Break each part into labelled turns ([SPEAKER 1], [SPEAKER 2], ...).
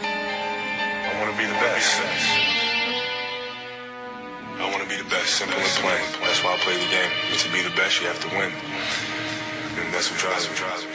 [SPEAKER 1] I want to be the best. I want to be the best, simple and plain. That's why I play the game. But to be the best, you have to win. And that's what drives me.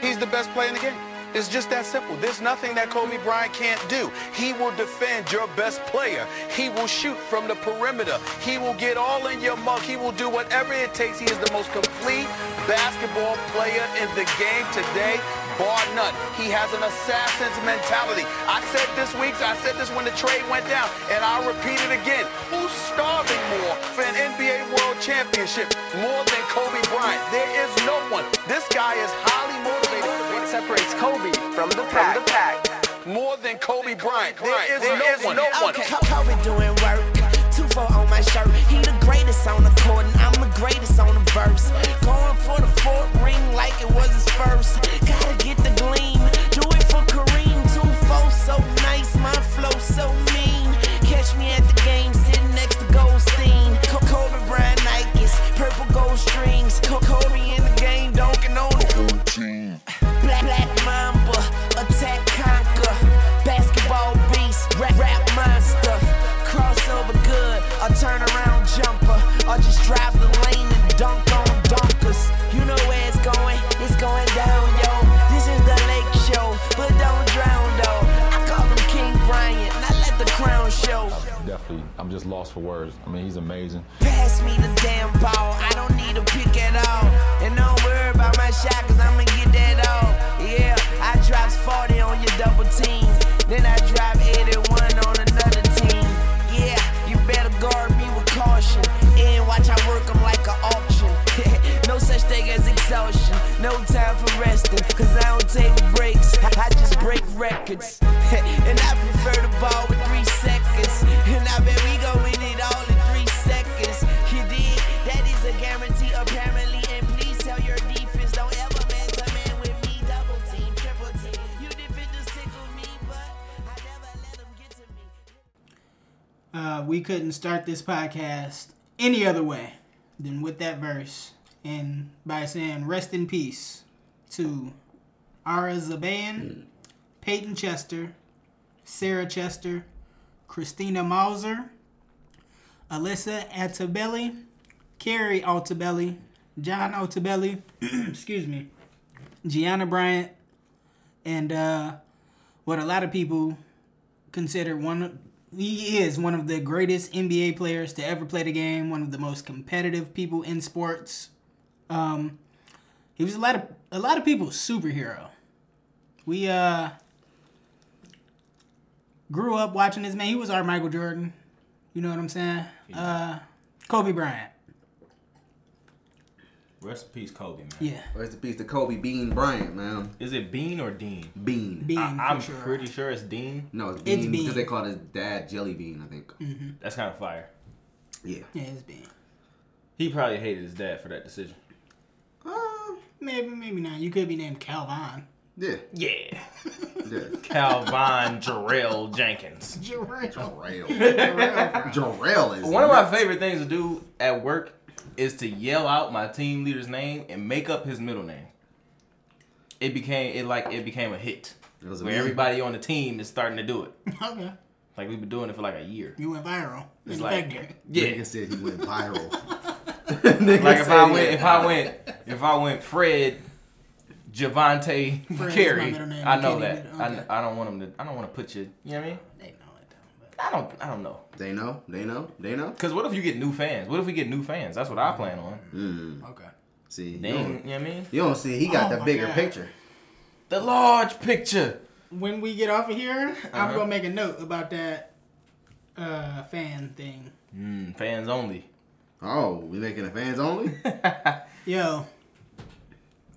[SPEAKER 2] He's the best player in the game. It's just that simple. There's nothing that Kobe Bryant can't do. He will defend your best player. He will shoot from the perimeter. He will get all in your muck. He will do whatever it takes. He is the most complete basketball player in the game today, bar none. He has an assassin's mentality. I said this week, I said this when the trade went down, and I'll repeat it again. Who's starving more for an NBA World Championship more than Kobe Bryant? There is no one. This guy is highly motivated.
[SPEAKER 3] What separates Kobe from the pack? From the pack.
[SPEAKER 2] More than Kobe Bryant. There is no one. No one.
[SPEAKER 4] Okay, Kobe doing work. Two four on my shirt. He the greatest on the court, and I'm the greatest on the verse. Going for the fourth ring like it was his first. Gotta get the gleam. Do it for Kareem. Two four so nice, my flow so mean. Catch me at the game, sitting next to Goldstein. Co- Kobe Bryant Nikes, purple gold strings. Co- Kobe in the game, dunking on the Black, black mamba, attack conquer, basketball beast, rap, rap monster, crossover good, a turnaround jumper, or just drive the lane and dunk on dunkers. You know where it's going, it's going down, yo. This is the lake show, but don't drown though. I call him King Bryant, not let the crown show.
[SPEAKER 5] definitely I'm just lost for words. I mean, he's amazing.
[SPEAKER 4] Pass me the damn ball, I don't need a pick at all. And don't worry about my shot, cause I'ma get that off. Yeah, I drops 40 on your double team. Then I drop 81 on another team. Yeah, you better guard me with caution. And watch I work 'em like an auction. no such thing as exhaustion, no time for resting. Cause I don't take breaks, I I just break records. and I prefer the ball with three seconds. And I bet we go win it all in three seconds. You did? That is a guarantee, apparently. And please tell your defense, don't ever man to man with me. Double team, triple team. You defend just tickle me, but I never let 'em get to me.
[SPEAKER 6] uh, we couldn't start this podcast any other way than with that verse and by saying rest in peace to Ara Zaban, Peyton Chester, Sarah Chester, Christina Mauser, Alyssa Atabelli, Carrie Altabelli, John Altabelli, excuse me, Gianna Bryant, and uh, what a lot of people considered one of- he is one of the greatest NBA players to ever play the game, one of the most competitive people in sports. Um he was a lot of a lot of people's superhero. We uh grew up watching this man. He was our Michael Jordan. You know what I'm saying? Uh Kobe Bryant.
[SPEAKER 7] Rest in peace, Kobe, man.
[SPEAKER 6] Yeah.
[SPEAKER 8] Rest in peace to Kobe Bean Bryant, man.
[SPEAKER 7] Is it Bean or Dean?
[SPEAKER 8] Bean.
[SPEAKER 6] Bean
[SPEAKER 7] I,
[SPEAKER 6] for
[SPEAKER 7] I'm
[SPEAKER 6] sure.
[SPEAKER 7] pretty sure it's Dean.
[SPEAKER 8] No, it's
[SPEAKER 6] It's Bean.
[SPEAKER 8] Bean
[SPEAKER 6] Mm.
[SPEAKER 8] because they called his dad Jelly Bean, I think.
[SPEAKER 7] That's kind of fire.
[SPEAKER 8] Yeah.
[SPEAKER 6] Yeah, it's Bean.
[SPEAKER 7] He probably hated his dad for that decision.
[SPEAKER 8] Uh,
[SPEAKER 6] Maybe maybe not. You could be named Calvin.
[SPEAKER 8] yeah.
[SPEAKER 7] Yeah.
[SPEAKER 8] Yeah.
[SPEAKER 7] Calvin Jarrell Jenkins.
[SPEAKER 8] Jarrell. Jarrell is.
[SPEAKER 7] One of my favorite things to do at work is to yell out my team leader's name and make up his middle name. It became it like it became a hit.
[SPEAKER 8] It was a
[SPEAKER 7] Where
[SPEAKER 8] meme.
[SPEAKER 7] everybody on the team is starting to do it.
[SPEAKER 6] Okay.
[SPEAKER 7] Like we've been doing it for like a year.
[SPEAKER 6] You went viral.
[SPEAKER 7] It's
[SPEAKER 6] in
[SPEAKER 7] like-
[SPEAKER 6] the factory.
[SPEAKER 7] Yeah.
[SPEAKER 8] Nigga said he went viral.
[SPEAKER 7] Like if I went if I went if I went Fred Javante
[SPEAKER 6] my
[SPEAKER 7] Carey,
[SPEAKER 6] middle name.
[SPEAKER 7] I
[SPEAKER 6] You
[SPEAKER 7] know
[SPEAKER 6] can't
[SPEAKER 7] that.
[SPEAKER 6] even- okay.
[SPEAKER 7] I, I don't want him to I don't want to put you, you know what I mean?
[SPEAKER 6] They know it though. but-
[SPEAKER 7] I don't I don't know.
[SPEAKER 8] They know. They know. They know.
[SPEAKER 7] Cuz what if you get new fans? What if we get new fans? That's what I plan on.
[SPEAKER 6] Okay.
[SPEAKER 8] See, you
[SPEAKER 7] Then,
[SPEAKER 8] don't,
[SPEAKER 7] you know what I mean?
[SPEAKER 8] you don't see. He got
[SPEAKER 6] Oh
[SPEAKER 8] the
[SPEAKER 6] my
[SPEAKER 8] bigger
[SPEAKER 6] God.
[SPEAKER 8] picture.
[SPEAKER 7] The large picture.
[SPEAKER 6] when we get off of here,
[SPEAKER 7] Uh-huh.
[SPEAKER 6] I'm gonna make a note about that uh, fan thing.
[SPEAKER 7] Mm, fans only.
[SPEAKER 8] Oh, we making a fans only?
[SPEAKER 6] Yo,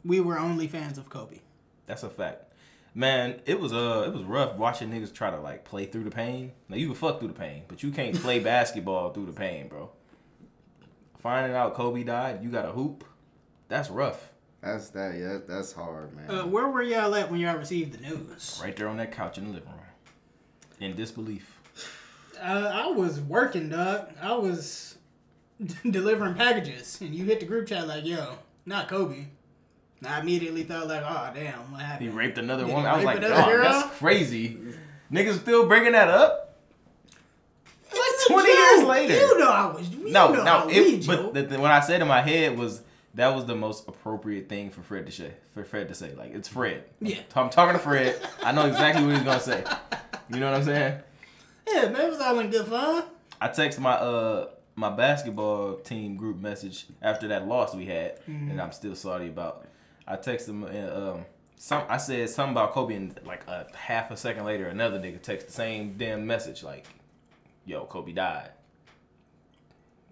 [SPEAKER 6] we were only fans of Kobe.
[SPEAKER 7] That's a fact. Man, it was uh it was rough watching niggas try to like play through the pain. Now you can fuck through the pain, but you can't play basketball through the pain, bro. Finding out Kobe died, you got a hoop. That's rough.
[SPEAKER 8] That's that. Yeah, that's hard, man.
[SPEAKER 6] Uh, where were y'all at when y'all received the news?
[SPEAKER 7] Right there on that couch in the living room. In disbelief.
[SPEAKER 6] Uh, I was working, dog. I was delivering packages, and you hit the group chat like, "Yo, not Kobe." And I immediately thought like, oh damn, what
[SPEAKER 7] He
[SPEAKER 6] happened?
[SPEAKER 7] raped another
[SPEAKER 6] Did he
[SPEAKER 7] woman. I
[SPEAKER 6] rape
[SPEAKER 7] was like,
[SPEAKER 6] another
[SPEAKER 7] "Dog,
[SPEAKER 6] girl?"
[SPEAKER 7] that's crazy. Niggas still bringing that up.
[SPEAKER 6] It was a
[SPEAKER 7] 20 years
[SPEAKER 6] joke.
[SPEAKER 7] later.
[SPEAKER 6] You know I was. You
[SPEAKER 7] No,
[SPEAKER 6] know
[SPEAKER 7] no.
[SPEAKER 6] how we
[SPEAKER 7] It,
[SPEAKER 6] joke.
[SPEAKER 7] but the, the, what I said in my head was that was the most appropriate thing for Fred to say. For Fred to say, like, it's Fred.
[SPEAKER 6] Yeah.
[SPEAKER 7] I'm talking to Fred. I know exactly what he's gonna say. You know what I'm saying?
[SPEAKER 6] yeah, man, it was all in good fun.
[SPEAKER 7] I text my uh my basketball team group message after that loss we had,
[SPEAKER 6] Mm-hmm.
[SPEAKER 7] and I'm still sorry about. I texted them and um some I said something about Kobe, and like a half a second later, another nigga text the same damn message like, "Yo, Kobe died."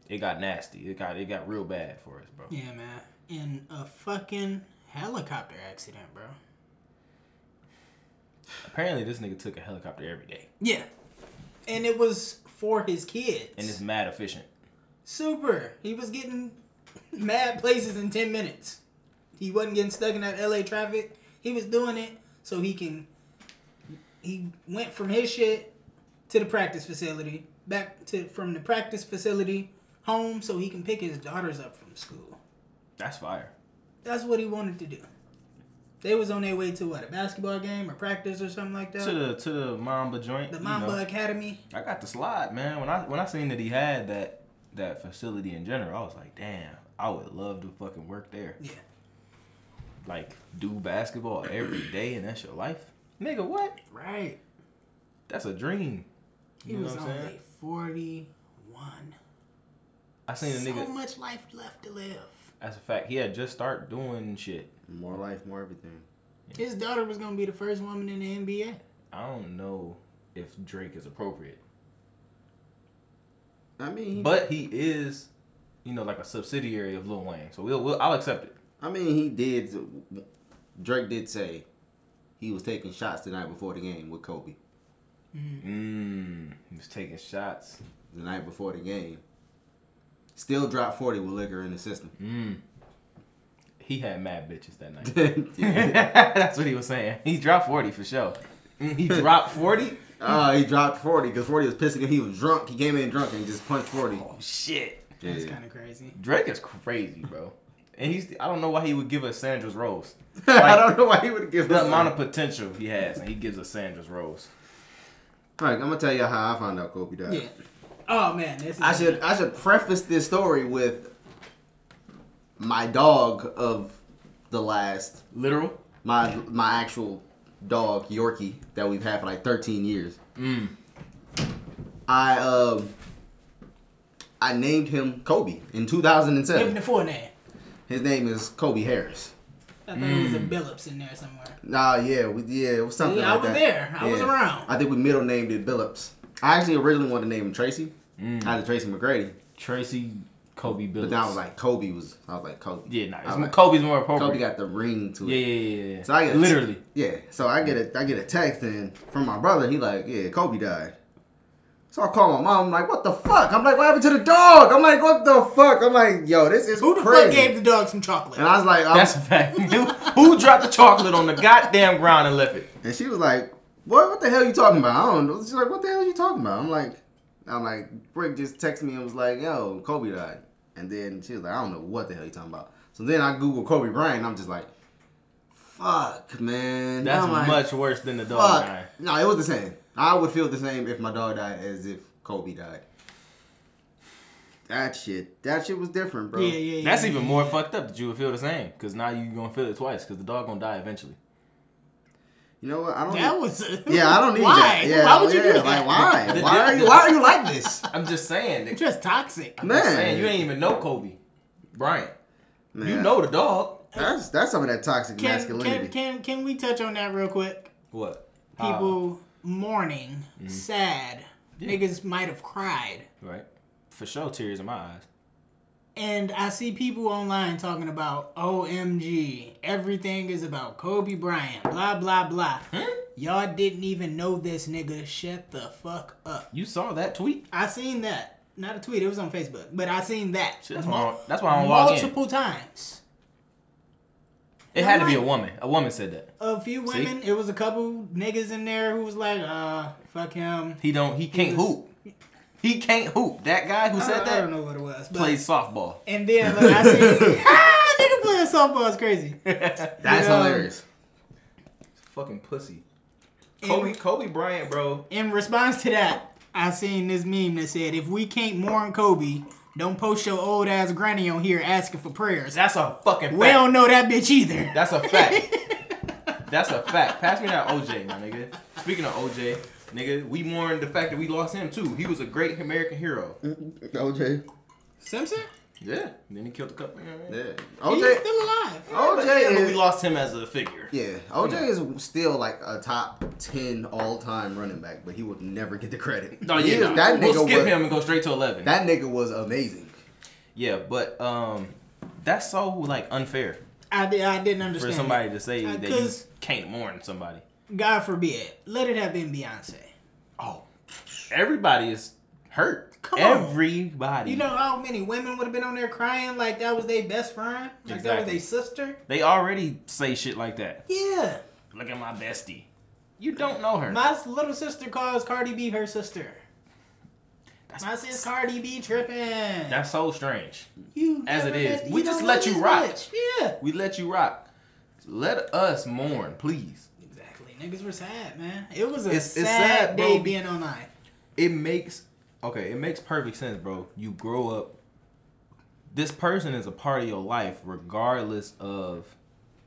[SPEAKER 7] It got nasty. It got it got real bad for us, bro.
[SPEAKER 6] Yeah, man, in a fucking helicopter accident, bro.
[SPEAKER 7] Apparently, this nigga took a helicopter every day,
[SPEAKER 6] Yeah, and it was for his kids.
[SPEAKER 7] and it's mad efficient.
[SPEAKER 6] Super. He was getting mad places in 10 minutes. He wasn't getting stuck in that LA traffic. He was doing it so he can. He went from his shit to the practice facility, back to from the practice facility home so he can pick his daughters up from school.
[SPEAKER 7] That's fire.
[SPEAKER 6] That's what he wanted to do. They was on their way to what, a basketball game or practice or something like that?
[SPEAKER 7] To the to the Mamba joint.
[SPEAKER 6] the
[SPEAKER 7] you
[SPEAKER 6] Mamba
[SPEAKER 7] know.
[SPEAKER 6] Academy.
[SPEAKER 7] I got the slide, man. When I when I seen that he had that that facility in general, I was like, damn, I would love to fucking work there.
[SPEAKER 6] Yeah.
[SPEAKER 7] Like do basketball every day and that's your life. Nigga, what?
[SPEAKER 6] Right.
[SPEAKER 7] That's a dream.
[SPEAKER 6] He
[SPEAKER 7] You know
[SPEAKER 6] was
[SPEAKER 7] what I'm
[SPEAKER 6] only
[SPEAKER 7] saying?
[SPEAKER 6] 41.
[SPEAKER 7] I seen a nigga
[SPEAKER 6] So much life left to live.
[SPEAKER 7] that's a fact. He had just started doing shit.
[SPEAKER 8] More life, more everything.
[SPEAKER 6] His daughter was gonna be the first woman in the NBA.
[SPEAKER 7] I don't know if Drake is appropriate.
[SPEAKER 8] I mean, he,
[SPEAKER 7] But he is, you know, like a subsidiary of Lil Wayne. So we'll, we'll I'll accept it.
[SPEAKER 8] I mean, he did. Drake did say he was taking shots the night before the game with Kobe.
[SPEAKER 7] Mmm. He was taking shots.
[SPEAKER 8] The night before the game, still dropped forty with liquor in the system.
[SPEAKER 7] He had mad bitches that night.
[SPEAKER 8] Yeah.
[SPEAKER 7] Mm. That's what he was saying. He dropped 40 for sure. Mm, He dropped 40?
[SPEAKER 8] Oh, he dropped 40 because 40 was pissing him. He was drunk. He came in drunk and just punched 40.
[SPEAKER 7] Oh, shit.
[SPEAKER 6] That's
[SPEAKER 8] Yeah.
[SPEAKER 6] kind of crazy.
[SPEAKER 7] Drake is crazy, bro. And he's I don't know why he would give us Sandra's Rose.
[SPEAKER 8] I don't know why he would give
[SPEAKER 7] The
[SPEAKER 8] us
[SPEAKER 7] amount of potential he has, and he gives us Sandra's Rose.
[SPEAKER 8] All right, I'm gonna tell you how I found out Kobe died.
[SPEAKER 6] Yeah. Oh man, this is
[SPEAKER 8] I should I should preface this story with my dog of the last
[SPEAKER 7] Literal?
[SPEAKER 8] my my actual dog Yorkie that we've had for like 13 years.
[SPEAKER 6] Mm.
[SPEAKER 8] I um I named him Kobe in
[SPEAKER 6] give him the
[SPEAKER 8] 2007.
[SPEAKER 6] full name.
[SPEAKER 8] His name is Kobe Harris.
[SPEAKER 6] I thought it
[SPEAKER 8] Mm.
[SPEAKER 6] was a Billups in there somewhere.
[SPEAKER 8] Nah, yeah, we, yeah, it was something.
[SPEAKER 6] Yeah, I
[SPEAKER 8] like
[SPEAKER 6] was
[SPEAKER 8] that.
[SPEAKER 6] there. I was around.
[SPEAKER 8] I think we middle named it Billups. I actually originally wanted to name him Tracy.
[SPEAKER 6] Mm.
[SPEAKER 8] I had a Tracy McGrady,
[SPEAKER 7] Tracy Kobe Billups.
[SPEAKER 8] but then I was like Kobe was. I was like Kobe.
[SPEAKER 7] yeah, nah,
[SPEAKER 8] I
[SPEAKER 7] it's,
[SPEAKER 8] was like,
[SPEAKER 7] Kobe's more appropriate.
[SPEAKER 8] Kobe got the ring to it.
[SPEAKER 7] yeah, yeah, yeah, yeah.
[SPEAKER 8] So I get a t-
[SPEAKER 7] Literally.
[SPEAKER 8] yeah. So I get a I get a text and from my brother. He like, yeah, Kobe died. So I call my mom. I'm like, what the fuck? I'm like, what happened to the dog? I'm like, what the fuck? I'm like, yo, this is
[SPEAKER 6] Who the
[SPEAKER 8] crazy.
[SPEAKER 6] fuck gave the dog some chocolate?
[SPEAKER 8] and I was like, I'm-
[SPEAKER 7] That's a fact. Who- Who dropped the chocolate on the goddamn ground and left it?
[SPEAKER 8] And she was like, "What? What the hell you talking about?" I don't know. She's like, "What the hell you talking about?" I'm like, "I'm like." Brick just texted me and was like, "Yo, Kobe died," and then she was like, "I don't know what the hell you talking about." So then I Google Kobe Bryant. And I'm just like, "Fuck, man."
[SPEAKER 7] That's
[SPEAKER 8] I'm like,
[SPEAKER 7] much worse than the dog
[SPEAKER 8] Fuck.
[SPEAKER 7] dying.
[SPEAKER 8] No, it was the same. I would feel the same if my dog died as if Kobe died. That shit. That shit was different, bro.
[SPEAKER 6] yeah, yeah, yeah.
[SPEAKER 7] That's even more fucked up that you would feel the same, because now you gonna feel it twice, because the dog gonna die eventually.
[SPEAKER 8] You know what? I don't.
[SPEAKER 6] That
[SPEAKER 8] need-
[SPEAKER 6] was. A,
[SPEAKER 8] yeah, I don't need
[SPEAKER 6] why?
[SPEAKER 8] that. Yeah,
[SPEAKER 6] why would you
[SPEAKER 8] yeah,
[SPEAKER 6] do that?
[SPEAKER 8] Like, why?
[SPEAKER 7] The-
[SPEAKER 8] Why are you? Why are you like this,
[SPEAKER 7] I'm just saying, that,
[SPEAKER 6] Just toxic.
[SPEAKER 8] man?
[SPEAKER 7] saying you ain't even know Kobe Bryant. You
[SPEAKER 8] Man.
[SPEAKER 7] know the dog.
[SPEAKER 8] That's that's some of that toxic
[SPEAKER 6] Can, can
[SPEAKER 8] masculinity.
[SPEAKER 6] can can we touch on that real quick?
[SPEAKER 7] What?
[SPEAKER 6] People mourning,
[SPEAKER 7] mm-hmm.
[SPEAKER 6] sad. Niggas might have cried.
[SPEAKER 7] Uh, right. For sure, tears in my eyes.
[SPEAKER 6] And I see people online talking about OMG, everything is about Kobe Bryant, blah blah blah. Y'all didn't even know this nigga. Shut the fuck up.
[SPEAKER 7] You saw that tweet?
[SPEAKER 6] I seen that. Not a tweet. It was on Facebook, but I seen that.
[SPEAKER 7] Shit, that's why. I don't- That's why I don't log in.
[SPEAKER 6] multiple times.
[SPEAKER 7] It had to be a woman. A woman said that.
[SPEAKER 6] A few women. It was a couple niggas in there who was like, uh, fuck him.
[SPEAKER 7] He don't. He can't
[SPEAKER 6] was-
[SPEAKER 7] hoop. He can't hoop. That guy who
[SPEAKER 6] I-
[SPEAKER 7] said
[SPEAKER 6] I don't
[SPEAKER 7] that
[SPEAKER 6] know what it was. But,
[SPEAKER 7] plays softball.
[SPEAKER 6] And then like, I seen ah, nigga play that softball is crazy.
[SPEAKER 8] That's
[SPEAKER 6] Yeah.
[SPEAKER 8] hilarious.
[SPEAKER 7] Fucking pussy. Kobe, Kobe Bryant, bro.
[SPEAKER 6] In response to that, I seen this meme that said, "If we can't mourn Kobe, don't post your old ass granny on here asking for prayers."
[SPEAKER 7] That's a fucking fact.
[SPEAKER 6] We don't know that bitch either.
[SPEAKER 7] That's a fact. That's a fact. Pass me that OJ, my nigga. Speaking of OJ, nigga, we mourn the fact that we lost him too. He was a great American hero.
[SPEAKER 8] OJ.
[SPEAKER 6] Simpson?
[SPEAKER 7] Yeah. Then he killed a couple. You know what I mean?
[SPEAKER 8] Yeah.
[SPEAKER 6] He's
[SPEAKER 8] OJ.
[SPEAKER 6] still alive.
[SPEAKER 7] But,
[SPEAKER 8] OJ
[SPEAKER 7] yeah, but we
[SPEAKER 8] is.
[SPEAKER 7] lost him as a figure.
[SPEAKER 8] Yeah, OJ is still like a top ten all time running back, but he would never get the credit.
[SPEAKER 7] No,
[SPEAKER 8] He
[SPEAKER 7] yeah,
[SPEAKER 8] is-
[SPEAKER 7] no.
[SPEAKER 8] that
[SPEAKER 7] we'll
[SPEAKER 8] nigga
[SPEAKER 7] skip
[SPEAKER 8] was,
[SPEAKER 7] him and go straight to eleven.
[SPEAKER 8] That nigga was amazing.
[SPEAKER 7] yeah, but um, that's so like unfair
[SPEAKER 6] I, did, I didn't
[SPEAKER 7] for
[SPEAKER 6] understand.
[SPEAKER 7] somebody to say
[SPEAKER 6] Uh,
[SPEAKER 7] that you
[SPEAKER 6] 'cause-
[SPEAKER 7] can't mourn somebody.
[SPEAKER 6] that. God forbid. Let it have been Beyonce.
[SPEAKER 7] Oh, everybody is hurt.
[SPEAKER 6] Come on.
[SPEAKER 7] everybody.
[SPEAKER 6] You know how many women would have been on there crying like that was their best friend, like that was
[SPEAKER 7] Exactly.
[SPEAKER 6] their sister.
[SPEAKER 7] they already say shit like that.
[SPEAKER 6] Yeah,
[SPEAKER 7] Look at my bestie. You don't know her.
[SPEAKER 6] my little sister calls Cardi B her sister. My sis Cardi B tripping.
[SPEAKER 7] That's so strange.
[SPEAKER 6] you
[SPEAKER 7] as
[SPEAKER 6] never
[SPEAKER 7] it is.
[SPEAKER 6] met-
[SPEAKER 7] We just
[SPEAKER 6] don't
[SPEAKER 7] let
[SPEAKER 6] know
[SPEAKER 7] you
[SPEAKER 6] this
[SPEAKER 7] rock.
[SPEAKER 6] bitch. Yeah,
[SPEAKER 7] We let you rock. Let us mourn, please.
[SPEAKER 6] exactly. Niggas were sad, man. It was a
[SPEAKER 7] It's-
[SPEAKER 6] sad,
[SPEAKER 7] it's sad, bro,
[SPEAKER 6] day
[SPEAKER 7] be-
[SPEAKER 6] being online.
[SPEAKER 7] It makes okay, it makes perfect sense, bro. You grow up. This person is a part of your life, regardless of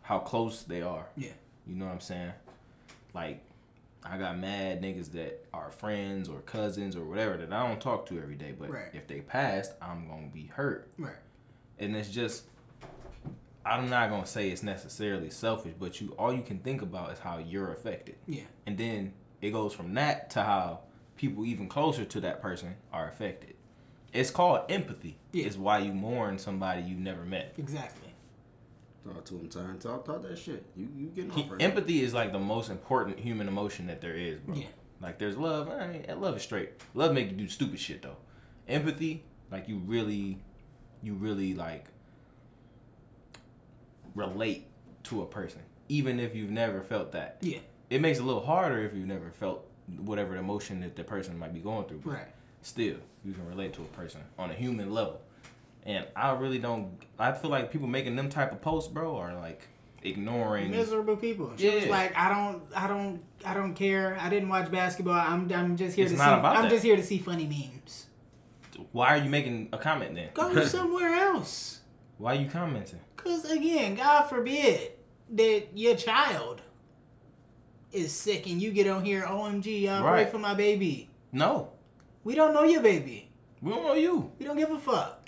[SPEAKER 7] how close they are.
[SPEAKER 6] Yeah,
[SPEAKER 7] You know what I'm saying? Like, I got mad niggas that are friends or cousins or whatever that I don't talk to every day. But
[SPEAKER 6] Right.
[SPEAKER 7] if they passed, I'm gonna be hurt.
[SPEAKER 6] right.
[SPEAKER 7] and it's just I'm not gonna say it's necessarily selfish, but you all you can think about is how you're affected,
[SPEAKER 6] Yeah,
[SPEAKER 7] and then it goes from that to how people even closer to that person are affected. It's called empathy.
[SPEAKER 6] Yeah.
[SPEAKER 7] It's why you mourn somebody you never met.
[SPEAKER 6] exactly.
[SPEAKER 8] Talk to him, time. Talk, talk that shit. You, you getting
[SPEAKER 7] He-
[SPEAKER 8] off right now.
[SPEAKER 7] empathy is like the most important human emotion that there is, bro.
[SPEAKER 6] Yeah.
[SPEAKER 7] Like there's love. I mean, love is straight. Love make you do stupid shit though. Empathy, like you really, you really like relate to a person, even if you've never felt that.
[SPEAKER 6] Yeah,
[SPEAKER 7] It makes it a little harder if you've never felt whatever emotion that the person might be going through. but
[SPEAKER 6] right.
[SPEAKER 7] Still, you can relate to a person on a human level. And I really don't. I feel like people making them type of posts, bro, are like ignoring.
[SPEAKER 6] miserable people. She was
[SPEAKER 7] Yeah.
[SPEAKER 6] like, I don't, I don't, I don't care. I didn't watch basketball. I'm, I'm just here
[SPEAKER 7] It's
[SPEAKER 6] to
[SPEAKER 7] not
[SPEAKER 6] see.
[SPEAKER 7] about
[SPEAKER 6] I'm
[SPEAKER 7] that.
[SPEAKER 6] just here to see funny memes.
[SPEAKER 7] Why are you making a comment then?
[SPEAKER 6] Go somewhere else.
[SPEAKER 7] Why are you commenting?
[SPEAKER 6] Cause again, God forbid that your child is sick and you get on here, OMG, y'all all pray
[SPEAKER 7] Right.
[SPEAKER 6] for my baby.
[SPEAKER 7] No,
[SPEAKER 6] We don't know your baby.
[SPEAKER 7] we don't know you.
[SPEAKER 6] We don't give a fuck.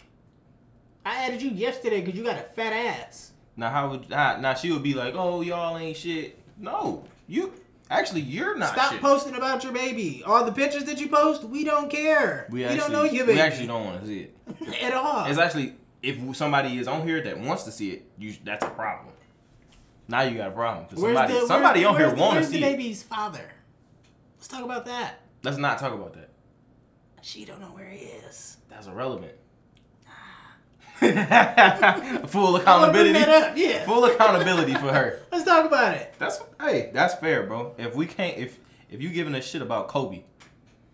[SPEAKER 6] I added you yesterday because you got a fat ass.
[SPEAKER 7] Now how would how, now she would be like, oh y'all ain't shit. No, you actually you're not.
[SPEAKER 6] Stop
[SPEAKER 7] shit.
[SPEAKER 6] posting about your baby. All the pictures that you post, we don't care. We,
[SPEAKER 7] We, actually,
[SPEAKER 6] don't know your baby
[SPEAKER 7] We actually don't want to see it.
[SPEAKER 6] at all.
[SPEAKER 7] It's actually if somebody is on here that wants to see it, you that's a problem. Now you got a problem 'cause
[SPEAKER 6] Where's
[SPEAKER 7] somebody
[SPEAKER 6] the- where-
[SPEAKER 7] somebody on
[SPEAKER 6] where's
[SPEAKER 7] here
[SPEAKER 6] the-
[SPEAKER 7] want to
[SPEAKER 6] where's
[SPEAKER 7] see
[SPEAKER 6] the
[SPEAKER 7] it.
[SPEAKER 6] baby's father? Let's talk about that.
[SPEAKER 7] Let's not talk about that.
[SPEAKER 6] She don't know where he is.
[SPEAKER 7] That's irrelevant. Full
[SPEAKER 6] I wanna bring
[SPEAKER 7] accountability.
[SPEAKER 6] that up, yeah.
[SPEAKER 7] Full accountability for her.
[SPEAKER 6] Let's talk about it.
[SPEAKER 7] That's hey, that's fair, bro. If we can't, if if you giving a shit about Kobe,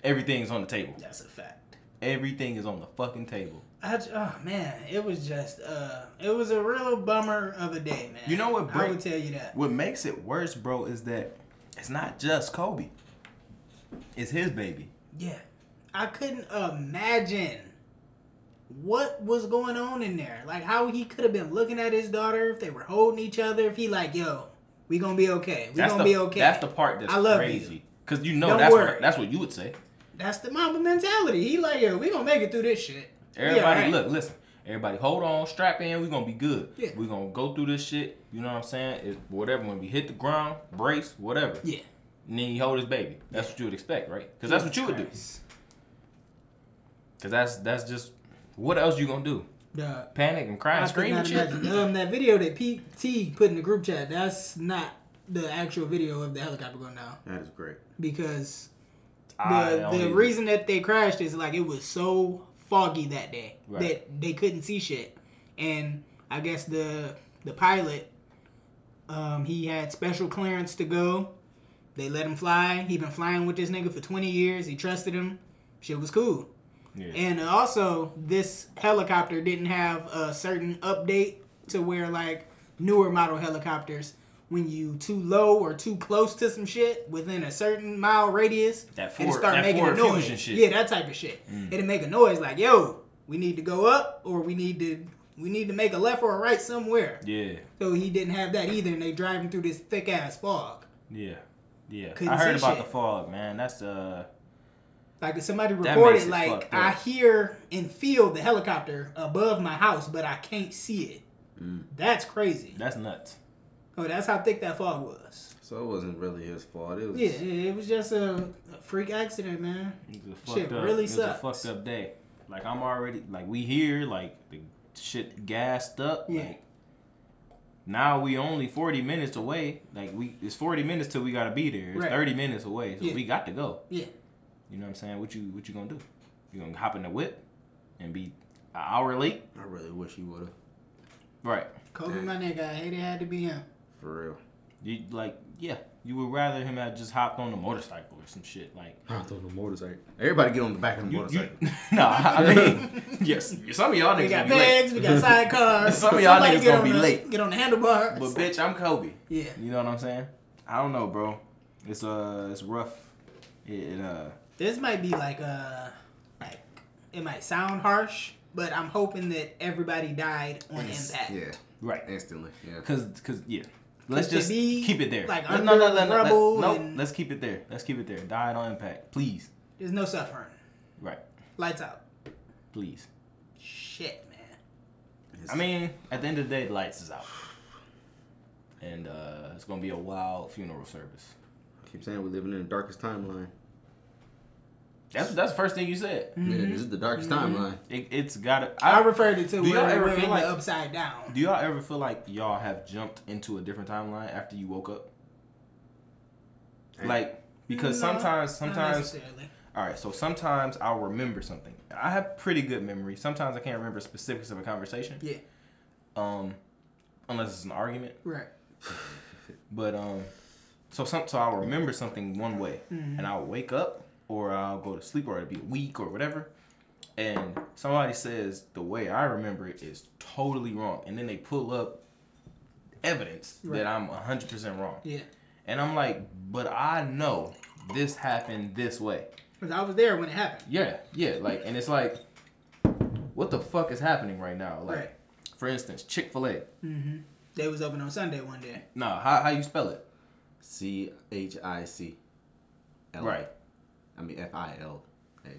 [SPEAKER 7] everything's on the table.
[SPEAKER 6] That's a fact.
[SPEAKER 7] Everything is on the fucking table.
[SPEAKER 6] I j- oh man, it was just uh, it was a real bummer of a day, man.
[SPEAKER 7] You know what
[SPEAKER 6] I
[SPEAKER 7] break-
[SPEAKER 6] would tell you that.
[SPEAKER 7] What makes it worse, bro, is that it's not just Kobe. It's his baby.
[SPEAKER 6] Yeah, I couldn't imagine what was going on in there. Like how he could have been looking at his daughter if they were holding each other. If he like, yo, we gonna be okay. We
[SPEAKER 7] That's
[SPEAKER 6] gonna
[SPEAKER 7] the
[SPEAKER 6] be okay.
[SPEAKER 7] that's the part that's
[SPEAKER 6] I love you.
[SPEAKER 7] crazy. Cause you know
[SPEAKER 6] Don't
[SPEAKER 7] that's
[SPEAKER 6] worry.
[SPEAKER 7] what, that's what you would say.
[SPEAKER 6] That's the mama mentality. He like, yo, we gonna make it through this shit. We
[SPEAKER 7] Everybody,
[SPEAKER 6] alright.
[SPEAKER 7] look, listen. Everybody, hold on, strap in. We're gonna be good.
[SPEAKER 6] Yeah.
[SPEAKER 7] We're gonna go through this shit. You know what I'm saying? It's whatever. When we hit the ground, brace, whatever.
[SPEAKER 6] Yeah.
[SPEAKER 7] And then you hold his baby. That's what you would expect, right? Because that's what you would do. Because that's that's just what else you gonna do?
[SPEAKER 6] Duh.
[SPEAKER 7] Panic and cry
[SPEAKER 6] I
[SPEAKER 7] and
[SPEAKER 6] could
[SPEAKER 7] scream and
[SPEAKER 6] not
[SPEAKER 7] shit.
[SPEAKER 6] imagine. Um, that video that PT put in the group chat, that's not the actual video of the helicopter going down
[SPEAKER 8] That is great.
[SPEAKER 6] because
[SPEAKER 7] I
[SPEAKER 6] the
[SPEAKER 7] don't
[SPEAKER 6] the
[SPEAKER 7] even-
[SPEAKER 6] reason that they crashed is like it was so foggy that day
[SPEAKER 7] Right.
[SPEAKER 6] that they couldn't see shit, and I guess the the pilot, um, he had special clearance to go. They let him fly. He been flying with this nigga for twenty years. He trusted him. Shit was cool.
[SPEAKER 7] Yeah.
[SPEAKER 6] And also, this helicopter didn't have a certain update to where like newer model helicopters, when you too low or too close to some shit within a certain mile radius,
[SPEAKER 7] That
[SPEAKER 6] it'll
[SPEAKER 7] Ford-
[SPEAKER 6] start
[SPEAKER 7] that
[SPEAKER 6] making
[SPEAKER 7] Ford
[SPEAKER 6] a noise.
[SPEAKER 7] Fusion shit. Mm.
[SPEAKER 6] Yeah, that type of shit. It'll make a noise like, yo, we need to go up or we need to we need to make a left or a right somewhere.
[SPEAKER 7] Yeah,
[SPEAKER 6] So he didn't have that either, and they driving through this thick ass fog.
[SPEAKER 7] yeah, yeah.
[SPEAKER 6] Couldn't
[SPEAKER 7] I heard
[SPEAKER 6] see
[SPEAKER 7] about
[SPEAKER 6] shit.
[SPEAKER 7] the fog, man. That's uh,
[SPEAKER 6] Like if somebody
[SPEAKER 7] That
[SPEAKER 6] reported,
[SPEAKER 7] makes it
[SPEAKER 6] like
[SPEAKER 7] fucked
[SPEAKER 6] I
[SPEAKER 7] up.
[SPEAKER 6] hear and feel the helicopter above my house, but I can't see it.
[SPEAKER 7] Mm.
[SPEAKER 6] That's crazy.
[SPEAKER 7] that's nuts.
[SPEAKER 6] Oh, that's how thick that fog was.
[SPEAKER 8] So it wasn't really his fault. It was
[SPEAKER 6] Yeah, it it was just a a freak accident, man.
[SPEAKER 7] It was a fucked
[SPEAKER 6] Shit
[SPEAKER 7] up.
[SPEAKER 6] really
[SPEAKER 7] it was
[SPEAKER 6] sucks.
[SPEAKER 7] a fucked up day. Like I'm already like we here like the shit gassed up.
[SPEAKER 6] Yeah.
[SPEAKER 7] Like, now we only 40 minutes away. Like we it's 40 minutes till we gotta be there. It's
[SPEAKER 6] Right.
[SPEAKER 7] 30 minutes away, so
[SPEAKER 6] Yeah.
[SPEAKER 7] we got to go.
[SPEAKER 6] Yeah,
[SPEAKER 7] You know what I'm saying? What you what you gonna do? You gonna hop in the whip and be an hour late?
[SPEAKER 8] I really wish he would have.
[SPEAKER 7] Right.
[SPEAKER 6] Kobe, my nigga, I hate it had to be him.
[SPEAKER 8] For real.
[SPEAKER 7] You like yeah. You would rather him have just hopped on a motorcycle or some shit like.
[SPEAKER 8] I thought the motorcycle. Everybody get on the back of the
[SPEAKER 7] You, you,
[SPEAKER 8] motorcycle.
[SPEAKER 7] no, I mean, yes, some of y'all
[SPEAKER 6] We
[SPEAKER 7] niggas
[SPEAKER 6] got
[SPEAKER 7] gonna be late,
[SPEAKER 6] bags, we got sidecars.
[SPEAKER 7] Some of y'all
[SPEAKER 6] Somebody
[SPEAKER 7] niggas
[SPEAKER 6] get
[SPEAKER 7] gonna
[SPEAKER 6] on
[SPEAKER 7] be
[SPEAKER 6] the-
[SPEAKER 7] late.
[SPEAKER 6] Get on the handlebars.
[SPEAKER 7] but bitch, I'm Kobe.
[SPEAKER 6] yeah,
[SPEAKER 7] You know what I'm saying? I don't know, bro. It's uh, it's rough. It, it, uh,
[SPEAKER 6] this might be like uh like it might sound harsh, but I'm hoping that everybody died on impact.
[SPEAKER 8] Yeah.
[SPEAKER 7] right.
[SPEAKER 8] Instantly. Yeah.
[SPEAKER 7] Cause, cause, yeah. Let's
[SPEAKER 6] to
[SPEAKER 7] just
[SPEAKER 6] be,
[SPEAKER 7] keep it there.
[SPEAKER 6] like,
[SPEAKER 7] Let-
[SPEAKER 6] under
[SPEAKER 7] let-
[SPEAKER 6] rubble
[SPEAKER 7] let, no,
[SPEAKER 6] and-
[SPEAKER 7] let's keep it there. Let's keep it there. Died on impact, please.
[SPEAKER 6] There's no suffering.
[SPEAKER 7] Right,
[SPEAKER 6] Lights out.
[SPEAKER 7] please.
[SPEAKER 6] Shit, man.
[SPEAKER 7] I mean, at the end of the day, the lights is out, and uh, it's gonna be a wild funeral service.
[SPEAKER 8] Keep saying we're living in the darkest timeline.
[SPEAKER 7] That's that's the first thing you said.
[SPEAKER 6] Mm-hmm.
[SPEAKER 8] Yeah, this is the darkest timeline.
[SPEAKER 7] It, it's gotta.
[SPEAKER 6] I referred it to
[SPEAKER 7] Do
[SPEAKER 6] where
[SPEAKER 7] y'all ever
[SPEAKER 6] we're
[SPEAKER 7] feel
[SPEAKER 6] in
[SPEAKER 7] like-
[SPEAKER 6] the upside down.
[SPEAKER 7] Do y'all ever feel like y'all have jumped into a different timeline after you woke up? Like because
[SPEAKER 6] No,
[SPEAKER 7] sometimes
[SPEAKER 6] not
[SPEAKER 7] sometimes
[SPEAKER 6] necessarily.
[SPEAKER 7] all right, so sometimes I'll remember something. I have pretty good memory. Sometimes I can't remember specifics of a conversation.
[SPEAKER 6] Yeah.
[SPEAKER 7] Um unless it's an argument.
[SPEAKER 6] Right.
[SPEAKER 7] But um so some so I'll remember something one way
[SPEAKER 6] Mm-hmm.
[SPEAKER 7] and I'll wake up or I'll go to sleep or it'll be a week or whatever. And somebody says the way I remember it is totally wrong. And then they pull up evidence
[SPEAKER 6] Right.
[SPEAKER 7] that I'm 100% wrong.
[SPEAKER 6] Yeah.
[SPEAKER 7] And I'm like, but I know this happened this way.
[SPEAKER 6] Cause I was there when it happened.
[SPEAKER 7] Yeah, yeah. Like, and it's like, what the fuck is happening right now? Like,
[SPEAKER 6] Right.
[SPEAKER 7] for instance, Chick Fil A.
[SPEAKER 6] They was open on Sunday one day.
[SPEAKER 7] Nah, how how you spell it?
[SPEAKER 8] C H I C. L.
[SPEAKER 7] Right.
[SPEAKER 8] I mean F I L. A.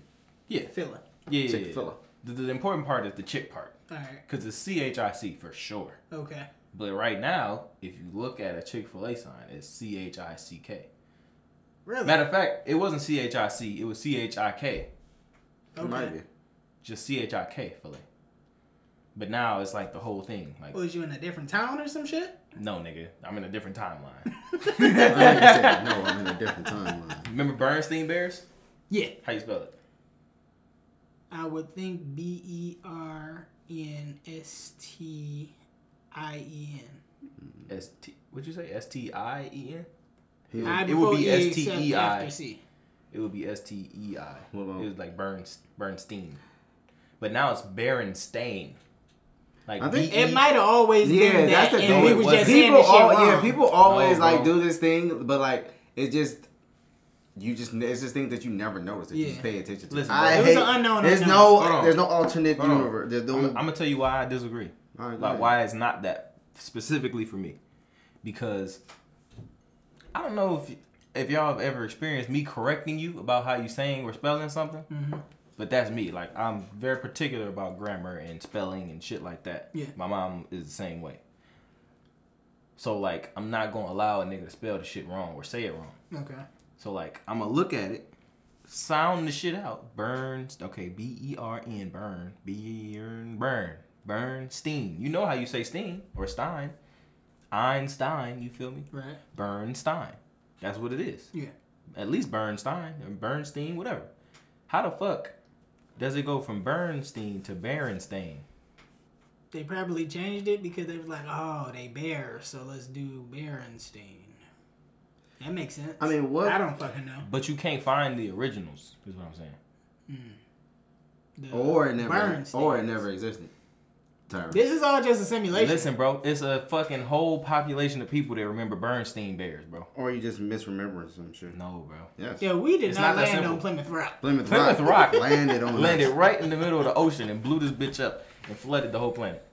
[SPEAKER 7] Yeah,
[SPEAKER 6] Filler.
[SPEAKER 7] yeah, yeah.
[SPEAKER 8] Chick
[SPEAKER 7] yeah.
[SPEAKER 8] Fil A.
[SPEAKER 7] The, the important part is the chick part,
[SPEAKER 6] All right.
[SPEAKER 7] cause it's C H I C for sure.
[SPEAKER 6] Okay.
[SPEAKER 7] But right now, if you look at a Chick Fil A sign, it's C H I C K.
[SPEAKER 6] Really?
[SPEAKER 7] Matter of fact, it wasn't C H I C, it was C H I K.
[SPEAKER 8] It might be.
[SPEAKER 7] Just C H I K Filet. But now it's like the whole thing. Like,
[SPEAKER 6] Was you in a different town or some shit?
[SPEAKER 7] no, nigga, I'm in a different timeline.
[SPEAKER 8] I ain't saying no, I'm in a different timeline.
[SPEAKER 7] Remember Bernstein Bears?
[SPEAKER 6] Yeah.
[SPEAKER 7] How you spell it?
[SPEAKER 6] I would think B E R N S T I E N.
[SPEAKER 7] S T. What'd you say? S T I E N.
[SPEAKER 6] I
[SPEAKER 7] it would be
[SPEAKER 6] before E except
[SPEAKER 7] STEI.
[SPEAKER 6] after C.
[SPEAKER 7] It would be S T E I. It
[SPEAKER 8] Hold on.
[SPEAKER 7] was like Burns Bernstein, but now it's Bernstein. Like
[SPEAKER 8] I think-
[SPEAKER 7] B E-
[SPEAKER 6] It might have always
[SPEAKER 8] Yeah,
[SPEAKER 6] been that,
[SPEAKER 8] that's the
[SPEAKER 6] and
[SPEAKER 8] thing.
[SPEAKER 6] we
[SPEAKER 7] it
[SPEAKER 6] was
[SPEAKER 7] wasn't.
[SPEAKER 6] just saying
[SPEAKER 8] people,
[SPEAKER 6] the shit
[SPEAKER 8] al-
[SPEAKER 6] wrong.
[SPEAKER 8] yeah, people always
[SPEAKER 7] No, bro.
[SPEAKER 8] like do this thing, but like it just you just it's just things that you never notice that you just
[SPEAKER 6] Yeah.
[SPEAKER 8] pay attention to.
[SPEAKER 7] Listen,
[SPEAKER 8] I
[SPEAKER 7] bro. It
[SPEAKER 6] was
[SPEAKER 8] hate,
[SPEAKER 6] an unknown
[SPEAKER 8] There's
[SPEAKER 6] unknown.
[SPEAKER 8] no
[SPEAKER 7] Hold on.
[SPEAKER 8] there's no alternate
[SPEAKER 7] Hold on.
[SPEAKER 8] universe. There's no
[SPEAKER 7] E I'm, I'm gonna tell you why I disagree.
[SPEAKER 8] All right, go
[SPEAKER 7] like
[SPEAKER 8] ahead.
[SPEAKER 7] why it's not that specifically for me, because I don't know if if y'all have ever experienced me correcting you about how you saying or spelling something, but that's me. Like I'm very particular about grammar and spelling and shit like that.
[SPEAKER 6] Yeah.
[SPEAKER 7] my mom is the same way. So like I'm not gonna allow a nigga to spell the shit wrong or say it wrong.
[SPEAKER 6] Okay.
[SPEAKER 7] So like I'm gonna look at it, sound the shit out. Burns, okay, B E R N, burn, B E R N, burn, burn, steam. You know how you say steam or Stein, Einstein. You feel me?
[SPEAKER 6] Right.
[SPEAKER 7] Bernstein. That's what it is.
[SPEAKER 6] Yeah.
[SPEAKER 7] At least Bernstein or Bernstein, whatever. How the fuck does it go from Bernstein to Berenstain?
[SPEAKER 6] They probably changed it because they was like, oh, they bear, so let's do Berenstein. That makes sense.
[SPEAKER 8] I mean, what-
[SPEAKER 6] I don't fucking know.
[SPEAKER 7] But you can't find the originals. Is what I'm saying.
[SPEAKER 6] The
[SPEAKER 8] or it never
[SPEAKER 6] Bernsteins.
[SPEAKER 8] or it never existed. term.
[SPEAKER 6] This is all just a simulation.
[SPEAKER 7] Listen, bro, it's a fucking whole population of people that remember Bernstein Bears, bro.
[SPEAKER 8] Or you just misremembering some shit.
[SPEAKER 7] No, bro.
[SPEAKER 8] Yes.
[SPEAKER 6] yeah, we did
[SPEAKER 7] It's
[SPEAKER 6] not,
[SPEAKER 7] not that
[SPEAKER 6] land on
[SPEAKER 7] simple.
[SPEAKER 6] Plymouth Rock.
[SPEAKER 8] Plymouth,
[SPEAKER 7] Plymouth
[SPEAKER 8] Rock,
[SPEAKER 7] Rock.
[SPEAKER 8] landed on
[SPEAKER 7] Landed
[SPEAKER 8] us.
[SPEAKER 7] right in the middle of the ocean and blew this bitch up and flooded the whole planet.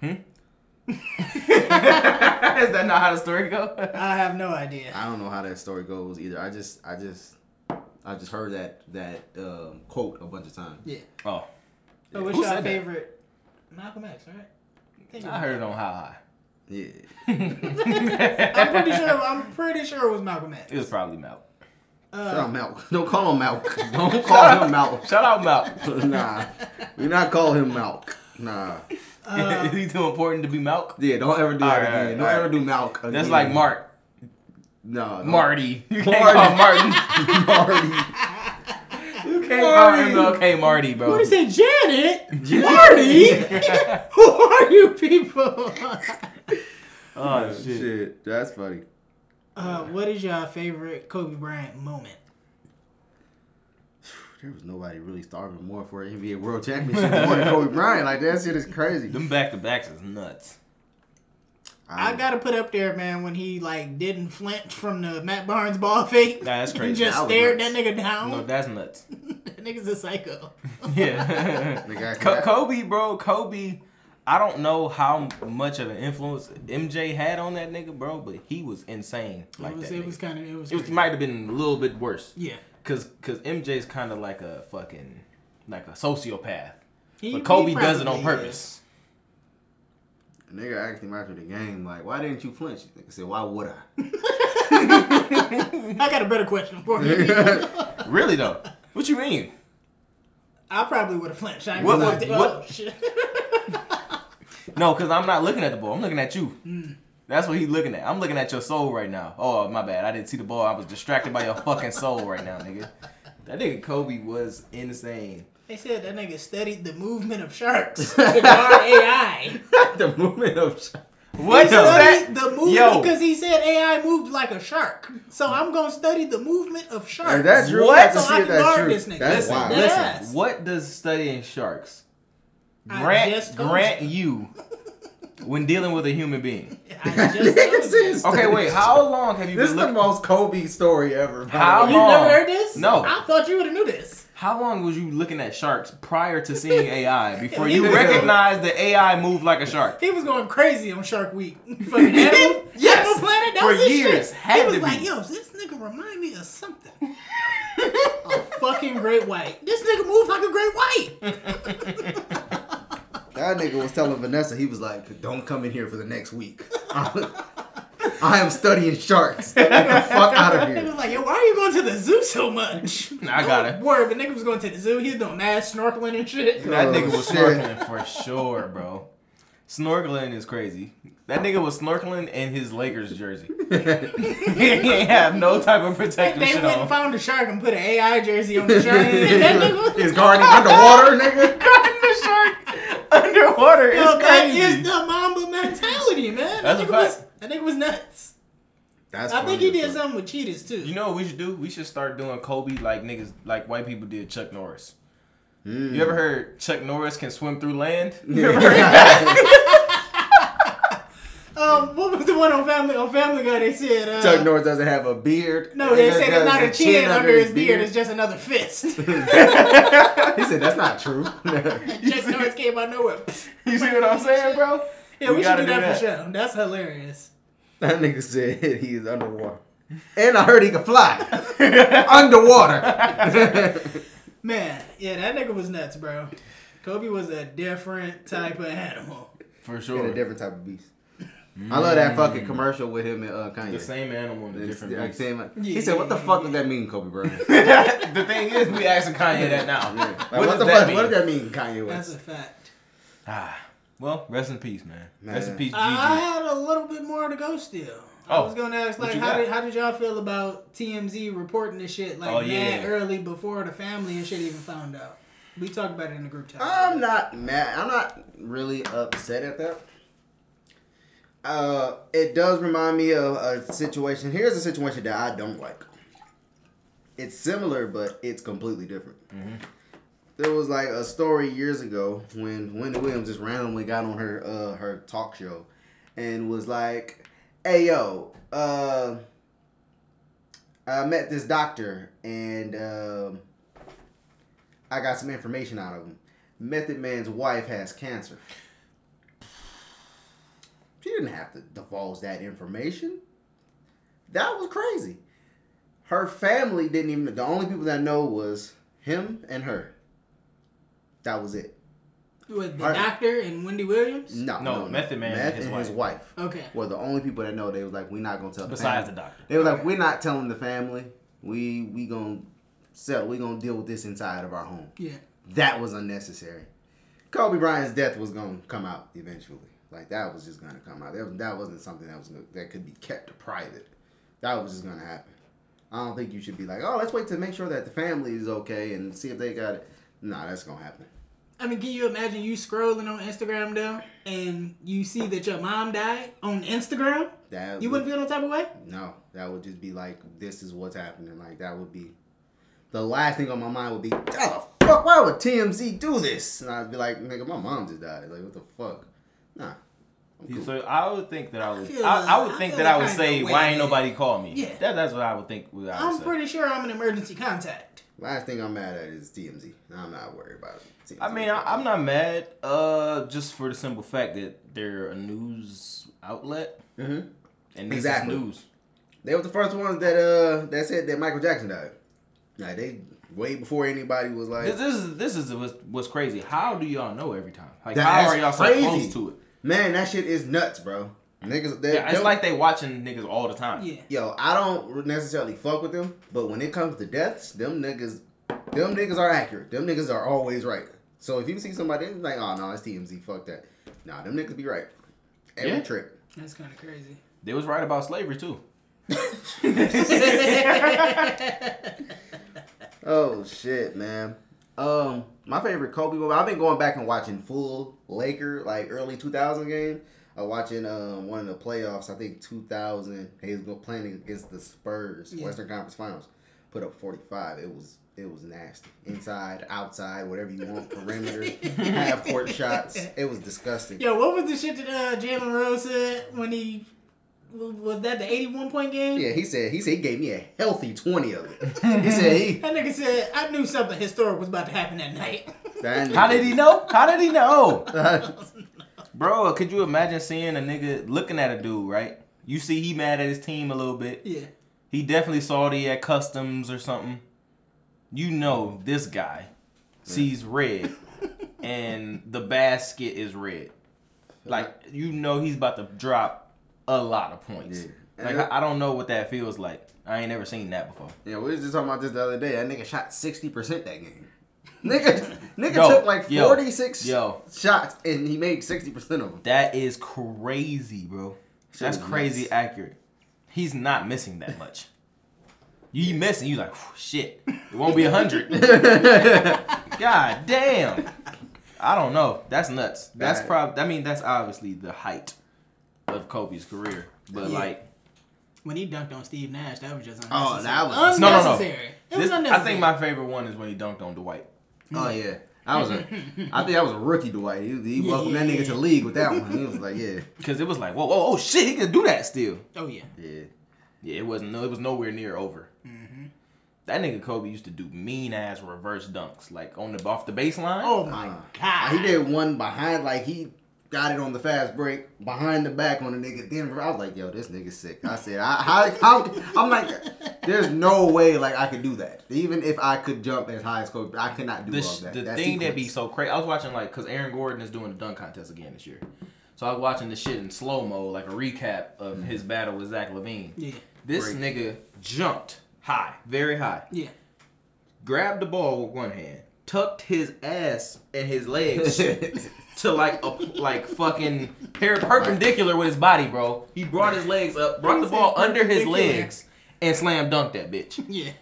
[SPEAKER 7] Hmm? Is that not how the story go?
[SPEAKER 6] I have no idea.
[SPEAKER 8] I don't know how that story goes either. I just, I just, I just heard that that um, quote a bunch of times.
[SPEAKER 6] Yeah.
[SPEAKER 7] Oh,
[SPEAKER 6] So what's
[SPEAKER 7] Who
[SPEAKER 6] your
[SPEAKER 7] said that?
[SPEAKER 6] favorite Malcolm X, right? think it
[SPEAKER 7] I heard it on How High.
[SPEAKER 8] Yeah.
[SPEAKER 6] was- I'm pretty sure I'm pretty sure it was Malcolm X.
[SPEAKER 7] It was probably Malcolm.
[SPEAKER 8] Shout out Mal. Don't call him Malk. Don't call him Malk.
[SPEAKER 7] Shout out Malcolm.
[SPEAKER 8] nah, we not call him Malk. Nah.
[SPEAKER 7] Is he too important to be Malcolm?
[SPEAKER 8] Yeah, don't ever do that
[SPEAKER 7] Alright,
[SPEAKER 8] again. Don't
[SPEAKER 7] alright.
[SPEAKER 8] ever do Malk again.
[SPEAKER 7] That's like Mark.
[SPEAKER 8] No, no.
[SPEAKER 7] Marty. You can't call him Martin.
[SPEAKER 8] Marty.
[SPEAKER 7] You can't call him MLK Marty, bro.
[SPEAKER 6] What is it, Janet? Marty? Who are you people?
[SPEAKER 7] Oh, shit.
[SPEAKER 8] Shit, that's funny.
[SPEAKER 6] Uh, what is your favorite Kobe Bryant moment?
[SPEAKER 8] There was nobody really starving more for an NBA World Championship than one Kobe Bryant. Like that shit is crazy.
[SPEAKER 7] Them back to backs is nuts.
[SPEAKER 6] I gotta put up there, man, when he like didn't flinch from the Matt Barnes ball fake.
[SPEAKER 7] Nah, that's
[SPEAKER 6] And
[SPEAKER 7] crazy.
[SPEAKER 6] just
[SPEAKER 8] That was
[SPEAKER 6] stared
[SPEAKER 8] nuts.
[SPEAKER 6] that nigga down.
[SPEAKER 7] No, that's nuts.
[SPEAKER 6] that nigga's a psycho.
[SPEAKER 7] Yeah.
[SPEAKER 8] Nigga, I-
[SPEAKER 7] Co- Kobe, bro, Kobe. I don't know how much of an influence MJ had on that nigga, bro, but he was insane like
[SPEAKER 6] it was,
[SPEAKER 7] that.
[SPEAKER 6] it was
[SPEAKER 7] nigga.
[SPEAKER 6] kind of it was.
[SPEAKER 7] it was,
[SPEAKER 6] crazy.
[SPEAKER 7] might have been a little bit worse.
[SPEAKER 6] Yeah.
[SPEAKER 7] Cause, cause MJ's kind of like a fucking, like a sociopath.
[SPEAKER 6] He- he
[SPEAKER 7] But Kobe does it
[SPEAKER 6] probably
[SPEAKER 7] on purpose.
[SPEAKER 6] is.
[SPEAKER 8] Nigga asked him after the game, like, why didn't you flinch? Nigga said, why would I?
[SPEAKER 6] I got a better question for you.
[SPEAKER 7] Really though? What you mean?
[SPEAKER 6] I probably would have flinched. I ain't
[SPEAKER 7] What-
[SPEAKER 6] gonna
[SPEAKER 7] what-
[SPEAKER 6] lie.
[SPEAKER 7] what-
[SPEAKER 6] Oh, shit.
[SPEAKER 7] No, because I'm not looking at the ball. I'm looking at you.
[SPEAKER 6] Mm.
[SPEAKER 7] That's what he's looking at. I'm looking at your soul right now. Oh, my bad. I didn't see the ball. I was distracted by your fucking soul right now, nigga. That nigga Kobe was insane.
[SPEAKER 6] They said that nigga studied the movement of sharks with AI.
[SPEAKER 8] the movement of sh-
[SPEAKER 7] What is
[SPEAKER 6] Studied the movement
[SPEAKER 7] Yo.
[SPEAKER 6] because he said AI moved like a shark. So I'm gonna study the movement of sharks.
[SPEAKER 8] Like, that's real.
[SPEAKER 7] What?
[SPEAKER 8] I can
[SPEAKER 6] So
[SPEAKER 8] see
[SPEAKER 6] I
[SPEAKER 8] if
[SPEAKER 6] can
[SPEAKER 8] that's
[SPEAKER 6] guard
[SPEAKER 8] true.
[SPEAKER 6] this nigga.
[SPEAKER 8] That's
[SPEAKER 7] Listen,
[SPEAKER 8] wild.
[SPEAKER 6] That
[SPEAKER 7] listen.
[SPEAKER 6] ass.
[SPEAKER 7] What does studying sharks
[SPEAKER 6] I
[SPEAKER 7] grant
[SPEAKER 6] just told
[SPEAKER 7] grant you when dealing with a human being?
[SPEAKER 6] I just told
[SPEAKER 8] Nigga
[SPEAKER 6] you.
[SPEAKER 8] said
[SPEAKER 7] Okay, wait. How long have you
[SPEAKER 8] This
[SPEAKER 7] been
[SPEAKER 8] is the
[SPEAKER 7] looking?
[SPEAKER 8] most Kobe story ever. bro.
[SPEAKER 7] How
[SPEAKER 6] You
[SPEAKER 7] long?
[SPEAKER 6] never heard this?
[SPEAKER 7] No.
[SPEAKER 6] I thought you would have knew this.
[SPEAKER 7] How long was you looking at sharks prior to seeing AI before
[SPEAKER 6] He
[SPEAKER 7] you
[SPEAKER 6] was-
[SPEAKER 7] recognized that AI moved like a shark?
[SPEAKER 6] He was going crazy on Shark Week. Fucking Animal,
[SPEAKER 7] Yes.
[SPEAKER 6] Animal Planet. That
[SPEAKER 7] For
[SPEAKER 6] was his
[SPEAKER 7] years.
[SPEAKER 6] Shit.
[SPEAKER 7] Had
[SPEAKER 6] he was
[SPEAKER 7] to be.
[SPEAKER 6] like, yo, this nigga remind me of something. a fucking great white. This nigga moves like a great white.
[SPEAKER 8] That nigga was telling Vanessa, he was like, don't come in here for the next week. I am studying sharks. Get the fuck out of
[SPEAKER 6] He was
[SPEAKER 8] here.
[SPEAKER 6] like, yo, why are you going to the zoo so much?
[SPEAKER 7] I got it.
[SPEAKER 6] Word, the nigga was going to the zoo. He was doing mad snorkeling and shit.
[SPEAKER 7] That
[SPEAKER 8] Oh,
[SPEAKER 7] nigga was
[SPEAKER 8] shit.
[SPEAKER 7] snorkeling for sure, bro. Snorkeling is crazy. That nigga was snorkeling in his Lakers jersey. he ain't have no type of protective
[SPEAKER 6] They
[SPEAKER 7] shit
[SPEAKER 6] went and
[SPEAKER 7] on.
[SPEAKER 6] found a shark and put an AI jersey on the shark. that nigga was
[SPEAKER 8] Is guarding underwater, nigga?
[SPEAKER 7] the shark underwater is
[SPEAKER 6] Yo, that
[SPEAKER 7] crazy.
[SPEAKER 6] is the Mamba mentality, man.
[SPEAKER 7] That's a
[SPEAKER 6] that nigga was,
[SPEAKER 7] fact.
[SPEAKER 6] That nigga was nuts.
[SPEAKER 8] That's
[SPEAKER 6] I think
[SPEAKER 8] funny
[SPEAKER 6] he
[SPEAKER 8] as
[SPEAKER 6] did
[SPEAKER 8] fuck.
[SPEAKER 6] something with cheetahs too.
[SPEAKER 7] You know what we should do? We should start doing Kobe like niggas, like white people did Chuck Norris.
[SPEAKER 8] Hmm.
[SPEAKER 7] You ever heard Chuck Norris can swim through land? You ever heard
[SPEAKER 6] um, what was the one on Family on Family Guy? They said uh,
[SPEAKER 8] Chuck Norris doesn't have a beard.
[SPEAKER 6] No, they
[SPEAKER 8] He
[SPEAKER 6] said
[SPEAKER 8] doesn't
[SPEAKER 6] it's not
[SPEAKER 8] have
[SPEAKER 6] a chin under his beard. It's just another fist.
[SPEAKER 8] He said that's not true.
[SPEAKER 6] Chuck Norris came out of nowhere.
[SPEAKER 7] you see what I'm saying, bro?
[SPEAKER 6] Yeah, we, should
[SPEAKER 7] gotta
[SPEAKER 6] do that, for sure. That's hilarious.
[SPEAKER 8] That nigga said he is underwater. And I heard he could fly. underwater.
[SPEAKER 6] Man, yeah, that nigga was nuts, bro. Kobe was a different type of animal.
[SPEAKER 7] For
[SPEAKER 8] and a
[SPEAKER 7] sure. Mm.
[SPEAKER 8] different type of beast. I love that fucking commercial with him and uh, Kanye.
[SPEAKER 7] The same animal in a
[SPEAKER 8] It's
[SPEAKER 7] different
[SPEAKER 8] the
[SPEAKER 7] beast.
[SPEAKER 8] same- He said, "What the fuck does that mean, Kobe Bryant?"
[SPEAKER 7] The thing is, we asking Kanye that now.
[SPEAKER 8] Like,
[SPEAKER 7] What
[SPEAKER 8] what,
[SPEAKER 7] does
[SPEAKER 8] the
[SPEAKER 7] that
[SPEAKER 8] fuck?
[SPEAKER 7] mean?
[SPEAKER 8] What does that mean, Kanye West?
[SPEAKER 6] That's a fact.
[SPEAKER 7] Ah, well, rest in peace, man.
[SPEAKER 8] Man.
[SPEAKER 7] Rest in peace, Gigi.
[SPEAKER 6] I I had a little bit more to go still. I
[SPEAKER 7] Oh,
[SPEAKER 6] was gonna ask
[SPEAKER 7] what
[SPEAKER 6] like
[SPEAKER 7] you
[SPEAKER 6] how
[SPEAKER 7] got?
[SPEAKER 6] did, how did y'all feel about TMZ reporting this shit like
[SPEAKER 7] Oh,
[SPEAKER 6] mad
[SPEAKER 7] yeah.
[SPEAKER 6] early before the family and shit even found out? We talked about it in the group chat.
[SPEAKER 8] I'm not mad. I'm not really upset at that. Uh, it does remind me of a situation. Here's a situation that I don't like. It's similar, but it's completely different. there was like a story years ago when Wendy Williams just randomly got on her uh, her talk show and was like, "Hey yo, uh, I met this doctor and um I got some information out of him. Method Man's wife has cancer." She didn't have to divulge that information. That was crazy. Her family didn't even. The only people that know was him and her. That was it.
[SPEAKER 6] With the
[SPEAKER 8] Alright.
[SPEAKER 6] doctor and Wendy Williams?
[SPEAKER 8] No,
[SPEAKER 7] No, Method Man and
[SPEAKER 8] Meth
[SPEAKER 7] his
[SPEAKER 8] and his wife
[SPEAKER 6] Okay.
[SPEAKER 8] were the only people that know. They was like, we're not gonna tell.
[SPEAKER 7] Besides
[SPEAKER 8] family."
[SPEAKER 7] the doctor.
[SPEAKER 8] they were like, we're not telling the family. We we gonna settle. We gonna deal with this inside of our home.
[SPEAKER 6] Yeah.
[SPEAKER 8] That was unnecessary. Kobe Bryant's death was gonna come out eventually. Like that was just gonna come out. That, that wasn't something that was gonna- that could be kept private. That was just gonna happen. I don't think you should be like, oh, let's wait to make sure that the family is okay and see if they got it. Nah, that's gonna happen.
[SPEAKER 6] I mean, can you imagine you scrolling on Instagram though, and you see that your mom died on Instagram?
[SPEAKER 8] That
[SPEAKER 6] You wouldn't feel no type of way.
[SPEAKER 8] No, that would just be like, this is what's happening. Like that would be the last thing on my mind would be, oh fuck, why would TMZ do this? And I'd be like, nigga, my mom just died. Like what the fuck? Nah, I'm cool.
[SPEAKER 7] So I would think that I would.
[SPEAKER 6] feel
[SPEAKER 7] I, I
[SPEAKER 6] like-
[SPEAKER 7] would
[SPEAKER 6] I
[SPEAKER 7] think
[SPEAKER 6] feel
[SPEAKER 7] that I
[SPEAKER 6] like
[SPEAKER 7] would
[SPEAKER 6] I
[SPEAKER 7] say,
[SPEAKER 6] know
[SPEAKER 7] "Why ain't
[SPEAKER 6] where-
[SPEAKER 7] nobody call me?"
[SPEAKER 6] Yeah.
[SPEAKER 7] That, that's what I would think. What I would
[SPEAKER 6] I'm
[SPEAKER 7] say.
[SPEAKER 6] pretty sure I'm an emergency contact.
[SPEAKER 8] last thing I'm mad at is TMZ. I'm not worried about it. TMZ.
[SPEAKER 7] I mean, I, I'm not mad. Uh, just for the simple fact that they're a news outlet, mm-hmm. and this
[SPEAKER 8] Exactly.
[SPEAKER 7] is news.
[SPEAKER 8] they were the first ones that uh that said that Michael Jackson died. Like they way before anybody was like,
[SPEAKER 7] This, this is this is what's, what's crazy. How do y'all know every time? Like, how
[SPEAKER 8] That's
[SPEAKER 7] are y'all
[SPEAKER 8] crazy.
[SPEAKER 7] so close to it?
[SPEAKER 8] man, that shit is nuts, bro. Niggas, they,
[SPEAKER 7] Yeah, it's
[SPEAKER 8] they-
[SPEAKER 7] like they watching niggas all the time.
[SPEAKER 6] Yeah.
[SPEAKER 8] Yo, I don't necessarily fuck with them, but when it comes to deaths, them niggas, them niggas are accurate. Them niggas are always right. So if you see somebody it's like, oh no, it's TMZ, fuck that. Nah, them niggas be right every
[SPEAKER 7] Yeah.
[SPEAKER 8] trip.
[SPEAKER 6] That's kind of crazy.
[SPEAKER 7] They was right about slavery too.
[SPEAKER 8] Oh shit, man. Um, my favorite Kobe moment. I've been going back and watching full Laker like early 2000 game. I watching um one of the playoffs. I think 2000. He was go- playing against the Spurs,
[SPEAKER 6] Yeah.
[SPEAKER 8] Western Conference Finals. Put up 45. It was it was nasty. Inside, outside, whatever you want. Perimeter, half court shots. It was disgusting.
[SPEAKER 6] Yo, what was the shit that uh, Jalen Rose said when he w- was that the 81 point game?
[SPEAKER 8] Yeah, he said he said he gave me a healthy 20 of it. He said he.
[SPEAKER 6] That nigga said I knew something historic was about to happen that night.
[SPEAKER 8] That
[SPEAKER 7] How did he know? How did he know?
[SPEAKER 8] nigga-
[SPEAKER 7] Bro, could you imagine seeing a nigga looking at a dude, right? You see he mad at his team a little bit.
[SPEAKER 6] yeah.
[SPEAKER 7] He definitely saw it at customs or something. You know this guy sees red and the basket is red. Like you know he's about to drop a lot of points.
[SPEAKER 8] Yeah.
[SPEAKER 7] Like I, I don't know what that feels like. I ain't never seen that before.
[SPEAKER 8] Yeah, we was just talking about this the other day. That nigga shot sixty percent that game. Nigga, nigga
[SPEAKER 7] Yo,
[SPEAKER 8] took like
[SPEAKER 7] yo,
[SPEAKER 8] forty six
[SPEAKER 7] yo.
[SPEAKER 8] shots and he made sixty percent of them.
[SPEAKER 7] That is crazy, bro. That's
[SPEAKER 8] is
[SPEAKER 7] crazy
[SPEAKER 8] nuts.
[SPEAKER 7] accurate. He's not missing that much. You missing, you like "Whew, shit. It won't be a hundred. God damn. I don't know. That's nuts. That's
[SPEAKER 8] That-
[SPEAKER 7] probably. I mean, that's obviously the height of Kobe's career. But
[SPEAKER 6] Yeah.
[SPEAKER 7] like,
[SPEAKER 6] When he dunked on Steve Nash, that was just
[SPEAKER 8] Oh,
[SPEAKER 6] unnecessary.
[SPEAKER 8] that was
[SPEAKER 6] unnecessary.
[SPEAKER 7] no, no, no.
[SPEAKER 6] It was
[SPEAKER 7] This, I
[SPEAKER 6] unnecessary.
[SPEAKER 7] think my favorite one is when he dunked on Dwight.
[SPEAKER 8] oh yeah. That was a, I think that was a rookie Dwight. He, he
[SPEAKER 6] Yeah,
[SPEAKER 8] welcomed
[SPEAKER 6] yeah,
[SPEAKER 8] that nigga
[SPEAKER 6] yeah.
[SPEAKER 8] to the league with that one. He was like, yeah,
[SPEAKER 7] Cause it was like, whoa, whoa, oh shit, he could do that still.
[SPEAKER 6] Oh yeah.
[SPEAKER 8] yeah.
[SPEAKER 7] Yeah, it wasn't. No, it was nowhere near over.
[SPEAKER 6] Mm-hmm.
[SPEAKER 7] That nigga Kobe used to do mean ass reverse dunks, like on the off the baseline.
[SPEAKER 6] Oh my god.
[SPEAKER 8] Uh, He did one behind, like he got it on the fast break behind the back on the nigga. Then I was like, yo, this nigga sick. I said, I, how, how, I'm like, there's no way like I could do that. Even if I could jump as high as Kobe, I could not do
[SPEAKER 7] the,
[SPEAKER 8] all that.
[SPEAKER 7] the
[SPEAKER 8] That
[SPEAKER 7] thing that
[SPEAKER 8] sequence.
[SPEAKER 7] be so crazy. I was watching like because Aaron Gordon is doing the dunk contest again this year, so I was watching the shit in slow mo, like a recap of his battle with Zach Levine.
[SPEAKER 6] Mm-hmm. Yeah.
[SPEAKER 7] This nigga jumped high, very high,
[SPEAKER 6] Yeah.
[SPEAKER 7] grabbed the ball with one hand, tucked his ass and his legs to like a like fucking per- perpendicular with his body, bro. He brought his legs up, brought the ball under his
[SPEAKER 6] Perpendicular.
[SPEAKER 7] legs, and slam dunked that bitch.
[SPEAKER 6] Yeah.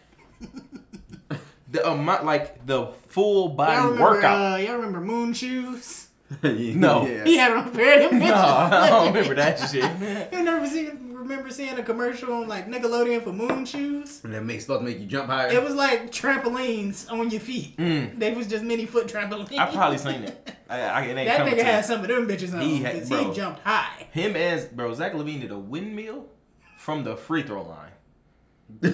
[SPEAKER 7] The amount, like the full body
[SPEAKER 6] Y'all remember,
[SPEAKER 7] workout.
[SPEAKER 6] Uh, y'all remember Moon Shoes?
[SPEAKER 8] Yeah,
[SPEAKER 7] No.
[SPEAKER 8] yeah.
[SPEAKER 6] He had on a pair of them
[SPEAKER 7] No,
[SPEAKER 6] bitches.
[SPEAKER 7] I don't remember that shit.
[SPEAKER 6] you never seen remember seeing a commercial on like Nickelodeon for moon shoes?
[SPEAKER 8] And that makes supposed to make you jump higher.
[SPEAKER 7] Mm.
[SPEAKER 6] It was like trampolines on your feet. They was just mini foot trampolines.
[SPEAKER 7] I probably seen that. I, I, it ain't
[SPEAKER 6] that
[SPEAKER 7] coming
[SPEAKER 6] nigga
[SPEAKER 7] to me.
[SPEAKER 6] had some of them bitches on
[SPEAKER 7] He had-
[SPEAKER 6] because he,
[SPEAKER 7] bro.
[SPEAKER 6] jumped high.
[SPEAKER 7] Him as bro, Zach Levine did a windmill from the free throw line.
[SPEAKER 8] yeah,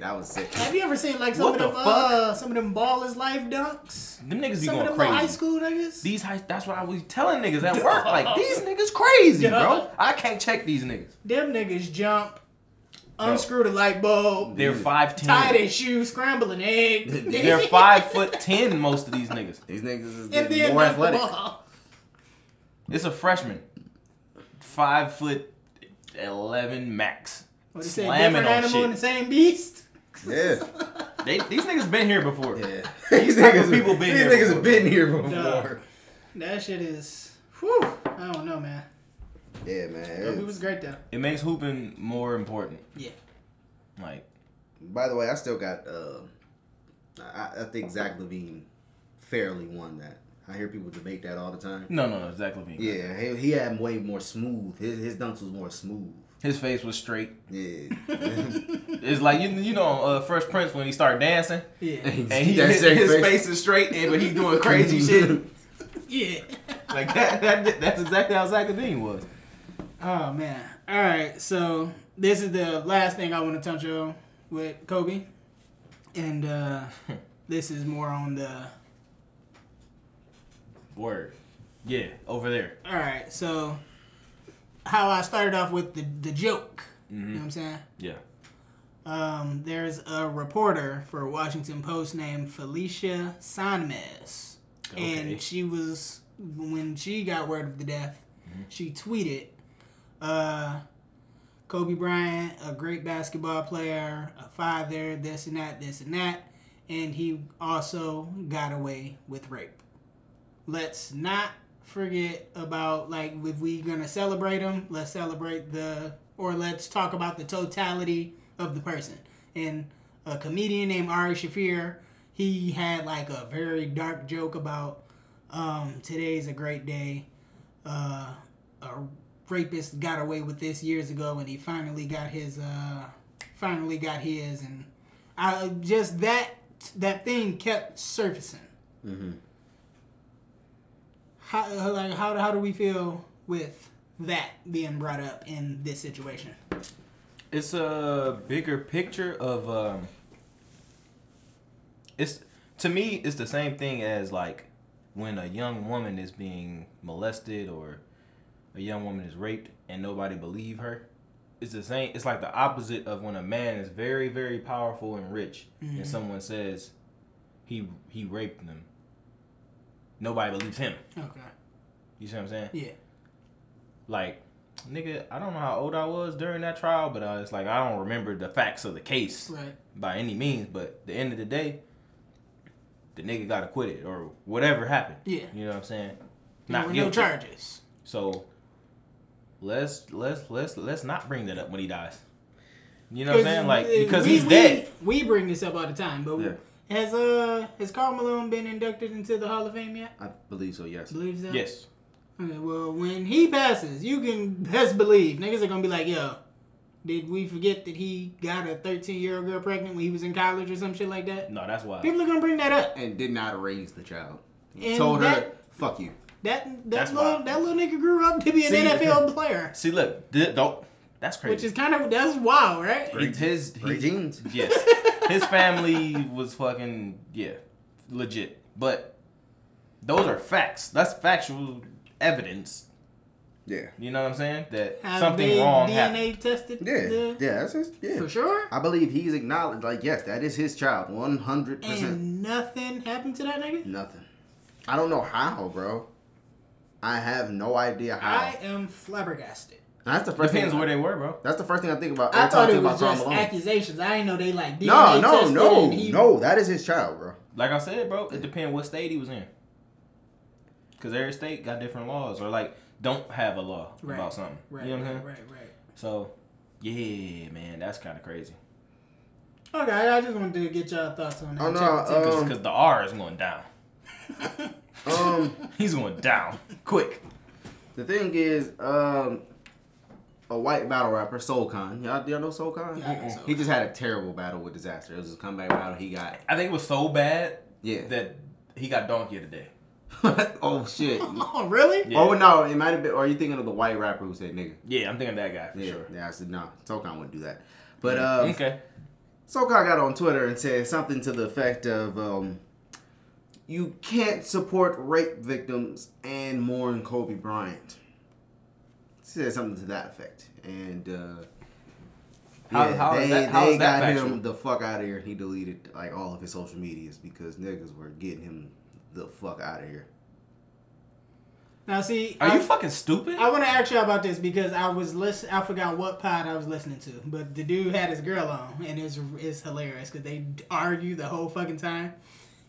[SPEAKER 8] that was sick.
[SPEAKER 6] Have you ever seen like some of
[SPEAKER 7] What the
[SPEAKER 6] them
[SPEAKER 7] fuck?
[SPEAKER 6] uh, some of them ballers life dunks?
[SPEAKER 7] Them niggas be
[SPEAKER 6] Some of
[SPEAKER 7] going
[SPEAKER 6] them little high
[SPEAKER 7] crazy.
[SPEAKER 6] school niggas.
[SPEAKER 7] These high, that's what I was telling niggas at work. Like these niggas crazy, bro.
[SPEAKER 6] Dog.
[SPEAKER 7] I can't check these niggas.
[SPEAKER 6] them niggas jump, unscrew the light bulb,
[SPEAKER 7] They're five ten.
[SPEAKER 6] tie their shoes, scrambling egg,
[SPEAKER 7] Mm. They're five foot ten. Most of these niggas.
[SPEAKER 8] These niggas is
[SPEAKER 6] and
[SPEAKER 8] getting
[SPEAKER 6] then
[SPEAKER 8] more
[SPEAKER 6] knock
[SPEAKER 8] athletic.
[SPEAKER 6] the ball.
[SPEAKER 7] It's a freshman, five foot eleven max.
[SPEAKER 6] What is that?
[SPEAKER 7] Slamming
[SPEAKER 6] Oh, Different
[SPEAKER 7] on
[SPEAKER 6] animal
[SPEAKER 7] shit.
[SPEAKER 6] and the same beast.
[SPEAKER 8] Yeah.
[SPEAKER 7] They, these niggas been here before.
[SPEAKER 8] yeah.
[SPEAKER 7] These type of people been
[SPEAKER 8] these
[SPEAKER 7] here
[SPEAKER 8] niggas
[SPEAKER 7] before.
[SPEAKER 8] have been here before.
[SPEAKER 6] Dog. That shit is. Whew. I don't know, man.
[SPEAKER 8] Yeah, man.
[SPEAKER 6] It
[SPEAKER 8] It's-
[SPEAKER 6] was great though.
[SPEAKER 7] It makes hooping more important.
[SPEAKER 6] Yeah.
[SPEAKER 7] Like
[SPEAKER 8] By the way, I still got. Uh, I, I think Zach Levine fairly won that. I hear people debate that all the time.
[SPEAKER 7] no, no, no. Zach Levine.
[SPEAKER 8] Yeah, he, he had way more smooth. His his dunks was more smooth.
[SPEAKER 7] His face was straight.
[SPEAKER 8] Yeah,
[SPEAKER 7] It's like you, you know, uh, Fresh Prince when he started dancing.
[SPEAKER 6] Yeah.
[SPEAKER 7] And he,
[SPEAKER 8] That
[SPEAKER 7] his,
[SPEAKER 8] straight
[SPEAKER 7] his
[SPEAKER 8] face.
[SPEAKER 7] face. is straight, and but he doing crazy shit.
[SPEAKER 6] Yeah.
[SPEAKER 7] Like that, that that's exactly how Zach Levine was.
[SPEAKER 6] Oh man. All right. So this is the last thing I want to touch on with Kobe, and uh, this is more on the.
[SPEAKER 7] Word. Yeah, over there.
[SPEAKER 6] All right. So how I started off with the the joke. You
[SPEAKER 7] Mm-hmm.
[SPEAKER 6] know what I'm saying?
[SPEAKER 7] Yeah.
[SPEAKER 6] Um, there's a reporter for Washington Post named Felicia Sanmez,
[SPEAKER 7] Okay.
[SPEAKER 6] and she was when she got word of the death, she tweeted, uh, "Kobe Bryant, a great basketball player, a father, this and that, this and that, and he also got away with rape. Let's not forget about like if we gonna celebrate him, let's celebrate the or let's talk about the totality of the person. And a comedian named Ari Shafir, he had like a very dark joke about um, today's a great day. Uh, a rapist got away with this years ago, and he finally got his uh, finally got his, and I just that that thing kept surfacing. How uh, like how how do we feel with that being brought up in this situation?
[SPEAKER 7] It's a bigger picture of um it's to me it's the same thing as like when a young woman is being molested or a young woman is raped and nobody believe her. It's the same it's like the opposite of when a man is very very powerful and rich and someone says he he raped them. Nobody believes him.
[SPEAKER 6] Okay.
[SPEAKER 7] You see what I'm saying?
[SPEAKER 6] Yeah.
[SPEAKER 7] like nigga i don't know how old i was during that trial but uh, it's like i don't remember the facts of the case
[SPEAKER 6] Right.
[SPEAKER 7] by any means but the end of the day the nigga got acquitted or whatever happened
[SPEAKER 6] Yeah.
[SPEAKER 7] you know what i'm saying
[SPEAKER 6] There were no
[SPEAKER 7] guilty.
[SPEAKER 6] charges.
[SPEAKER 7] so let's let's let's let's not bring that up when he dies you know what i'm
[SPEAKER 6] 'Cause,
[SPEAKER 7] saying like
[SPEAKER 6] uh,
[SPEAKER 7] because
[SPEAKER 6] we-
[SPEAKER 7] he's
[SPEAKER 6] we-
[SPEAKER 7] dead
[SPEAKER 6] We bring this up all the time, but
[SPEAKER 8] Yeah.
[SPEAKER 6] has uh has Carl Malone been inducted into the Hall of Fame yet?
[SPEAKER 8] I believe so. Yes.
[SPEAKER 6] Believes that?
[SPEAKER 7] yes
[SPEAKER 6] Okay, well, when he passes, you can best believe niggas are gonna be like, yo, did we forget that he got a 13 year old girl pregnant when he was in college or some shit like that?
[SPEAKER 7] no that's why
[SPEAKER 6] People are gonna bring that up.
[SPEAKER 8] And did not raise the child.
[SPEAKER 6] And
[SPEAKER 8] Told her,
[SPEAKER 6] that-
[SPEAKER 8] "Fuck you."
[SPEAKER 6] That that
[SPEAKER 7] That's
[SPEAKER 6] little
[SPEAKER 7] wild.
[SPEAKER 6] that little nigga grew up to be an
[SPEAKER 7] See?
[SPEAKER 6] NFL player,
[SPEAKER 7] see look th- don't that's crazy
[SPEAKER 6] which is kind of that's wild, right?
[SPEAKER 7] It's his
[SPEAKER 8] Great
[SPEAKER 7] he-
[SPEAKER 8] genes.
[SPEAKER 7] Yes. His family was fucking yeah, legit. But those are facts. That's factual evidence.
[SPEAKER 8] Yeah.
[SPEAKER 7] You know what I'm saying? That
[SPEAKER 6] Have
[SPEAKER 7] something
[SPEAKER 6] they
[SPEAKER 7] wrong
[SPEAKER 6] DNA
[SPEAKER 7] happened.
[SPEAKER 6] tested.
[SPEAKER 8] Yeah.
[SPEAKER 6] the-
[SPEAKER 8] Yeah. That's his. Yeah.
[SPEAKER 6] for sure.
[SPEAKER 8] I believe he's acknowledged. Like, yes, that is his child. One hundred percent.
[SPEAKER 6] And nothing happened to that nigga.
[SPEAKER 8] Nothing. I don't know how, bro. I have no idea how.
[SPEAKER 6] I am flabbergasted.
[SPEAKER 8] that's the first
[SPEAKER 7] Depends
[SPEAKER 8] thing.
[SPEAKER 7] where they were, bro.
[SPEAKER 8] that's the first thing I think about.
[SPEAKER 6] I
[SPEAKER 8] every time
[SPEAKER 6] thought
[SPEAKER 8] think
[SPEAKER 6] it was
[SPEAKER 8] about Karl
[SPEAKER 6] just
[SPEAKER 8] Malone.
[SPEAKER 6] accusations. I didn't know they like DNA
[SPEAKER 8] No, no,
[SPEAKER 6] tested
[SPEAKER 8] no,
[SPEAKER 6] and he-
[SPEAKER 8] no. That is his child, bro.
[SPEAKER 7] Like I said, bro, it depends what state he was in. Cause every state got different laws, or like don't have a law
[SPEAKER 6] Right.
[SPEAKER 7] about something.
[SPEAKER 6] Right,
[SPEAKER 7] you know what I'm
[SPEAKER 6] right,
[SPEAKER 7] saying?
[SPEAKER 6] right, right.
[SPEAKER 7] So, yeah, man, that's kind of crazy.
[SPEAKER 6] Okay, I just wanted to get y'all thoughts on that.
[SPEAKER 8] Oh, no,
[SPEAKER 6] Check the
[SPEAKER 8] uh,
[SPEAKER 7] Cause,
[SPEAKER 8] Um,
[SPEAKER 7] 'cause the R is going down.
[SPEAKER 8] Um,
[SPEAKER 7] He's going down quick.
[SPEAKER 8] the thing is, um, a white battle rapper, Soul Khan. Y'all, y'all know Soul Khan?
[SPEAKER 6] Yeah, I know Soul
[SPEAKER 8] He just had a terrible battle with Disaster. It was his comeback battle. He got
[SPEAKER 7] I think it was so bad
[SPEAKER 8] Yeah.
[SPEAKER 7] that he got donkey today.
[SPEAKER 8] oh shit.
[SPEAKER 6] Oh, really?
[SPEAKER 7] Yeah.
[SPEAKER 8] Oh no, it might have been. Or you thinking of the white rapper who said nigga?
[SPEAKER 7] Yeah, I'm thinking that guy for
[SPEAKER 8] Yeah,
[SPEAKER 7] sure.
[SPEAKER 8] yeah. I said no. Soul Khan wouldn't do that. But
[SPEAKER 6] um,
[SPEAKER 8] uh,
[SPEAKER 7] okay.
[SPEAKER 8] SoCal got on Twitter and said something to the effect of, um, "You can't support rape victims and mourn Kobe Bryant." Said something to that effect, and uh,
[SPEAKER 7] How- how is that- how is that factual?
[SPEAKER 8] him the fuck out of here. He deleted like all of his social medias because niggas were getting him the fuck out of here.
[SPEAKER 6] Now, see,
[SPEAKER 7] Are
[SPEAKER 6] I,
[SPEAKER 7] you fucking stupid?
[SPEAKER 6] I want to ask y'all about this because I was listen. I forgot what pod I was listening to, but the dude had his girl on, and it's it's hilarious because they argue the whole fucking time.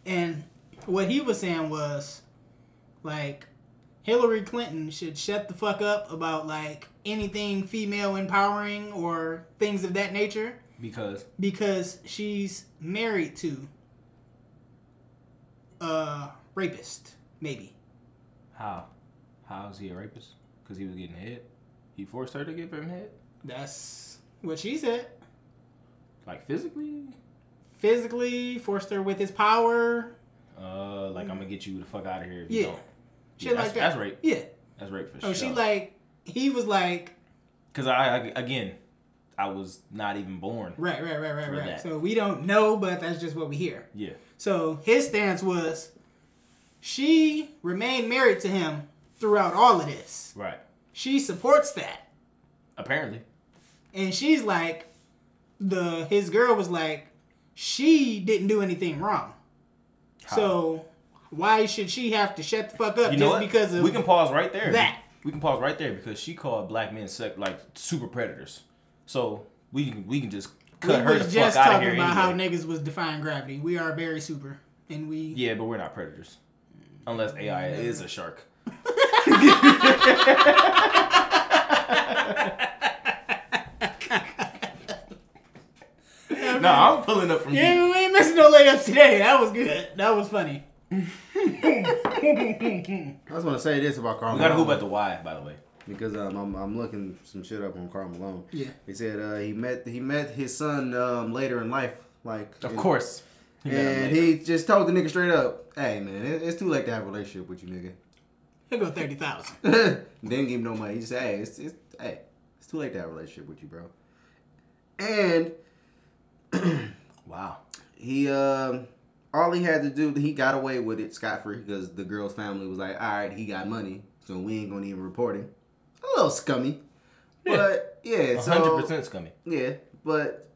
[SPEAKER 6] And what he was saying was, like, Hillary Clinton should shut the fuck up about like anything female empowering or things of that nature
[SPEAKER 7] because
[SPEAKER 6] because she's married to a rapist, maybe.
[SPEAKER 7] how? How is he a rapist? Because he was getting hit. He forced her to give him hit,
[SPEAKER 6] That's what she said.
[SPEAKER 7] like physically.
[SPEAKER 6] Physically forced her with his power,
[SPEAKER 7] Uh, like I'm gonna get you the fuck out of here if
[SPEAKER 6] Yeah.
[SPEAKER 7] you don't.
[SPEAKER 6] shit
[SPEAKER 7] Yeah,
[SPEAKER 6] like that.
[SPEAKER 7] that's- that's rape.
[SPEAKER 6] Yeah.
[SPEAKER 7] That's rape for
[SPEAKER 6] Oh,
[SPEAKER 7] sure.
[SPEAKER 6] she like he was like
[SPEAKER 7] Because I, I again, I was not even born.
[SPEAKER 6] right, right, right, right,
[SPEAKER 7] For
[SPEAKER 6] right.
[SPEAKER 7] that.
[SPEAKER 6] So we don't know, but that's just what we hear.
[SPEAKER 7] Yeah.
[SPEAKER 6] So his stance was, she remained married to him throughout all of this.
[SPEAKER 7] Right.
[SPEAKER 6] She supports that.
[SPEAKER 7] Apparently.
[SPEAKER 6] and she's like the his girl was like she didn't do anything wrong so why should she have to shut the fuck up
[SPEAKER 7] You
[SPEAKER 6] just
[SPEAKER 7] know what?
[SPEAKER 6] because of
[SPEAKER 7] we can pause right there.
[SPEAKER 6] that.
[SPEAKER 7] We can pause right there because she called black men sec- like super predators. So we can we can just
[SPEAKER 6] we
[SPEAKER 7] cut her
[SPEAKER 6] was
[SPEAKER 7] the fuck
[SPEAKER 6] just
[SPEAKER 7] out of
[SPEAKER 6] talking
[SPEAKER 7] here
[SPEAKER 6] about
[SPEAKER 7] anyway.
[SPEAKER 6] how niggas was defying gravity we are very super and we
[SPEAKER 7] yeah, but we're not predators, unless AI
[SPEAKER 6] Mm,
[SPEAKER 7] is a shark. no, I'm pulling up from deep.
[SPEAKER 6] Yeah, we ain't missing no layups today that was good that was funny
[SPEAKER 8] I just want to say this about Carl.
[SPEAKER 7] We gotta
[SPEAKER 8] Malone.
[SPEAKER 7] hoop at the Y, by the way.
[SPEAKER 8] because um, I'm, I'm looking some shit up on Carl Malone.
[SPEAKER 6] Yeah.
[SPEAKER 8] he said uh, he met he met his son um, later in life. Like
[SPEAKER 7] Of
[SPEAKER 8] in-
[SPEAKER 7] course. You met him
[SPEAKER 8] And
[SPEAKER 7] later.
[SPEAKER 8] he just told the nigga straight up, "Hey man, it, it's too late to have a relationship with you,
[SPEAKER 6] he'll go 30000
[SPEAKER 8] nigga." Didn't give him no money. He just said, "Hey, it's, it's hey, it's too late to have a relationship with you, bro." And
[SPEAKER 7] wow.
[SPEAKER 8] he um, all he had to do, he got away with it scot free because the girl's family was like, "All right, he got money, so we ain't gonna even report him." A little scummy, but yeah, so
[SPEAKER 7] hundred percent scummy.
[SPEAKER 8] Yeah, but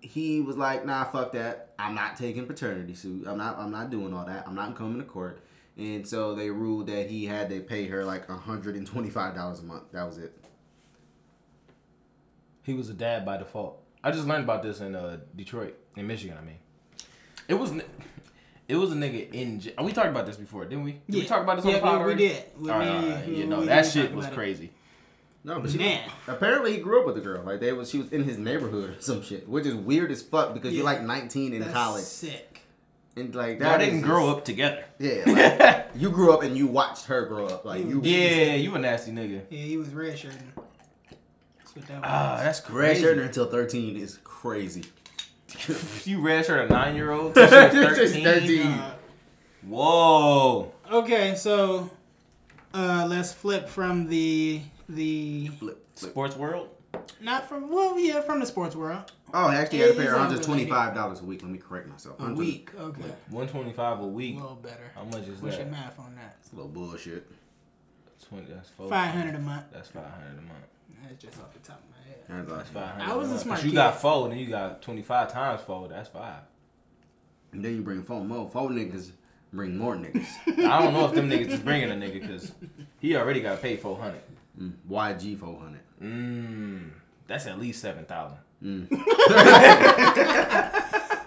[SPEAKER 8] he was like, "Nah, fuck that. I'm not taking paternity suit. I'm not. I'm not doing all that. I'm not coming to court." And so they ruled that he had to pay her like hundred and twenty five dollars a month. That was it.
[SPEAKER 7] He was a dad by default. I just learned about this in uh, Detroit, in Michigan. I mean, it was n- it was a nigga in. j- We talked about this before, didn't we? Did we talk about this on
[SPEAKER 6] yeah,
[SPEAKER 7] the pod
[SPEAKER 6] we, we
[SPEAKER 7] already?
[SPEAKER 6] did we,
[SPEAKER 7] All right, all right.
[SPEAKER 6] we-
[SPEAKER 7] Yeah, no,
[SPEAKER 6] we
[SPEAKER 7] that
[SPEAKER 6] did
[SPEAKER 7] shit
[SPEAKER 6] talk
[SPEAKER 7] was
[SPEAKER 6] about it.
[SPEAKER 7] crazy.
[SPEAKER 8] No, but she
[SPEAKER 6] Man.
[SPEAKER 8] apparently he grew up with the girl. Like they was she was in his neighborhood or some shit, which is weird as fuck because
[SPEAKER 6] Yeah.
[SPEAKER 8] you're like nineteen in
[SPEAKER 6] That's
[SPEAKER 8] college
[SPEAKER 6] sick
[SPEAKER 8] and like
[SPEAKER 7] Y'all
[SPEAKER 8] that
[SPEAKER 7] didn't grow up together.
[SPEAKER 8] Yeah, like, you grew up and you watched her grow up. Like you.
[SPEAKER 7] Yeah, you a nasty nigga.
[SPEAKER 6] yeah he was red shirting that's what that was
[SPEAKER 7] Ah, that's
[SPEAKER 8] Red
[SPEAKER 7] crazy.
[SPEAKER 8] shirt until thirteen is crazy.
[SPEAKER 7] You red shirt a nine year old. Thirteen.
[SPEAKER 6] Uh,
[SPEAKER 7] Whoa.
[SPEAKER 6] Okay, so uh, let's flip from the the
[SPEAKER 8] Flip, flip.
[SPEAKER 7] Sports world.
[SPEAKER 6] not from well yeah from the sports world
[SPEAKER 8] Oh, he actually had to pay
[SPEAKER 6] Is
[SPEAKER 8] her
[SPEAKER 6] unrelated.
[SPEAKER 8] $125 a week. Let me correct myself.
[SPEAKER 6] a
[SPEAKER 8] 100
[SPEAKER 6] week. Okay,
[SPEAKER 7] One twenty five a
[SPEAKER 6] a
[SPEAKER 7] week.
[SPEAKER 6] little better.
[SPEAKER 7] How much is
[SPEAKER 6] What's your
[SPEAKER 7] that?
[SPEAKER 6] math on that?
[SPEAKER 8] That's a little bullshit.
[SPEAKER 7] Twenty. That's four.
[SPEAKER 6] Five hundred a month.
[SPEAKER 7] That's five hundred a month.
[SPEAKER 6] That's just off the top of my head.
[SPEAKER 7] That's
[SPEAKER 8] That's
[SPEAKER 7] five hundred.
[SPEAKER 6] I was a smart
[SPEAKER 7] You
[SPEAKER 6] kid.
[SPEAKER 7] got four, then you got twenty five times four. That's five.
[SPEAKER 8] And then you bring four more. Four niggas bring more niggas.
[SPEAKER 7] I don't know if them niggas is bringing a nigga because he already got paid four hundred.
[SPEAKER 8] YG 400.
[SPEAKER 7] Mm, that's at least seven thousand.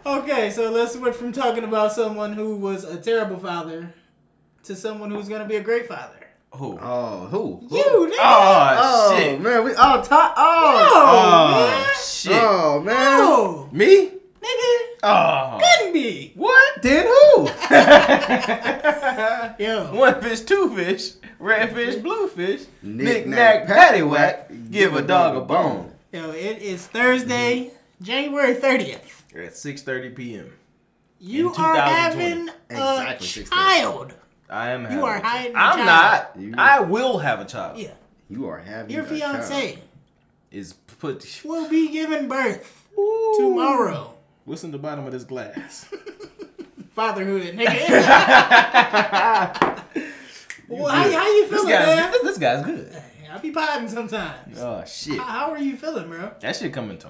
[SPEAKER 6] Okay, so let's switch from talking about someone who was a terrible father to someone who's gonna be a great father.
[SPEAKER 7] Who? Oh,
[SPEAKER 8] Oh, who?
[SPEAKER 6] You
[SPEAKER 8] Who?
[SPEAKER 6] nigga.
[SPEAKER 7] Ah.
[SPEAKER 8] Oh,
[SPEAKER 7] shit!
[SPEAKER 8] man. We all top. Oh,
[SPEAKER 6] Oh,
[SPEAKER 7] Oh shit!
[SPEAKER 8] oh, man.
[SPEAKER 6] no,
[SPEAKER 7] Me?
[SPEAKER 6] nigga,
[SPEAKER 7] Oh,
[SPEAKER 6] couldn't be.
[SPEAKER 7] what?
[SPEAKER 8] Then who?
[SPEAKER 6] Yo,
[SPEAKER 7] One fish, two fish. redfish, bluefish,
[SPEAKER 8] Knick,
[SPEAKER 7] knick knack,
[SPEAKER 8] knack, patty
[SPEAKER 7] paddywhack, give a dog a bone.
[SPEAKER 6] Yo, it is Thursday, January 30th.
[SPEAKER 7] At 6:30 p.m.
[SPEAKER 6] You
[SPEAKER 7] In
[SPEAKER 6] are having
[SPEAKER 7] 2020.
[SPEAKER 6] a
[SPEAKER 8] Exactly, 6:30.
[SPEAKER 6] child.
[SPEAKER 7] I am.
[SPEAKER 6] You are
[SPEAKER 7] having
[SPEAKER 6] hiding a
[SPEAKER 7] a child. I'm
[SPEAKER 6] child.
[SPEAKER 7] not. I will have a child.
[SPEAKER 6] Yeah.
[SPEAKER 8] You are having
[SPEAKER 6] Your
[SPEAKER 8] a child.
[SPEAKER 6] fiance
[SPEAKER 7] Is put.
[SPEAKER 6] will be giving birth
[SPEAKER 7] Ooh.
[SPEAKER 6] tomorrow.
[SPEAKER 7] What's in the bottom of this glass?
[SPEAKER 6] Fatherhood, nigga. well, how, how you
[SPEAKER 7] this
[SPEAKER 6] feeling,
[SPEAKER 7] guy's
[SPEAKER 6] man?
[SPEAKER 7] this, this guy's good.
[SPEAKER 6] I be potting sometimes.
[SPEAKER 7] Oh shit.
[SPEAKER 6] How- How are you feeling, bro?
[SPEAKER 7] That shit coming to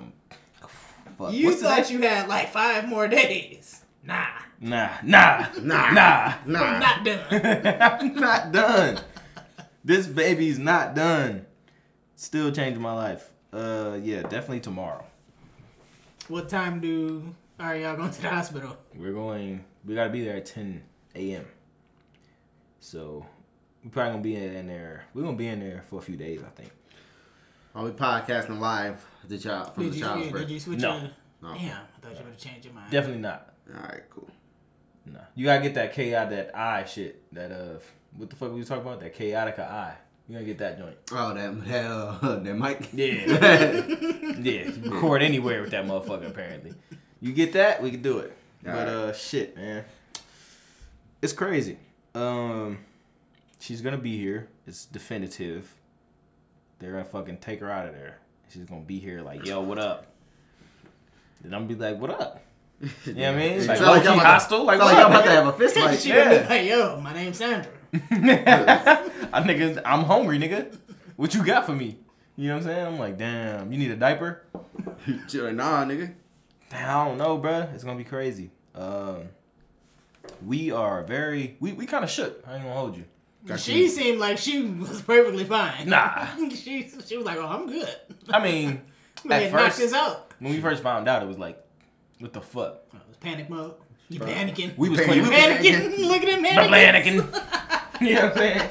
[SPEAKER 7] fuck.
[SPEAKER 6] You
[SPEAKER 7] What's
[SPEAKER 6] thought
[SPEAKER 7] today?
[SPEAKER 6] you had like five more days. Nah,
[SPEAKER 7] Nah, nah, nah, nah.
[SPEAKER 8] Nah.
[SPEAKER 6] not done.
[SPEAKER 7] I'm not done. This baby's not done. Still changing my life. Uh, yeah, definitely tomorrow.
[SPEAKER 6] what time do are y'all going to the hospital?
[SPEAKER 7] We're going. We gotta be there at 10 a.m. So we're probably gonna be in there. We're gonna be in there for a few days, I think.
[SPEAKER 8] Are Oh, we podcasting live the child from
[SPEAKER 6] Did
[SPEAKER 8] the
[SPEAKER 6] you,
[SPEAKER 8] child's
[SPEAKER 6] yeah,
[SPEAKER 8] birth?
[SPEAKER 6] did you switch?
[SPEAKER 7] No.
[SPEAKER 6] Your,
[SPEAKER 8] No.
[SPEAKER 6] Damn, I thought you would have changed your mind.
[SPEAKER 7] Definitely not.
[SPEAKER 8] All right, cool.
[SPEAKER 7] No, you gotta get that chaotic that eye shit. That uh, what the fuck we was talking about? That chaotica eye. You gotta get that joint.
[SPEAKER 8] Oh, that that, uh, that mic.
[SPEAKER 7] Yeah. yeah. You record anywhere with that motherfucker apparently. You get that, we can do it. but
[SPEAKER 8] Alright.
[SPEAKER 7] uh shit, man. It's crazy. Um she's gonna be here. It's definitive. They're gonna fucking take her out of there. She's gonna be here like, yo, what up? Then I'm gonna be like, what up? You know what I mean? Like,
[SPEAKER 8] Sound like
[SPEAKER 7] like
[SPEAKER 8] y'all about to-
[SPEAKER 7] hostile? Like,
[SPEAKER 8] Sound like
[SPEAKER 7] what
[SPEAKER 8] y'all
[SPEAKER 7] up?
[SPEAKER 8] about to
[SPEAKER 7] nigga?
[SPEAKER 8] have a fist fight.
[SPEAKER 6] she
[SPEAKER 7] Yeah.
[SPEAKER 6] would be like, yo, my name's Sandra.
[SPEAKER 7] I nigga, I'm hungry, nigga. What you got for me? You know what I'm saying? I'm like, damn, you need a diaper?
[SPEAKER 8] Sure, nah, nigga.
[SPEAKER 7] Damn, I don't know, bruh. It's gonna be crazy. Um, we are very we, we kind of shook. I ain't gonna hold you.
[SPEAKER 6] She seemed like she was perfectly fine.
[SPEAKER 7] Nah,
[SPEAKER 6] she, she was like, oh, I'm good.
[SPEAKER 7] I mean,
[SPEAKER 6] We
[SPEAKER 7] at
[SPEAKER 6] had knocked this
[SPEAKER 7] first
[SPEAKER 6] out.
[SPEAKER 7] when we first found out, it was like, what the fuck?
[SPEAKER 6] Oh, it was panic mode. You panicking.
[SPEAKER 7] We was
[SPEAKER 8] Panicking.
[SPEAKER 7] cleaning, we was
[SPEAKER 6] panicking. Look at him panicking.
[SPEAKER 7] panicking. you know what I'm saying?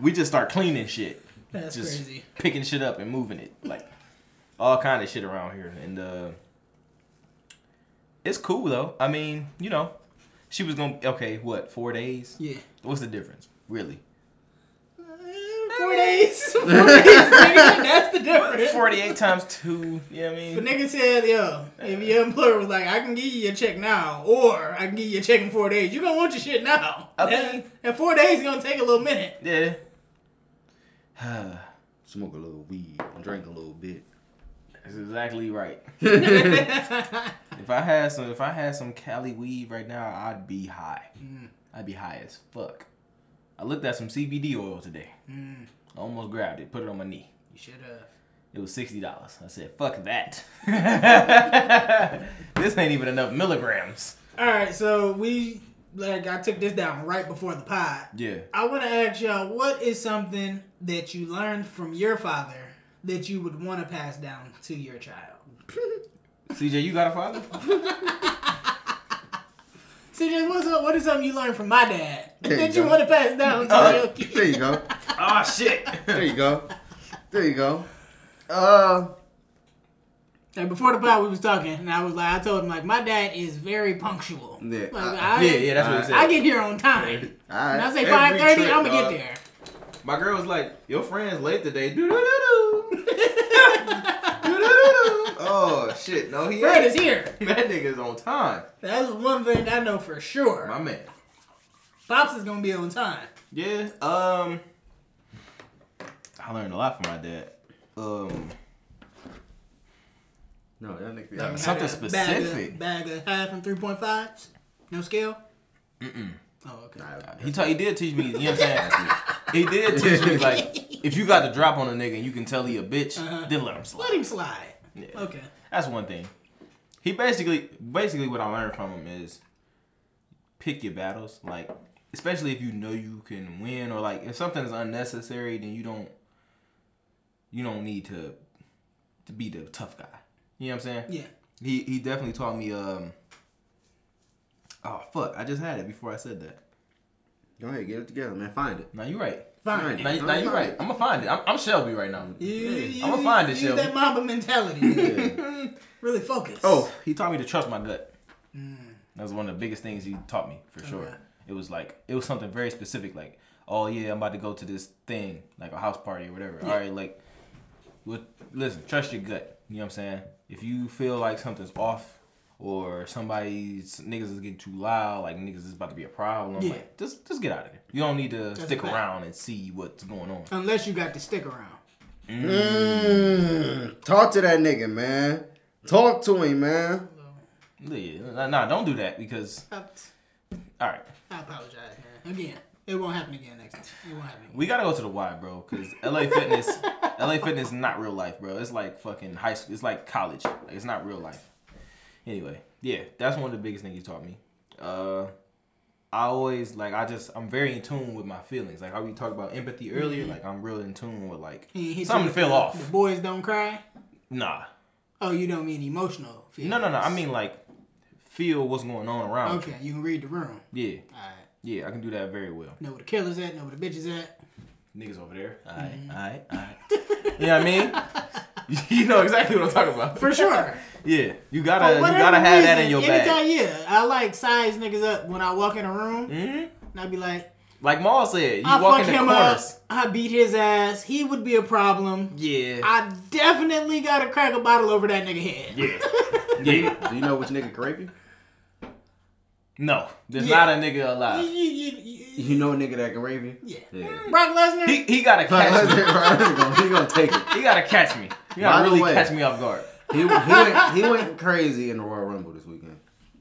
[SPEAKER 7] We just start cleaning shit,
[SPEAKER 6] That's
[SPEAKER 7] just
[SPEAKER 6] crazy.
[SPEAKER 7] picking shit up and moving it, like all kind of shit around here, and uh, it's cool though. I mean, you know, she was gonna okay, what four days?
[SPEAKER 6] Yeah.
[SPEAKER 7] What's the difference, really?
[SPEAKER 6] Four days. Four days, nigga. That's the difference.
[SPEAKER 7] 48 times 2, you know what I
[SPEAKER 6] The
[SPEAKER 7] mean?
[SPEAKER 6] nigga said, yo, if your employer was like, I can give you your check now, or I can give you a check in four days, you're gonna want your shit now.
[SPEAKER 7] Okay.
[SPEAKER 6] That- And four days is gonna take a little minute.
[SPEAKER 7] Yeah.
[SPEAKER 8] Smoke a little weed, drink a little bit.
[SPEAKER 7] That's exactly right. if I had some if I had some Cali weed right now, I'd be high. I'd be high as fuck. I looked at some CBD oil today. I almost grabbed it, put it on my knee.
[SPEAKER 6] You should uh. have.
[SPEAKER 7] It was sixty dollars. I said, "Fuck that! this ain't even enough milligrams."
[SPEAKER 6] Alright, so we, like, I took this down right before the pod.
[SPEAKER 7] Yeah.
[SPEAKER 6] I wanna ask y'all, what is something that you learned from your father that you would wanna pass down to your child?
[SPEAKER 7] CJ, you got a father?
[SPEAKER 6] See, just what's up? What is something you learned from my dad
[SPEAKER 8] There you
[SPEAKER 6] that you
[SPEAKER 8] go.
[SPEAKER 6] wanna pass down
[SPEAKER 8] Uh,
[SPEAKER 6] to your kid?
[SPEAKER 8] There you go.
[SPEAKER 7] oh shit!
[SPEAKER 8] There you go. There you go. Uh,
[SPEAKER 6] Like before the pod, we was talking, and I was like, I told him like my dad is very punctual.
[SPEAKER 8] Yeah.
[SPEAKER 6] Like,
[SPEAKER 8] Uh,
[SPEAKER 6] I,
[SPEAKER 7] yeah, yeah, that's what he said.
[SPEAKER 6] I get here on time.
[SPEAKER 8] I,
[SPEAKER 6] When I say five thirty, I'm gonna get there.
[SPEAKER 7] My girl was like, "Your friend's late today." Do do do do. Oh shit! No, he
[SPEAKER 6] Fred is
[SPEAKER 7] ain't.
[SPEAKER 6] here.
[SPEAKER 7] That nigga's on time,
[SPEAKER 6] That's one thing I know for sure.
[SPEAKER 7] my man.
[SPEAKER 6] Pops is gonna be on time.
[SPEAKER 7] Yeah. Um, I learned a lot from my dad. Um,
[SPEAKER 8] No, that nigga.
[SPEAKER 7] No.
[SPEAKER 8] That
[SPEAKER 7] Something
[SPEAKER 6] Had a bag of-
[SPEAKER 7] specific.
[SPEAKER 6] Bag of half and three point fives. No scale. Mm-mm. Oh okay.
[SPEAKER 7] he taught. He did teach me. You know what I'm saying? he did teach me like, if you got the drop on a nigga and you can tell he a bitch, then let him slide.
[SPEAKER 6] Let him slide.
[SPEAKER 7] Yeah.
[SPEAKER 6] Okay.
[SPEAKER 7] That's one thing. He basically basically what I learned from him is pick your battles. Like especially if you know you can win or like if something is unnecessary then you don't you don't need to to be the tough guy. You know what I'm saying?
[SPEAKER 6] Yeah.
[SPEAKER 7] He he definitely taught me um Oh fuck, I just had it before I said that.
[SPEAKER 8] Go ahead, get it together, man. Find it.
[SPEAKER 7] Now you right.
[SPEAKER 6] Fine.
[SPEAKER 8] Fine.
[SPEAKER 7] Now, you- now you right. I'm gonna find it. I'm, I'm Shelby right now.
[SPEAKER 6] You, you,
[SPEAKER 7] I'ma find it,
[SPEAKER 6] Use
[SPEAKER 7] Shelby.
[SPEAKER 6] that mama mentality. really focus.
[SPEAKER 7] Oh, he taught me to trust my gut.
[SPEAKER 6] Mm.
[SPEAKER 7] That was one of the biggest things he taught me for sure. It was like it was something very specific. Like, oh yeah, I'm about to go to this thing, like a house party or whatever. All right, like, what? Listen, trust your gut. You know what I'm saying? If you feel like something's off, or somebody's niggas is getting too loud, like niggas is about to be a problem,
[SPEAKER 6] Yeah.
[SPEAKER 7] like just just get out of there. You don't need to
[SPEAKER 6] a
[SPEAKER 7] stick
[SPEAKER 6] fact.
[SPEAKER 7] around and see what's going on.
[SPEAKER 6] Unless you got to stick around.
[SPEAKER 8] Mm, talk to that nigga, man. Talk to him, man.
[SPEAKER 7] Yeah, nah, nah, don't do that because
[SPEAKER 6] I,
[SPEAKER 7] all right,
[SPEAKER 6] I apologize, man. Again, it won't happen again next time. It won't happen again.
[SPEAKER 7] we gotta go to the Y, bro, because LA Fitness, LA Fitness is not real life, bro. It's like fucking high school. It's like college. Like, it's not real life. Anyway, yeah, that's one of the biggest things you taught me. Uh, I always like I just I'm very in tune with my feelings. Like how we talked about empathy earlier. Like I'm real in tune with like
[SPEAKER 6] Mm-hmm. He- he
[SPEAKER 7] something to
[SPEAKER 6] said
[SPEAKER 7] feel
[SPEAKER 6] the-
[SPEAKER 7] off.
[SPEAKER 6] The boys don't cry.
[SPEAKER 7] Nah,
[SPEAKER 6] Oh, you don't mean emotional. Feelings.
[SPEAKER 7] no, no, no. I mean like feel what's going on around.
[SPEAKER 6] Okay, you can read the room.
[SPEAKER 7] You. Yeah,
[SPEAKER 6] All right.
[SPEAKER 7] yeah, I can do that very well.
[SPEAKER 6] Know where the killer's at. Know where the bitch is at.
[SPEAKER 7] niggas over there. Alright,
[SPEAKER 6] Mm-hmm.
[SPEAKER 7] alright, alright. You know what I mean? You know exactly what I'm talking about.
[SPEAKER 6] For sure.
[SPEAKER 7] Yeah, you gotta
[SPEAKER 6] For
[SPEAKER 7] Uh, you
[SPEAKER 6] whatever
[SPEAKER 7] gotta have that in your
[SPEAKER 6] reason,
[SPEAKER 7] bag.
[SPEAKER 6] anytime, Yeah, I like size niggas up when I walk in a room, and I be like,
[SPEAKER 7] Like Maul said, Mm-hmm. you
[SPEAKER 6] I
[SPEAKER 7] walk
[SPEAKER 6] fuck
[SPEAKER 7] in the
[SPEAKER 6] him
[SPEAKER 7] corners.
[SPEAKER 6] up. I beat his ass. He would be a problem.
[SPEAKER 7] Yeah,
[SPEAKER 6] I definitely gotta crack a bottle over that nigga head.
[SPEAKER 7] yeah, yeah.
[SPEAKER 8] Do you know which nigga grape you?
[SPEAKER 7] No, there's
[SPEAKER 6] Yeah.
[SPEAKER 7] not a nigga
[SPEAKER 6] You-
[SPEAKER 7] alive.
[SPEAKER 6] you- you- you-
[SPEAKER 8] You know a nigga that can rape you?
[SPEAKER 6] Yeah.
[SPEAKER 8] Yeah.
[SPEAKER 6] Brock Lesnar.
[SPEAKER 7] He he gotta catch me.
[SPEAKER 8] He's gonna take it.
[SPEAKER 7] He gotta catch me. He
[SPEAKER 8] By
[SPEAKER 7] gotta
[SPEAKER 8] the
[SPEAKER 7] really
[SPEAKER 8] way-
[SPEAKER 7] catch me off guard.
[SPEAKER 8] He, he, went, he went crazy in the Royal Rumble this weekend.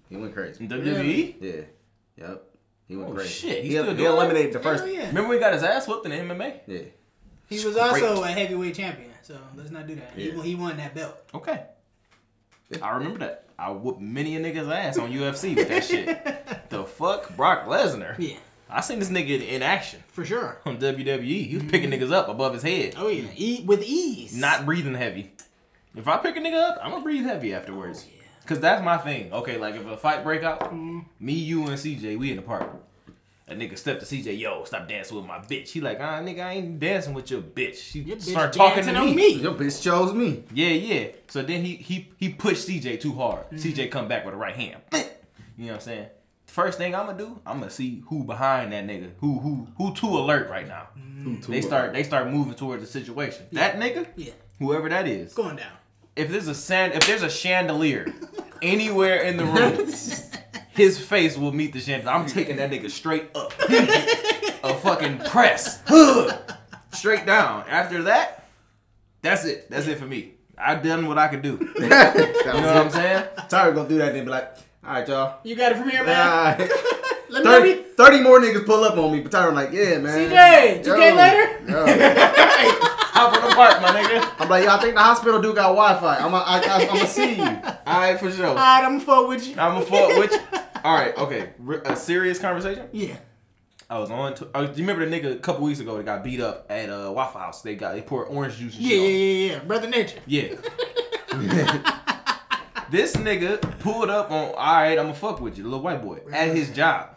[SPEAKER 8] He went crazy.
[SPEAKER 7] WWE.
[SPEAKER 8] Yeah. Yep. He went
[SPEAKER 7] Oh,
[SPEAKER 8] crazy.
[SPEAKER 7] shit, he's
[SPEAKER 8] He,
[SPEAKER 7] still
[SPEAKER 8] he
[SPEAKER 7] doing it?
[SPEAKER 8] eliminated the first.
[SPEAKER 6] Hell yeah.
[SPEAKER 7] Remember we got his ass whooped in the MMA?
[SPEAKER 8] Yeah.
[SPEAKER 6] He was also a heavyweight champion, so let's not do that. He
[SPEAKER 8] Yeah.
[SPEAKER 6] won He, won that belt.
[SPEAKER 7] Okay. I remember that. I whooped many a nigga's ass on UFC with that shit. The fuck, Brock Lesnar.
[SPEAKER 6] Yeah,
[SPEAKER 7] I seen this nigga in action
[SPEAKER 6] for sure.
[SPEAKER 7] on WWE. E. He was picking niggas up above his head,
[SPEAKER 6] Oh yeah, e- with ease.
[SPEAKER 7] Mm. not breathing heavy. If I pick a nigga up, I'm gonna breathe heavy afterwards.
[SPEAKER 6] Oh,
[SPEAKER 7] Cause that's my thing. Okay, like if a fight break out,
[SPEAKER 6] Mm-hmm.
[SPEAKER 7] me, you, and CJ, we in the park. A nigga step to CJ, yo, stop dancing with my bitch. He like, ah, nigga, I ain't dancing with your bitch. She
[SPEAKER 6] Your bitch
[SPEAKER 7] start talking to
[SPEAKER 6] dancing
[SPEAKER 7] me.
[SPEAKER 6] on me.
[SPEAKER 8] Your bitch chose me.
[SPEAKER 7] Yeah, yeah. So then he he he pushed CJ too hard. CJ
[SPEAKER 6] Mm-hmm.
[SPEAKER 7] come back with a right hand. You know what I'm saying? First thing I'm gonna do, I'm gonna see who behind that nigga, who who who too alert right now. They start they start moving towards the situation. That nigga,
[SPEAKER 6] Mm-hmm. Yeah,
[SPEAKER 7] whoever that is,
[SPEAKER 6] going down.
[SPEAKER 7] if there's a sand, if there's a chandelier anywhere in the room, his face will meet the chandelier. I'm taking that nigga straight up, a fucking press, Huh. straight down. After that, that's it. That's it for me. I done what I could do. You know what I'm saying?
[SPEAKER 8] Tyra gonna do that then be like, all right, y'all.
[SPEAKER 6] You got it from here, man.
[SPEAKER 8] All right.
[SPEAKER 6] Let me know
[SPEAKER 8] 30,
[SPEAKER 6] you-
[SPEAKER 8] 30 more niggas pull up on me, but Tyra like, yeah, man.
[SPEAKER 6] CJ, 2K
[SPEAKER 8] Yo,
[SPEAKER 6] later?
[SPEAKER 8] yo.
[SPEAKER 7] Hop on the park, my nigga.
[SPEAKER 8] I'm like, yo, I think the hospital dude got Wi-Fi. I'm gonna I, I, I'ma see you.
[SPEAKER 7] All right, for sure.
[SPEAKER 6] All right, I'm fuck with you.
[SPEAKER 7] I'm a fuck with you. All right, okay. Re- a serious conversation.
[SPEAKER 6] Yeah.
[SPEAKER 7] I was on. Tw- oh, do you remember the nigga a couple weeks ago that got beat up at a uh, Waffle House? They got they poured orange juice. And
[SPEAKER 6] Yeah,
[SPEAKER 7] shit on
[SPEAKER 6] yeah,
[SPEAKER 7] him.
[SPEAKER 6] yeah, yeah. Brother Nature.
[SPEAKER 7] Yeah. this nigga pulled up on, all right, I'm gonna fuck with you, the little white boy, at his job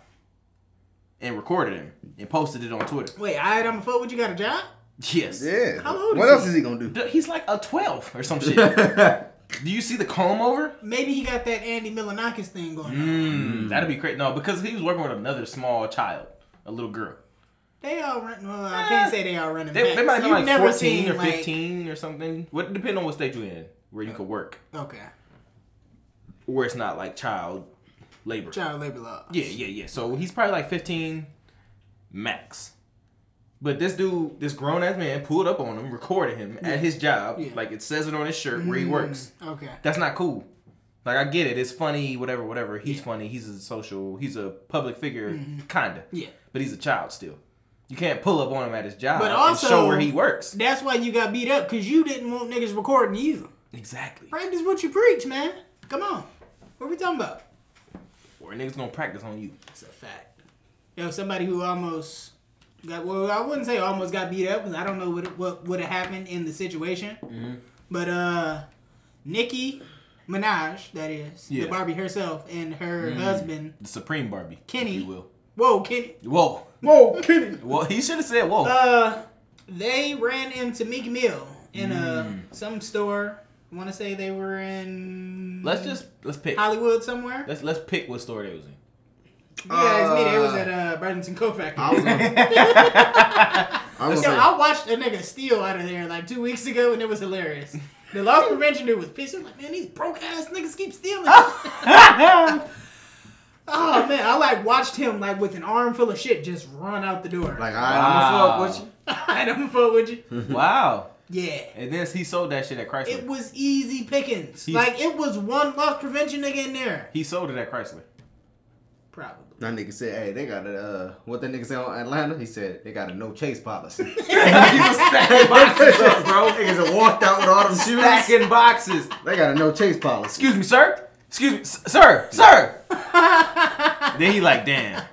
[SPEAKER 7] and recorded him and posted it on Twitter.
[SPEAKER 6] Wait, all right, I'm a fuck with you. Got a job?
[SPEAKER 7] Yes.
[SPEAKER 8] Yeah.
[SPEAKER 6] How old
[SPEAKER 8] what
[SPEAKER 6] is
[SPEAKER 8] else
[SPEAKER 6] he?
[SPEAKER 8] is he gonna do?
[SPEAKER 7] Dude, He's like a 12 or some shit. Do you see the comb over? Hmm,
[SPEAKER 6] Maybe he got that Andy Milanakis thing going on.
[SPEAKER 7] Mm.
[SPEAKER 6] Mm.
[SPEAKER 7] That'd be great. No, because he was working with another small child, a little girl.
[SPEAKER 6] They all run. Well, I can't say they all running
[SPEAKER 7] Ah. They,
[SPEAKER 6] back.
[SPEAKER 7] they might have been
[SPEAKER 6] You've
[SPEAKER 7] like
[SPEAKER 6] never
[SPEAKER 7] 14
[SPEAKER 6] seen,
[SPEAKER 7] or
[SPEAKER 6] like-
[SPEAKER 7] 15 or something. What depending on what state you're in, where you could work,
[SPEAKER 6] okay,
[SPEAKER 7] where it's not like child labor.
[SPEAKER 6] child labor law.
[SPEAKER 7] Yeah, yeah, yeah. So he's probably like 15 max. But this dude, this grown ass man, pulled up on him, recorded him at his job.
[SPEAKER 6] Yeah. Mm. Oh.
[SPEAKER 7] Like it says it on his shirt where he works.
[SPEAKER 6] Okay.
[SPEAKER 7] That's not cool. Like I get it, it's funny, whatever, whatever. He's funny. He's a social. He's a public figure, kinda.
[SPEAKER 6] Mm-hmm. Yeah.
[SPEAKER 7] But he's a child still. You can't pull up on him at his job
[SPEAKER 6] But
[SPEAKER 7] and show
[SPEAKER 6] also-
[SPEAKER 7] where he works.
[SPEAKER 6] That's why you got beat up because you didn't want niggas recording you.
[SPEAKER 7] Exactly.
[SPEAKER 6] Practice what you preach, man. Come on. What we talking about?
[SPEAKER 7] Or a niggas gonna practice on you.
[SPEAKER 6] It's a fact. Yo, somebody who almost got well, I wouldn't say almost got beat up because I don't know what what would have happened in the situation. But uh, Nicki Minaj, that is
[SPEAKER 7] Yeah.
[SPEAKER 6] the Barbie herself, and her husband
[SPEAKER 7] The Supreme Barbie,
[SPEAKER 6] Kenny.
[SPEAKER 7] if you will.
[SPEAKER 6] Whoa, Kenny.
[SPEAKER 7] Whoa.
[SPEAKER 6] Whoa, Kenny.
[SPEAKER 7] Well, he should have said whoa.
[SPEAKER 6] Uh, they ran into Meek Mill in a some store. I want to say they were in
[SPEAKER 7] let's just let's pick.
[SPEAKER 6] Hollywood somewhere.
[SPEAKER 7] Let's let's pick what store they was in.
[SPEAKER 6] Yeah, asked me that. It was at uh, Burlington Co Factory.
[SPEAKER 8] I was gonna, I was
[SPEAKER 6] Yo,
[SPEAKER 8] gonna
[SPEAKER 6] I watched a nigga steal out of there like two weeks ago, and it was hilarious. The loss prevention dude was pissed. He was like, man, these broke ass niggas keep stealing. oh man, I like watched him like with an arm full of shit just run out the door.
[SPEAKER 8] say, like, all right, I'm gonna
[SPEAKER 7] Wow.
[SPEAKER 8] fuck with you.
[SPEAKER 6] I don't fuck with
[SPEAKER 7] Hmm.
[SPEAKER 6] you.
[SPEAKER 8] Mm-hmm.
[SPEAKER 7] Wow.
[SPEAKER 6] Yeah.
[SPEAKER 7] And then he sold that shit at Chrysler.
[SPEAKER 6] It was easy pickings.
[SPEAKER 7] He's-
[SPEAKER 6] like it was one loss prevention nigga in there.
[SPEAKER 7] he sold it at Chrysler.
[SPEAKER 6] Probably.
[SPEAKER 8] That nigga said, hey, they got a, uh, what that nigga said on Atlanta? He said, they got a no chase policy. he was stacking boxes up, bro. Niggas had walked out with all them shoes.
[SPEAKER 7] Stacking boxes.
[SPEAKER 8] They got a no chase policy.
[SPEAKER 7] Excuse me, sir. Excuse me, s- sir, sir. then he like, damn.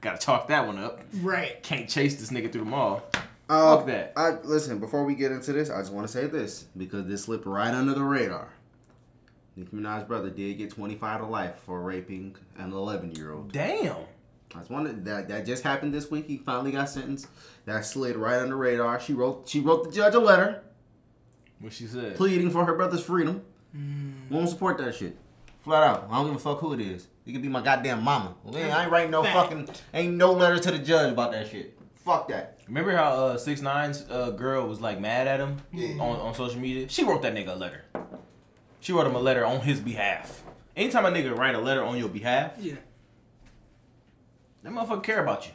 [SPEAKER 7] Gotta chalk that one up.
[SPEAKER 6] Right.
[SPEAKER 7] Can't chase this nigga through the mall.
[SPEAKER 8] Uh,
[SPEAKER 7] Fuck that.
[SPEAKER 8] I, listen, before we get into this, I just want to say this because this slipped right under the radar. Nicki Minaj's brother did get 25 to life for raping an 11 year old.
[SPEAKER 7] Damn.
[SPEAKER 8] I just wanted that that just happened this week. He finally got sentenced. That slid right under the radar. She wrote she wrote the judge a letter
[SPEAKER 7] What she said.
[SPEAKER 8] pleading for her brother's freedom. Won't support that shit. Flat out. I don't give a fuck who it is. It could be my goddamn mama. Okay, I ain't writing no
[SPEAKER 6] Fact.
[SPEAKER 8] fucking ain't no letter to the judge about that shit. Fuck that.
[SPEAKER 7] Remember how uh, Six Nine's uh, girl was like mad at him on, on social media? She wrote that nigga a letter. She wrote him a letter on his behalf. Anytime a nigga write a letter on your behalf,
[SPEAKER 6] Yeah.
[SPEAKER 7] that motherfucker care about you.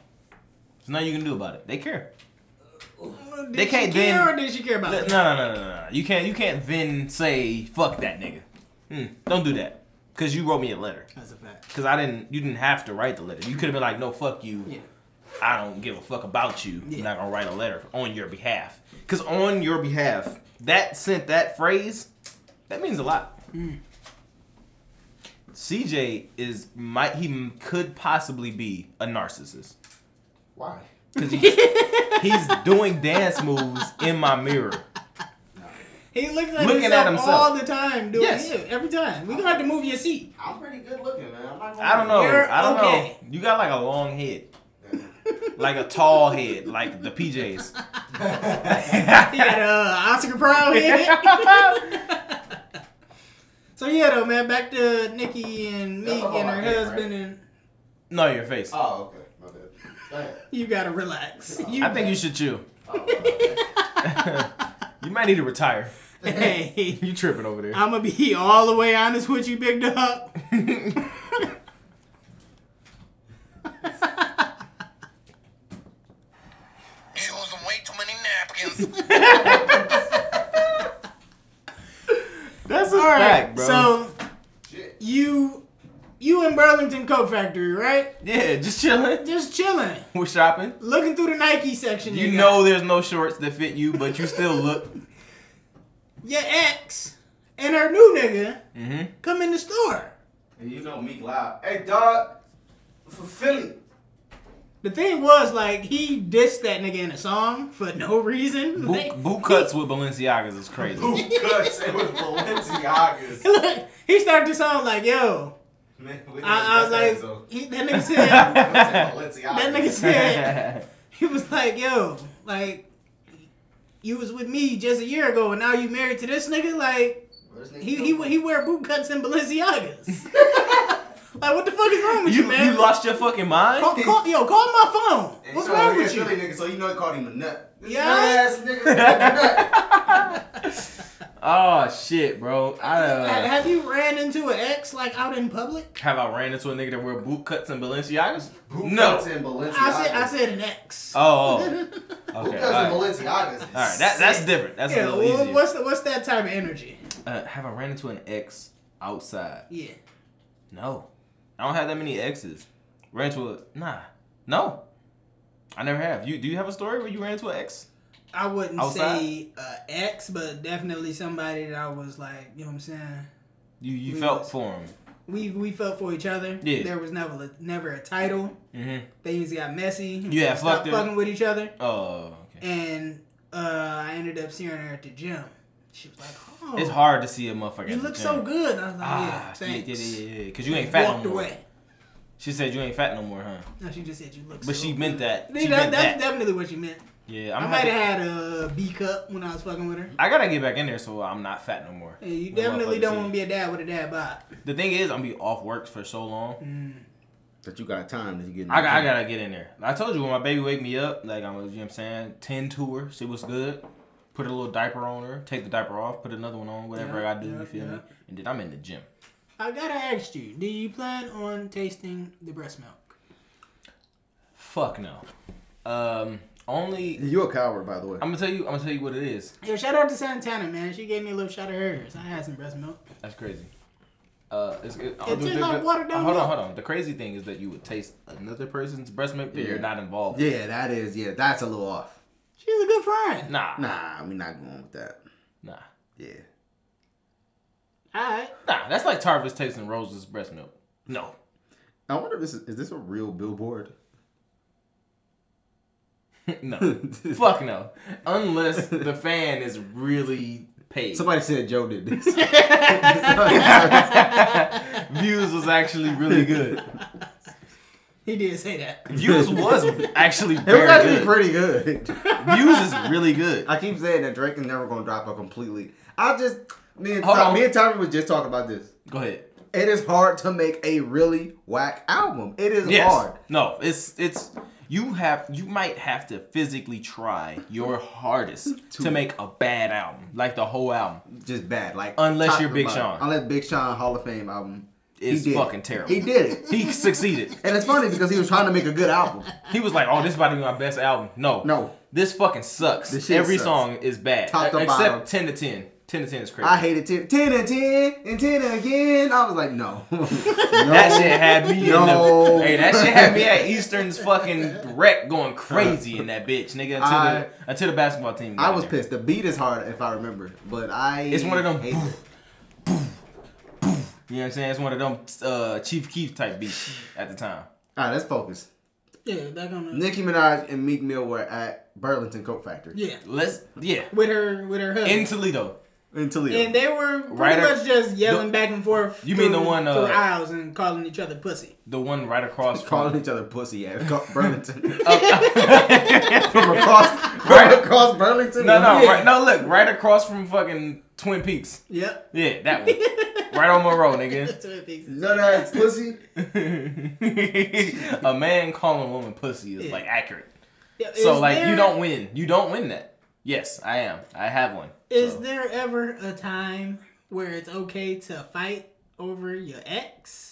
[SPEAKER 7] There's nothing you can do about it. They care. They can't
[SPEAKER 6] she care
[SPEAKER 7] then-
[SPEAKER 6] or did she care about
[SPEAKER 7] No, no,
[SPEAKER 6] it?
[SPEAKER 7] no, no, no, no. You can't. You can't then say fuck that nigga. Hmm, don't do that. Cause you wrote me a letter.
[SPEAKER 6] That's a fact.
[SPEAKER 7] Cause I didn't. You didn't have to write the letter. You could have been like, no, fuck you.
[SPEAKER 6] Yeah.
[SPEAKER 7] I don't give a fuck about you.
[SPEAKER 6] Yeah.
[SPEAKER 7] I'm not gonna write a letter on your behalf. Cause on your behalf, that sent that phrase, that means a lot.
[SPEAKER 6] Hmm.
[SPEAKER 7] CJ is might he could possibly be a narcissist.
[SPEAKER 8] Why?
[SPEAKER 7] Cause he's, he's doing dance moves in my mirror.
[SPEAKER 6] He looks at,
[SPEAKER 7] Looking
[SPEAKER 6] himself,
[SPEAKER 7] at himself.
[SPEAKER 6] all the time, dude.
[SPEAKER 7] Yes.
[SPEAKER 6] Yeah, every time. We're gonna have to move your seat.
[SPEAKER 8] I'm pretty good looking, man. I'm not gonna
[SPEAKER 7] I don't know.
[SPEAKER 6] You're
[SPEAKER 7] I don't
[SPEAKER 6] okay.
[SPEAKER 7] know. You got like a long head. like a tall head, like the PJs.
[SPEAKER 6] He had uh, Oscar Proud in it. so yeah, though, man. Back to Nikki and Meek
[SPEAKER 8] That's all
[SPEAKER 6] and
[SPEAKER 8] I
[SPEAKER 6] her
[SPEAKER 8] did,
[SPEAKER 6] husband, and
[SPEAKER 7] No, your face.
[SPEAKER 8] Oh, okay. My bad. Damn.
[SPEAKER 6] you gotta relax. You,
[SPEAKER 7] I think you should chew. you might need to retire.
[SPEAKER 6] hey,
[SPEAKER 7] You tripping over there.
[SPEAKER 6] I'm gonna be all the way honest with you, big dog.
[SPEAKER 1] Using way too many napkins.
[SPEAKER 7] That's a
[SPEAKER 6] All right,
[SPEAKER 7] fact, bro.
[SPEAKER 6] so
[SPEAKER 8] Shit.
[SPEAKER 6] you you in Burlington Coat Factory, right?
[SPEAKER 7] yeah, just chilling.
[SPEAKER 6] Just chilling,
[SPEAKER 7] We're shopping.
[SPEAKER 6] looking through the Nike section.
[SPEAKER 7] You
[SPEAKER 6] got.
[SPEAKER 7] know there's no shorts that fit you, but you still look.
[SPEAKER 6] your ex and her new nigga
[SPEAKER 7] Mm-hmm.
[SPEAKER 6] come in the store.
[SPEAKER 8] And you know Meek loud. Hey, dog. For Philly.
[SPEAKER 6] The thing was, like, he dissed that nigga in a song for no reason.
[SPEAKER 7] Boot,
[SPEAKER 6] Like,
[SPEAKER 7] boot cuts with Balenciagas is crazy.
[SPEAKER 8] Who cuts it with Balenciagas?
[SPEAKER 6] look, he started the song like, yo.
[SPEAKER 8] Man, we
[SPEAKER 6] Uh, I, I was like, he, that nigga said, that nigga said, he was like, yo, like, you was with me just a year ago and now you married to this nigga? Like, he, he, he wear boot cuts and Balenciagas. like, what the fuck is wrong with you,
[SPEAKER 7] you,
[SPEAKER 6] man?
[SPEAKER 7] you lost your fucking mind?
[SPEAKER 6] Call- call- yo, call my phone. What's wrong with you?
[SPEAKER 8] Philly nigga, so you know they called him a nut. This
[SPEAKER 6] Yeah.
[SPEAKER 8] nut-ass nigga, nigga, nut.
[SPEAKER 7] Oh, shit, bro. I, uh,
[SPEAKER 6] Ha- Have you ran into an ex like out in public?
[SPEAKER 7] Have I ran into a nigga that wear boot cuts and Balenciagas?
[SPEAKER 8] Who
[SPEAKER 7] no.
[SPEAKER 8] cuts in Balenciagas?
[SPEAKER 6] I said I said an ex.
[SPEAKER 7] Oh, oh.
[SPEAKER 8] Who
[SPEAKER 7] Okay.
[SPEAKER 8] cuts
[SPEAKER 7] All right.
[SPEAKER 8] in
[SPEAKER 7] All
[SPEAKER 8] Balenciagas? is
[SPEAKER 7] right. That, that's different. That's
[SPEAKER 6] yeah,
[SPEAKER 7] a
[SPEAKER 6] wha-
[SPEAKER 7] little easier.
[SPEAKER 6] what's the, what's that type of energy?
[SPEAKER 7] uh, have I ran into an ex outside?
[SPEAKER 6] Yeah,
[SPEAKER 7] No. I don't have that many exes. Ran into a nah. No. I never have. You do you have a story where you ran into an ex?
[SPEAKER 6] I wouldn't
[SPEAKER 7] Outside?
[SPEAKER 6] say uh, ex, but definitely somebody that I was like, you know what I'm saying.
[SPEAKER 7] You you
[SPEAKER 6] We
[SPEAKER 7] felt
[SPEAKER 6] was.
[SPEAKER 7] for him.
[SPEAKER 6] We we felt for each other.
[SPEAKER 7] Yeah.
[SPEAKER 6] There was never never a title.
[SPEAKER 7] Mhm.
[SPEAKER 6] Things got messy.
[SPEAKER 7] You had
[SPEAKER 6] Stopped
[SPEAKER 7] fucked her.
[SPEAKER 6] fucking with each other,
[SPEAKER 7] Oh. Okay.
[SPEAKER 6] and uh, I ended up seeing her at the gym. She was like, oh,
[SPEAKER 7] It's hard to see a motherfucker.
[SPEAKER 6] You
[SPEAKER 7] at the
[SPEAKER 6] look
[SPEAKER 7] gym.
[SPEAKER 6] so good. And I was like,
[SPEAKER 7] Ah,
[SPEAKER 6] yeah,
[SPEAKER 7] yeah, yeah,
[SPEAKER 6] thanks.
[SPEAKER 7] yeah, yeah, yeah. Cause you ain't fat
[SPEAKER 6] Walked
[SPEAKER 7] no more.
[SPEAKER 6] away.
[SPEAKER 7] She said you ain't fat no more, huh?
[SPEAKER 6] No, she just said you look.
[SPEAKER 7] But
[SPEAKER 6] so
[SPEAKER 7] she meant that.
[SPEAKER 6] good."
[SPEAKER 7] She
[SPEAKER 6] That-
[SPEAKER 7] meant
[SPEAKER 6] that's
[SPEAKER 7] that.
[SPEAKER 6] definitely what she meant.
[SPEAKER 7] Yeah,
[SPEAKER 6] I
[SPEAKER 7] I'm
[SPEAKER 6] might
[SPEAKER 7] happy-
[SPEAKER 6] have had a B cup when I was fucking with her.
[SPEAKER 7] I gotta get back in there so I'm not fat no more.
[SPEAKER 6] Yeah, you
[SPEAKER 7] When
[SPEAKER 6] definitely
[SPEAKER 7] motherfuckers
[SPEAKER 6] don't
[SPEAKER 7] see
[SPEAKER 6] want to
[SPEAKER 7] me.
[SPEAKER 6] be a dad with a dad bod. Mm-hmm.
[SPEAKER 7] The thing is, I'm gonna be off work for so long.
[SPEAKER 8] That you got time that you get.
[SPEAKER 7] I, got- I gotta get in there. I told you when my baby wake me up, like I'm, you know what I'm saying, tend to her, see what's good, put a little diaper on her, take the diaper off, put another one on, whatever I
[SPEAKER 6] Yeah,
[SPEAKER 7] gotta do,
[SPEAKER 6] yeah,
[SPEAKER 7] you feel
[SPEAKER 6] yeah.
[SPEAKER 7] me? And then I'm in the gym.
[SPEAKER 6] I gotta ask you, do you plan on tasting the breast milk?
[SPEAKER 7] Fuck no. Um, only
[SPEAKER 8] You're a coward, by the way.
[SPEAKER 7] I'm gonna tell you, I'm gonna tell you what it is.
[SPEAKER 6] Yo, shout out to Santana, man. She gave me a little shot of hers. I had some breast milk.
[SPEAKER 7] That's crazy. Uh, it's, it, I'll do-
[SPEAKER 6] tastes
[SPEAKER 7] the-
[SPEAKER 6] like
[SPEAKER 7] the-
[SPEAKER 6] watered down
[SPEAKER 7] Hold on,
[SPEAKER 6] milk.
[SPEAKER 7] hold on. The crazy thing is that you would taste another person's breast milk that
[SPEAKER 8] Yeah.
[SPEAKER 7] you're not involved. in.
[SPEAKER 8] yeah, that is. Yeah, that's a little off.
[SPEAKER 6] She's a good friend.
[SPEAKER 7] Nah, nah,
[SPEAKER 8] Nah, we're not going with that.
[SPEAKER 7] nah,
[SPEAKER 8] Yeah.
[SPEAKER 6] Alright.
[SPEAKER 7] nah. That's like Tarvis tasting Rose's breast milk. No,
[SPEAKER 8] I wonder if this is, is this a real billboard?
[SPEAKER 7] no, fuck no. Unless the fan is really paid.
[SPEAKER 8] Somebody said Joe did this.
[SPEAKER 7] Views was actually really good.
[SPEAKER 6] He did say that.
[SPEAKER 7] Views was actually
[SPEAKER 8] It was
[SPEAKER 7] very
[SPEAKER 8] actually
[SPEAKER 7] good.
[SPEAKER 8] pretty good.
[SPEAKER 7] Views is really good.
[SPEAKER 8] I keep saying that Drake is never gonna drop out completely. I just me and,
[SPEAKER 7] Hold on.
[SPEAKER 8] me and Tommy was just talking about this.
[SPEAKER 7] Go ahead.
[SPEAKER 8] It is hard to make a really whack album. It is
[SPEAKER 7] Yes.
[SPEAKER 8] hard.
[SPEAKER 7] No, it's it's you have you might have to physically try your hardest to, make a bad album, like the whole album.
[SPEAKER 8] Just bad. Like
[SPEAKER 7] Unless
[SPEAKER 8] top
[SPEAKER 7] you're
[SPEAKER 8] to
[SPEAKER 7] Big
[SPEAKER 8] bottom.
[SPEAKER 7] Sean.
[SPEAKER 8] Unless Big Sean Hall of Fame album He
[SPEAKER 7] It's
[SPEAKER 8] did it.
[SPEAKER 7] fucking terrible.
[SPEAKER 8] He did it.
[SPEAKER 7] He succeeded.
[SPEAKER 8] And it's funny because he was trying to make a good album.
[SPEAKER 7] He was like, "Oh, this is about to be my best album." No,
[SPEAKER 8] No.
[SPEAKER 7] this fucking sucks.
[SPEAKER 8] This shit
[SPEAKER 7] Every
[SPEAKER 8] sucks.
[SPEAKER 7] song is bad,
[SPEAKER 8] Top to
[SPEAKER 7] except
[SPEAKER 8] bottom.
[SPEAKER 7] ten to ten. Ten to ten is crazy.
[SPEAKER 8] I hated 10, 10 and 10 and 10 again. I was like, no. no.
[SPEAKER 7] That shit had me in
[SPEAKER 8] No.
[SPEAKER 7] the Hey, that shit had me at Eastern's fucking wreck going crazy in that bitch, nigga, until,
[SPEAKER 8] I-
[SPEAKER 7] the, until the basketball team.
[SPEAKER 8] I
[SPEAKER 7] got
[SPEAKER 8] was
[SPEAKER 7] there.
[SPEAKER 8] pissed. The beat is hard if I remember, but I.
[SPEAKER 7] It's one of them
[SPEAKER 8] hate it.
[SPEAKER 7] You know what I'm saying? It's one of them uh, Chief Keef type beats at the time.
[SPEAKER 8] All right, let's focus.
[SPEAKER 6] Yeah, back on the
[SPEAKER 8] Nicki Minaj and Meek Mill were at Burlington Coat Factory
[SPEAKER 6] Yeah.
[SPEAKER 7] Let's yeah.
[SPEAKER 6] With her with her husband.
[SPEAKER 7] In Toledo.
[SPEAKER 8] in Toledo.
[SPEAKER 6] and they were pretty
[SPEAKER 7] Right
[SPEAKER 6] much
[SPEAKER 7] up-
[SPEAKER 6] just yelling
[SPEAKER 7] the-
[SPEAKER 6] back and forth.
[SPEAKER 7] You mean the
[SPEAKER 6] through-
[SPEAKER 7] one, uh,
[SPEAKER 6] through aisles and calling each other pussy.
[SPEAKER 7] The one right across
[SPEAKER 8] calling
[SPEAKER 7] from
[SPEAKER 8] each other pussy at Co- Burlington. from across, right across Burlington.
[SPEAKER 7] Oh. No no
[SPEAKER 6] Yeah.
[SPEAKER 7] right no look, right across from fucking Twin Peaks.
[SPEAKER 6] Yep.
[SPEAKER 7] Yeah, that one. right on Monroe, nigga.
[SPEAKER 6] That's what it is.
[SPEAKER 8] You know that pussy?
[SPEAKER 7] a man calling a woman pussy is
[SPEAKER 6] Yeah.
[SPEAKER 7] like accurate.
[SPEAKER 6] Yeah, is
[SPEAKER 7] so like you
[SPEAKER 6] there-
[SPEAKER 7] don't win. You don't win that. Yes, I am. I have one.
[SPEAKER 6] Is
[SPEAKER 7] So,
[SPEAKER 6] there ever a time where it's okay to fight over your ex?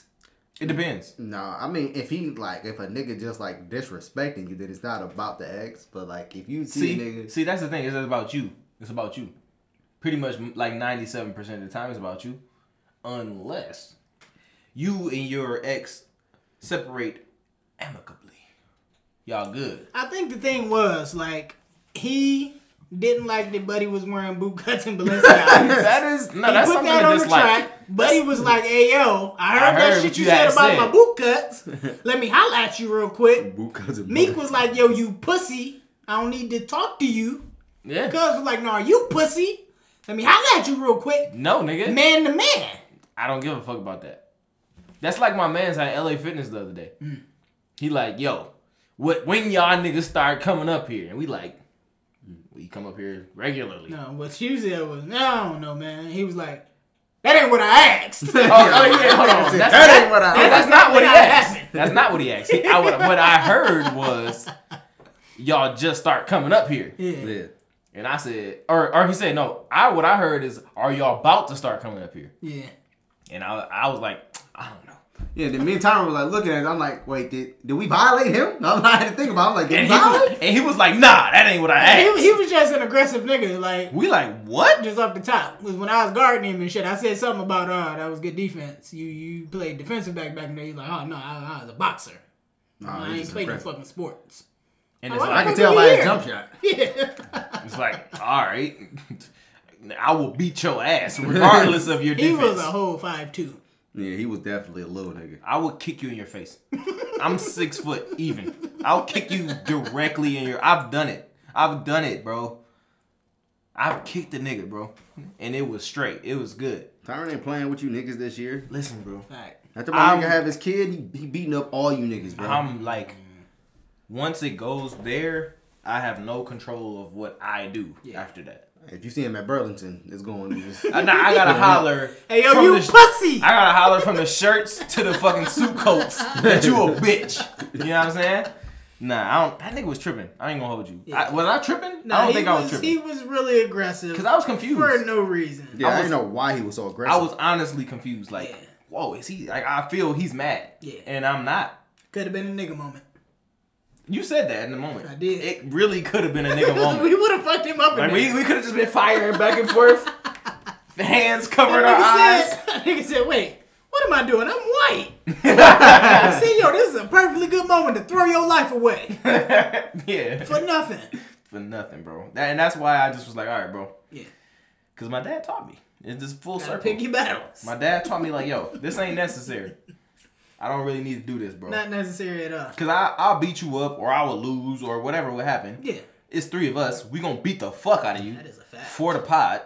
[SPEAKER 7] it depends.
[SPEAKER 8] No, I mean if he like if a nigga just like disrespecting you, then it's not about the ex. But like if you see, a
[SPEAKER 7] See,
[SPEAKER 8] nigga,
[SPEAKER 7] see, that's the thing. It's about you. It's about you. Pretty much m- like ninety-seven percent of the time, it's about you, unless you and your ex separate amicably. Y'all good?
[SPEAKER 6] I think the thing was like he didn't like that Buddy was wearing boot cuts and Balenciaga.
[SPEAKER 7] That is no.
[SPEAKER 6] He
[SPEAKER 7] That's
[SPEAKER 6] put
[SPEAKER 7] something
[SPEAKER 6] that
[SPEAKER 7] to
[SPEAKER 6] on the
[SPEAKER 7] dislike.
[SPEAKER 6] track. Buddy was like, "Hey yo, I heard, that
[SPEAKER 7] heard
[SPEAKER 6] shit
[SPEAKER 7] what
[SPEAKER 6] you
[SPEAKER 7] you
[SPEAKER 6] said
[SPEAKER 7] had
[SPEAKER 6] about
[SPEAKER 7] said."
[SPEAKER 6] my boot cuts. Let me holla at you real quick."
[SPEAKER 8] Buka's a
[SPEAKER 6] Meek was like, "Yo, you pussy. I don't need to talk to you."
[SPEAKER 7] Yeah.
[SPEAKER 6] Cuz was like, "No, you pussy. Let me holla at you real quick,
[SPEAKER 7] No, nigga.
[SPEAKER 6] man to man."
[SPEAKER 7] I don't give a fuck about that. That's like my man's at LA Fitness the other day.
[SPEAKER 6] Mm.
[SPEAKER 7] He like, yo, what when y'all niggas start coming up here? And we like, we come up here regularly.
[SPEAKER 6] No, what she said was, "No, I don't know, man." He was like, "That ain't what I asked."
[SPEAKER 7] Oh, oh, yeah, hold on. That's,
[SPEAKER 8] that ain't what I.
[SPEAKER 7] that- that's not what he
[SPEAKER 6] That
[SPEAKER 7] asked.
[SPEAKER 6] happened.
[SPEAKER 7] That's not what he asked. He- I would- what I heard was y'all just start coming up here.
[SPEAKER 6] yeah.
[SPEAKER 8] Yeah.
[SPEAKER 7] And I said, or or he said, no, I what I heard is, are y'all about to start coming up here?
[SPEAKER 6] Yeah.
[SPEAKER 7] And I I was like, I don't know.
[SPEAKER 8] Yeah, then me and Tyron was like looking at it. I'm like, wait, did, did we violate him? I'm like, I had to think about it. I'm like, did we
[SPEAKER 7] And he was,
[SPEAKER 8] violate?
[SPEAKER 7] and he was like, nah, that ain't what I asked.
[SPEAKER 6] He, he was just an aggressive nigga, like
[SPEAKER 7] we like, what?
[SPEAKER 6] just off the top was when I was guarding him and shit. I said something about uh that was good defense. You you played defensive back back in there. He's like, oh no, I, I was a boxer.
[SPEAKER 7] Oh,
[SPEAKER 8] Nah,
[SPEAKER 6] I
[SPEAKER 8] he's
[SPEAKER 6] ain't
[SPEAKER 8] just
[SPEAKER 6] played no
[SPEAKER 8] aggressive.
[SPEAKER 6] fucking sports. Oh,
[SPEAKER 7] And it's
[SPEAKER 6] Why the
[SPEAKER 8] I
[SPEAKER 7] like,
[SPEAKER 8] can
[SPEAKER 6] fuck
[SPEAKER 8] tell
[SPEAKER 6] are
[SPEAKER 8] by
[SPEAKER 6] you
[SPEAKER 8] his
[SPEAKER 6] here?
[SPEAKER 8] jump shot.
[SPEAKER 6] Yeah.
[SPEAKER 7] it's like, all right, I will beat your ass regardless of your
[SPEAKER 6] he
[SPEAKER 7] defense.
[SPEAKER 6] was a whole five two.
[SPEAKER 8] Yeah, he was definitely a little nigga.
[SPEAKER 7] I will kick you in your face. I'm six foot even. I'll kick you directly in your. I've done it. I've done it, bro. I've kicked a nigga, bro, and it was straight. It was good.
[SPEAKER 8] Tyron ain't playing with you niggas this year.
[SPEAKER 7] Listen, bro.
[SPEAKER 6] Fact.
[SPEAKER 8] After my
[SPEAKER 7] I'm-
[SPEAKER 8] nigga have his kid, he, he beating up all you niggas, bro.
[SPEAKER 7] I'm like, once it goes there, I have no control of what I do after that.
[SPEAKER 8] If you see him at Burlington, it's going. to just-
[SPEAKER 7] I, nah, I gotta holler.
[SPEAKER 6] Hey, yo,
[SPEAKER 7] from
[SPEAKER 6] you
[SPEAKER 7] the sh-
[SPEAKER 6] pussy!
[SPEAKER 7] I gotta holler from the shirts to the fucking suit coats that you a bitch. You know what I'm saying? Nah, I don't. That nigga was tripping. I ain't gonna hold you. I, was I tripping?
[SPEAKER 6] Nah,
[SPEAKER 7] I don't
[SPEAKER 6] he was,
[SPEAKER 7] think I was
[SPEAKER 6] He
[SPEAKER 7] tripping.
[SPEAKER 6] was really aggressive.
[SPEAKER 7] Cause I was confused.
[SPEAKER 6] for no reason.
[SPEAKER 8] yeah, I,
[SPEAKER 7] was-
[SPEAKER 8] didn't know why he was so
[SPEAKER 7] I
[SPEAKER 8] aggressive.
[SPEAKER 7] was honestly confused. Like,
[SPEAKER 6] Yeah.
[SPEAKER 7] whoa, is he? Like, I feel he's mad.
[SPEAKER 6] Yeah.
[SPEAKER 7] And I'm not.
[SPEAKER 6] Could have been a nigga moment.
[SPEAKER 7] You said that in the moment.
[SPEAKER 6] I did.
[SPEAKER 7] It really could have been a nigga moment.
[SPEAKER 6] we would have fucked him up.
[SPEAKER 7] like
[SPEAKER 6] in
[SPEAKER 7] we, we could have just been firing back and forth, hands covering our
[SPEAKER 6] Nigga
[SPEAKER 7] eyes.
[SPEAKER 6] said, nigga said, wait, what am I doing? I'm white. I said, yo, this is a perfectly good moment to throw your life away
[SPEAKER 7] yeah.
[SPEAKER 6] for nothing.
[SPEAKER 7] For nothing, bro. That, and that's why I just was like, all right, bro.
[SPEAKER 6] Yeah.
[SPEAKER 7] Cause my dad taught me. It's just full
[SPEAKER 6] Gotta
[SPEAKER 7] circle.
[SPEAKER 6] pick your battles.
[SPEAKER 7] My dad taught me like, yo, this ain't necessary. I don't really need to do this, bro.
[SPEAKER 6] Not necessary at all.
[SPEAKER 7] Cause I I'll beat you up or I will lose or whatever would happen.
[SPEAKER 6] Yeah.
[SPEAKER 7] It's three of us. We gonna beat the fuck out of you
[SPEAKER 6] That is a fact.
[SPEAKER 7] for the pod.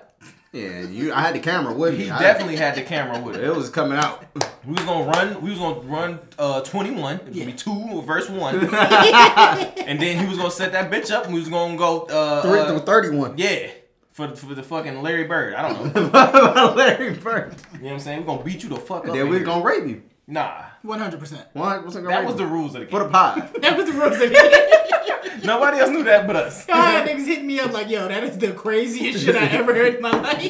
[SPEAKER 8] yeah, you. I had the camera with me.
[SPEAKER 7] He
[SPEAKER 8] I-
[SPEAKER 7] definitely Uh, had the camera with
[SPEAKER 8] It
[SPEAKER 7] him.
[SPEAKER 8] was coming out.
[SPEAKER 7] We was gonna run. We was gonna run uh, twenty one. It was
[SPEAKER 6] Yeah.
[SPEAKER 7] gonna be two verse one. and then he was gonna set that bitch up. and We was gonna go. Uh,
[SPEAKER 8] Three
[SPEAKER 7] uh,
[SPEAKER 8] through thirty-one.
[SPEAKER 7] yeah. For, for the fucking Larry Bird, I don't know. you know
[SPEAKER 8] Larry Bird.
[SPEAKER 7] what I'm saying? We're gonna beat you the fuck up.
[SPEAKER 8] Then
[SPEAKER 7] in
[SPEAKER 8] we're
[SPEAKER 7] here.
[SPEAKER 8] gonna rape you.
[SPEAKER 7] Nah,
[SPEAKER 6] 100%.
[SPEAKER 8] What? What's gonna
[SPEAKER 7] that
[SPEAKER 8] rape
[SPEAKER 7] was the
[SPEAKER 8] you?
[SPEAKER 7] rules of the game.
[SPEAKER 8] for the pod.
[SPEAKER 6] That was the rules of it.
[SPEAKER 7] Nobody else knew that but us.
[SPEAKER 6] I had niggas hitting me up like, yo, that is the craziest shit I ever heard in my life.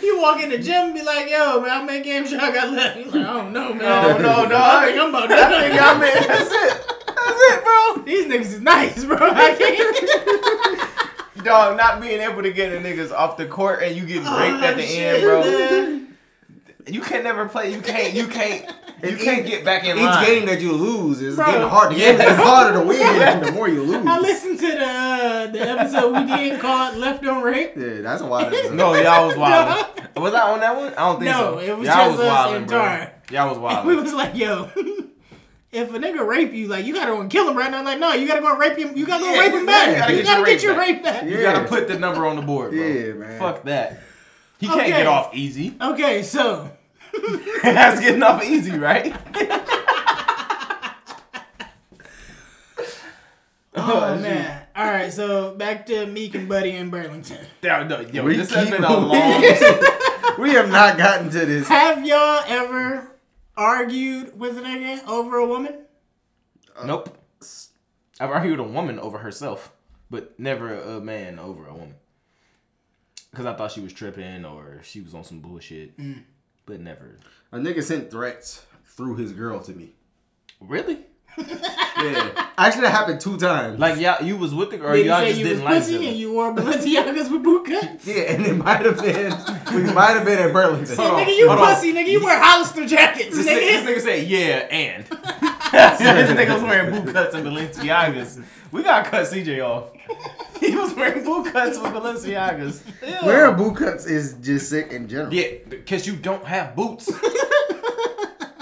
[SPEAKER 6] you walk in the gym and be like, yo, man, how many games y'all got left? You like, I don't know, man.
[SPEAKER 7] No, no, no.
[SPEAKER 6] I think I'm about done.
[SPEAKER 7] Yeah, man, that's it. That's it, bro.
[SPEAKER 6] These niggas is nice, bro. I can't.
[SPEAKER 7] Dog, not being able to get the niggas off the court and you get raped
[SPEAKER 8] Oh,
[SPEAKER 7] at the end, bro. You can never play. You can't. You can't. You can't get back in
[SPEAKER 8] Each
[SPEAKER 7] line.
[SPEAKER 8] game that you lose is
[SPEAKER 6] Bro.
[SPEAKER 8] getting harder.
[SPEAKER 7] Yeah.
[SPEAKER 8] It's harder to win the more you lose.
[SPEAKER 6] I listened to the uh, the episode we did called "Left on Rape."
[SPEAKER 8] Yeah, that's why. That's
[SPEAKER 7] No, y'all was wild. Was I on that one? I don't think so.
[SPEAKER 6] No, it was
[SPEAKER 7] y'all
[SPEAKER 6] just
[SPEAKER 7] was
[SPEAKER 6] us
[SPEAKER 7] wildin',
[SPEAKER 6] and
[SPEAKER 7] bro.
[SPEAKER 6] Tar.
[SPEAKER 7] Y'all was wild.
[SPEAKER 6] We was like, "Yo, if a nigga rape you, like you gotta go and kill him right now." Like, no, you gotta go rape him. You gotta go
[SPEAKER 7] Yeah,
[SPEAKER 6] rape him
[SPEAKER 7] you
[SPEAKER 6] back.
[SPEAKER 7] gotta
[SPEAKER 6] you
[SPEAKER 7] get
[SPEAKER 6] gotta
[SPEAKER 7] your
[SPEAKER 6] get your rape
[SPEAKER 7] rape
[SPEAKER 6] back.
[SPEAKER 7] you gotta put the number on the board, bro.
[SPEAKER 8] Yeah, man.
[SPEAKER 7] Fuck that. He can't
[SPEAKER 6] Okay.
[SPEAKER 7] get off easy.
[SPEAKER 6] Okay, so
[SPEAKER 7] That's getting off easy, right?
[SPEAKER 6] oh man, all right, so back to Meek and Buddy in Burlington.
[SPEAKER 7] Yeah, no, yo,
[SPEAKER 8] We
[SPEAKER 7] this has
[SPEAKER 8] keep-
[SPEAKER 7] been a long.
[SPEAKER 8] we have not gotten to this.
[SPEAKER 6] Have y'all ever argued with a nigga over a woman?
[SPEAKER 7] nope. I've argued a woman over herself, but never a man over a woman. Because I thought she was tripping or she was on some bullshit,
[SPEAKER 6] Mm.
[SPEAKER 7] but never.
[SPEAKER 8] A nigga sent threats through his girl to me.
[SPEAKER 7] Really?
[SPEAKER 8] Yeah, actually, that happened two times.
[SPEAKER 7] Like, y'all, you was with the girl,
[SPEAKER 6] Did you
[SPEAKER 7] y'all
[SPEAKER 6] say
[SPEAKER 7] just
[SPEAKER 6] you was
[SPEAKER 7] didn't like
[SPEAKER 6] pussy and
[SPEAKER 7] her.
[SPEAKER 6] you wore Balenciagas with boot cuts?
[SPEAKER 8] yeah, and it might have been we might have been at Burlington.
[SPEAKER 6] Hey,
[SPEAKER 7] on,
[SPEAKER 6] nigga, you
[SPEAKER 7] hold on.
[SPEAKER 6] pussy, nigga. You wear Hollister jackets,
[SPEAKER 7] This nigga,
[SPEAKER 6] nigga.
[SPEAKER 7] this nigga said, yeah, and. this nigga was wearing boot cuts and Balenciagas. We gotta cut CJ off. He was wearing boot cuts with Balenciagas. Ew.
[SPEAKER 8] Wearing boot cuts is just sick in general.
[SPEAKER 7] Yeah, because you don't have boots.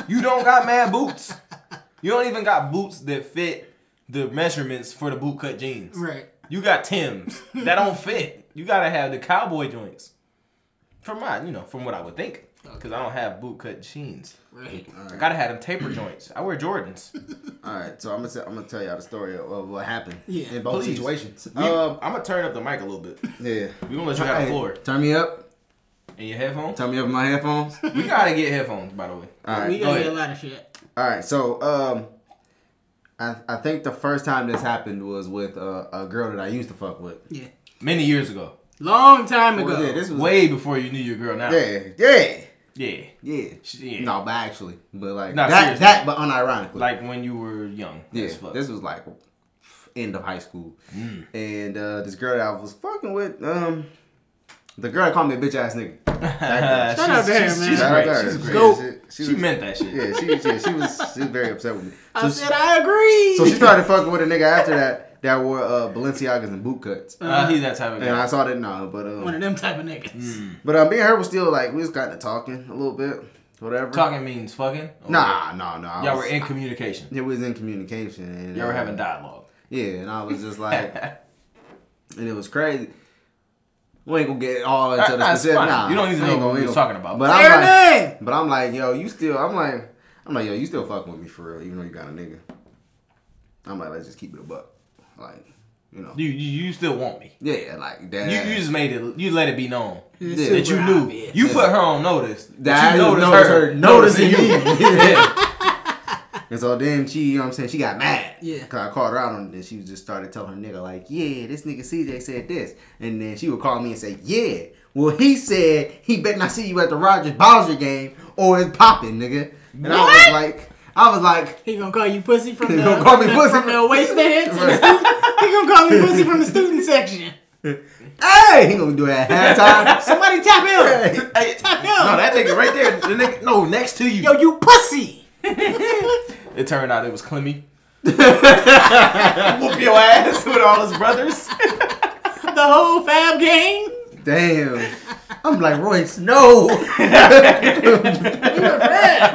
[SPEAKER 7] you don't got mad boots. You don't even got boots that fit the measurements for the bootcut jeans.
[SPEAKER 6] Right.
[SPEAKER 7] You got Tim's that don't fit. You gotta have the cowboy joints. From my, you know, from what I would think, because I don't have bootcut jeans.
[SPEAKER 6] Right.
[SPEAKER 7] I gotta have them taper joints. I wear Jordans.
[SPEAKER 8] All right, so I'm gonna say, I'm gonna tell y'all the story of, of what happened
[SPEAKER 6] Yeah,
[SPEAKER 8] in both
[SPEAKER 7] please.
[SPEAKER 8] situations.
[SPEAKER 7] We-
[SPEAKER 8] Um,
[SPEAKER 7] I'm gonna turn up the mic a little bit.
[SPEAKER 8] yeah.
[SPEAKER 7] We gonna let you have
[SPEAKER 8] Hey,
[SPEAKER 7] the floor
[SPEAKER 8] Turn me up.
[SPEAKER 7] and your headphones.
[SPEAKER 8] Turn me up in my headphones.
[SPEAKER 7] We gotta get headphones, by the way.
[SPEAKER 8] All right.
[SPEAKER 6] We
[SPEAKER 7] go
[SPEAKER 6] gonna get a
[SPEAKER 7] ahead.
[SPEAKER 6] lot of shit.
[SPEAKER 8] All right, so um, I I think the first time this happened was with uh, a girl that I used to fuck with.
[SPEAKER 6] Yeah.
[SPEAKER 7] Many years ago,
[SPEAKER 6] Long time ago.
[SPEAKER 8] Well, yeah, this was
[SPEAKER 7] way before you knew your girl. Now,
[SPEAKER 8] yeah, yeah,
[SPEAKER 7] yeah.
[SPEAKER 8] yeah.
[SPEAKER 7] Yeah.
[SPEAKER 8] No, but actually, but like
[SPEAKER 7] No,
[SPEAKER 8] that,
[SPEAKER 7] seriously.
[SPEAKER 8] that, but unironically,
[SPEAKER 7] Like when you were young.
[SPEAKER 8] yeah,
[SPEAKER 7] as fuck. Mm.
[SPEAKER 8] this was like end of high school, and uh, this girl that I was fucking with, um, the girl that called me a bitch ass nigga. That girl.
[SPEAKER 6] Shout out to her,
[SPEAKER 7] she's,
[SPEAKER 6] man.
[SPEAKER 7] She's
[SPEAKER 8] Shout
[SPEAKER 7] great.
[SPEAKER 8] out to her.
[SPEAKER 7] She's great.
[SPEAKER 8] Go.
[SPEAKER 7] She,
[SPEAKER 8] She-
[SPEAKER 7] she
[SPEAKER 8] she was-
[SPEAKER 7] meant that shit.
[SPEAKER 8] Yeah, she, yeah, she was, she was very upset with me. So
[SPEAKER 6] I
[SPEAKER 8] she-
[SPEAKER 6] said I agree.
[SPEAKER 8] So she started fucking with a nigga after that that wore uh, Balenciagas and boot cuts.
[SPEAKER 7] Uh, he's that type of
[SPEAKER 8] And I
[SPEAKER 7] guy.
[SPEAKER 8] saw that no, but
[SPEAKER 6] one of
[SPEAKER 8] um,
[SPEAKER 6] them type of niggas.
[SPEAKER 8] but um, me and her was still like we was kind of talking a little bit, whatever.
[SPEAKER 7] Talking means fucking. Or
[SPEAKER 8] Nah, nah, nah. I
[SPEAKER 7] Y'all were
[SPEAKER 8] was-
[SPEAKER 7] in communication.
[SPEAKER 8] Yeah, we was in communication. And,
[SPEAKER 7] Y'all were
[SPEAKER 8] uh,
[SPEAKER 7] having dialogue.
[SPEAKER 8] Yeah, and I was just like, and it was crazy. We ain't gonna get all into
[SPEAKER 7] Nah,
[SPEAKER 8] the
[SPEAKER 7] it's
[SPEAKER 8] specific.
[SPEAKER 7] fine.
[SPEAKER 8] Nah,
[SPEAKER 7] You don't even
[SPEAKER 8] I ain't
[SPEAKER 7] know
[SPEAKER 8] gonna-
[SPEAKER 7] what we
[SPEAKER 8] ain't
[SPEAKER 7] was
[SPEAKER 8] gonna-
[SPEAKER 7] talking about.
[SPEAKER 8] But
[SPEAKER 6] Fair
[SPEAKER 8] I'm like,
[SPEAKER 6] name.
[SPEAKER 8] but I'm like, yo, you still. I'm like, I'm like, yo, you still fucking with me for real, even though you got a nigga. I'm like, let's just keep it a buck. Like, You know.
[SPEAKER 7] You, you you still want me?
[SPEAKER 8] Yeah, like that.
[SPEAKER 7] You, you just made it. You let it be known
[SPEAKER 8] Yeah.
[SPEAKER 7] that you
[SPEAKER 6] super
[SPEAKER 7] knew.
[SPEAKER 6] obvious.
[SPEAKER 7] You put her on notice.
[SPEAKER 8] that
[SPEAKER 7] That you noticed
[SPEAKER 8] notice
[SPEAKER 7] her,
[SPEAKER 8] noticing
[SPEAKER 7] noticing you.
[SPEAKER 8] me. and so then she, you know what I'm saying, she got mad.
[SPEAKER 6] Yeah.
[SPEAKER 8] Cause I called her out on it and she just started telling her nigga, like, yeah, this nigga CJ said this. And then she would call me and say, yeah, well, he said he better not see you at the Rogers Bowser game or it's popping, nigga. And I was like, I was like,
[SPEAKER 6] He gonna call you pussy from
[SPEAKER 8] He
[SPEAKER 6] the
[SPEAKER 8] gonna call me
[SPEAKER 6] from the-
[SPEAKER 8] pussy.
[SPEAKER 6] from the away stand. to the
[SPEAKER 8] Right.
[SPEAKER 6] student- He gonna call me pussy from the student section.
[SPEAKER 8] hey, he gonna do that at halftime.
[SPEAKER 6] Somebody tap him.
[SPEAKER 8] Hey.
[SPEAKER 7] Hey,
[SPEAKER 6] Tap him.
[SPEAKER 8] No, that nigga right there, the nigga, no, next to you.
[SPEAKER 6] Yo, you pussy.
[SPEAKER 7] It turned out it was Clemmy. Whoop your ass with all his brothers.
[SPEAKER 6] The whole Fab gang.
[SPEAKER 8] Damn. I'm like, Royce, no. we were friends.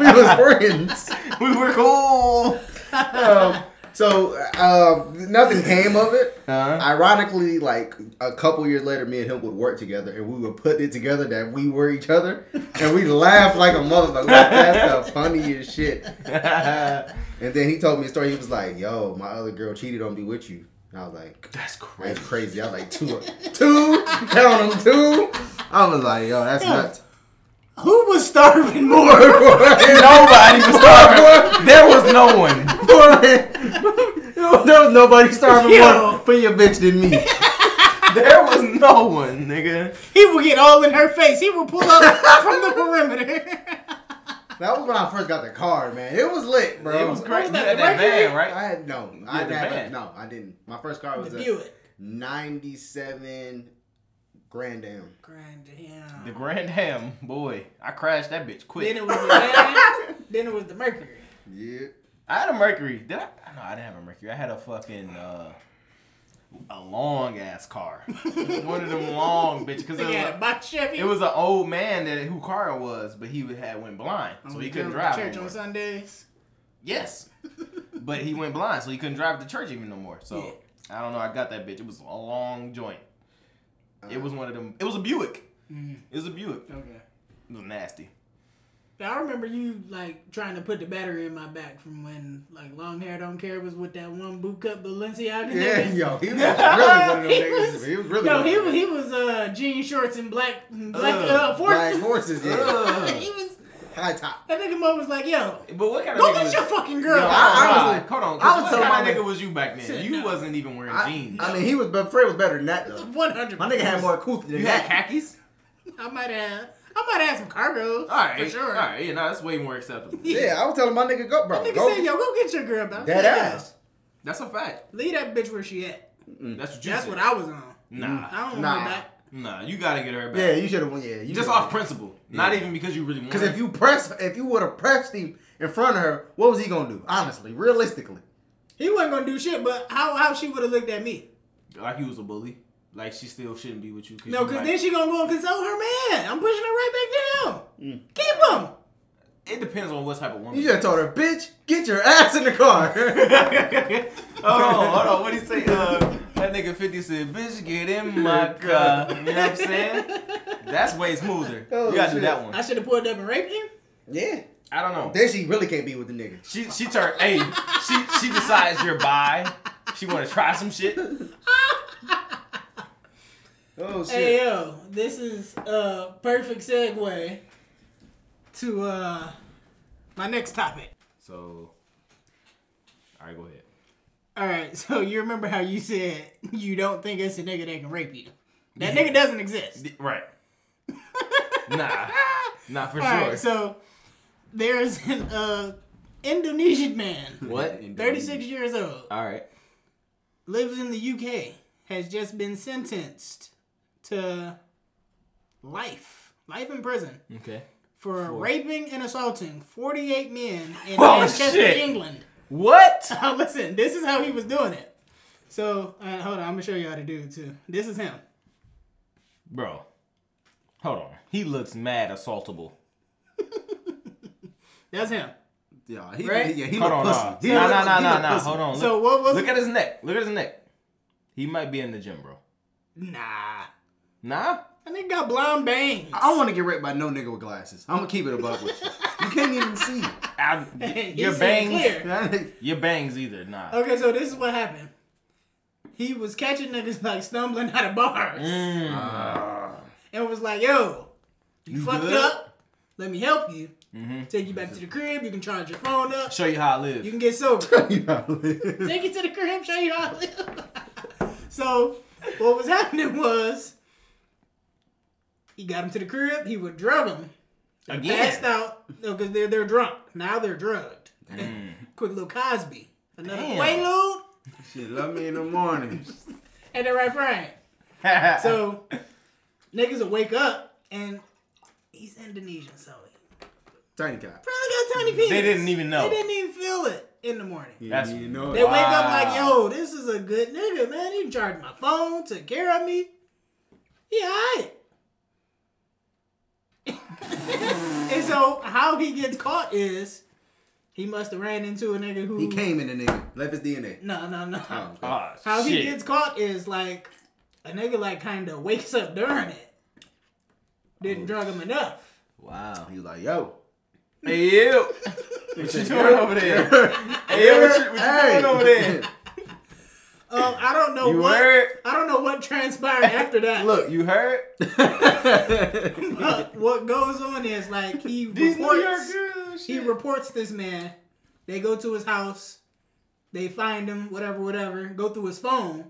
[SPEAKER 8] We was friends.
[SPEAKER 7] we were cool.
[SPEAKER 8] Um, so uh, nothing came of it.
[SPEAKER 7] Uh-huh.
[SPEAKER 8] Ironically, like a couple years later, me and him would work together, and we would put it together that we were each other, and we laughed like a motherfucker. Like, That's the funniest shit. and then he told me a story. He was like, "Yo, my other girl cheated on me with you." And I was like,
[SPEAKER 7] That's crazy.
[SPEAKER 8] "That's crazy." I was like, two, two, count them two. I was like, "Yo, that's nuts."
[SPEAKER 6] Who was starving more?
[SPEAKER 7] Nobody was starving. There was no one.
[SPEAKER 8] there was nobody starving
[SPEAKER 6] Yo.
[SPEAKER 8] more for your bitch than me.
[SPEAKER 7] There was no one, nigga.
[SPEAKER 6] He will get all in her face. He will pull up from the perimeter.
[SPEAKER 8] That was when I first got the car, man. It was lit, bro.
[SPEAKER 7] It was great. You
[SPEAKER 6] that,
[SPEAKER 7] had
[SPEAKER 6] the
[SPEAKER 7] that
[SPEAKER 6] Mercury?
[SPEAKER 7] van,
[SPEAKER 8] I
[SPEAKER 7] right?
[SPEAKER 8] had no, I
[SPEAKER 7] had the
[SPEAKER 8] had
[SPEAKER 7] van.
[SPEAKER 8] no, I didn't. My first car was
[SPEAKER 6] The
[SPEAKER 8] a
[SPEAKER 6] Buick.
[SPEAKER 8] '97 Grand Am.
[SPEAKER 6] Grand
[SPEAKER 7] The
[SPEAKER 6] damn.
[SPEAKER 7] Grand Ham, boy. I crashed that bitch
[SPEAKER 6] Then
[SPEAKER 7] quick.
[SPEAKER 6] it was the van. Then it was the Mercury.
[SPEAKER 8] Yeah,
[SPEAKER 7] I had a Mercury. Did I? No, I didn't have a Mercury. I had a fucking uh, a long ass car. one of them long bitches. Cause it
[SPEAKER 6] They
[SPEAKER 7] was
[SPEAKER 8] uh,
[SPEAKER 6] had a
[SPEAKER 7] a-
[SPEAKER 6] box Chevy.
[SPEAKER 7] It was an old man that who car it was, but he would- had went blind, so he couldn't
[SPEAKER 6] Go to
[SPEAKER 7] drive.
[SPEAKER 6] Oh, Church
[SPEAKER 7] anymore.
[SPEAKER 6] on Sundays.
[SPEAKER 7] Yes, but he went blind, so he couldn't drive to church even no more. So I don't know. I got that bitch. It was a long joint. It was one of them. It was a Buick. It was a Buick. It
[SPEAKER 6] Okay.
[SPEAKER 7] was nasty.
[SPEAKER 6] I remember you like trying to put the battery in my back from when like long hair don't care was with that one boot cut Balenciaga.
[SPEAKER 8] yeah,
[SPEAKER 6] nigga.
[SPEAKER 8] yo, he was really one of them
[SPEAKER 6] He
[SPEAKER 8] niggas.
[SPEAKER 6] was-
[SPEAKER 8] he was really.
[SPEAKER 6] Yo,
[SPEAKER 8] one
[SPEAKER 6] he
[SPEAKER 8] of
[SPEAKER 6] was
[SPEAKER 8] them
[SPEAKER 6] he was uh jean shorts and black black
[SPEAKER 7] Ugh,
[SPEAKER 6] uh
[SPEAKER 8] black uh.
[SPEAKER 6] forces.
[SPEAKER 8] horses. Yeah,
[SPEAKER 7] Ugh.
[SPEAKER 6] he was
[SPEAKER 8] high top.
[SPEAKER 6] that nigga mom was like, yo,
[SPEAKER 7] But what kind of
[SPEAKER 6] go
[SPEAKER 7] nigga
[SPEAKER 6] get
[SPEAKER 7] was,
[SPEAKER 6] your fucking girl.
[SPEAKER 7] Yo,
[SPEAKER 8] I- I was
[SPEAKER 7] I,
[SPEAKER 8] like-
[SPEAKER 7] hold on.
[SPEAKER 8] I was
[SPEAKER 7] I was
[SPEAKER 8] telling
[SPEAKER 7] what kind
[SPEAKER 8] my
[SPEAKER 7] of
[SPEAKER 8] nigga-
[SPEAKER 7] nigga was you back then?
[SPEAKER 6] Shit,
[SPEAKER 7] You
[SPEAKER 6] no.
[SPEAKER 7] wasn't even wearing
[SPEAKER 8] I,
[SPEAKER 7] jeans.
[SPEAKER 8] I mean, he was, but Fred was better than that though.
[SPEAKER 6] One hundred.
[SPEAKER 8] My nigga had more couth than
[SPEAKER 7] you had
[SPEAKER 8] that.
[SPEAKER 7] khakis.
[SPEAKER 6] I might have. I might have some cargo.
[SPEAKER 7] All right,
[SPEAKER 6] for sure.
[SPEAKER 7] All right, yeah, no, that's way more acceptable.
[SPEAKER 8] Yeah, I was telling my nigga, go, bro,
[SPEAKER 6] Nigga
[SPEAKER 8] go,
[SPEAKER 6] said, yo, go get your girl back.
[SPEAKER 8] that ass.
[SPEAKER 7] That's a fact.
[SPEAKER 6] Leave that bitch where she at.
[SPEAKER 7] That's what you.
[SPEAKER 6] That's
[SPEAKER 7] said.
[SPEAKER 6] what I was on.
[SPEAKER 7] Nah,
[SPEAKER 6] I don't
[SPEAKER 8] Nah.
[SPEAKER 6] want her back.
[SPEAKER 7] nah, you gotta get her back.
[SPEAKER 8] Yeah, you should have won. Yeah, you
[SPEAKER 7] Just
[SPEAKER 8] should've
[SPEAKER 7] off
[SPEAKER 8] won.
[SPEAKER 7] principle, not even because you really want.
[SPEAKER 8] Because
[SPEAKER 7] it.
[SPEAKER 8] if you press, if you would have pressed him in front of her, what was he gonna do? Honestly, realistically,
[SPEAKER 6] He wasn't gonna do shit, but how how she would have looked at me?
[SPEAKER 7] like you was a bully, like she still shouldn't be with you. Cause
[SPEAKER 6] No,
[SPEAKER 7] you
[SPEAKER 6] because
[SPEAKER 7] like-
[SPEAKER 6] then she gonna go and console her man. I'm pushing her right back down.
[SPEAKER 7] Mm.
[SPEAKER 6] Keep him.
[SPEAKER 7] it depends on what type of woman.
[SPEAKER 8] you should have told her, "Bitch, get your ass in the car."
[SPEAKER 7] hold on, hold on. What do you say? Uh, that nigga Fifty said, "Bitch, get in my car." You know what I'm saying? That's way smoother.
[SPEAKER 8] Oh,
[SPEAKER 7] you gotta
[SPEAKER 8] shit.
[SPEAKER 7] do that one.
[SPEAKER 6] I should have pulled up and raped him.
[SPEAKER 8] yeah.
[SPEAKER 7] I don't know.
[SPEAKER 8] Then she really can't be with the nigga.
[SPEAKER 7] She she turned hey. She she decides you're bi. She want to try some shit.
[SPEAKER 8] Oh shit.
[SPEAKER 6] Hey yo, this is a perfect segue to uh my next topic.
[SPEAKER 7] So, all right, go ahead.
[SPEAKER 6] All right, so you remember how you said you don't think it's a nigga that can rape you? That nigga doesn't exist.
[SPEAKER 7] D- Right. nah, not for
[SPEAKER 6] All
[SPEAKER 7] sure.
[SPEAKER 6] right, so there's an uh, Indonesian man,
[SPEAKER 7] what?
[SPEAKER 6] 36 years old,
[SPEAKER 7] All right.
[SPEAKER 6] lives in the UK, has just been sentenced to life, life in prison
[SPEAKER 7] Okay.
[SPEAKER 6] for raping and assaulting 48 men in
[SPEAKER 7] Oh,
[SPEAKER 6] Manchester,
[SPEAKER 7] shit.
[SPEAKER 6] England.
[SPEAKER 7] What?
[SPEAKER 6] Now listen, this is how he was doing it. So uh, hold on, I'm gonna show you how to do it too. This is him.
[SPEAKER 7] Bro, hold on. He looks mad assaultable.
[SPEAKER 6] That's him.
[SPEAKER 8] Yeah, he,
[SPEAKER 6] Right?
[SPEAKER 8] yeah, he
[SPEAKER 7] Hold
[SPEAKER 8] look
[SPEAKER 7] on,
[SPEAKER 8] pussy.
[SPEAKER 7] nah.
[SPEAKER 8] He
[SPEAKER 7] nah,
[SPEAKER 8] look-
[SPEAKER 7] nah, nah,
[SPEAKER 8] he
[SPEAKER 7] nah,
[SPEAKER 8] look
[SPEAKER 7] nah.
[SPEAKER 8] pussy.
[SPEAKER 7] Hold on. Look,
[SPEAKER 6] So what was?
[SPEAKER 7] look at his neck. Look at his neck. He might be in the gym, bro.
[SPEAKER 6] Nah,
[SPEAKER 7] Nah.
[SPEAKER 6] that nigga got blonde bangs.
[SPEAKER 8] I
[SPEAKER 7] Oh
[SPEAKER 8] don't want to get raped by no nigga with glasses. I'm gonna keep it above with you. You can't even see.
[SPEAKER 7] I,
[SPEAKER 6] He
[SPEAKER 7] your
[SPEAKER 6] said
[SPEAKER 7] bangs.
[SPEAKER 6] clear.
[SPEAKER 8] That nigga-
[SPEAKER 7] Your bangs either. Nah.
[SPEAKER 6] Okay, so this is what happened. he was catching niggas like stumbling out of bars, Uh. and was like, "Yo, Mm. you, Mm-hmm. fucked
[SPEAKER 7] good?
[SPEAKER 6] up. Let me help you. Take you back to the crib. You can charge your phone up.
[SPEAKER 7] Show you how I live.
[SPEAKER 6] You can get sober.
[SPEAKER 8] yeah,
[SPEAKER 6] Take it to the crib. Show you how I live." so, what was happening was, he got him to the crib. He would drug him. Passed out. No, because they're they're drunk. Now they're drugged. Quick little Cosby. Another
[SPEAKER 7] Damn.
[SPEAKER 6] Quaalude
[SPEAKER 8] she love me in the morning.
[SPEAKER 6] and the right frame. So niggas will wake up and he's Indonesian, so he
[SPEAKER 8] Tiny cat.
[SPEAKER 6] probably got tiny penis.
[SPEAKER 7] didn't even know.
[SPEAKER 6] They didn't even feel it in the morning.
[SPEAKER 7] That's-
[SPEAKER 8] you know
[SPEAKER 6] They
[SPEAKER 8] it.
[SPEAKER 6] wake up like,
[SPEAKER 7] Wow.
[SPEAKER 6] yo, this is a good nigga, man. He charged my phone, took care of me. He alright. and so how he gets caught is he must have ran into a nigga who
[SPEAKER 8] He came in the nigga, left his DNA.
[SPEAKER 6] No, no, no.
[SPEAKER 8] Oh, okay.
[SPEAKER 7] Ah,
[SPEAKER 6] How he
[SPEAKER 7] shit.
[SPEAKER 6] gets caught is like a nigga like kind of wakes up during it.
[SPEAKER 7] Oh,
[SPEAKER 6] Didn't drug him enough.
[SPEAKER 7] Wow.
[SPEAKER 8] He was like, yo.
[SPEAKER 7] Hey, yo. What you doing over there? Hey, yo, what you, what you doing over there?
[SPEAKER 6] Um, I don't know
[SPEAKER 7] You
[SPEAKER 6] what
[SPEAKER 7] heard?
[SPEAKER 6] I don't know what transpired after that.
[SPEAKER 7] Look, you heard?
[SPEAKER 6] but what goes on is like he
[SPEAKER 7] These New York
[SPEAKER 6] reports.
[SPEAKER 7] girls.
[SPEAKER 6] He
[SPEAKER 7] shit.
[SPEAKER 6] reports this man. They go to his house. They find him. Whatever, whatever. Go through his phone.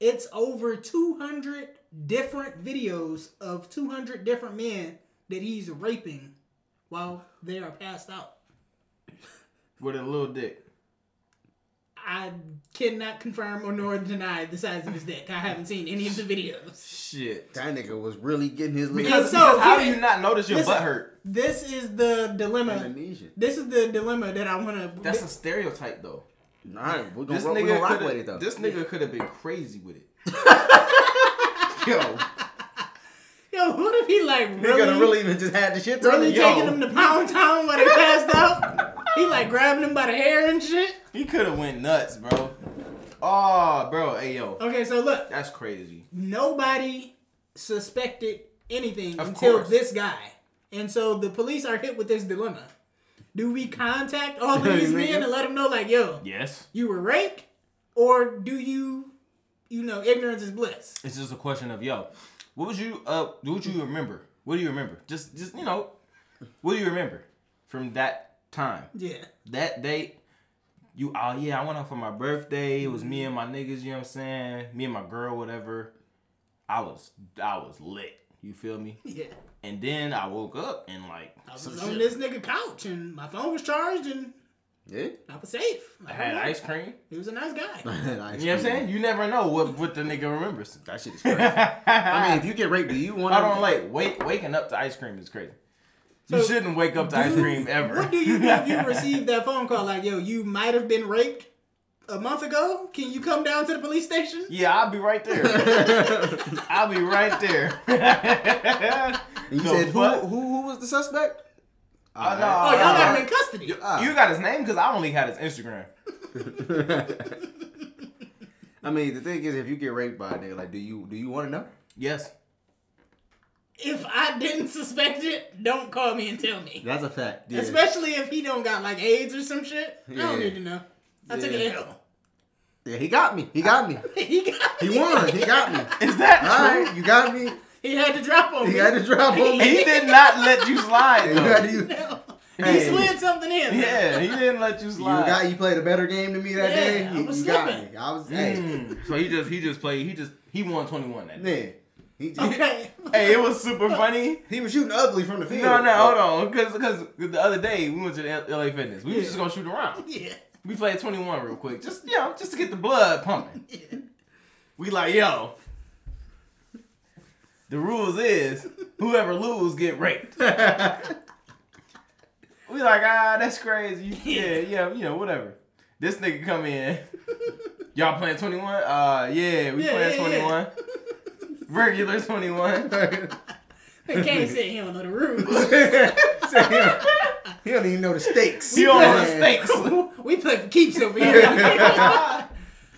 [SPEAKER 6] It's over two hundred different videos of two hundred different men that he's raping while they are passed out.
[SPEAKER 7] With a little dick.
[SPEAKER 6] I cannot confirm or nor deny the size of his dick. I haven't seen any of the videos.
[SPEAKER 7] Shit.
[SPEAKER 8] That nigga was really getting his little
[SPEAKER 6] Because-
[SPEAKER 7] Because,
[SPEAKER 6] so,
[SPEAKER 7] because how do
[SPEAKER 6] here-
[SPEAKER 7] you not notice your
[SPEAKER 6] listen.
[SPEAKER 7] butt hurt?
[SPEAKER 6] This is the dilemma.
[SPEAKER 8] Indonesian.
[SPEAKER 6] This is the dilemma that I want to.
[SPEAKER 7] That's a stereotype, though.
[SPEAKER 8] All right, we're gonna,
[SPEAKER 7] This
[SPEAKER 8] rock, we're gonna
[SPEAKER 7] nigga
[SPEAKER 8] rock with it though.
[SPEAKER 7] coulda- this nigga could have been crazy with it.
[SPEAKER 8] yo,
[SPEAKER 6] yo. What if he like
[SPEAKER 8] he could
[SPEAKER 6] really,
[SPEAKER 8] have really even just had the shit ton.
[SPEAKER 6] really
[SPEAKER 8] yo,
[SPEAKER 6] taking them to Pound Town when they passed out? he like grabbing them by the hair and shit.
[SPEAKER 7] He could have went nuts, bro. Oh, bro. Hey, yo.
[SPEAKER 6] Okay, so look,
[SPEAKER 7] That's crazy.
[SPEAKER 6] nobody suspected anything
[SPEAKER 7] Of
[SPEAKER 6] until
[SPEAKER 7] course.
[SPEAKER 6] this guy, and so the police are hit with this dilemma. Do we contact all these men and let them know, like, yo,
[SPEAKER 7] Yes.
[SPEAKER 6] you were raped or do you you know ignorance is bliss
[SPEAKER 7] It's just a question of yo, what was you uh what do you remember? What do you remember? Just just you know, what do you remember from that time?
[SPEAKER 6] yeah
[SPEAKER 7] That date? You oh yeah, I went out for my birthday. It was me and my niggas, you know what I'm saying? Me and my girl, whatever. I was I was lit. You feel me?
[SPEAKER 6] yeah
[SPEAKER 7] And then I woke up and like
[SPEAKER 6] i was
[SPEAKER 7] some
[SPEAKER 6] on
[SPEAKER 7] shit.
[SPEAKER 6] this nigga couch and my phone was charged and
[SPEAKER 8] Yeah,
[SPEAKER 6] i was safe
[SPEAKER 7] I had ice cream.
[SPEAKER 6] he was a nice guy
[SPEAKER 7] You know what I'm saying? You never know what, what the nigga remembers.
[SPEAKER 8] That shit is crazy. I mean, if you get raped, do you want?
[SPEAKER 7] I don't like wake waking up to ice cream is crazy.
[SPEAKER 6] So,
[SPEAKER 7] you shouldn't wake up to ice cream ever.
[SPEAKER 6] what do you do if you receive that phone call like yo you might have been raped a month ago can you come down to the police station
[SPEAKER 7] Yeah, I'll be right there. I'll be right there.
[SPEAKER 8] You
[SPEAKER 7] The
[SPEAKER 8] said who,
[SPEAKER 7] fuck?
[SPEAKER 8] who? Who was the suspect?
[SPEAKER 7] Oh, no.
[SPEAKER 6] oh y'all got him in custody
[SPEAKER 7] You got his name because I only had his Instagram.
[SPEAKER 8] I mean, the thing is, if you get raped by a nigga, like, do you do you want to know?
[SPEAKER 7] Yes.
[SPEAKER 6] if i didn't suspect it don't call me and tell me
[SPEAKER 8] That's a fact. Yeah.
[SPEAKER 6] especially if he don't got like aids or some shit i
[SPEAKER 8] Yeah.
[SPEAKER 6] don't need to know i took
[SPEAKER 8] Yeah.
[SPEAKER 6] an L.
[SPEAKER 8] yeah, he got me. He got me.
[SPEAKER 6] he got
[SPEAKER 8] He won. He got me.
[SPEAKER 7] Is that
[SPEAKER 8] All right,
[SPEAKER 7] true?
[SPEAKER 8] you got me.
[SPEAKER 6] He had to drop on
[SPEAKER 8] He
[SPEAKER 6] me.
[SPEAKER 8] had to drop on me.
[SPEAKER 7] He did not let you slide.
[SPEAKER 8] You
[SPEAKER 7] though.
[SPEAKER 8] got you.
[SPEAKER 6] He
[SPEAKER 8] Hey.
[SPEAKER 6] slid something in.
[SPEAKER 7] Yeah, he didn't let you
[SPEAKER 8] You
[SPEAKER 7] slide.
[SPEAKER 8] got you played a better game than me that
[SPEAKER 6] Yeah,
[SPEAKER 8] day.
[SPEAKER 6] I
[SPEAKER 8] You,
[SPEAKER 6] was
[SPEAKER 8] you got
[SPEAKER 6] slipping.
[SPEAKER 8] me. I was hey,
[SPEAKER 7] Mm. So he just he just played. He just he won twenty one that day.
[SPEAKER 8] man. He, just,
[SPEAKER 6] Okay.
[SPEAKER 7] Hey, it was super funny.
[SPEAKER 8] he was shooting ugly from the field.
[SPEAKER 7] No, no, hold on, because the other day we went to the L- LA Fitness. We was just gonna shoot around.
[SPEAKER 6] Yeah.
[SPEAKER 7] We played 21 real quick, just you know, just to get the blood pumping. We like, yo, the rules is whoever lose get raped. we like, ah, that's crazy. Yeah, yeah, you know, whatever. This nigga come in, y'all playing 21? Uh, yeah, we
[SPEAKER 6] Yeah,
[SPEAKER 7] playing
[SPEAKER 6] yeah, yeah.
[SPEAKER 7] 21. Regular 21.
[SPEAKER 6] They can't say he don't know the rules.
[SPEAKER 8] He don't even know the stakes.
[SPEAKER 7] He on the
[SPEAKER 8] Man.
[SPEAKER 7] stakes.
[SPEAKER 6] we play for keeps over here.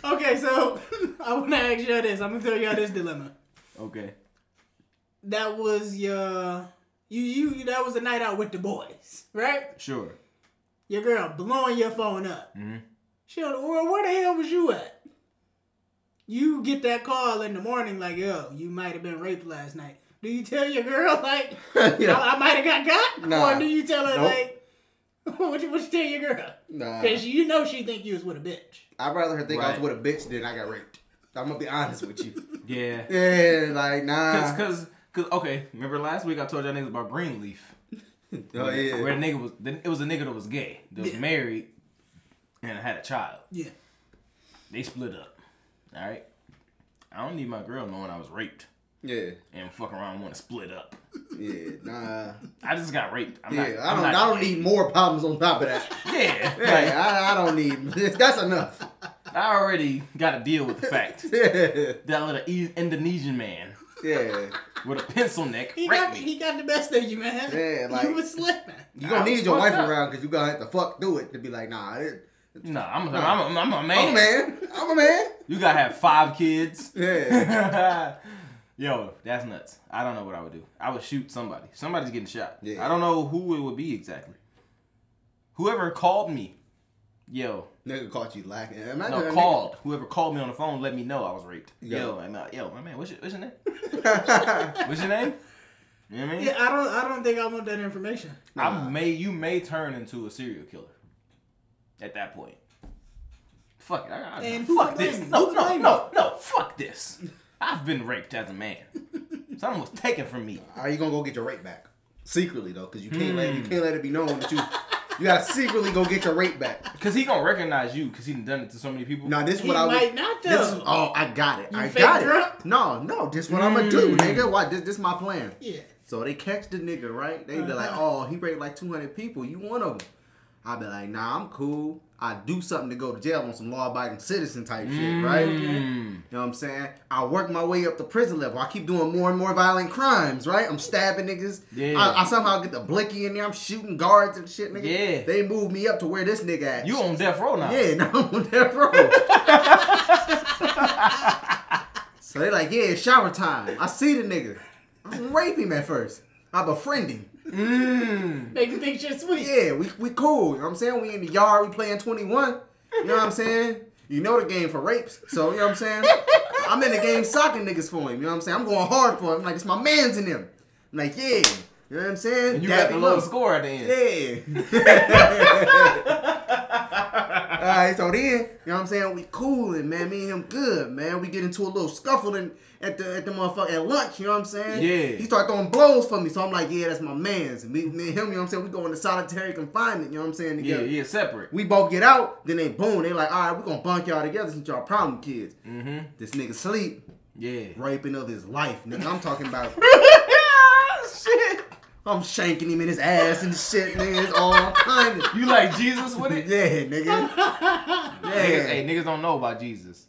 [SPEAKER 6] okay, so I want to ask y'all this. I'm gonna throw y'all this dilemma.
[SPEAKER 7] okay.
[SPEAKER 6] That was your you you that was a night out with the boys, right?
[SPEAKER 7] Sure.
[SPEAKER 6] Your girl blowing your phone up. Mm-hmm. She don't, where, where the hell was you at? you get that call in the morning like, yo, you might have been raped last night. Do you tell your girl like,
[SPEAKER 8] Yeah.
[SPEAKER 6] I, I might have got got,
[SPEAKER 8] Nah.
[SPEAKER 6] or do you tell her
[SPEAKER 8] Nope.
[SPEAKER 6] like, what you, what you tell your girl?
[SPEAKER 8] Nah.
[SPEAKER 6] Because you know she think you was with a bitch.
[SPEAKER 8] I'd rather her think I
[SPEAKER 7] Right.
[SPEAKER 8] was with a bitch than I got raped. I'm gonna be honest with you.
[SPEAKER 7] Yeah.
[SPEAKER 8] Yeah, like
[SPEAKER 7] Cause,
[SPEAKER 8] nah.
[SPEAKER 7] cause, cause, okay. Remember last week I told y'all niggas about Greenleaf,
[SPEAKER 8] oh yeah.
[SPEAKER 7] where the nigga was, the, it was a nigga that was gay, that was married, and had a child.
[SPEAKER 6] Yeah.
[SPEAKER 7] They split up. All right. I don't need my girl knowing I was raped
[SPEAKER 8] yeah.
[SPEAKER 7] and fuck around want to split up.
[SPEAKER 8] Yeah. Nah.
[SPEAKER 7] I just got raped. I'm
[SPEAKER 8] Yeah.
[SPEAKER 7] not,
[SPEAKER 8] I
[SPEAKER 7] I'm
[SPEAKER 8] don't.
[SPEAKER 7] not-
[SPEAKER 8] I don't need more problems on top of that.
[SPEAKER 7] Yeah.
[SPEAKER 8] Yeah. I, I don't need. That's enough.
[SPEAKER 7] like, I already got to deal with the fact
[SPEAKER 8] Yeah.
[SPEAKER 7] that little E- Indonesian man
[SPEAKER 8] Yeah.
[SPEAKER 7] with a pencil neck
[SPEAKER 6] He
[SPEAKER 7] raped
[SPEAKER 6] got
[SPEAKER 7] me.
[SPEAKER 6] he got the best of you, man.
[SPEAKER 8] Yeah, like-
[SPEAKER 6] you was slipping.
[SPEAKER 8] You
[SPEAKER 7] I
[SPEAKER 8] gonna
[SPEAKER 7] was
[SPEAKER 8] need your wife
[SPEAKER 7] fucked up.
[SPEAKER 8] around because you gonna have to fuck do it to be like nah. It,
[SPEAKER 7] No, I'm, a- I'm, a, I'm a man.
[SPEAKER 8] I'm a man. I'm a man.
[SPEAKER 7] You gotta have five kids.
[SPEAKER 8] Yeah.
[SPEAKER 7] Yo, that's nuts. I don't know what I would do. I would shoot somebody. Somebody's getting shot.
[SPEAKER 8] Yeah.
[SPEAKER 7] I don't know who it would be exactly. Whoever called me. Yo,
[SPEAKER 8] Nigga caught you lacking.
[SPEAKER 7] no,
[SPEAKER 8] Imagine a
[SPEAKER 7] called. Whoever called me on the phone let me know I was raped.
[SPEAKER 8] Yeah.
[SPEAKER 7] Yo, I'm out. Yo, my man, what's your, what's your name? what's your name? You know what I mean?
[SPEAKER 6] Yeah, I don't I don't think I want that information.
[SPEAKER 7] I may you may turn into a serial killer at that point. Fuck it. I, I,
[SPEAKER 6] And who
[SPEAKER 7] fuck
[SPEAKER 6] to blame?
[SPEAKER 7] this.
[SPEAKER 6] Who
[SPEAKER 7] No,
[SPEAKER 6] to
[SPEAKER 7] no,
[SPEAKER 6] blame?
[SPEAKER 7] no, no. Fuck this. I've been raped as a man. Something was taken from me.
[SPEAKER 8] Are you gonna go get your rape back secretly though? Because you can't let
[SPEAKER 7] Hmm.
[SPEAKER 8] you can't let it be known that you you gotta secretly go get your rape back.
[SPEAKER 7] Cause he gonna recognize you because he done done it to so many people.
[SPEAKER 8] Now this
[SPEAKER 6] He
[SPEAKER 8] what I
[SPEAKER 6] might
[SPEAKER 8] would,
[SPEAKER 6] not,
[SPEAKER 8] This is,
[SPEAKER 6] though.
[SPEAKER 8] oh, I got it. I
[SPEAKER 6] fake
[SPEAKER 8] got
[SPEAKER 6] drunk?
[SPEAKER 8] it. No, no. This what I'm gonna
[SPEAKER 7] Mm.
[SPEAKER 8] do, nigga. Why? This this my plan.
[SPEAKER 6] Yeah. Uh-huh.
[SPEAKER 8] So they catch the nigga right. They be like, oh, he raped like 200 people. You one of them? I be like, nah, I'm cool. I do something to go to jail on some law-abiding citizen type
[SPEAKER 7] Mm.
[SPEAKER 8] shit, right? You know what I'm saying? I work my way up the prison level. I keep doing more and more violent crimes, right? I'm stabbing niggas.
[SPEAKER 7] Yeah.
[SPEAKER 8] I, I somehow get the blicky in there. I'm shooting guards and shit, nigga.
[SPEAKER 7] Yeah.
[SPEAKER 8] They move me up to where this nigga at.
[SPEAKER 7] You on death row now.
[SPEAKER 8] Yeah, no, I'm on that road. so they like, yeah, it's shower time. I see the nigga. I rape him at first. I befriend him.
[SPEAKER 6] Make you think shit's sweet.
[SPEAKER 8] Yeah, we, we cool. You know what I'm saying? We in the yard, we playing 21. You know what I'm saying? You know the game for rapes. So, you know what I'm saying? I'm in the game socking niggas for him. You know what I'm saying? I'm going hard for him. like, it's my man's in him. I'm like, yeah. You know what I'm saying?
[SPEAKER 7] And you
[SPEAKER 8] Dap
[SPEAKER 7] got the
[SPEAKER 8] him
[SPEAKER 7] little
[SPEAKER 8] up.
[SPEAKER 7] score at the end.
[SPEAKER 8] Yeah. All right, so then, you know what I'm saying? We cooling, man. Me and him good, man. We get into a little scuffle in, at the at the motherfucker at lunch, you know what I'm saying?
[SPEAKER 7] Yeah.
[SPEAKER 8] He started throwing blows for me, so I'm like, yeah, that's my man's. And me, me and him, you know what I'm saying? We go into solitary confinement, you know what I'm saying?
[SPEAKER 7] Yeah,
[SPEAKER 8] Together.
[SPEAKER 7] yeah, separate.
[SPEAKER 8] We both get out, then they boom, they like, all right, we're gonna bunk y'all together since y'all problem kids. Mm-hmm. This nigga sleep,
[SPEAKER 7] Yeah.
[SPEAKER 8] raping of his life, nigga. I'm talking about.
[SPEAKER 7] Shit.
[SPEAKER 8] I'm shanking him in his ass and shit, nigga. It's all kind of.
[SPEAKER 7] You like Jesus with it?
[SPEAKER 8] Yeah, nigga.
[SPEAKER 7] Niggas,
[SPEAKER 8] Yeah.
[SPEAKER 7] hey, niggas don't know about Jesus.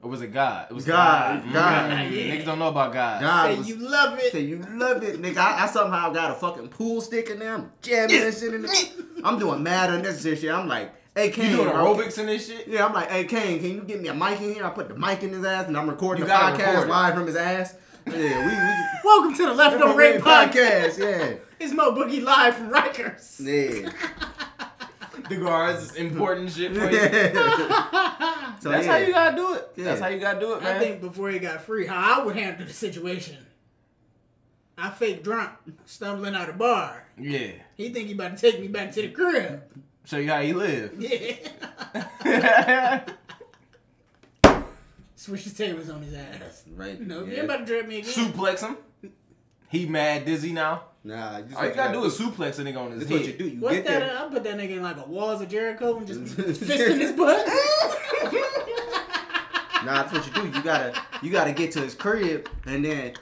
[SPEAKER 7] Or was it God? It was
[SPEAKER 8] God,
[SPEAKER 7] God.
[SPEAKER 8] God.
[SPEAKER 7] Mm, Niggas don't know about God.
[SPEAKER 8] God
[SPEAKER 6] Say
[SPEAKER 8] was,
[SPEAKER 6] you love it.
[SPEAKER 8] say you love it, nigga. I, I somehow got a fucking pool stick in there. I'm jamming and shit in the. I'm doing mad unnecessary shit. I'm like, hey Kane,
[SPEAKER 7] You doing
[SPEAKER 8] bro.
[SPEAKER 7] aerobics and this shit?
[SPEAKER 8] Yeah, I'm like, hey Kane, can you get me a mic in here? I put the mic in his ass and I'm recording
[SPEAKER 7] You
[SPEAKER 8] the
[SPEAKER 7] gotta
[SPEAKER 8] podcast
[SPEAKER 7] record it.
[SPEAKER 8] live from his ass. Yeah,
[SPEAKER 6] Welcome to the Left
[SPEAKER 8] we. we
[SPEAKER 6] No Rape podcast.
[SPEAKER 8] podcast, yeah,
[SPEAKER 6] It's Mo Boogie live from Rikers.
[SPEAKER 8] yeah.
[SPEAKER 7] The guards is important shit for you.
[SPEAKER 8] so
[SPEAKER 7] That's
[SPEAKER 8] yeah.
[SPEAKER 7] how you gotta do it.
[SPEAKER 8] Yeah.
[SPEAKER 7] That's how you gotta do it, man.
[SPEAKER 6] I think before he got free, how I would handle the situation. I fake drunk, stumbling out of bar.
[SPEAKER 7] yeah.
[SPEAKER 6] He think he about to take me back to the crib.
[SPEAKER 7] Show you how you live.
[SPEAKER 6] Yeah. Switch the tables on his ass.
[SPEAKER 8] Right.
[SPEAKER 6] No, you
[SPEAKER 8] yeah.
[SPEAKER 6] ain't about to drip me again.
[SPEAKER 7] suplex him. He mad dizzy now.
[SPEAKER 8] Nah, just
[SPEAKER 7] All you gotta do is suplex a nigga on his
[SPEAKER 8] That's
[SPEAKER 7] head.
[SPEAKER 8] what you do. You
[SPEAKER 6] What's
[SPEAKER 8] get
[SPEAKER 6] that?
[SPEAKER 8] there.
[SPEAKER 6] I put that nigga in like a walls of Jericho and just fist in his butt.
[SPEAKER 7] uh?
[SPEAKER 8] Nah, that's what you do. You gotta you gotta get to his crib, and then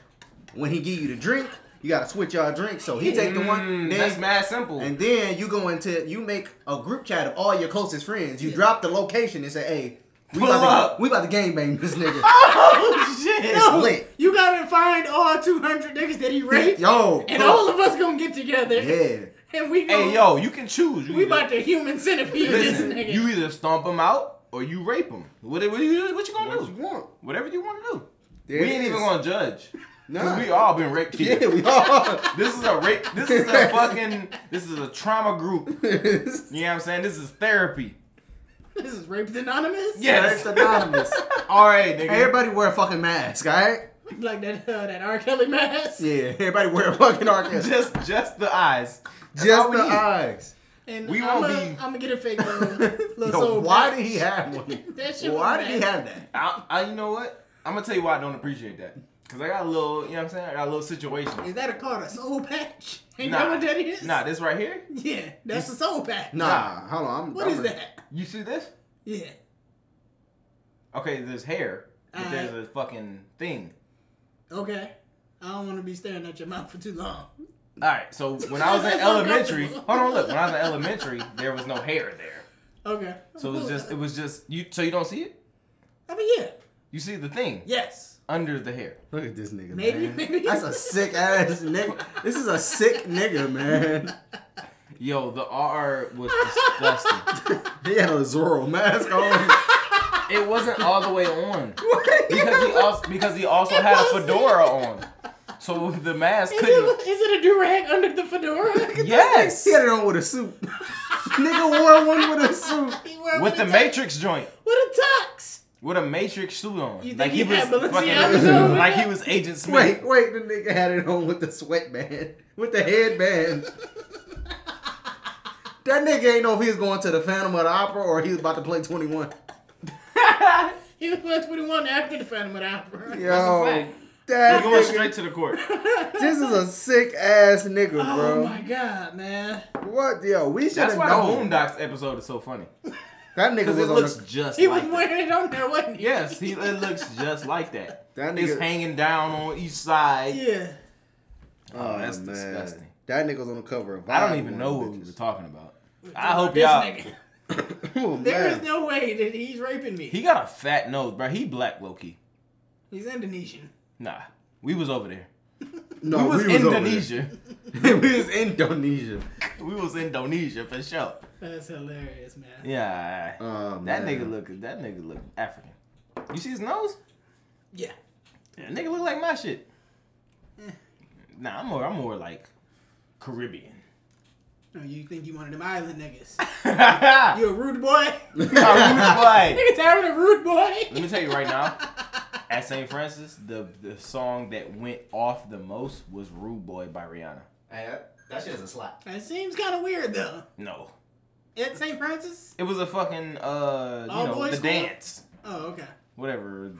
[SPEAKER 8] when he give you the drink, you gotta switch y'all drinks. So he take the one,
[SPEAKER 7] Mm, that's
[SPEAKER 8] then,
[SPEAKER 7] mad simple.
[SPEAKER 8] and then you go into you make a group chat of all your closest friends. You drop the location and say, "Hey, we
[SPEAKER 7] Pull
[SPEAKER 8] about
[SPEAKER 7] up.
[SPEAKER 8] to, we about to game bang this nigga."
[SPEAKER 7] oh shit.
[SPEAKER 8] It's lit,
[SPEAKER 6] You gotta find all 200 niggas that he raped.
[SPEAKER 8] yo.
[SPEAKER 6] And
[SPEAKER 8] pull-
[SPEAKER 6] all of us gonna get together.
[SPEAKER 8] yeah,
[SPEAKER 6] And we going
[SPEAKER 7] Hey yo, you can choose. You
[SPEAKER 6] We
[SPEAKER 7] either-
[SPEAKER 6] about to human centipede
[SPEAKER 7] listen,
[SPEAKER 6] this nigga.
[SPEAKER 7] You either stomp him out or you rape him. What, what you what you gonna
[SPEAKER 8] what
[SPEAKER 7] do?
[SPEAKER 8] you want?
[SPEAKER 7] Whatever you wanna do.
[SPEAKER 8] There
[SPEAKER 7] we
[SPEAKER 8] it
[SPEAKER 7] ain't even
[SPEAKER 8] is.
[SPEAKER 7] gonna judge.
[SPEAKER 8] Nah.
[SPEAKER 7] Cause we all been raped here.
[SPEAKER 8] Yeah, we all.
[SPEAKER 7] This is a rape. This is a fucking. This is a trauma group. You know what I'm saying? This is therapy.
[SPEAKER 6] This is Raped Anonymous?
[SPEAKER 5] Yes.
[SPEAKER 8] It's anonymous.
[SPEAKER 5] All right, nigga.
[SPEAKER 8] everybody wear a fucking mask, alright?
[SPEAKER 6] Like that uh, that R. Kelly mask?
[SPEAKER 8] Yeah, everybody wear a fucking orchestra. just
[SPEAKER 5] just just the eyes. That's all
[SPEAKER 8] just
[SPEAKER 5] we
[SPEAKER 8] the
[SPEAKER 5] need.
[SPEAKER 8] eyes.
[SPEAKER 6] And
[SPEAKER 5] We
[SPEAKER 6] I'm
[SPEAKER 5] won't
[SPEAKER 6] gonna
[SPEAKER 5] be-
[SPEAKER 6] get a fake little, little
[SPEAKER 8] Yo,
[SPEAKER 6] soul
[SPEAKER 8] why
[SPEAKER 6] patch.
[SPEAKER 8] did he have one?
[SPEAKER 6] That shit was
[SPEAKER 8] Why did he
[SPEAKER 6] bad.
[SPEAKER 8] have that?
[SPEAKER 5] I, I, you know what? I'm gonna tell you why I don't appreciate that. Cause I got a little, you know what I'm saying? I got a little situation.
[SPEAKER 6] Is that a called a soul patch? Ain't
[SPEAKER 5] Nah,
[SPEAKER 6] that what that is?
[SPEAKER 5] nah, this right here.
[SPEAKER 6] Yeah, that's a soul patch.
[SPEAKER 8] Nah, hold on. I'm,
[SPEAKER 6] What
[SPEAKER 8] I'm
[SPEAKER 6] is
[SPEAKER 8] gonna-
[SPEAKER 6] that?
[SPEAKER 5] You see this?
[SPEAKER 6] Yeah.
[SPEAKER 5] Okay, there's hair. But
[SPEAKER 6] Alright.
[SPEAKER 5] there's a fucking thing.
[SPEAKER 6] Okay. I don't want to be staring at your mouth for too long.
[SPEAKER 5] All right. So when I was in
[SPEAKER 6] That's
[SPEAKER 5] elementary, hold
[SPEAKER 6] uncomfortable.
[SPEAKER 5] on, look. When I was in elementary, there was no hair there.
[SPEAKER 6] Okay.
[SPEAKER 5] So it was just, it was just you. So you don't see it.
[SPEAKER 6] I mean, yeah.
[SPEAKER 5] You see the thing
[SPEAKER 6] Yes.
[SPEAKER 5] under the hair.
[SPEAKER 8] Look at this nigga,
[SPEAKER 6] Maybe-
[SPEAKER 8] man.
[SPEAKER 6] maybe-
[SPEAKER 8] That's a sick ass nigga. This is a sick nigga, man.
[SPEAKER 5] Yo, the R was disgusting.
[SPEAKER 8] He had a Zorro mask on.
[SPEAKER 5] it wasn't all the way on because he also because he also had a fedora on. So the mask
[SPEAKER 6] Is
[SPEAKER 5] couldn't.
[SPEAKER 6] it, is it a do rag under the fedora?
[SPEAKER 5] Yes,
[SPEAKER 8] He had it on with a suit. nigga wore one with a suit.
[SPEAKER 6] He wear
[SPEAKER 5] with the
[SPEAKER 6] a tux-
[SPEAKER 5] Matrix joint,
[SPEAKER 6] With a tux.
[SPEAKER 5] with a Matrix suit on.
[SPEAKER 6] You
[SPEAKER 5] like
[SPEAKER 6] think
[SPEAKER 5] he
[SPEAKER 6] he
[SPEAKER 5] was
[SPEAKER 6] had Balenciaga's on?
[SPEAKER 5] fucking, like he was Agent Smith.
[SPEAKER 8] Wait, wait, the nigga had it on with the sweatband, with the headband. That nigga ain't know if he was going to the Phantom of the Opera or he was about to play 21.
[SPEAKER 6] He was 121 after the Phantom of the Opera.
[SPEAKER 8] Yo,
[SPEAKER 5] fact. He
[SPEAKER 8] that
[SPEAKER 5] going
[SPEAKER 8] nigga,
[SPEAKER 5] straight to the court.
[SPEAKER 8] this is a sick ass nigga,
[SPEAKER 6] Oh
[SPEAKER 8] bro.
[SPEAKER 6] my god, man.
[SPEAKER 8] what, yo, we should
[SPEAKER 5] That's
[SPEAKER 8] have
[SPEAKER 5] why
[SPEAKER 8] known.
[SPEAKER 5] the Boondocks episode is so funny
[SPEAKER 8] That nigga
[SPEAKER 5] because
[SPEAKER 8] was
[SPEAKER 5] it
[SPEAKER 8] on
[SPEAKER 5] looks
[SPEAKER 8] the,
[SPEAKER 5] just
[SPEAKER 6] He
[SPEAKER 5] like
[SPEAKER 6] was
[SPEAKER 5] that.
[SPEAKER 6] wearing it on there, wasn't he?
[SPEAKER 5] Yes, he, it looks just like that.
[SPEAKER 8] That
[SPEAKER 5] it's
[SPEAKER 8] nigga-
[SPEAKER 5] hanging down on each side.
[SPEAKER 6] Yeah.
[SPEAKER 8] oh,
[SPEAKER 5] that's
[SPEAKER 8] man.
[SPEAKER 5] disgusting.
[SPEAKER 8] That nigga was on the cover of
[SPEAKER 5] I don't
[SPEAKER 8] Vibe,
[SPEAKER 5] even
[SPEAKER 8] one
[SPEAKER 5] know
[SPEAKER 8] of
[SPEAKER 5] what
[SPEAKER 8] the
[SPEAKER 5] we were
[SPEAKER 8] bitches.
[SPEAKER 5] talking about. I hope
[SPEAKER 6] This
[SPEAKER 5] y'all.
[SPEAKER 6] nigga.
[SPEAKER 8] Oh,
[SPEAKER 6] There is
[SPEAKER 8] man.
[SPEAKER 6] no way that he's raping me.
[SPEAKER 5] He got a fat nose, bro. He black Loki.
[SPEAKER 6] He's Indonesian.
[SPEAKER 5] Nah, we was over there.
[SPEAKER 8] no,
[SPEAKER 5] We was,
[SPEAKER 8] over there.
[SPEAKER 5] Indonesia.
[SPEAKER 8] we was Indonesia.
[SPEAKER 5] we was Indonesia for sure.
[SPEAKER 6] That's hilarious, man.
[SPEAKER 5] Yeah,
[SPEAKER 8] Oh,
[SPEAKER 5] that
[SPEAKER 8] man.
[SPEAKER 5] nigga look. That nigga look African. You see his nose?
[SPEAKER 6] Yeah.
[SPEAKER 5] Yeah, nigga look like my shit. Nah, I'm more. I'm more like Caribbean.
[SPEAKER 6] No, you think you one of them island niggas.
[SPEAKER 5] Nah,
[SPEAKER 6] You a rude boy?
[SPEAKER 5] we was like-
[SPEAKER 6] Nigga tired of rude boy?
[SPEAKER 5] Let me tell you right now, at St. Francis, the the song that went off the most was "Rude Boy" by Rihanna.
[SPEAKER 8] that shit is a slap.
[SPEAKER 6] That seems kind of weird though.
[SPEAKER 5] No,
[SPEAKER 6] At St. Francis?
[SPEAKER 5] it was a fucking uh, you
[SPEAKER 6] All
[SPEAKER 5] know,
[SPEAKER 6] boys
[SPEAKER 5] the
[SPEAKER 6] club?
[SPEAKER 5] dance,
[SPEAKER 6] Oh, okay.
[SPEAKER 5] whatever.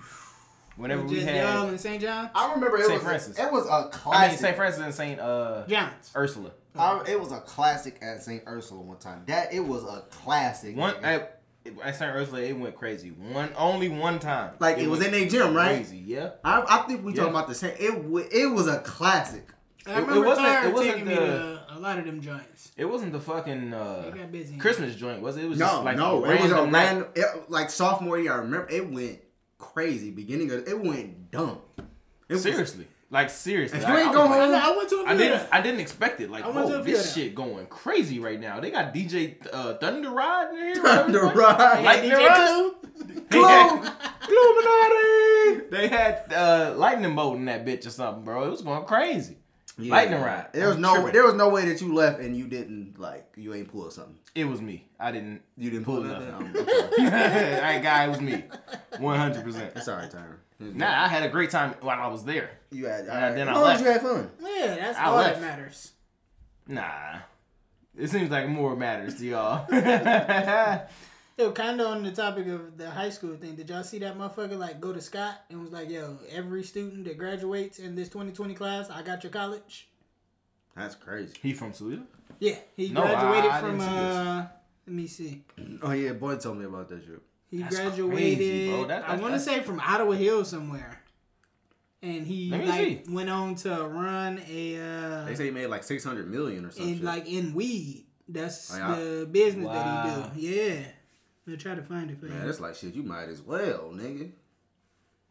[SPEAKER 5] Whenever we
[SPEAKER 6] Just y'all
[SPEAKER 5] had,
[SPEAKER 6] in St. John?
[SPEAKER 8] I remember it
[SPEAKER 5] St.
[SPEAKER 8] was
[SPEAKER 5] Francis.
[SPEAKER 8] it was a
[SPEAKER 5] I
[SPEAKER 8] classic.
[SPEAKER 5] mean, St. Francis and St. Uh,
[SPEAKER 6] John's.
[SPEAKER 5] Ursula.
[SPEAKER 8] I- it was a classic at St. Ursula one time. That it was a classic.
[SPEAKER 5] One
[SPEAKER 8] nigga.
[SPEAKER 5] at, at St. Ursula, it went crazy. One only one time.
[SPEAKER 8] like it was in
[SPEAKER 5] went
[SPEAKER 8] their gym, right?
[SPEAKER 5] Crazy, yeah.
[SPEAKER 8] I, I think we
[SPEAKER 5] Yeah.
[SPEAKER 8] talking about the same. It w- it was a classic.
[SPEAKER 6] I
[SPEAKER 5] it- it
[SPEAKER 6] remember
[SPEAKER 5] wasn't-
[SPEAKER 6] Tyra
[SPEAKER 5] it wasn't
[SPEAKER 6] taking me
[SPEAKER 5] the-
[SPEAKER 6] to a lot of them joints.
[SPEAKER 5] It wasn't the fucking
[SPEAKER 6] They
[SPEAKER 5] uh,
[SPEAKER 6] got busy.
[SPEAKER 5] Christmas joint, was it? It was
[SPEAKER 8] No,
[SPEAKER 5] just like
[SPEAKER 8] no,
[SPEAKER 5] a
[SPEAKER 8] it was a
[SPEAKER 5] random night.
[SPEAKER 8] random. It, like sophomore year, I remember it went crazy. Beginning of it went dumb. It was-
[SPEAKER 5] Seriously, like seriously.
[SPEAKER 8] If
[SPEAKER 5] like,
[SPEAKER 8] you ain't
[SPEAKER 5] I was
[SPEAKER 8] going
[SPEAKER 5] like,
[SPEAKER 8] home,
[SPEAKER 6] I, know, I went to a
[SPEAKER 5] I
[SPEAKER 6] few of
[SPEAKER 5] didn't.
[SPEAKER 6] them.
[SPEAKER 5] I didn't expect it. Like,
[SPEAKER 6] I went to
[SPEAKER 5] whoa,
[SPEAKER 6] a
[SPEAKER 5] this
[SPEAKER 6] field
[SPEAKER 5] shit going crazy right now. They got DJ uh, Thunder Rod in here.
[SPEAKER 8] Thunder Rod.
[SPEAKER 5] Lightning Rod.
[SPEAKER 6] DJ Clue?
[SPEAKER 5] They had- Illuminati. They had uh, lightning bolt in that bitch or something, bro. It was going crazy.
[SPEAKER 8] Yeah.
[SPEAKER 5] Lightning rod.
[SPEAKER 8] There was
[SPEAKER 5] I'm
[SPEAKER 8] no.
[SPEAKER 5] tripping.
[SPEAKER 8] There was no way that you left and you didn't like you ain't pull something.
[SPEAKER 5] It was me. I didn't.
[SPEAKER 8] You didn't
[SPEAKER 5] pull
[SPEAKER 8] pull
[SPEAKER 5] nothing.
[SPEAKER 8] nothing. I'm, I'm sorry.
[SPEAKER 5] that guy it was me. One hundred percent.
[SPEAKER 8] It's alright, Tyron. It's-
[SPEAKER 5] Nah, I had a great time while I was there.
[SPEAKER 8] You had.
[SPEAKER 5] Nah, then I
[SPEAKER 8] As long as
[SPEAKER 5] left.
[SPEAKER 8] you had fun.
[SPEAKER 6] Yeah, that's
[SPEAKER 5] I
[SPEAKER 6] all
[SPEAKER 5] left.
[SPEAKER 6] that matters.
[SPEAKER 5] Nah. It seems like more matters to y'all.
[SPEAKER 6] Yo, kind of on the topic of the high school thing, did y'all see that motherfucker like go to Scott and was like, yo, every student that graduates in this 2020 class, I got your college?
[SPEAKER 8] That's crazy.
[SPEAKER 5] he from Toledo?
[SPEAKER 6] Yeah, he
[SPEAKER 5] No, I-
[SPEAKER 6] graduated
[SPEAKER 5] I
[SPEAKER 6] from,
[SPEAKER 5] didn't see this.
[SPEAKER 6] uh, let me see.
[SPEAKER 8] Oh yeah, boy told me about that shit.
[SPEAKER 6] He
[SPEAKER 5] That's
[SPEAKER 6] graduated,
[SPEAKER 5] crazy, bro. That-
[SPEAKER 6] I
[SPEAKER 5] that-
[SPEAKER 6] want to
[SPEAKER 5] that's-
[SPEAKER 6] say from Ottawa Hill somewhere. And he
[SPEAKER 5] Let me
[SPEAKER 6] like
[SPEAKER 5] see.
[SPEAKER 6] went on to run a,
[SPEAKER 8] They
[SPEAKER 6] uh,
[SPEAKER 8] say he made like six hundred million or
[SPEAKER 6] in
[SPEAKER 8] something.
[SPEAKER 6] like in weed. That's
[SPEAKER 8] Oh, yeah.
[SPEAKER 6] the business
[SPEAKER 5] Wow.
[SPEAKER 6] that he do. Yeah. I'll try to find it for
[SPEAKER 8] man,
[SPEAKER 6] you.
[SPEAKER 8] that's like shit. You might as well, nigga.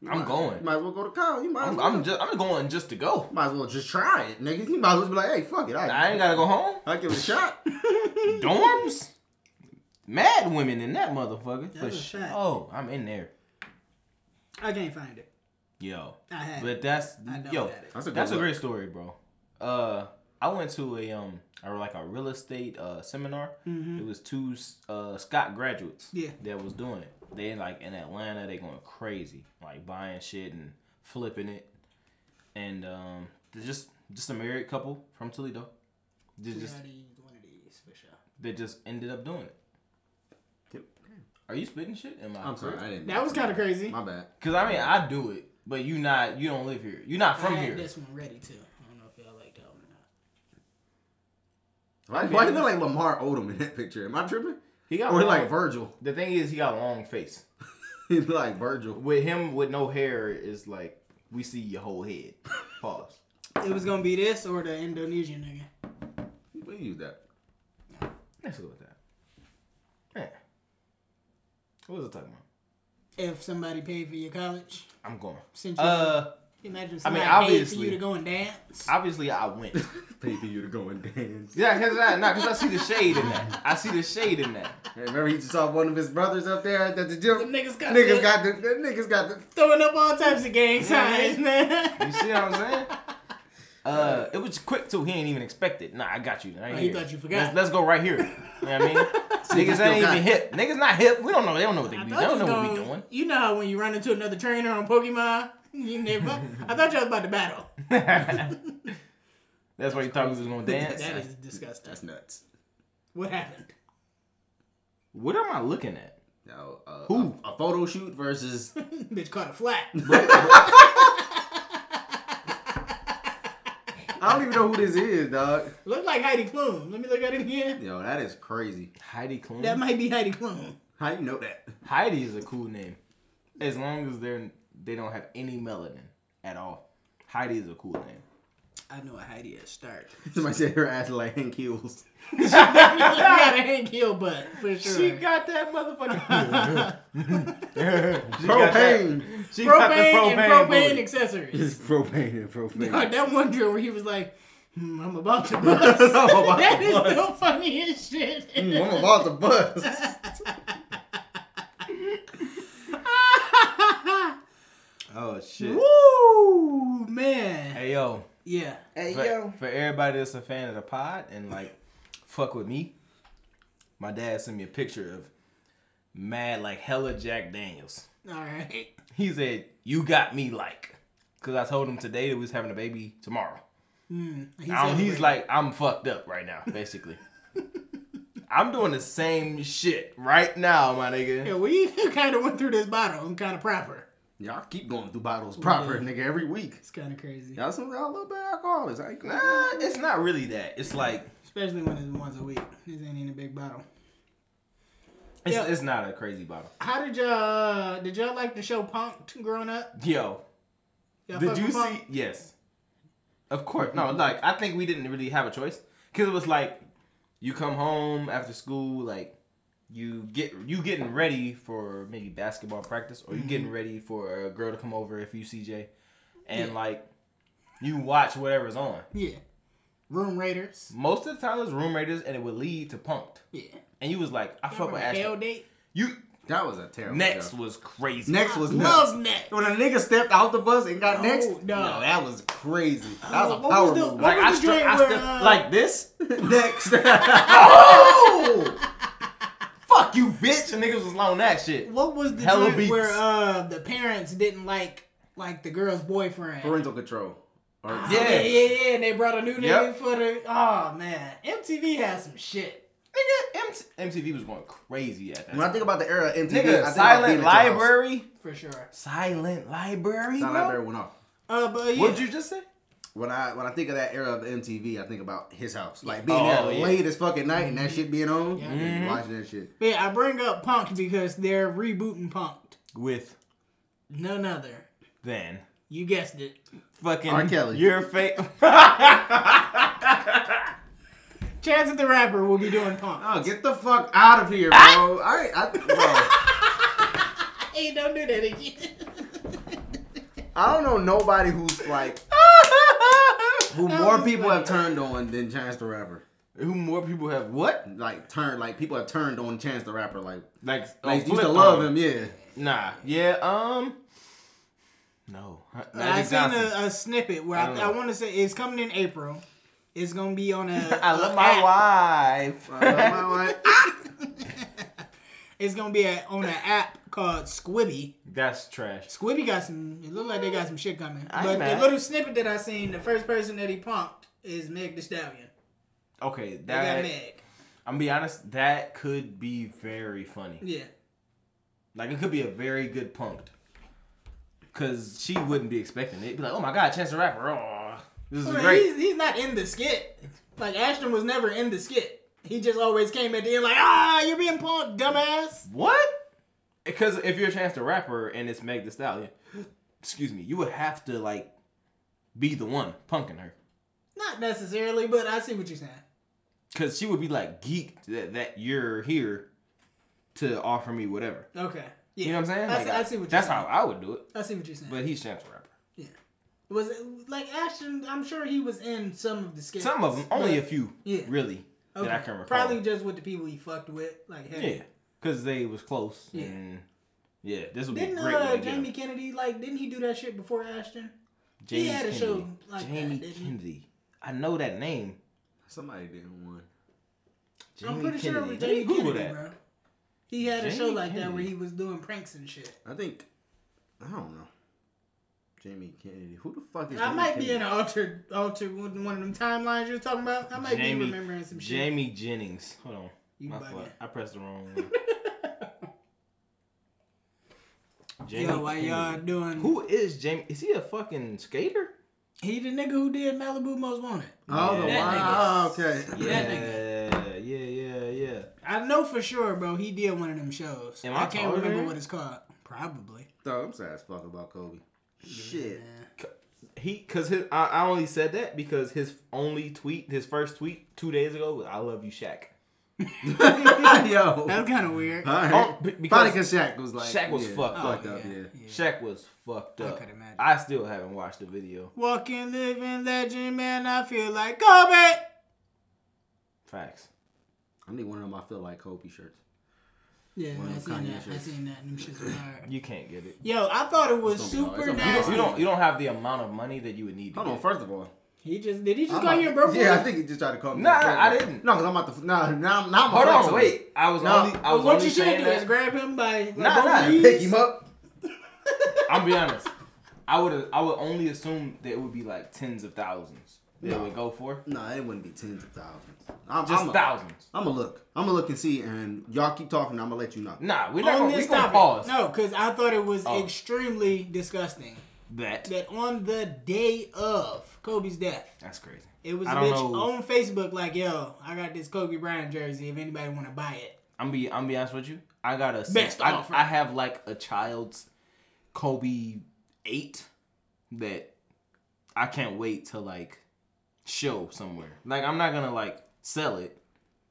[SPEAKER 8] You
[SPEAKER 5] I'm
[SPEAKER 8] might-
[SPEAKER 5] going.
[SPEAKER 8] You might as well go to college. You might. as
[SPEAKER 5] I'm,
[SPEAKER 8] well.
[SPEAKER 5] I'm just I'm going just to go.
[SPEAKER 8] Might as well just try it, nigga. You might as well be like, hey, fuck it. I,
[SPEAKER 5] I ain't gotta go home.
[SPEAKER 8] I give it a shot.
[SPEAKER 5] Dorms, mad women in that motherfucker. For
[SPEAKER 6] That's a
[SPEAKER 5] sure.
[SPEAKER 6] fact.
[SPEAKER 5] Oh, I'm in there,
[SPEAKER 6] I can't find it.
[SPEAKER 5] yo.
[SPEAKER 6] I had it.
[SPEAKER 5] But that's
[SPEAKER 6] I know
[SPEAKER 5] yo.
[SPEAKER 6] that it-
[SPEAKER 8] That's
[SPEAKER 5] That's
[SPEAKER 8] a
[SPEAKER 5] a,
[SPEAKER 8] good look.
[SPEAKER 5] great story, bro. Uh, I went to a um or like a real estate uh seminar. It was two uh Scott graduates.
[SPEAKER 6] Mm-hmm. Yeah.
[SPEAKER 5] That was doing it. They like in Atlanta. They going crazy, like buying shit and flipping it, and um they're just just a married couple from Toledo. They just
[SPEAKER 6] one of these for sure.
[SPEAKER 5] they just ended up doing it. Are you spitting shit? Am I?
[SPEAKER 8] I'm sorry, I didn't.
[SPEAKER 6] That was kind of crazy.
[SPEAKER 8] My bad.
[SPEAKER 5] Cause I mean I do it, but you not you don't live here. You're not from
[SPEAKER 6] I had
[SPEAKER 5] here.
[SPEAKER 6] this one ready too. I don't know if y'all like that one or
[SPEAKER 8] Why, why you look like Lamar Odom in that picture? Am I tripping?
[SPEAKER 5] He got
[SPEAKER 8] Or
[SPEAKER 5] long,
[SPEAKER 8] like Virgil?
[SPEAKER 5] the thing is he got a long face.
[SPEAKER 8] He look like Virgil.
[SPEAKER 5] With him with no hair is like we see your whole head. Pause.
[SPEAKER 6] not. It was gonna be this or the Indonesian nigga.
[SPEAKER 8] We use that.
[SPEAKER 5] Let's go with that. Yeah. What was I talking about?
[SPEAKER 6] If somebody paid for your college,
[SPEAKER 5] I'm going.
[SPEAKER 6] Since you-
[SPEAKER 5] Uh,
[SPEAKER 6] imagine somebody paid for
[SPEAKER 5] obviously.
[SPEAKER 6] you to go and dance.
[SPEAKER 5] obviously I went.
[SPEAKER 8] Pay for you to go and dance.
[SPEAKER 5] yeah, cause I, nah, cause I see the shade in that. I see the shade in that.
[SPEAKER 8] Hey, Remember he just saw one of his brothers up there at the gym.
[SPEAKER 6] The niggas got
[SPEAKER 8] niggas
[SPEAKER 6] the-
[SPEAKER 8] got the niggas got the.
[SPEAKER 6] Throwing up all types of gang signs, man.
[SPEAKER 5] You see what I'm saying? Uh, it was quick too. He ain't even expect it. Nah, I got you. Right
[SPEAKER 6] Oh, he
[SPEAKER 5] here.
[SPEAKER 6] thought you forgot.
[SPEAKER 5] Let's, let's go right here. You know what I mean?
[SPEAKER 8] you
[SPEAKER 5] Niggas
[SPEAKER 8] still
[SPEAKER 5] ain't
[SPEAKER 8] got
[SPEAKER 5] even
[SPEAKER 8] it.
[SPEAKER 5] hip. Niggas not hip. We don't know. They don't know what they
[SPEAKER 6] I
[SPEAKER 5] be. They don't
[SPEAKER 6] thought you
[SPEAKER 5] know what we
[SPEAKER 6] gonna-
[SPEAKER 5] doing.
[SPEAKER 6] You know how when you run into another trainer on Pokemon, you never. I thought y'all was about to battle.
[SPEAKER 5] That's why you thought we was gonna dance.
[SPEAKER 6] That is disgusting.
[SPEAKER 8] That's nuts.
[SPEAKER 6] What happened?
[SPEAKER 5] What am I looking at?
[SPEAKER 8] Now, uh, Who? A, a photo shoot versus
[SPEAKER 6] Bitch caught a flat.
[SPEAKER 8] I don't even know who this is, dog.
[SPEAKER 6] Look like Heidi Klum. Let me look at it again.
[SPEAKER 8] Yo, that is crazy.
[SPEAKER 5] Heidi Klum.
[SPEAKER 6] That might be Heidi Klum.
[SPEAKER 8] How you know that?
[SPEAKER 5] Heidi is a cool name, as long as they're they don't have any melanin at all. Heidi is a cool name.
[SPEAKER 6] I know a Heidi at start.
[SPEAKER 8] Somebody said her ass like Hank Hills.
[SPEAKER 6] I got a Hank Hill butt for sure.
[SPEAKER 5] She got that motherfucking she got that-
[SPEAKER 8] Propane.
[SPEAKER 5] She
[SPEAKER 6] propane,
[SPEAKER 5] got the propane,
[SPEAKER 6] and propane
[SPEAKER 5] booty.
[SPEAKER 6] accessories.
[SPEAKER 8] propane and propane.
[SPEAKER 6] Like that one drill where he was like, "Hmm, "I'm about to bust." that is the funniest shit.
[SPEAKER 8] I'm about to bust.
[SPEAKER 5] Oh shit.
[SPEAKER 6] Woo, man.
[SPEAKER 5] Hey yo.
[SPEAKER 6] Yeah.
[SPEAKER 8] Hey
[SPEAKER 5] For, for everybody that's a fan of the pod and like fuck with me, my dad sent me a picture of mad like hella Jack Daniels.
[SPEAKER 6] All right.
[SPEAKER 5] He said, "You got me like," because I told him today that we was having a baby tomorrow. Um, he's like, I'm
[SPEAKER 6] Oh.
[SPEAKER 5] fucked up right now, basically. I'm doing the same shit right now, my
[SPEAKER 6] Yeah,
[SPEAKER 5] nigga.
[SPEAKER 6] we kind of went through this bottle. I'm kind of proper.
[SPEAKER 8] Y'all keep going through bottles proper, nigga, every week.
[SPEAKER 6] It's kind of crazy,
[SPEAKER 8] Y'all some y'all a little bit alcoholics. I ain't gonna-
[SPEAKER 5] Nah, it's not really that. It's like
[SPEAKER 6] especially when it's once a week. This ain't even a big bottle.
[SPEAKER 5] it's,
[SPEAKER 6] Yeah.
[SPEAKER 5] it's not a crazy bottle.
[SPEAKER 6] How did y'all? uh, Did y'all like the show Punked growing up?
[SPEAKER 5] Yo,
[SPEAKER 6] Y'all
[SPEAKER 5] did
[SPEAKER 6] fuck
[SPEAKER 5] you
[SPEAKER 6] with Punk'd?
[SPEAKER 5] see? Yes, of course. No, like I think we didn't really have a choice because it was like you come home after school, like you get you getting ready for maybe basketball practice
[SPEAKER 6] Mm-hmm.
[SPEAKER 5] or you getting ready for a girl to come over if you CJ, and like you watch whatever's on.
[SPEAKER 6] Yeah. Room Raiders.
[SPEAKER 5] Most of the time it was room raiders and it would lead to punked.
[SPEAKER 6] Yeah.
[SPEAKER 5] And you was like, I fuck
[SPEAKER 6] Remember
[SPEAKER 5] with
[SPEAKER 6] Hell
[SPEAKER 5] Ashley.
[SPEAKER 6] date.
[SPEAKER 5] You
[SPEAKER 8] That was a terrible
[SPEAKER 5] next
[SPEAKER 8] joke.
[SPEAKER 5] was crazy.
[SPEAKER 8] Next was nuts.
[SPEAKER 6] Love net.
[SPEAKER 8] When a nigga stepped out the bus and got
[SPEAKER 6] Oh,
[SPEAKER 8] next,
[SPEAKER 6] no.
[SPEAKER 8] no, that was crazy. That was
[SPEAKER 6] Oh,
[SPEAKER 8] a
[SPEAKER 6] what
[SPEAKER 8] power
[SPEAKER 6] was the-
[SPEAKER 8] move.
[SPEAKER 6] what
[SPEAKER 5] like I,
[SPEAKER 6] was the
[SPEAKER 5] stra-
[SPEAKER 6] joint
[SPEAKER 5] I
[SPEAKER 6] where,
[SPEAKER 5] stepped
[SPEAKER 6] uh,
[SPEAKER 5] like this.
[SPEAKER 8] next.
[SPEAKER 5] Fuck you, bitch. And niggas was on that shit.
[SPEAKER 6] What was the
[SPEAKER 5] Hella
[SPEAKER 6] joint
[SPEAKER 5] beats.
[SPEAKER 6] where uh the parents didn't like like the girl's boyfriend? Oh,
[SPEAKER 8] Parental control. Or-
[SPEAKER 5] Yeah.
[SPEAKER 6] Yeah, yeah, yeah, and they brought a new nigga
[SPEAKER 5] Yep.
[SPEAKER 6] for the. Oh man, MTV has some shit.
[SPEAKER 5] Nigga, M- MTV was going crazy at that.
[SPEAKER 8] When I
[SPEAKER 5] Time.
[SPEAKER 8] think about the era of MTV, I think
[SPEAKER 5] Nigga,
[SPEAKER 8] about being
[SPEAKER 5] Silent
[SPEAKER 8] at your house.
[SPEAKER 5] Library.
[SPEAKER 6] For sure.
[SPEAKER 5] Silent Library.
[SPEAKER 8] Silent
[SPEAKER 5] bro?
[SPEAKER 8] Library went off.
[SPEAKER 6] Uh, but yeah.
[SPEAKER 5] What'd you just say?
[SPEAKER 8] When I when I think of that era of MTV, I think about his house, like being
[SPEAKER 5] Oh,
[SPEAKER 8] there
[SPEAKER 5] yeah.
[SPEAKER 8] late as fuck at night and that shit being on,
[SPEAKER 6] Yeah.
[SPEAKER 8] and watching that shit.
[SPEAKER 6] But yeah, I bring up Punked because they're rebooting Punked.
[SPEAKER 5] With
[SPEAKER 6] None other.
[SPEAKER 5] then
[SPEAKER 6] You guessed it.
[SPEAKER 5] fucking
[SPEAKER 8] R. Kelly.
[SPEAKER 5] Your face.
[SPEAKER 6] Chance of the Rapper will be doing Punked.
[SPEAKER 8] Oh, get the fuck out of here, bro! I, I, bro,
[SPEAKER 6] Ah! Hey, don't do that again.
[SPEAKER 8] I don't know nobody who's like who
[SPEAKER 6] That
[SPEAKER 8] more
[SPEAKER 6] was
[SPEAKER 8] people
[SPEAKER 6] funny.
[SPEAKER 8] have turned on than Chance the Rapper.
[SPEAKER 5] Who more people have what?
[SPEAKER 8] Like turned, like people have turned on Chance the Rapper. Like
[SPEAKER 5] Like,
[SPEAKER 8] they
[SPEAKER 5] oh,
[SPEAKER 8] used
[SPEAKER 5] flip
[SPEAKER 8] to love
[SPEAKER 5] on.
[SPEAKER 8] him, yeah.
[SPEAKER 5] Nah. Yeah. Um. No. Magic
[SPEAKER 6] I seen
[SPEAKER 5] Johnson.
[SPEAKER 6] a, a snippet where
[SPEAKER 5] I
[SPEAKER 6] I,
[SPEAKER 5] don't
[SPEAKER 6] I,
[SPEAKER 5] know.
[SPEAKER 6] want to say it's coming in April, It's gonna be on a.
[SPEAKER 7] I love my wife.
[SPEAKER 8] I'm like, ah!
[SPEAKER 6] It's gonna be a, on an app called Squibby.
[SPEAKER 7] That's trash.
[SPEAKER 6] Squibby got some. It look like they got some shit coming.
[SPEAKER 7] I
[SPEAKER 6] but
[SPEAKER 7] bet.
[SPEAKER 6] the little snippet that I seen, the first person that he punked is Meg The Stallion. They
[SPEAKER 7] Okay,
[SPEAKER 6] got
[SPEAKER 7] that
[SPEAKER 6] Meg.
[SPEAKER 7] I'm gonna be honest, that could be very funny.
[SPEAKER 6] Yeah.
[SPEAKER 7] Like it could be a very good punked. Cause she wouldn't be expecting it. Be like, oh my god, Chance the Rapper. Oh, this is
[SPEAKER 6] Well,
[SPEAKER 7] great.
[SPEAKER 6] He's, he's not in the skit. Like Ashton was never in the skit. He just always came at the end like, ah, you're being punked, dumbass.
[SPEAKER 7] What? Because if you're Chance the Rapper and it's Meg The Stallion, excuse me, you would have to like be the one punking her.
[SPEAKER 6] Not necessarily, but I see what you're saying.
[SPEAKER 7] Cause she would be like geeked that, that you're here to offer me whatever.
[SPEAKER 6] Okay. Yeah.
[SPEAKER 7] You know what I'm saying?
[SPEAKER 6] I,
[SPEAKER 7] Like,
[SPEAKER 6] see, I see what
[SPEAKER 7] That's
[SPEAKER 6] you're
[SPEAKER 7] how
[SPEAKER 6] saying.
[SPEAKER 7] I would do it.
[SPEAKER 6] I see what you're saying.
[SPEAKER 7] But he's Chance the Rapper.
[SPEAKER 6] yeah. Was it, like Ashton? I'm sure he was in some of the skits.
[SPEAKER 7] Some of them, only a
[SPEAKER 6] but-
[SPEAKER 7] few,
[SPEAKER 6] yeah.
[SPEAKER 7] really,
[SPEAKER 6] okay.
[SPEAKER 7] that I can recall.
[SPEAKER 6] Probably just with the people he fucked with. Like heavy.
[SPEAKER 7] Yeah, because they was close.
[SPEAKER 6] Yeah.
[SPEAKER 7] And yeah, this would
[SPEAKER 6] Didn't
[SPEAKER 7] be a great.
[SPEAKER 6] uh,
[SPEAKER 7] one to get
[SPEAKER 6] Jamie
[SPEAKER 7] him.
[SPEAKER 6] Kennedy like? Didn't he do that shit before Ashton?
[SPEAKER 7] Jamie
[SPEAKER 6] he had a show
[SPEAKER 7] Kennedy.
[SPEAKER 6] like that,
[SPEAKER 7] Jamie
[SPEAKER 6] didn't he?
[SPEAKER 7] Kennedy. I know that name.
[SPEAKER 8] Somebody did one.
[SPEAKER 7] Jamie
[SPEAKER 6] I'm pretty sure it
[SPEAKER 7] Kennedy.
[SPEAKER 6] was
[SPEAKER 7] Let me
[SPEAKER 6] Jamie
[SPEAKER 7] Google
[SPEAKER 6] Kennedy,
[SPEAKER 7] that.
[SPEAKER 6] bro. He had a
[SPEAKER 7] Jamie
[SPEAKER 6] show like that
[SPEAKER 7] Kennedy.
[SPEAKER 6] where he was doing pranks and shit.
[SPEAKER 8] I think I don't know. Jamie Kennedy. Who the fuck is?
[SPEAKER 6] I
[SPEAKER 8] Jamie
[SPEAKER 6] might be
[SPEAKER 8] Kennedy?
[SPEAKER 6] in an altered, altered one one of them timelines you're talking about. I might
[SPEAKER 7] Jamie,
[SPEAKER 6] be remembering some shit.
[SPEAKER 7] Jamie Jennings. Hold on.
[SPEAKER 6] You
[SPEAKER 7] My
[SPEAKER 6] bugging.
[SPEAKER 7] fault. I pressed the wrong one. Jamie
[SPEAKER 6] Yo, why y'all
[SPEAKER 7] Kennedy.
[SPEAKER 6] doing?
[SPEAKER 7] Who is Jamie? Is he a fucking skater?
[SPEAKER 6] He the nigga who did Malibu Most Wanted.
[SPEAKER 8] Oh, the
[SPEAKER 7] Yeah.
[SPEAKER 8] wow. Okay.
[SPEAKER 6] That
[SPEAKER 7] Yeah, yeah, yeah, yeah.
[SPEAKER 6] I know for sure, bro. He did one of them shows.
[SPEAKER 7] Am
[SPEAKER 6] I,
[SPEAKER 7] I
[SPEAKER 6] can't
[SPEAKER 7] taller than
[SPEAKER 6] remember
[SPEAKER 7] him?
[SPEAKER 6] what it's called. Probably.
[SPEAKER 8] Dog, I'm sad as fuck about Kobe. Shit.
[SPEAKER 7] He, cause his, I, I only said that because his only tweet, his first tweet two days ago was "I love you, Shaq."
[SPEAKER 8] Yo.
[SPEAKER 6] That was kind of weird.
[SPEAKER 8] All right.
[SPEAKER 7] Oh, be-
[SPEAKER 8] Probably
[SPEAKER 7] because
[SPEAKER 8] because Shaq was like.
[SPEAKER 7] Shaq was
[SPEAKER 8] yeah,
[SPEAKER 7] fucked
[SPEAKER 8] fucked
[SPEAKER 7] up.
[SPEAKER 8] up. Yeah.
[SPEAKER 7] Shaq was fucked up.
[SPEAKER 6] could imagine.
[SPEAKER 7] I still haven't watched the video.
[SPEAKER 6] Walking, living legend, man. I feel like Kobe.
[SPEAKER 7] Facts.
[SPEAKER 8] I need one of them. I feel like Kobe shirts.
[SPEAKER 6] Yeah,
[SPEAKER 8] One
[SPEAKER 6] I
[SPEAKER 8] of them
[SPEAKER 6] seen
[SPEAKER 8] Kanye
[SPEAKER 6] that. I
[SPEAKER 8] shirts.
[SPEAKER 6] seen that. Them shits was hard.
[SPEAKER 7] You can't get it.
[SPEAKER 6] Yo, I thought it was
[SPEAKER 8] It's gonna be
[SPEAKER 6] super
[SPEAKER 8] hard. It's gonna be hard.
[SPEAKER 6] nasty.
[SPEAKER 7] You don't. You don't have the amount of money that you would need. To
[SPEAKER 8] Hold on.
[SPEAKER 7] get it.
[SPEAKER 8] First of all.
[SPEAKER 6] He just did. He just
[SPEAKER 8] I'm
[SPEAKER 6] call
[SPEAKER 8] not-
[SPEAKER 6] you a broke?
[SPEAKER 8] Yeah, I
[SPEAKER 6] boy?
[SPEAKER 8] think he just tried to call me.
[SPEAKER 7] Nah,
[SPEAKER 8] a broke
[SPEAKER 7] I
[SPEAKER 8] boy.
[SPEAKER 7] didn't.
[SPEAKER 8] No, because I'm about to. Nah, now, now I'm
[SPEAKER 7] Hold
[SPEAKER 8] flex
[SPEAKER 7] on.
[SPEAKER 8] him.
[SPEAKER 7] Wait. I was
[SPEAKER 8] No.
[SPEAKER 7] only. I
[SPEAKER 6] But
[SPEAKER 7] was
[SPEAKER 6] what
[SPEAKER 7] only
[SPEAKER 6] you should
[SPEAKER 7] saying
[SPEAKER 6] do is
[SPEAKER 7] that.
[SPEAKER 6] grab him by like,
[SPEAKER 7] Nah,
[SPEAKER 6] both
[SPEAKER 7] nah,
[SPEAKER 6] knees.
[SPEAKER 8] Pick him up.
[SPEAKER 7] I'm be honest. I would. I would only assume that it would be like tens of thousands. That it
[SPEAKER 8] No.
[SPEAKER 7] would go for
[SPEAKER 8] No, it wouldn't be tens of thousands. I'm,
[SPEAKER 7] just
[SPEAKER 8] I'm a,
[SPEAKER 7] thousands.
[SPEAKER 8] I'm gonna look. I'm gonna look and see, and y'all keep talking. I'm gonna let you know.
[SPEAKER 7] Nah, we're not
[SPEAKER 6] on
[SPEAKER 7] gonna, we
[SPEAKER 6] this
[SPEAKER 7] gonna
[SPEAKER 6] topic.
[SPEAKER 7] pause
[SPEAKER 6] No, because I thought it was
[SPEAKER 7] Oh.
[SPEAKER 6] extremely disgusting
[SPEAKER 7] that.
[SPEAKER 6] that on the day of Kobe's death,
[SPEAKER 7] That's crazy.
[SPEAKER 6] it was a
[SPEAKER 7] I don't
[SPEAKER 6] bitch
[SPEAKER 7] know.
[SPEAKER 6] on Facebook like, "Yo, I got this Kobe Bryant jersey. If anybody want to buy it,
[SPEAKER 7] I'm be I'm be honest with you. I got a
[SPEAKER 6] Best
[SPEAKER 7] I,
[SPEAKER 6] offer.
[SPEAKER 7] I have like a child's Kobe eight that I can't wait to like show somewhere. Like I'm not gonna like sell it,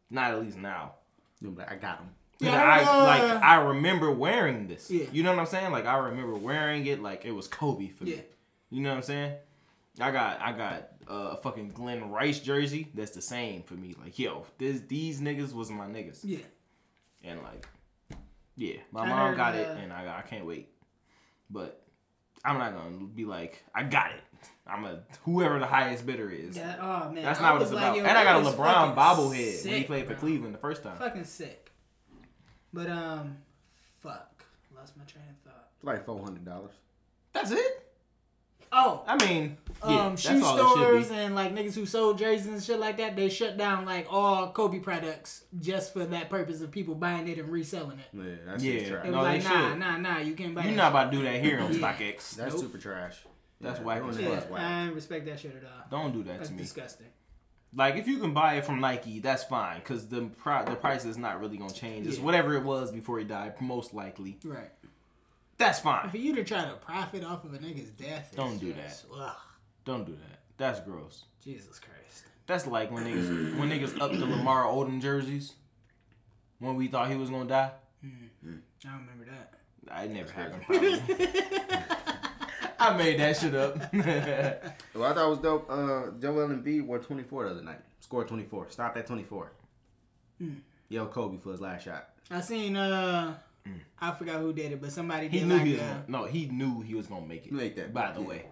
[SPEAKER 7] not at least now.
[SPEAKER 8] You'll be like, I got him.
[SPEAKER 7] Cause
[SPEAKER 6] Yeah,
[SPEAKER 7] I,
[SPEAKER 6] I don't know.
[SPEAKER 7] like I remember wearing this.
[SPEAKER 6] Yeah.
[SPEAKER 7] You know what I'm saying? Like I remember wearing it like it was Kobe for
[SPEAKER 6] Yeah.
[SPEAKER 7] me. You know what I'm saying? I got I got uh, a fucking Glenn Rice jersey that's the same for me. Like yo, this these niggas was my niggas
[SPEAKER 6] yeah."
[SPEAKER 7] and like yeah my
[SPEAKER 6] I
[SPEAKER 7] mom
[SPEAKER 6] heard,
[SPEAKER 7] got it
[SPEAKER 6] uh,
[SPEAKER 7] and I, I can't wait but i'm not gonna be like i got it i'm a whoever the highest bidder is
[SPEAKER 6] That, oh man,
[SPEAKER 7] that's
[SPEAKER 6] I
[SPEAKER 7] not what
[SPEAKER 6] was
[SPEAKER 7] it's
[SPEAKER 6] like,
[SPEAKER 7] about
[SPEAKER 6] yo,
[SPEAKER 7] and i got a
[SPEAKER 6] that is
[SPEAKER 7] lebron
[SPEAKER 6] fucking
[SPEAKER 7] bobblehead when he
[SPEAKER 6] sick,
[SPEAKER 7] played for
[SPEAKER 6] bro.
[SPEAKER 7] cleveland the first time
[SPEAKER 6] Fucking sick. But um, fuck, lost my train of thought.
[SPEAKER 8] It's like four hundred dollars.
[SPEAKER 7] that's it
[SPEAKER 6] Oh,
[SPEAKER 7] i mean
[SPEAKER 6] um,
[SPEAKER 7] yeah, that's
[SPEAKER 6] shoe
[SPEAKER 7] all it
[SPEAKER 6] stores
[SPEAKER 7] should be.
[SPEAKER 6] and like niggas who sold jerseys and shit like that, they shut down like all Kobe products just for that purpose of people buying it and reselling it.
[SPEAKER 8] Yeah, that's
[SPEAKER 7] Yeah.
[SPEAKER 8] just trash.
[SPEAKER 6] It was
[SPEAKER 7] No, they
[SPEAKER 6] like, nah,
[SPEAKER 7] should.
[SPEAKER 6] nah, nah, you can't buy.
[SPEAKER 7] you're
[SPEAKER 6] that
[SPEAKER 7] not
[SPEAKER 6] shit.
[SPEAKER 7] about to do that here on stockx
[SPEAKER 8] That's
[SPEAKER 7] Nope.
[SPEAKER 8] super trash.
[SPEAKER 7] That's
[SPEAKER 8] yeah,
[SPEAKER 7] whack
[SPEAKER 8] doing
[SPEAKER 7] as
[SPEAKER 8] that
[SPEAKER 7] fuck.
[SPEAKER 8] is
[SPEAKER 6] Yeah,
[SPEAKER 8] whack.
[SPEAKER 6] I ain't respect that shit at all.
[SPEAKER 7] don't do that
[SPEAKER 6] That's
[SPEAKER 7] to me
[SPEAKER 6] disgusting.
[SPEAKER 7] like if you can buy it from nike that's fine because the, pri- the price is not really gonna change it's
[SPEAKER 6] Yeah.
[SPEAKER 7] whatever it was before he died most likely
[SPEAKER 6] Right.
[SPEAKER 7] that's fine
[SPEAKER 6] For you to try to profit off of a nigga's death. is
[SPEAKER 7] Don't do
[SPEAKER 6] just, Ugh,
[SPEAKER 7] don't do that that's gross
[SPEAKER 6] Jesus Christ.
[SPEAKER 7] That's like when niggas when niggas up the Lamar Odom jerseys when we thought he was gonna die.
[SPEAKER 6] I don't remember that.
[SPEAKER 7] I never happened. probably. I made that shit up.
[SPEAKER 8] Well, I thought it was dope. Uh, Joel Embiid wore 24 the other night. Scored 24. Stopped at 24.
[SPEAKER 6] Hmm.
[SPEAKER 8] Yo, Kobe for his last shot.
[SPEAKER 6] I seen uh, I forgot who did it, but somebody
[SPEAKER 7] Mm. he
[SPEAKER 6] did
[SPEAKER 7] knew
[SPEAKER 6] like
[SPEAKER 7] he was
[SPEAKER 6] uh,
[SPEAKER 7] gonna, no, he knew he was gonna make it.
[SPEAKER 8] Make that.
[SPEAKER 7] By the way,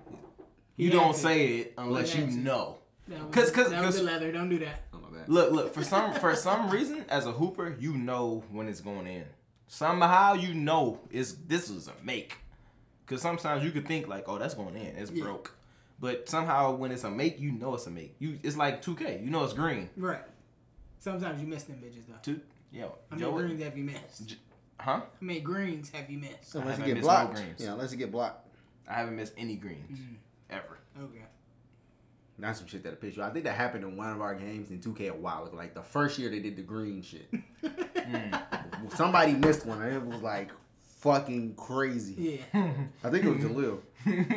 [SPEAKER 6] He
[SPEAKER 7] you don't
[SPEAKER 6] had to.
[SPEAKER 7] say it unless
[SPEAKER 6] He
[SPEAKER 7] you
[SPEAKER 6] had to.
[SPEAKER 7] know.
[SPEAKER 6] That was,
[SPEAKER 7] 'Cause- 'cause-
[SPEAKER 6] that was
[SPEAKER 7] 'cause-
[SPEAKER 6] the leather. Don't do that.
[SPEAKER 8] Oh, my bad.
[SPEAKER 7] Look, look, for some for some reason, as a hooper, you know when it's going in. Somehow you know it's this was a make. Cause sometimes you could think like, oh, that's going in, it's broke. But somehow when it's a make, you know it's a make. You it's like 2K, you know it's green.
[SPEAKER 6] Right. Sometimes you miss them bitches though.
[SPEAKER 7] Two, yo,
[SPEAKER 6] How many
[SPEAKER 7] Joe,
[SPEAKER 6] greens have you missed? How
[SPEAKER 7] J- huh?
[SPEAKER 6] many greens have you missed?
[SPEAKER 7] I
[SPEAKER 8] Unless you
[SPEAKER 7] haven't
[SPEAKER 8] get
[SPEAKER 7] missed no
[SPEAKER 8] blocked.
[SPEAKER 7] greens.
[SPEAKER 8] yeah, unless you get blocked.
[SPEAKER 7] I haven't missed any greens
[SPEAKER 6] Mm.
[SPEAKER 7] ever.
[SPEAKER 6] Okay.
[SPEAKER 8] That's some shit that'll piss you. off. I think that happened in one of our games in 2K a while ago. Like the first year they did the green shit. Hmm. Somebody missed one and it was like fucking crazy.
[SPEAKER 6] Yeah.
[SPEAKER 8] I think it was Jalil.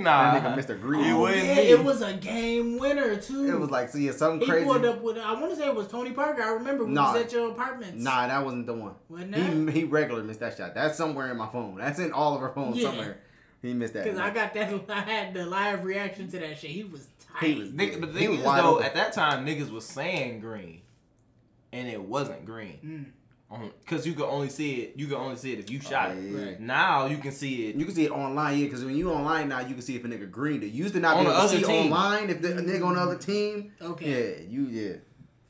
[SPEAKER 7] nah,
[SPEAKER 5] Uh-huh.
[SPEAKER 8] That nigga missed a green.
[SPEAKER 7] It
[SPEAKER 8] one.
[SPEAKER 7] was-
[SPEAKER 6] Oh, yeah, it was a game winner too.
[SPEAKER 8] It was like, see, it's something
[SPEAKER 6] he
[SPEAKER 8] crazy.
[SPEAKER 6] pulled up with. I want to say it was Tony Parker. I remember we
[SPEAKER 8] Nah.
[SPEAKER 6] was at your apartment.
[SPEAKER 8] Nah, that wasn't the one.
[SPEAKER 6] Wasn't
[SPEAKER 8] He, he regular missed that shot. That's somewhere in my phone. That's in all of our phones
[SPEAKER 6] Yeah.
[SPEAKER 8] somewhere. He missed that.
[SPEAKER 6] Because I got that. I had the live reaction to that shit. He was tight.
[SPEAKER 8] He was-
[SPEAKER 7] Nigga, but the
[SPEAKER 8] He
[SPEAKER 7] thing
[SPEAKER 8] was
[SPEAKER 7] is
[SPEAKER 8] wide
[SPEAKER 7] though,
[SPEAKER 8] open.
[SPEAKER 7] at that time niggas was saying green, and it wasn't green. Because you could only see it, you could only see it if you shot
[SPEAKER 8] Oh,
[SPEAKER 7] it.
[SPEAKER 8] yeah. Right.
[SPEAKER 7] Now you can see it.
[SPEAKER 8] you can see it online, yeah, because when you online now, you can see if a nigga greened it. You used to not
[SPEAKER 7] On
[SPEAKER 8] be
[SPEAKER 7] the
[SPEAKER 8] able to
[SPEAKER 7] other
[SPEAKER 8] see
[SPEAKER 7] team.
[SPEAKER 8] online if the a nigga on the other team.
[SPEAKER 6] Okay.
[SPEAKER 8] Yeah, you, yeah.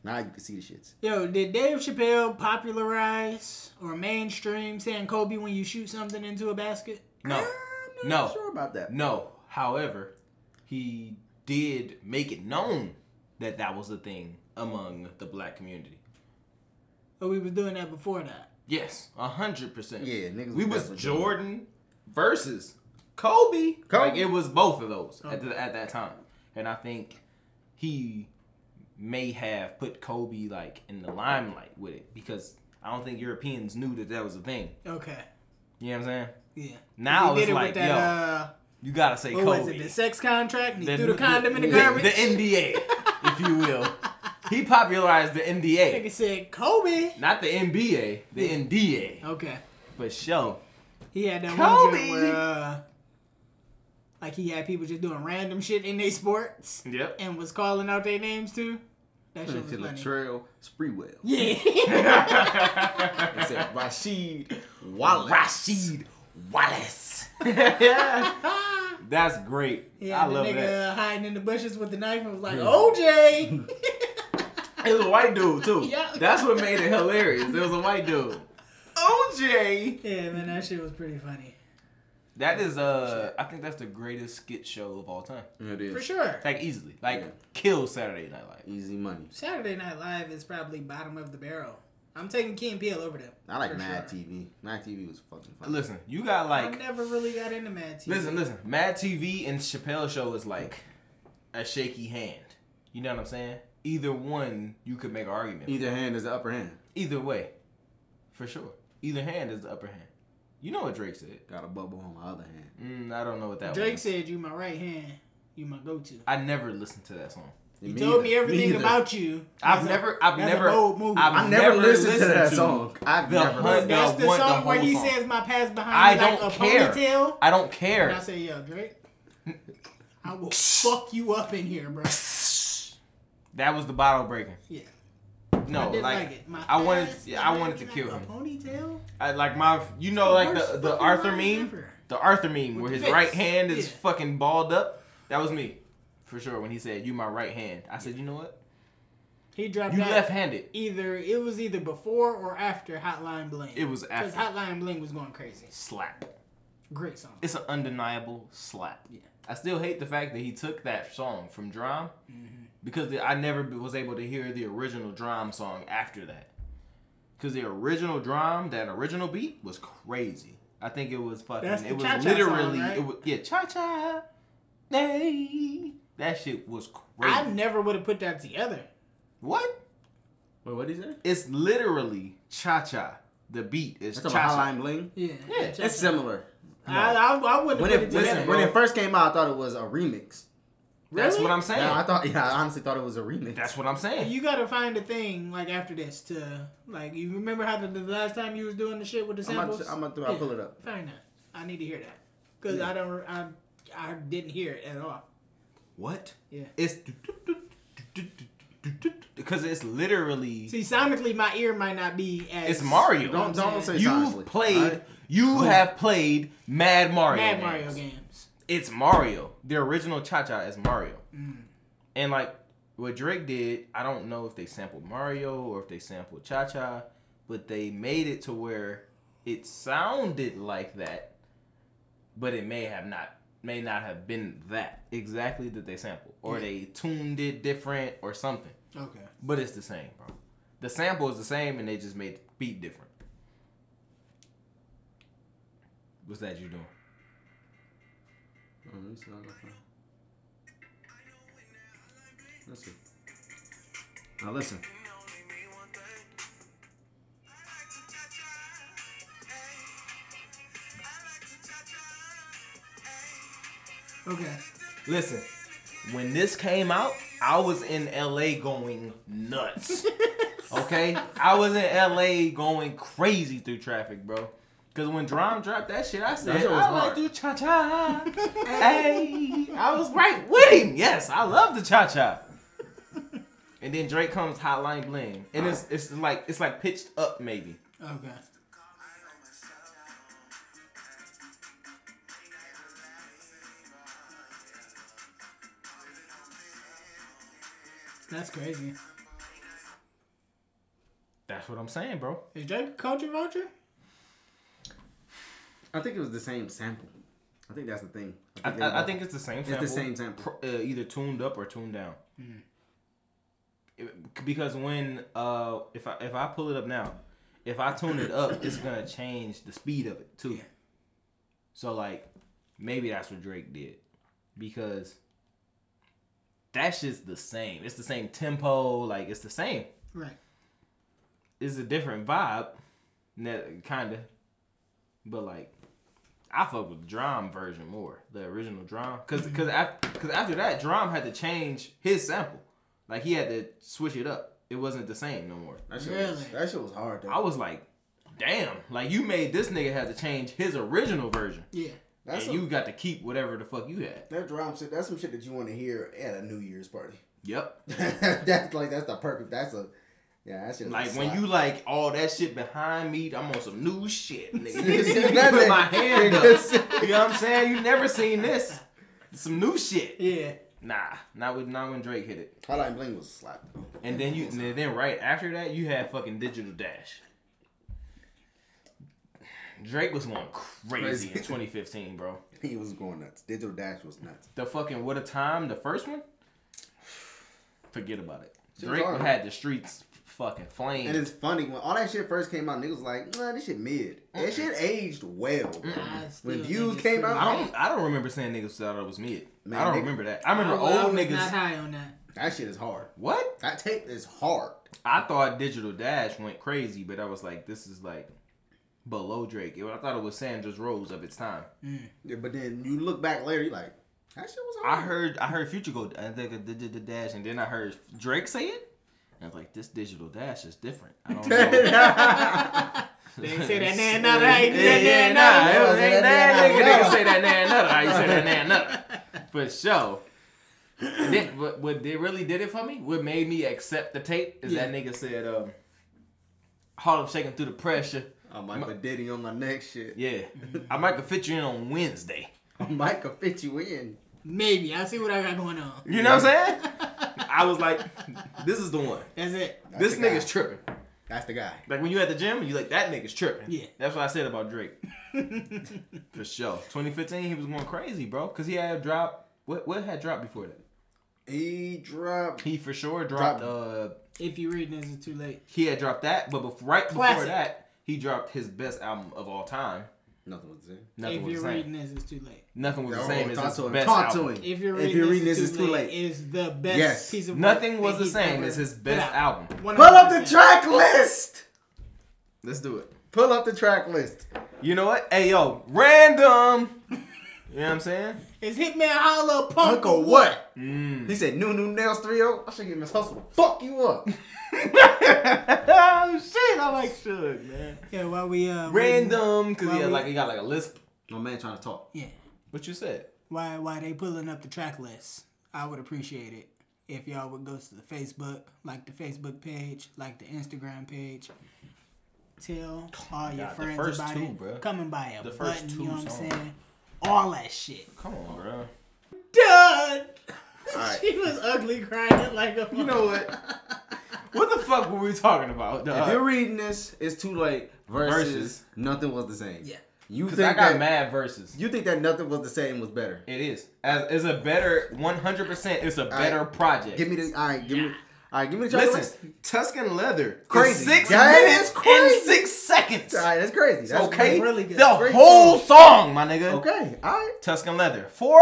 [SPEAKER 8] Now you can see the shits.
[SPEAKER 6] Yo, did Dave Chappelle popularize or mainstream saying Kobe when you shoot something into a basket?
[SPEAKER 7] no,
[SPEAKER 8] I'm
[SPEAKER 7] no,
[SPEAKER 8] not sure about that.
[SPEAKER 7] no. However, he did make it known that that was a thing among the black community.
[SPEAKER 6] Or Oh, we was doing that before that?
[SPEAKER 7] Yes, a hundred percent.
[SPEAKER 8] Yeah, niggas
[SPEAKER 7] We
[SPEAKER 8] was
[SPEAKER 7] was
[SPEAKER 8] definitely doing
[SPEAKER 7] Jordan versus Kobe.
[SPEAKER 8] Kobe.
[SPEAKER 7] Like it was both of those at, the, at that time, and I think he may have put Kobe like in the limelight with it because I don't think Europeans knew that that was a thing.
[SPEAKER 6] Okay.
[SPEAKER 7] You know what I'm saying?
[SPEAKER 6] Yeah.
[SPEAKER 7] Now
[SPEAKER 6] he
[SPEAKER 7] it's
[SPEAKER 6] did it
[SPEAKER 7] like,
[SPEAKER 6] with that.
[SPEAKER 7] yo,
[SPEAKER 6] uh,
[SPEAKER 7] You gotta say
[SPEAKER 6] what
[SPEAKER 7] Kobe.
[SPEAKER 6] was it? The sex contract. And he
[SPEAKER 7] The-
[SPEAKER 6] threw the condom in the
[SPEAKER 7] the-
[SPEAKER 6] garbage.
[SPEAKER 7] The NBA, if you will. He popularized the
[SPEAKER 6] Nigga
[SPEAKER 7] NBA,
[SPEAKER 6] said Kobe.
[SPEAKER 7] not the NBA, the NDA
[SPEAKER 6] Okay.
[SPEAKER 7] for sure.
[SPEAKER 6] He had that one
[SPEAKER 7] Kobe.
[SPEAKER 6] joke where, uh, like, he had people just doing random shit in their sports
[SPEAKER 7] Yep.
[SPEAKER 6] and was calling out their names too. That shit was
[SPEAKER 8] To
[SPEAKER 6] funny.
[SPEAKER 8] Latrell Sprewell.
[SPEAKER 6] yeah.
[SPEAKER 8] It said Rashid Wallace.
[SPEAKER 7] Rashid Wallace. That's great.
[SPEAKER 6] yeah
[SPEAKER 7] I
[SPEAKER 6] the
[SPEAKER 7] love
[SPEAKER 6] nigga
[SPEAKER 7] that.
[SPEAKER 6] hiding in the bushes with the knife and was like, OJ.
[SPEAKER 7] It was a white dude too.
[SPEAKER 6] Yeah.
[SPEAKER 7] That's what made it hilarious. It was a white dude. OJ.
[SPEAKER 6] yeah, man, that shit was pretty funny.
[SPEAKER 7] That is uh, I think that's the greatest skit show of all time.
[SPEAKER 8] It is.
[SPEAKER 6] For sure.
[SPEAKER 7] Like easily, like
[SPEAKER 8] Yeah.
[SPEAKER 7] kill Saturday Night Live.
[SPEAKER 8] Easy money.
[SPEAKER 6] Saturday Night Live is probably bottom of the barrel. I'm taking Key and Peele over them.
[SPEAKER 8] I like
[SPEAKER 6] for
[SPEAKER 8] Mad
[SPEAKER 6] sure.
[SPEAKER 8] TV. Mad TV was fucking fun.
[SPEAKER 7] Listen, you got
[SPEAKER 6] I
[SPEAKER 7] like
[SPEAKER 6] never really got into Mad TV.
[SPEAKER 7] Listen, listen. Mad TV and Chappelle Show is like a shaky hand. You know what I'm saying? Either one, you could make an argument.
[SPEAKER 6] E-
[SPEAKER 7] Either,
[SPEAKER 8] Either hand is the upper hand.
[SPEAKER 7] way, for sure. Either hand is the upper hand. You know what Drake said?
[SPEAKER 8] Got a bubble on my other hand.
[SPEAKER 7] Mm, I don't know what that
[SPEAKER 6] Drake
[SPEAKER 7] was.
[SPEAKER 6] said, You my right hand, you my go to.
[SPEAKER 7] I never listened to that song.
[SPEAKER 6] He told me everything about you.
[SPEAKER 7] I've
[SPEAKER 6] That's a-
[SPEAKER 7] never, I've
[SPEAKER 6] that's a
[SPEAKER 7] never,
[SPEAKER 6] bold move.
[SPEAKER 7] I've,
[SPEAKER 8] I never listened, to that song. I've
[SPEAKER 7] the
[SPEAKER 8] never
[SPEAKER 7] Hun-
[SPEAKER 8] listened.
[SPEAKER 7] the
[SPEAKER 6] That's the
[SPEAKER 7] one- the
[SPEAKER 6] song where
[SPEAKER 7] whole
[SPEAKER 6] he
[SPEAKER 7] song.
[SPEAKER 6] says my past behind
[SPEAKER 7] I
[SPEAKER 6] me
[SPEAKER 7] don't
[SPEAKER 6] like
[SPEAKER 7] care.
[SPEAKER 6] a ponytail.
[SPEAKER 7] I don't
[SPEAKER 6] And I
[SPEAKER 7] care.
[SPEAKER 6] say, yo, Drake, I will fuck you up in here, bro.
[SPEAKER 7] That was the bottle breaking.
[SPEAKER 6] Yeah.
[SPEAKER 7] No,
[SPEAKER 6] I didn't like,
[SPEAKER 7] like,
[SPEAKER 6] it. My
[SPEAKER 7] I wanted,
[SPEAKER 6] ass
[SPEAKER 7] yeah, I
[SPEAKER 6] behind me
[SPEAKER 7] wanted to
[SPEAKER 6] like
[SPEAKER 7] kill
[SPEAKER 6] a
[SPEAKER 7] him.
[SPEAKER 6] Ponytail?
[SPEAKER 7] I like my, you know, like
[SPEAKER 6] worst
[SPEAKER 7] the the
[SPEAKER 6] fucking
[SPEAKER 7] Arthur
[SPEAKER 6] line
[SPEAKER 7] meme,
[SPEAKER 6] ever.
[SPEAKER 7] the Arthur meme where
[SPEAKER 6] the
[SPEAKER 7] his
[SPEAKER 6] face.
[SPEAKER 7] right hand is
[SPEAKER 6] Yeah.
[SPEAKER 7] fucking balled up. That was me, for sure. When he said, "You my right hand," I said, "You know what?
[SPEAKER 6] He dropped
[SPEAKER 7] You
[SPEAKER 6] that
[SPEAKER 7] left-handed."
[SPEAKER 6] Either it was either before or after Hotline Bling.
[SPEAKER 7] It was
[SPEAKER 6] because
[SPEAKER 7] after.
[SPEAKER 6] Hotline Bling was going crazy.
[SPEAKER 7] Slap.
[SPEAKER 6] Great song.
[SPEAKER 7] It's an undeniable slap.
[SPEAKER 6] Yeah.
[SPEAKER 7] I still hate the fact that he took that song from Drum
[SPEAKER 6] Mm-hmm.
[SPEAKER 7] because the, I never be- was able to hear the original Drum song after that. Because the original Drum, that original beat was crazy. I think it was fucking.
[SPEAKER 6] That's the
[SPEAKER 7] it was
[SPEAKER 6] cha-cha song,
[SPEAKER 7] literally.
[SPEAKER 6] right?
[SPEAKER 7] It was, yeah, cha cha. Hey. That shit was crazy.
[SPEAKER 6] I never would have put that together.
[SPEAKER 7] what?
[SPEAKER 8] Wait, what did he say?
[SPEAKER 7] It's literally cha cha. The beat is cha
[SPEAKER 8] That's about
[SPEAKER 7] cha.
[SPEAKER 8] Hotline Bling.
[SPEAKER 6] Yeah,
[SPEAKER 7] Yeah,
[SPEAKER 8] It's similar.
[SPEAKER 6] I, I, I wouldn't
[SPEAKER 8] When
[SPEAKER 6] have
[SPEAKER 8] it,
[SPEAKER 6] put it together.
[SPEAKER 8] listen, when
[SPEAKER 7] bro.
[SPEAKER 8] it first came out, I thought it was a remix.
[SPEAKER 7] That's
[SPEAKER 6] Really?
[SPEAKER 7] what I'm saying.
[SPEAKER 8] Yeah, I thought. Yeah, I honestly thought it was a remix.
[SPEAKER 7] That's what I'm saying.
[SPEAKER 6] you gotta find a thing like after this to like. You remember how the, the last time you was doing the shit with the
[SPEAKER 8] I'm about
[SPEAKER 6] samples?
[SPEAKER 8] to- I'm about to- I'll pull it up.
[SPEAKER 6] Fair enough. I need to hear that because I don't. I I didn't hear it at all.
[SPEAKER 7] What?
[SPEAKER 6] Yeah.
[SPEAKER 7] It's because it's literally
[SPEAKER 6] See, sonically, my ear might not be as.
[SPEAKER 7] it's Mario.
[SPEAKER 8] Don't don't say
[SPEAKER 7] You've
[SPEAKER 8] sonically,
[SPEAKER 7] played.
[SPEAKER 8] alright?
[SPEAKER 7] You have played Mad Mario.
[SPEAKER 6] Mad
[SPEAKER 7] games.
[SPEAKER 6] Mario games.
[SPEAKER 7] It's Mario. The original Cha Cha is Mario. And like
[SPEAKER 5] what Drake did, I don't know if they sampled Mario or if they sampled Cha Cha, but they made it to where it sounded like that, but it may have not may not have been that exactly that they sampled. Or they tuned it different or something.
[SPEAKER 6] Okay.
[SPEAKER 5] But it's the same, bro. The sample is the same and they just made the beat different. What's that you doing?
[SPEAKER 8] Oh, let me see what I got for- Listen. Now listen.
[SPEAKER 6] Okay.
[SPEAKER 5] Listen, when this came out, I was in LA going nuts. okay? I was in LA going crazy through traffic, bro. Cause when Drum dropped that shit, I said,
[SPEAKER 8] shit was
[SPEAKER 5] I like
[SPEAKER 8] hard.
[SPEAKER 5] to cha cha. hey, I was right with him. Yes, I love the cha cha. And then Drake comes Hotline Bling, and it's it's like it's like pitched up maybe.
[SPEAKER 6] Okay. That's crazy.
[SPEAKER 5] That's what I'm saying, bro.
[SPEAKER 6] Is Drake culture vulture?
[SPEAKER 8] I think it was the same sample. I think that's the thing.
[SPEAKER 5] I,
[SPEAKER 8] they
[SPEAKER 5] I, I
[SPEAKER 8] both-
[SPEAKER 5] think it's the same.
[SPEAKER 8] the
[SPEAKER 5] Sample,
[SPEAKER 8] same sample.
[SPEAKER 5] pro- uh, either tuned up or tuned down. It- because when uh, if I if I pull it up now, if I tune it up, it's gonna change the speed of it too. So like, maybe that's what Drake did, because that's just the same. It's the same tempo. Like it's the same.
[SPEAKER 6] Right.
[SPEAKER 5] It's a different vibe, kind of, but like. I fuck with the drum version more, the original drum, cause cause after, cause after that, drum had to change his sample, like he had to switch it up. It wasn't the same no more.
[SPEAKER 8] that shit, was,
[SPEAKER 6] Really?
[SPEAKER 8] that shit was hard though.
[SPEAKER 5] I was like, damn, like you made this nigga have to change his original version,
[SPEAKER 6] Yeah.
[SPEAKER 5] and
[SPEAKER 8] that's some-
[SPEAKER 5] you got to keep whatever the fuck you had.
[SPEAKER 8] that drum shit. That's some shit that you want to hear at a New Year's party.
[SPEAKER 5] Yep.
[SPEAKER 8] that's like that's the perfect. That's a yeah. That shit. was
[SPEAKER 5] Like
[SPEAKER 8] a
[SPEAKER 5] when
[SPEAKER 8] slap.
[SPEAKER 5] you like all that shit behind me, I'm on some new shit, nigga. You
[SPEAKER 8] You
[SPEAKER 5] see
[SPEAKER 8] see
[SPEAKER 5] me
[SPEAKER 8] that
[SPEAKER 5] put my
[SPEAKER 8] nigga.
[SPEAKER 5] hand up.
[SPEAKER 8] You see-
[SPEAKER 5] You know what I'm saying? You never seen this. Some new shit.
[SPEAKER 6] Yeah.
[SPEAKER 5] Nah, not with not when Drake hit it.
[SPEAKER 8] Hotline Bling was slapped.
[SPEAKER 5] And then you, and then right after that, you had fucking Digital Dash. Drake was going crazy in
[SPEAKER 8] Crazy.
[SPEAKER 5] 2015, bro.
[SPEAKER 8] He was going nuts. Digital Dash was nuts.
[SPEAKER 5] The fucking What a Time, the first one. Forget about it.
[SPEAKER 8] Shit was
[SPEAKER 5] Drake
[SPEAKER 8] hard.
[SPEAKER 5] had the streets fucking
[SPEAKER 8] And
[SPEAKER 5] flames.
[SPEAKER 8] it's funny when all that shit first came out, niggas was like, nah, this shit mid. That shit aged well. Bro.
[SPEAKER 6] I still
[SPEAKER 8] When
[SPEAKER 6] think
[SPEAKER 8] views
[SPEAKER 6] it's
[SPEAKER 8] came
[SPEAKER 6] pretty-
[SPEAKER 8] out,
[SPEAKER 5] I don't, I don't remember saying niggas thought I was mid.
[SPEAKER 8] Man,
[SPEAKER 5] I don't
[SPEAKER 8] nigga-
[SPEAKER 5] remember that. I remember
[SPEAKER 6] I was- I
[SPEAKER 5] old
[SPEAKER 6] was
[SPEAKER 5] niggas.
[SPEAKER 6] Not high on that.
[SPEAKER 8] that shit is hard.
[SPEAKER 5] What?
[SPEAKER 8] That tape is hard.
[SPEAKER 5] I thought Digital Dash went crazy, but I was like, this is like below Drake. It- I thought it was Sandra's Rose of its time.
[SPEAKER 8] Yeah, but then you look back later, you like, that shit was hard.
[SPEAKER 5] I heard I heard Future go I think I did did the dash and then I heard Drake say it. And I was like, this digital dash is different. I don't know.
[SPEAKER 6] They ain't say that nah nah nah. ain't do
[SPEAKER 5] yeah,
[SPEAKER 6] that,
[SPEAKER 5] yeah,
[SPEAKER 6] nah,
[SPEAKER 5] nah.
[SPEAKER 6] nah.
[SPEAKER 5] It was ain't that
[SPEAKER 8] Nah, nah,
[SPEAKER 5] nigga
[SPEAKER 8] nah.
[SPEAKER 5] say that nah another. I used to say that nah another. For sure. And then what what did really did it for me? What made me accept the tape is that nigga said um Harlem shaking through the pressure.
[SPEAKER 8] I'm Michael Diddy on my next shit.
[SPEAKER 5] Yeah. I might could fit you in on Wednesday.
[SPEAKER 8] Michael fit you in.
[SPEAKER 6] Maybe I see what I got going on.
[SPEAKER 5] You know what I'm saying? I was like, this is the one.
[SPEAKER 6] That's it.
[SPEAKER 5] This
[SPEAKER 8] the guy.
[SPEAKER 5] nigga's tripping.
[SPEAKER 8] That's the guy.
[SPEAKER 5] Like when you at the gym, you like that nigga's tripping.
[SPEAKER 6] Yeah.
[SPEAKER 5] that's what I said about Drake. For sure. 2015, he was going crazy, bro, because he had dropped. What what had dropped before that?
[SPEAKER 8] He dropped.
[SPEAKER 5] He for sure dropped.
[SPEAKER 8] Dropped-
[SPEAKER 5] Uh,
[SPEAKER 6] If you read this, it's too late.
[SPEAKER 5] he had dropped that, but before, right before
[SPEAKER 6] Classic.
[SPEAKER 5] that, he dropped his best album of all time.
[SPEAKER 8] Nothing was the same.
[SPEAKER 5] Nothing
[SPEAKER 6] if
[SPEAKER 5] was
[SPEAKER 6] you're
[SPEAKER 5] the same.
[SPEAKER 6] reading this, it's too late.
[SPEAKER 5] Nothing was the
[SPEAKER 8] No,
[SPEAKER 5] same as
[SPEAKER 8] talk
[SPEAKER 5] his
[SPEAKER 8] to him.
[SPEAKER 5] best
[SPEAKER 8] Talk to
[SPEAKER 5] album.
[SPEAKER 8] him.
[SPEAKER 6] If you're
[SPEAKER 8] If
[SPEAKER 6] reading,
[SPEAKER 8] you're
[SPEAKER 6] this,
[SPEAKER 8] reading
[SPEAKER 6] it's, too late,
[SPEAKER 8] late.
[SPEAKER 6] is the best
[SPEAKER 8] Yes.
[SPEAKER 6] piece of
[SPEAKER 5] Nothing
[SPEAKER 6] work
[SPEAKER 5] was
[SPEAKER 6] that
[SPEAKER 5] the
[SPEAKER 6] he's
[SPEAKER 5] same
[SPEAKER 6] ever
[SPEAKER 5] as his
[SPEAKER 6] put
[SPEAKER 5] best
[SPEAKER 6] out.
[SPEAKER 5] album.
[SPEAKER 8] Pull up the
[SPEAKER 6] 100%.
[SPEAKER 8] track list.
[SPEAKER 5] Let's do it.
[SPEAKER 8] Pull up the track list.
[SPEAKER 5] You know what? Hey yo, random. you know what I'm saying?
[SPEAKER 6] Is Hitman Hollow Punk
[SPEAKER 8] Uncle
[SPEAKER 6] or
[SPEAKER 8] what?
[SPEAKER 5] Mm.
[SPEAKER 8] He said, "New new nails 3-0. I should get Miss Hustle to fuck you up."
[SPEAKER 5] oh shit! I like shit, man.
[SPEAKER 6] Yeah, while we uh reading-
[SPEAKER 5] Random, cause he
[SPEAKER 6] Why
[SPEAKER 5] had
[SPEAKER 6] we-
[SPEAKER 5] like he got like a lisp.
[SPEAKER 8] My man trying to talk.
[SPEAKER 6] Yeah,
[SPEAKER 5] What you said?
[SPEAKER 6] why why they pulling up the track list? I would appreciate it if y'all would go to the Facebook, like the Facebook page, like the Instagram page. Tell all your
[SPEAKER 5] God, the
[SPEAKER 6] friends
[SPEAKER 5] first
[SPEAKER 6] about
[SPEAKER 5] two,
[SPEAKER 6] it.
[SPEAKER 5] bruh.
[SPEAKER 6] Coming by a
[SPEAKER 5] The first
[SPEAKER 6] button,
[SPEAKER 5] two
[SPEAKER 6] you know what I'm
[SPEAKER 5] songs.
[SPEAKER 6] saying? All that shit.
[SPEAKER 5] Come on, bro.
[SPEAKER 6] Done.
[SPEAKER 8] right.
[SPEAKER 6] she was ugly crying like a.
[SPEAKER 8] You know what?
[SPEAKER 5] What the fuck were we talking about?
[SPEAKER 8] If
[SPEAKER 5] dog?
[SPEAKER 8] you're reading this, it's too late. Versus,
[SPEAKER 5] Versus.
[SPEAKER 8] nothing was the same.
[SPEAKER 6] Yeah.
[SPEAKER 8] You
[SPEAKER 5] 'Cause
[SPEAKER 8] think
[SPEAKER 5] I got
[SPEAKER 8] that,
[SPEAKER 5] mad verses.
[SPEAKER 8] You think that nothing was the same was better?
[SPEAKER 5] It is as it's a better 100. percent It's a better project.
[SPEAKER 8] Give me the. All right. Give me. All right. Give me the chocolate.
[SPEAKER 5] Listen, Tuscan leather. is
[SPEAKER 8] Crazy.
[SPEAKER 5] Six
[SPEAKER 8] That
[SPEAKER 5] minutes
[SPEAKER 8] is crazy.
[SPEAKER 5] and six seconds.
[SPEAKER 8] All right. That's crazy. That's
[SPEAKER 5] okay,
[SPEAKER 6] really good.
[SPEAKER 5] the
[SPEAKER 8] Great
[SPEAKER 5] whole song, my nigga.
[SPEAKER 8] Okay. All right.
[SPEAKER 5] Tuscan leather. Four.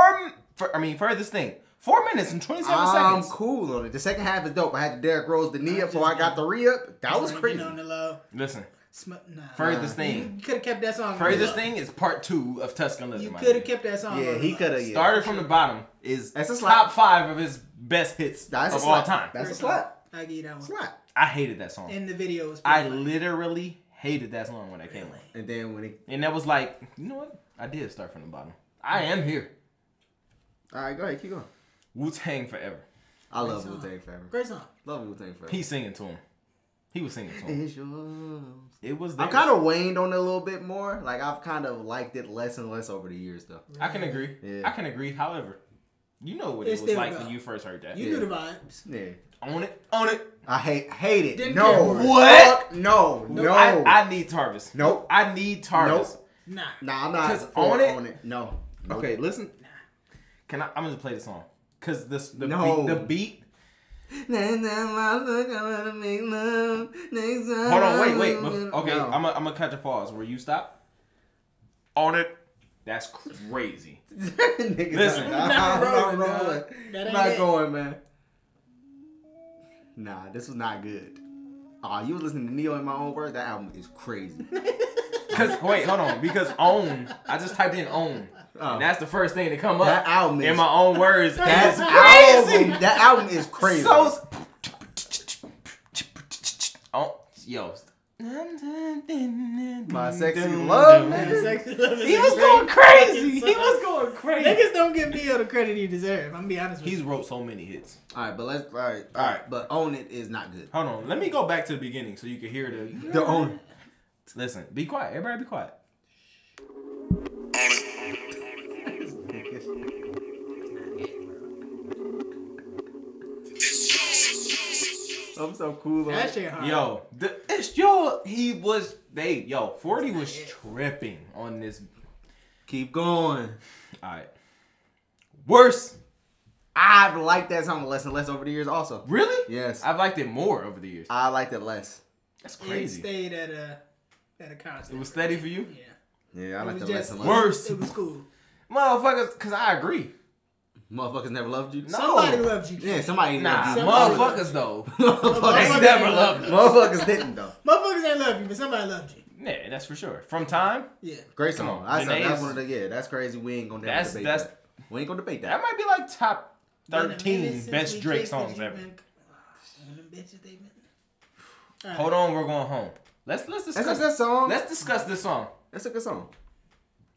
[SPEAKER 5] For, I mean, furthest thing. Four minutes and 27
[SPEAKER 8] I'm
[SPEAKER 5] seconds.
[SPEAKER 8] cool on it. The second half is dope. I had the Derrick Rose the knee up, so I got the re up. That was crazy.
[SPEAKER 6] On the low.
[SPEAKER 5] Listen,
[SPEAKER 6] Sm- nah.
[SPEAKER 5] furthest thing.
[SPEAKER 6] You could have kept that song. on the
[SPEAKER 5] Furthest
[SPEAKER 6] low.
[SPEAKER 5] thing is part two of Tuscan leather.
[SPEAKER 6] You
[SPEAKER 5] my
[SPEAKER 6] could have
[SPEAKER 5] nigga.
[SPEAKER 6] kept that song.
[SPEAKER 8] Yeah,
[SPEAKER 6] on the
[SPEAKER 8] he
[SPEAKER 6] low.
[SPEAKER 8] could have. Yeah.
[SPEAKER 5] Started from the bottom is
[SPEAKER 8] That's a slap.
[SPEAKER 5] top five of his best hits
[SPEAKER 8] That's
[SPEAKER 5] of
[SPEAKER 8] a
[SPEAKER 5] all
[SPEAKER 8] slap.
[SPEAKER 5] time.
[SPEAKER 8] That's a
[SPEAKER 6] First off,
[SPEAKER 8] slap.
[SPEAKER 6] I give you that one.
[SPEAKER 8] Slap.
[SPEAKER 5] I hated that song.
[SPEAKER 6] And the video was.
[SPEAKER 5] I
[SPEAKER 6] pretty
[SPEAKER 5] literally hated that song when I came on.
[SPEAKER 8] And then when it.
[SPEAKER 5] And that was like, you know what? I did start from the bottom. I am here.
[SPEAKER 8] All right. Go ahead. Keep going.
[SPEAKER 5] Wu Tang forever.
[SPEAKER 8] I love Wu Tang Forever.
[SPEAKER 6] Great song.
[SPEAKER 8] Love Wu Tang Forever.
[SPEAKER 5] He's singing to him. He was singing to him.
[SPEAKER 8] It's yours.
[SPEAKER 5] It was.
[SPEAKER 8] I've
[SPEAKER 5] theirs.
[SPEAKER 8] kind of waned on it a little bit more. Like I've kind of liked it less and less over the years, though.
[SPEAKER 5] I can agree.
[SPEAKER 8] Yeah.
[SPEAKER 5] I can agree. However, you know what
[SPEAKER 6] It
[SPEAKER 5] it, was
[SPEAKER 6] still
[SPEAKER 5] like
[SPEAKER 6] got-
[SPEAKER 5] when you first heard that.
[SPEAKER 6] You knew the vibes.
[SPEAKER 8] Yeah,
[SPEAKER 5] Own it. Own it.
[SPEAKER 8] I hate hate it.
[SPEAKER 6] Didn't care
[SPEAKER 8] no,
[SPEAKER 6] for it.
[SPEAKER 5] What?
[SPEAKER 8] Fuck no, no.
[SPEAKER 5] I, I need Tarvis.
[SPEAKER 8] Nope.
[SPEAKER 5] I need Tarvis.
[SPEAKER 8] Nope.
[SPEAKER 6] Nah.
[SPEAKER 8] nah, I'm not
[SPEAKER 5] 'Cause
[SPEAKER 8] for
[SPEAKER 5] on
[SPEAKER 8] on
[SPEAKER 5] it-
[SPEAKER 8] it. No. Nope.
[SPEAKER 5] Okay, listen. Can I? I'm gonna play the song. Cause this the
[SPEAKER 8] No.
[SPEAKER 5] beat. The beat.
[SPEAKER 8] Next time I look, I wanna make love. Next time
[SPEAKER 5] Hold on.
[SPEAKER 8] I
[SPEAKER 5] Wait. Wait.
[SPEAKER 8] look-
[SPEAKER 5] bef- Okay.
[SPEAKER 8] No.
[SPEAKER 5] I'm gonna I'm gonna catch a pause. Where you stop? Own it. That's crazy.
[SPEAKER 8] Niggas,
[SPEAKER 5] Listen.
[SPEAKER 8] I'm not,
[SPEAKER 6] Not
[SPEAKER 8] rolling.
[SPEAKER 6] rolling, dog.
[SPEAKER 8] rolling.
[SPEAKER 6] That ain't
[SPEAKER 8] Not
[SPEAKER 6] it.
[SPEAKER 8] going, man. Nah, this was not good. Aw, you was listening to Neo in my own words. That album is crazy.
[SPEAKER 5] Cause wait, hold on. Because own. I just typed in own.
[SPEAKER 8] Oh.
[SPEAKER 5] And that's the first thing to come up.
[SPEAKER 8] That album
[SPEAKER 5] in
[SPEAKER 8] is-
[SPEAKER 5] my own words. That's
[SPEAKER 8] That
[SPEAKER 5] crazy.
[SPEAKER 8] Album, that album is crazy.
[SPEAKER 5] So. Oh, yo. My
[SPEAKER 8] My sexy love, nigga.
[SPEAKER 6] Sexy Love is
[SPEAKER 5] He was
[SPEAKER 6] a great
[SPEAKER 5] going crazy.
[SPEAKER 6] fucking
[SPEAKER 5] He
[SPEAKER 6] song.
[SPEAKER 5] was going crazy.
[SPEAKER 6] Niggas don't give Neo the credit he deserves. I'm gonna be honest with
[SPEAKER 5] He's
[SPEAKER 6] you.
[SPEAKER 5] wrote so many hits.
[SPEAKER 8] All right, but let's. All right, all right. But own it is not good.
[SPEAKER 5] Hold on. Let me go back to the beginning so you can hear the.
[SPEAKER 8] The own.
[SPEAKER 5] Listen, be quiet. Everybody be quiet.
[SPEAKER 8] I'm so cool. On
[SPEAKER 6] That
[SPEAKER 8] it.
[SPEAKER 6] shit hard.
[SPEAKER 5] Yo, the, it's yo. He was. They. Yo, 40 was tripping on this.
[SPEAKER 8] Keep going.
[SPEAKER 5] All right. Worse.
[SPEAKER 8] I've liked that song less and less over the years. Also,
[SPEAKER 5] Really?
[SPEAKER 8] Yes.
[SPEAKER 5] I've liked it more over the years.
[SPEAKER 8] I liked it less.
[SPEAKER 5] That's
[SPEAKER 6] It
[SPEAKER 5] crazy.
[SPEAKER 6] stayed at a at a
[SPEAKER 5] It
[SPEAKER 6] constant.
[SPEAKER 5] was steady for you?
[SPEAKER 6] Yeah.
[SPEAKER 8] Yeah, I liked
[SPEAKER 6] was
[SPEAKER 8] it less
[SPEAKER 6] just-
[SPEAKER 8] and less.
[SPEAKER 5] Worse.
[SPEAKER 6] It was cool.
[SPEAKER 5] Motherfuckers, cause I agree.
[SPEAKER 8] Motherfuckers never loved you.
[SPEAKER 5] No.
[SPEAKER 6] Somebody loved you.
[SPEAKER 8] Yeah, somebody
[SPEAKER 5] Nah,
[SPEAKER 8] loved you.
[SPEAKER 6] Somebody-
[SPEAKER 5] motherfuckers though. They
[SPEAKER 8] Motherfuckers,
[SPEAKER 5] never loved me.
[SPEAKER 8] motherfuckers didn't though.
[SPEAKER 6] Motherfuckers ain't love you, but somebody loved you.
[SPEAKER 5] Yeah, that's for sure. From time,
[SPEAKER 6] Yeah.
[SPEAKER 8] Great song.
[SPEAKER 5] on,
[SPEAKER 8] I said
[SPEAKER 5] Janae's-
[SPEAKER 8] that's one of the yeah. That's crazy. We ain't gonna never
[SPEAKER 5] That's-
[SPEAKER 8] debate
[SPEAKER 5] that's-
[SPEAKER 8] that. We ain't gonna debate
[SPEAKER 5] that
[SPEAKER 8] that.
[SPEAKER 5] might be like top
[SPEAKER 6] Been a minute
[SPEAKER 5] thirteen
[SPEAKER 6] since we
[SPEAKER 5] best Drake
[SPEAKER 6] kissed, and
[SPEAKER 5] songs
[SPEAKER 6] you
[SPEAKER 5] ever.
[SPEAKER 6] been- One of them bitches they been- All right.
[SPEAKER 5] Hold on, we're going home. Let's let's discuss.
[SPEAKER 8] That's a good song.
[SPEAKER 5] Let's discuss this song.
[SPEAKER 8] That's a good song.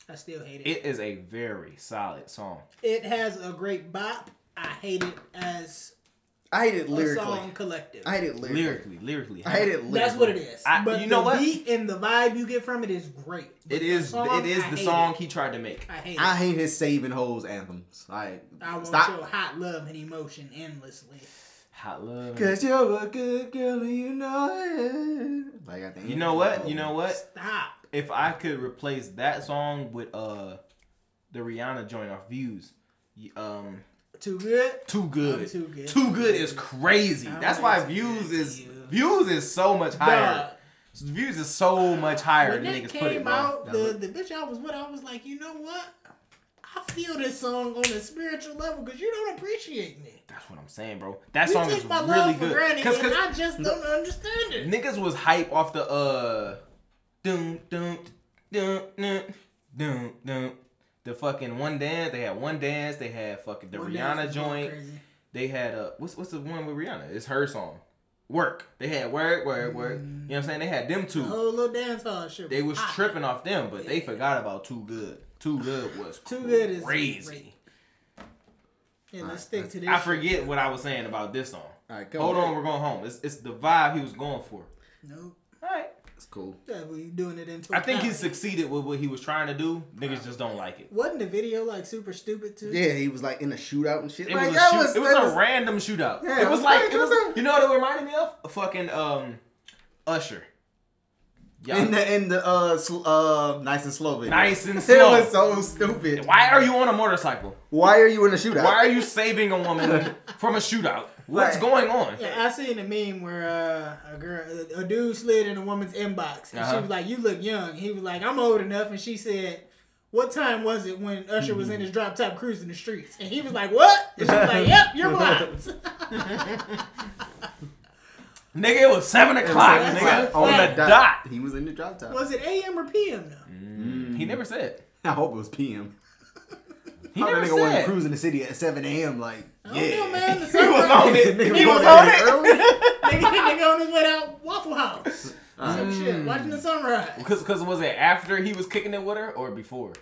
[SPEAKER 6] I still hate it. it.
[SPEAKER 5] It is a very solid song.
[SPEAKER 6] has a great bop. I hate it as
[SPEAKER 8] I hate it
[SPEAKER 6] a
[SPEAKER 8] lyrically.
[SPEAKER 6] song collective.
[SPEAKER 8] I hate it lyrically.
[SPEAKER 5] Lyrically, lyrically,
[SPEAKER 8] I hate it lyrically.
[SPEAKER 6] That's what it is.
[SPEAKER 5] I-
[SPEAKER 6] but
[SPEAKER 5] you know
[SPEAKER 6] the
[SPEAKER 5] what?
[SPEAKER 6] beat and the vibe you get from it is great. But
[SPEAKER 5] It
[SPEAKER 6] the
[SPEAKER 5] is.
[SPEAKER 6] song,
[SPEAKER 5] it is
[SPEAKER 6] I
[SPEAKER 5] the
[SPEAKER 6] hate
[SPEAKER 5] song
[SPEAKER 6] it.
[SPEAKER 5] he tried to make.
[SPEAKER 6] I hate.
[SPEAKER 8] I
[SPEAKER 6] it.
[SPEAKER 8] hate his saving hoes anthems. Like
[SPEAKER 6] I want
[SPEAKER 8] stop.
[SPEAKER 6] your hot love and emotion endlessly.
[SPEAKER 5] Hot love.
[SPEAKER 8] Cause you're a good girl and you know it. Like at the
[SPEAKER 5] You know what? You know what?
[SPEAKER 6] Stop.
[SPEAKER 5] If I could replace that song with uh, the Rihanna joint off Views, y- um,
[SPEAKER 6] Too good.
[SPEAKER 5] Too good.
[SPEAKER 6] I'm too good.
[SPEAKER 5] Too good is crazy.
[SPEAKER 6] I'm
[SPEAKER 5] That's why
[SPEAKER 6] too
[SPEAKER 5] views
[SPEAKER 6] good
[SPEAKER 5] is
[SPEAKER 6] to you.
[SPEAKER 5] views is so much higher.
[SPEAKER 6] Bruh.
[SPEAKER 5] Views is so much higher
[SPEAKER 6] When
[SPEAKER 5] than
[SPEAKER 6] that
[SPEAKER 5] niggas put it,
[SPEAKER 6] came
[SPEAKER 5] bro.
[SPEAKER 6] out,
[SPEAKER 5] That's
[SPEAKER 6] the,
[SPEAKER 5] what-
[SPEAKER 6] the bitch I was with, I was like, you know what? I feel this song on a spiritual level because you don't appreciate me.
[SPEAKER 5] That's what I'm saying, bro. That
[SPEAKER 6] You
[SPEAKER 5] song
[SPEAKER 6] take
[SPEAKER 5] is
[SPEAKER 6] my
[SPEAKER 5] really
[SPEAKER 6] love for
[SPEAKER 5] good.
[SPEAKER 6] granted,
[SPEAKER 5] Cause,
[SPEAKER 6] and
[SPEAKER 5] 'cause
[SPEAKER 6] I just don't understand it.
[SPEAKER 5] niggas was hype off the uh, dum dum dum dum dum dum. The fucking one dance. They had one dance. They had fucking the
[SPEAKER 6] One dance
[SPEAKER 5] Rihanna
[SPEAKER 6] is going
[SPEAKER 5] joint.
[SPEAKER 6] crazy.
[SPEAKER 5] They had uh, what's what's the one with Rihanna? It's her song. Work. They had work, work, work. You know what I'm saying? They had them two.
[SPEAKER 6] The whole little dance hall shit.
[SPEAKER 5] They was
[SPEAKER 6] hot.
[SPEAKER 5] tripping off them, but they forgot about Too Good. Too Good was
[SPEAKER 6] Too good is
[SPEAKER 5] crazy.
[SPEAKER 6] great. Yeah, let's stick to this.
[SPEAKER 5] I forget what I was saying about this song.
[SPEAKER 8] All right, go
[SPEAKER 5] Hold
[SPEAKER 8] ahead.
[SPEAKER 5] on, we're going home. It's, it's the vibe he was going for.
[SPEAKER 6] Nope.
[SPEAKER 5] All right.
[SPEAKER 8] It's cool.
[SPEAKER 6] Yeah, we doing it in.
[SPEAKER 5] I think he
[SPEAKER 6] 2000.
[SPEAKER 5] succeeded with what he was trying to do. Niggas just don't like it.
[SPEAKER 6] Wasn't the video like super stupid too?
[SPEAKER 8] Yeah, he was like in a shootout and shit.
[SPEAKER 5] It
[SPEAKER 8] like,
[SPEAKER 5] was, a
[SPEAKER 8] that
[SPEAKER 5] shoot, it was
[SPEAKER 8] that
[SPEAKER 5] a random shootout.
[SPEAKER 8] Yeah,
[SPEAKER 5] it was
[SPEAKER 8] it was
[SPEAKER 5] like
[SPEAKER 8] like-
[SPEAKER 5] it was, you know what it reminded me of? Fucking um, Usher. Yeah,
[SPEAKER 8] in the in the uh sl- uh nice and slow video.
[SPEAKER 5] nice and
[SPEAKER 8] It
[SPEAKER 5] slow.
[SPEAKER 8] was so stupid.
[SPEAKER 5] Why are you on a motorcycle?
[SPEAKER 8] Why are you in a shootout?
[SPEAKER 5] Why are you saving a woman from a shootout? What's
[SPEAKER 8] Right.
[SPEAKER 5] going on?
[SPEAKER 6] Yeah, I seen a meme where uh, a girl, a- a dude slid in a woman's inbox, and she
[SPEAKER 5] Uh-huh.
[SPEAKER 6] was like, "You look young." He was like, "I'm old enough," and she said, "What time was it when Usher was in his drop top cruising the streets?" And he was like, "What?" And she was like, "Yep, you're blocked."
[SPEAKER 5] Nigga, it was seven
[SPEAKER 8] It was
[SPEAKER 5] o'clock.
[SPEAKER 8] like-
[SPEAKER 5] nigga,
[SPEAKER 8] like,
[SPEAKER 5] on the dot.
[SPEAKER 8] He was in the drop top.
[SPEAKER 6] was it AM or PM though?
[SPEAKER 5] He never said.
[SPEAKER 8] I hope it was PM.
[SPEAKER 5] He
[SPEAKER 8] How
[SPEAKER 5] never
[SPEAKER 8] that nigga wasn't
[SPEAKER 5] said.
[SPEAKER 8] cruising the city at 7 a.m. Like,
[SPEAKER 6] I don't
[SPEAKER 8] yeah.
[SPEAKER 6] know, man. The
[SPEAKER 5] He
[SPEAKER 6] sun
[SPEAKER 5] was
[SPEAKER 6] went-
[SPEAKER 5] on it.
[SPEAKER 8] Nigga
[SPEAKER 5] He
[SPEAKER 8] was
[SPEAKER 5] was
[SPEAKER 8] out
[SPEAKER 5] on
[SPEAKER 8] there
[SPEAKER 5] it.
[SPEAKER 8] early.
[SPEAKER 6] nigga, nigga on his way to Waffle House. Some shit, watching the sunrise.
[SPEAKER 5] Cause, cause was it after he was kicking it with her or before?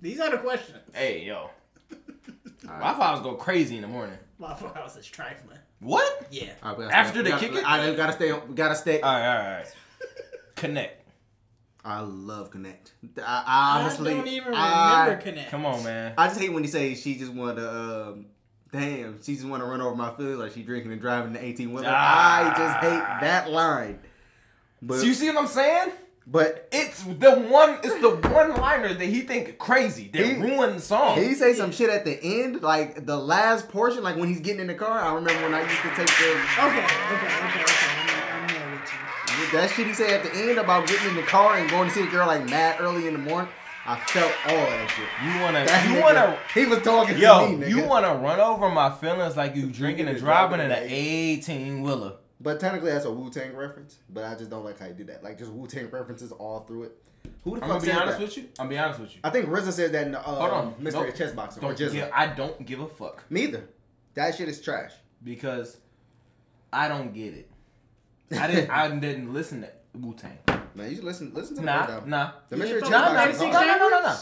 [SPEAKER 6] These are the questions.
[SPEAKER 5] Hey yo, Wi-Fi was going crazy in the morning.
[SPEAKER 6] Waffle House is trifling.
[SPEAKER 5] What?
[SPEAKER 6] Yeah.
[SPEAKER 8] All right, we gotta
[SPEAKER 5] After
[SPEAKER 8] stay-
[SPEAKER 5] the
[SPEAKER 8] we gotta-
[SPEAKER 5] kicker?
[SPEAKER 8] all right, we gotta stay. on- We gotta stay.
[SPEAKER 5] All right, all right, all right. Connect.
[SPEAKER 8] I love Connect. I, I honestly,
[SPEAKER 6] I don't even remember
[SPEAKER 8] I,
[SPEAKER 6] Connect.
[SPEAKER 5] Come on, man.
[SPEAKER 8] I just hate when he say she just want to. Um, damn, she just want to run over my feelings like she drinking and driving the 18 wheeler. I just hate that line. But
[SPEAKER 5] So you see what I'm saying?
[SPEAKER 8] but
[SPEAKER 5] It's the one. It's the one liner that he think crazy that
[SPEAKER 8] He-
[SPEAKER 5] ruined the song.
[SPEAKER 8] He say some shit at the end, like the last portion, like when he's getting in the car. I remember when I used to take the
[SPEAKER 6] Okay, okay, okay, okay. I'm, I'm there with you.
[SPEAKER 8] that shit he said at the end about getting in the car and going to see a girl like mad early in the morning. I felt all that shit.
[SPEAKER 5] you wanna.
[SPEAKER 8] That
[SPEAKER 5] you
[SPEAKER 8] nigga-
[SPEAKER 5] wanna.
[SPEAKER 8] He was talking
[SPEAKER 5] Yo,
[SPEAKER 8] to me, nigga.
[SPEAKER 5] you wanna run over my feelings like you drinking and driving in an 18 wheeler?
[SPEAKER 8] But technically, that's a Wu Tang reference. But I just don't like how you do that. Like just Wu Tang references all through it. Who the
[SPEAKER 5] I'm
[SPEAKER 8] fuck
[SPEAKER 5] gonna be
[SPEAKER 8] said
[SPEAKER 5] honest
[SPEAKER 8] that?
[SPEAKER 5] with you. I'm gonna be honest with you.
[SPEAKER 8] I think RZA said that in the uh,
[SPEAKER 5] Hold on,
[SPEAKER 8] Mr.
[SPEAKER 5] Nope.
[SPEAKER 8] Chess Boxer or
[SPEAKER 5] Don't
[SPEAKER 8] Jizzle.
[SPEAKER 5] give, I don't give a fuck
[SPEAKER 8] Me either. That shit is trash.
[SPEAKER 5] because I don't get it. I didn't. I didn't listen to Wu Tang.
[SPEAKER 8] Man, you should listen listen to the
[SPEAKER 5] Nah,
[SPEAKER 8] breakdown.
[SPEAKER 5] nah.
[SPEAKER 8] The Mr.
[SPEAKER 5] Nah,
[SPEAKER 8] Chess
[SPEAKER 5] nah,
[SPEAKER 8] Boxer.
[SPEAKER 5] nah,
[SPEAKER 8] is
[SPEAKER 6] Six
[SPEAKER 5] nah,
[SPEAKER 8] gone.
[SPEAKER 5] nah, nah,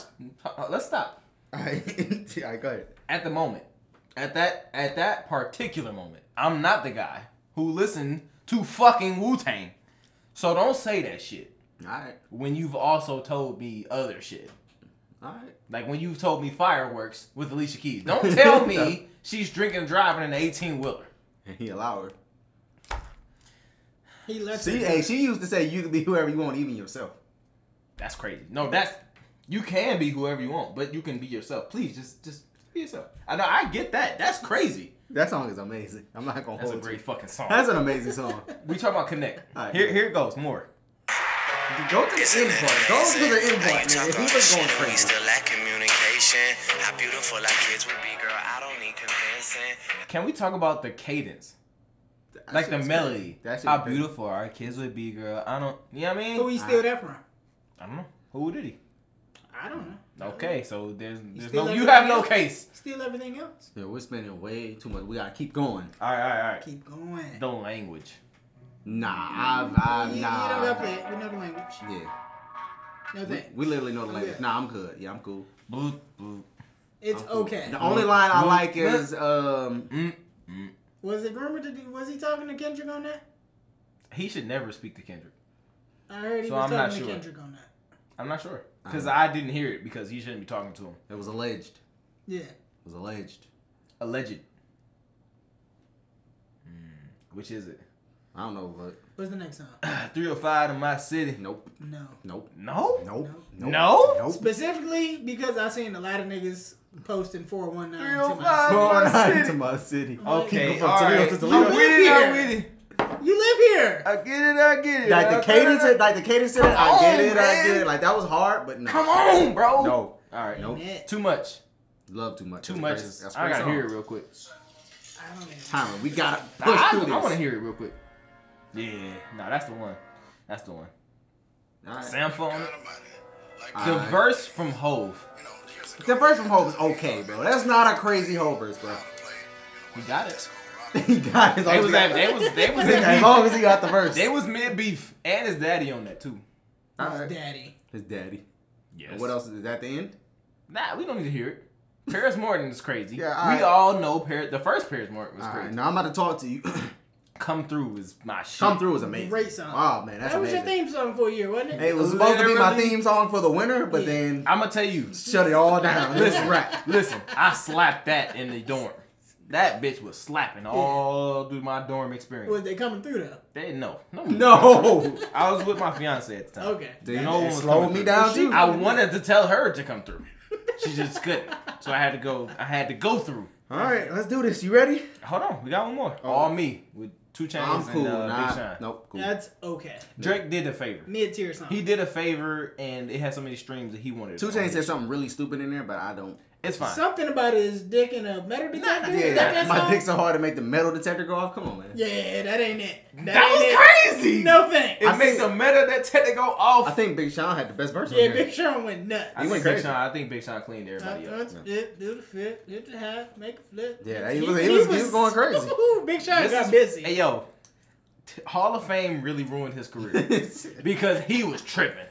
[SPEAKER 5] nah. Let's stop.
[SPEAKER 8] All right, Yeah, go ahead.
[SPEAKER 5] At the moment, at that at that particular moment, I'm not the guy who listened to fucking Wu Tang. So don't say that shit
[SPEAKER 8] All right,
[SPEAKER 5] when you've also told me other shit.
[SPEAKER 8] all right.
[SPEAKER 5] Like when you've told me fireworks with Alicia Keys. Don't tell me she's drinking and driving an 18 wheeler.
[SPEAKER 8] And he allowed her.
[SPEAKER 6] He left.
[SPEAKER 8] See,
[SPEAKER 6] it.
[SPEAKER 8] hey, she used to say you can be whoever you want, even yourself.
[SPEAKER 5] That's crazy. No, that's you can be whoever you want, but you can be yourself. Please just just be yourself. I know I get that. That's crazy.
[SPEAKER 8] That song is amazing. I'm not gonna
[SPEAKER 5] That's a
[SPEAKER 8] hold you.
[SPEAKER 5] great fucking song.
[SPEAKER 8] That's an amazing song.
[SPEAKER 5] We talk about connect.
[SPEAKER 8] All right.
[SPEAKER 5] here, here it goes more.
[SPEAKER 8] go to the end part. Go to the end part, man. He was going
[SPEAKER 4] We
[SPEAKER 8] crazy.
[SPEAKER 4] still lack communication. How beautiful our kids would be, girl. I don't need convincing.
[SPEAKER 5] Can we talk about the cadence, like the
[SPEAKER 8] shit was
[SPEAKER 5] melody?
[SPEAKER 8] crazy. That shit
[SPEAKER 5] How
[SPEAKER 8] was crazy.
[SPEAKER 5] beautiful our kids would be, girl. I don't. You know what I mean?
[SPEAKER 6] Who he steal that from?
[SPEAKER 5] I don't know. Who did he?
[SPEAKER 6] I don't know.
[SPEAKER 5] Okay, so there's there's
[SPEAKER 6] still
[SPEAKER 5] no.
[SPEAKER 6] like
[SPEAKER 5] You
[SPEAKER 6] that
[SPEAKER 5] have no
[SPEAKER 6] guy?
[SPEAKER 5] case.
[SPEAKER 6] Steal everything else.
[SPEAKER 8] Yeah, we're spending way too much. We gotta keep going.
[SPEAKER 5] All right, all right, all right.
[SPEAKER 6] Keep going.
[SPEAKER 5] The language.
[SPEAKER 8] Nah, I've, I've,
[SPEAKER 6] you,
[SPEAKER 8] nah.
[SPEAKER 6] you don't gotta play it. We know the language.
[SPEAKER 8] Yeah,
[SPEAKER 6] No
[SPEAKER 8] we,
[SPEAKER 6] thanks.
[SPEAKER 8] we literally
[SPEAKER 5] Oh,
[SPEAKER 8] know the language.
[SPEAKER 6] good.
[SPEAKER 8] Nah, I'm good. Yeah, I'm cool.
[SPEAKER 5] Bloop, bloop.
[SPEAKER 6] It's okay.
[SPEAKER 8] The only line I like is, um,
[SPEAKER 5] Mm.
[SPEAKER 6] Was it rumored to be? Was he talking to Kendrick on that?
[SPEAKER 5] He should never speak to Kendrick.
[SPEAKER 6] I heard he
[SPEAKER 5] So
[SPEAKER 6] was
[SPEAKER 5] I'm not
[SPEAKER 6] talking to
[SPEAKER 5] sure.
[SPEAKER 6] Kendrick on that.
[SPEAKER 5] I'm not sure because I didn't hear it because he shouldn't be talking to him.
[SPEAKER 8] it was alleged.
[SPEAKER 6] Yeah.
[SPEAKER 8] It was alleged.
[SPEAKER 5] Alleged. Which is it?
[SPEAKER 8] I don't know, but
[SPEAKER 6] What's the next song?
[SPEAKER 5] 305 in my city.
[SPEAKER 8] nope,
[SPEAKER 6] No.
[SPEAKER 8] nope,
[SPEAKER 5] No?
[SPEAKER 8] nope, nope,
[SPEAKER 5] No?
[SPEAKER 8] nope.
[SPEAKER 6] Specifically because I seen a lot of niggas posting 419 to my
[SPEAKER 5] 305.
[SPEAKER 8] Going
[SPEAKER 5] My
[SPEAKER 8] out
[SPEAKER 5] city.
[SPEAKER 8] to my city.
[SPEAKER 5] Okay,
[SPEAKER 8] People from
[SPEAKER 5] all
[SPEAKER 8] Toledo
[SPEAKER 5] right.
[SPEAKER 8] to
[SPEAKER 5] I'm
[SPEAKER 8] Toledo.
[SPEAKER 5] with
[SPEAKER 6] live
[SPEAKER 5] it, oh. I'm
[SPEAKER 6] here.
[SPEAKER 5] with it.
[SPEAKER 6] You live here.
[SPEAKER 8] Uh,
[SPEAKER 5] I get it, I get it.
[SPEAKER 8] Like
[SPEAKER 5] I
[SPEAKER 8] the
[SPEAKER 5] get
[SPEAKER 8] cadence,
[SPEAKER 5] it.
[SPEAKER 8] like the cadence, in it,
[SPEAKER 5] Come
[SPEAKER 8] I get
[SPEAKER 5] on,
[SPEAKER 8] it, I
[SPEAKER 5] man.
[SPEAKER 8] did. Like that was hard, but no.
[SPEAKER 5] Come on, bro.
[SPEAKER 8] No.
[SPEAKER 5] All right, no.
[SPEAKER 6] Amen.
[SPEAKER 5] Too much.
[SPEAKER 8] Love too much.
[SPEAKER 5] Too
[SPEAKER 8] That's
[SPEAKER 5] much.
[SPEAKER 8] crazy. That's
[SPEAKER 5] I gotta
[SPEAKER 8] crazy
[SPEAKER 5] hear it
[SPEAKER 8] songs.
[SPEAKER 5] real quick.
[SPEAKER 6] I don't even.
[SPEAKER 8] Tyron, we gotta push
[SPEAKER 5] I,
[SPEAKER 8] through this.
[SPEAKER 5] want to hear it real quick. Yeah. No, that's the one. That's the one.
[SPEAKER 8] All right.
[SPEAKER 5] Samphone. The
[SPEAKER 8] Alright.
[SPEAKER 5] verse from Hove.
[SPEAKER 8] The verse from Hope is okay, bro. That's not a crazy Hope verse, bro.
[SPEAKER 5] We got it.
[SPEAKER 8] he got his
[SPEAKER 5] They was at, they was they was in
[SPEAKER 8] as
[SPEAKER 5] beef.
[SPEAKER 8] long as he got the verse.
[SPEAKER 5] They was mid beef and his daddy on that too.
[SPEAKER 8] All
[SPEAKER 6] His
[SPEAKER 8] right.
[SPEAKER 6] daddy.
[SPEAKER 8] His daddy.
[SPEAKER 5] Yes.
[SPEAKER 8] What else is that? The end.
[SPEAKER 5] Nah, we don't need to hear it. Paris Morton is crazy.
[SPEAKER 8] Yeah, all
[SPEAKER 5] we
[SPEAKER 8] right.
[SPEAKER 5] all know Paris. The first Paris Morton was
[SPEAKER 8] All
[SPEAKER 5] crazy.
[SPEAKER 8] right. Now I'm about to talk to you.
[SPEAKER 5] Come Through is my shit.
[SPEAKER 8] Come Through was amazing.
[SPEAKER 6] Great song.
[SPEAKER 8] Oh, man, that's
[SPEAKER 6] that was
[SPEAKER 8] amazing.
[SPEAKER 6] your theme song for a year, wasn't it?
[SPEAKER 8] It was supposed to be my
[SPEAKER 5] Literally.
[SPEAKER 8] theme song for the winter, but then I
[SPEAKER 5] I'm gonna tell you.
[SPEAKER 8] shut it all down. This is rap.
[SPEAKER 5] Listen, I slapped that in the dorm. That bitch was slapping all through my dorm experience.
[SPEAKER 6] Was they coming through though?
[SPEAKER 5] They no, no,
[SPEAKER 8] No.
[SPEAKER 5] I was with my fiance at the time.
[SPEAKER 6] Okay.
[SPEAKER 8] Dude,
[SPEAKER 5] No one
[SPEAKER 8] it
[SPEAKER 5] was
[SPEAKER 8] slowed
[SPEAKER 5] coming
[SPEAKER 8] me
[SPEAKER 5] through.
[SPEAKER 8] down
[SPEAKER 6] She-
[SPEAKER 8] too.
[SPEAKER 5] I wanted to tell her to come through. She just couldn't. So I had to go. I had to go through.
[SPEAKER 8] All right, let's do this. You ready?
[SPEAKER 5] Hold on, we got one more. All me with two chains
[SPEAKER 8] Oh. I'm cool.
[SPEAKER 5] and uh, Big
[SPEAKER 8] Nah,
[SPEAKER 5] Sean.
[SPEAKER 8] nope. Cool.
[SPEAKER 6] That's okay.
[SPEAKER 5] Drake did a favor.
[SPEAKER 6] Mid tier song.
[SPEAKER 5] He did a favor, and it had so many streams that he wanted.
[SPEAKER 8] Two
[SPEAKER 5] on
[SPEAKER 8] Chainz
[SPEAKER 5] it.
[SPEAKER 8] said something really stupid in there, but I don't.
[SPEAKER 5] It's fine.
[SPEAKER 6] Something about his dick in a metal detector. Is that
[SPEAKER 8] Yeah,
[SPEAKER 6] that
[SPEAKER 8] my
[SPEAKER 6] song?
[SPEAKER 8] dick's so hard to make the metal detector go off. Come on, man.
[SPEAKER 6] Yeah, that ain't it. That,
[SPEAKER 5] that
[SPEAKER 6] ain't
[SPEAKER 5] was crazy.
[SPEAKER 6] It. No thanks.
[SPEAKER 5] It
[SPEAKER 8] I
[SPEAKER 5] made
[SPEAKER 8] think-
[SPEAKER 5] the meta that tend to go off.
[SPEAKER 8] I think Big Sean had the best verse. on
[SPEAKER 6] yeah,
[SPEAKER 8] there.
[SPEAKER 6] Big Sean went nuts.
[SPEAKER 5] I
[SPEAKER 8] He
[SPEAKER 5] think
[SPEAKER 8] went
[SPEAKER 5] Big
[SPEAKER 8] crazy.
[SPEAKER 5] Sean. I think Big Sean cleaned everybody up.
[SPEAKER 6] Dip, dip, do the flip, do the half, make a flip.
[SPEAKER 8] Yeah, he was- he was- he was going crazy.
[SPEAKER 6] Ooh, Big Sean
[SPEAKER 5] This
[SPEAKER 6] got
[SPEAKER 5] is-
[SPEAKER 6] busy.
[SPEAKER 5] Hey yo, t- Hall of Fame really ruined his career because he was tripping.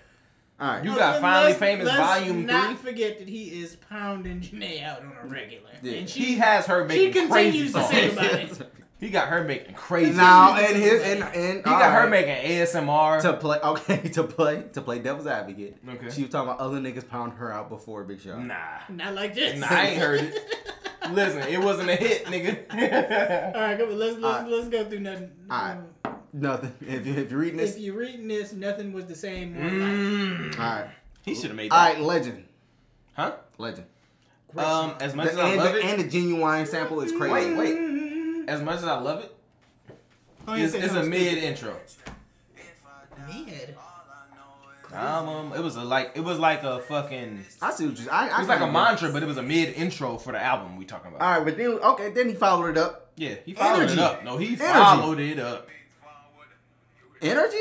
[SPEAKER 8] All right.
[SPEAKER 5] You
[SPEAKER 6] But
[SPEAKER 5] got
[SPEAKER 6] then
[SPEAKER 5] Finally
[SPEAKER 6] let's-
[SPEAKER 5] Famous
[SPEAKER 6] let's
[SPEAKER 5] Volume
[SPEAKER 6] not
[SPEAKER 5] 3.
[SPEAKER 6] forget that he is pounding Janae out on a regular.
[SPEAKER 8] Yeah.
[SPEAKER 6] And she,
[SPEAKER 5] He has her
[SPEAKER 6] she
[SPEAKER 5] making crazy
[SPEAKER 6] continues to
[SPEAKER 5] songs.
[SPEAKER 6] sing about it.
[SPEAKER 5] He got her making crazy.
[SPEAKER 8] now
[SPEAKER 5] songs.
[SPEAKER 8] and his and and
[SPEAKER 5] he got her making ASMR.
[SPEAKER 8] to play. Okay, to play to play devil's advocate.
[SPEAKER 5] Okay.
[SPEAKER 8] She was talking about other niggas pound her out before Big Sean.
[SPEAKER 5] nah,
[SPEAKER 6] Not like this.
[SPEAKER 5] nah, I ain't heard it. Listen, it wasn't a hit, nigga.
[SPEAKER 6] All right, go, let's let's,
[SPEAKER 8] Alright.
[SPEAKER 6] let's go through nothing.
[SPEAKER 8] Alright.
[SPEAKER 6] Um,
[SPEAKER 8] Nothing. If, you, if you're reading this,
[SPEAKER 6] if you're reading this, nothing was the same. one night.
[SPEAKER 5] Mm.
[SPEAKER 8] all right,
[SPEAKER 5] he should have made
[SPEAKER 8] all
[SPEAKER 5] that,
[SPEAKER 8] right, legend,
[SPEAKER 5] huh?
[SPEAKER 8] legend.
[SPEAKER 5] Um, as much
[SPEAKER 8] The,
[SPEAKER 5] as I
[SPEAKER 8] and,
[SPEAKER 5] love
[SPEAKER 8] the,
[SPEAKER 5] it,
[SPEAKER 8] and the genuine sample is crazy.
[SPEAKER 5] wait, wait. As much as I love it,
[SPEAKER 6] Oh, yeah,
[SPEAKER 5] it's,
[SPEAKER 6] say
[SPEAKER 5] it's a
[SPEAKER 6] something
[SPEAKER 5] mid intro.
[SPEAKER 6] stupid. Mid.
[SPEAKER 5] Um, it was a like, it was like a fucking.
[SPEAKER 8] I see what you. I, I
[SPEAKER 5] It was like a
[SPEAKER 8] kinda-
[SPEAKER 5] mantra, but it was a mid intro for the album we talking about.
[SPEAKER 8] All right, but then okay, then he followed it up.
[SPEAKER 5] Yeah,
[SPEAKER 6] Uh,
[SPEAKER 5] he followed
[SPEAKER 8] Energy.
[SPEAKER 5] it up. No, he
[SPEAKER 8] Energy.
[SPEAKER 5] followed it up.
[SPEAKER 8] Energy.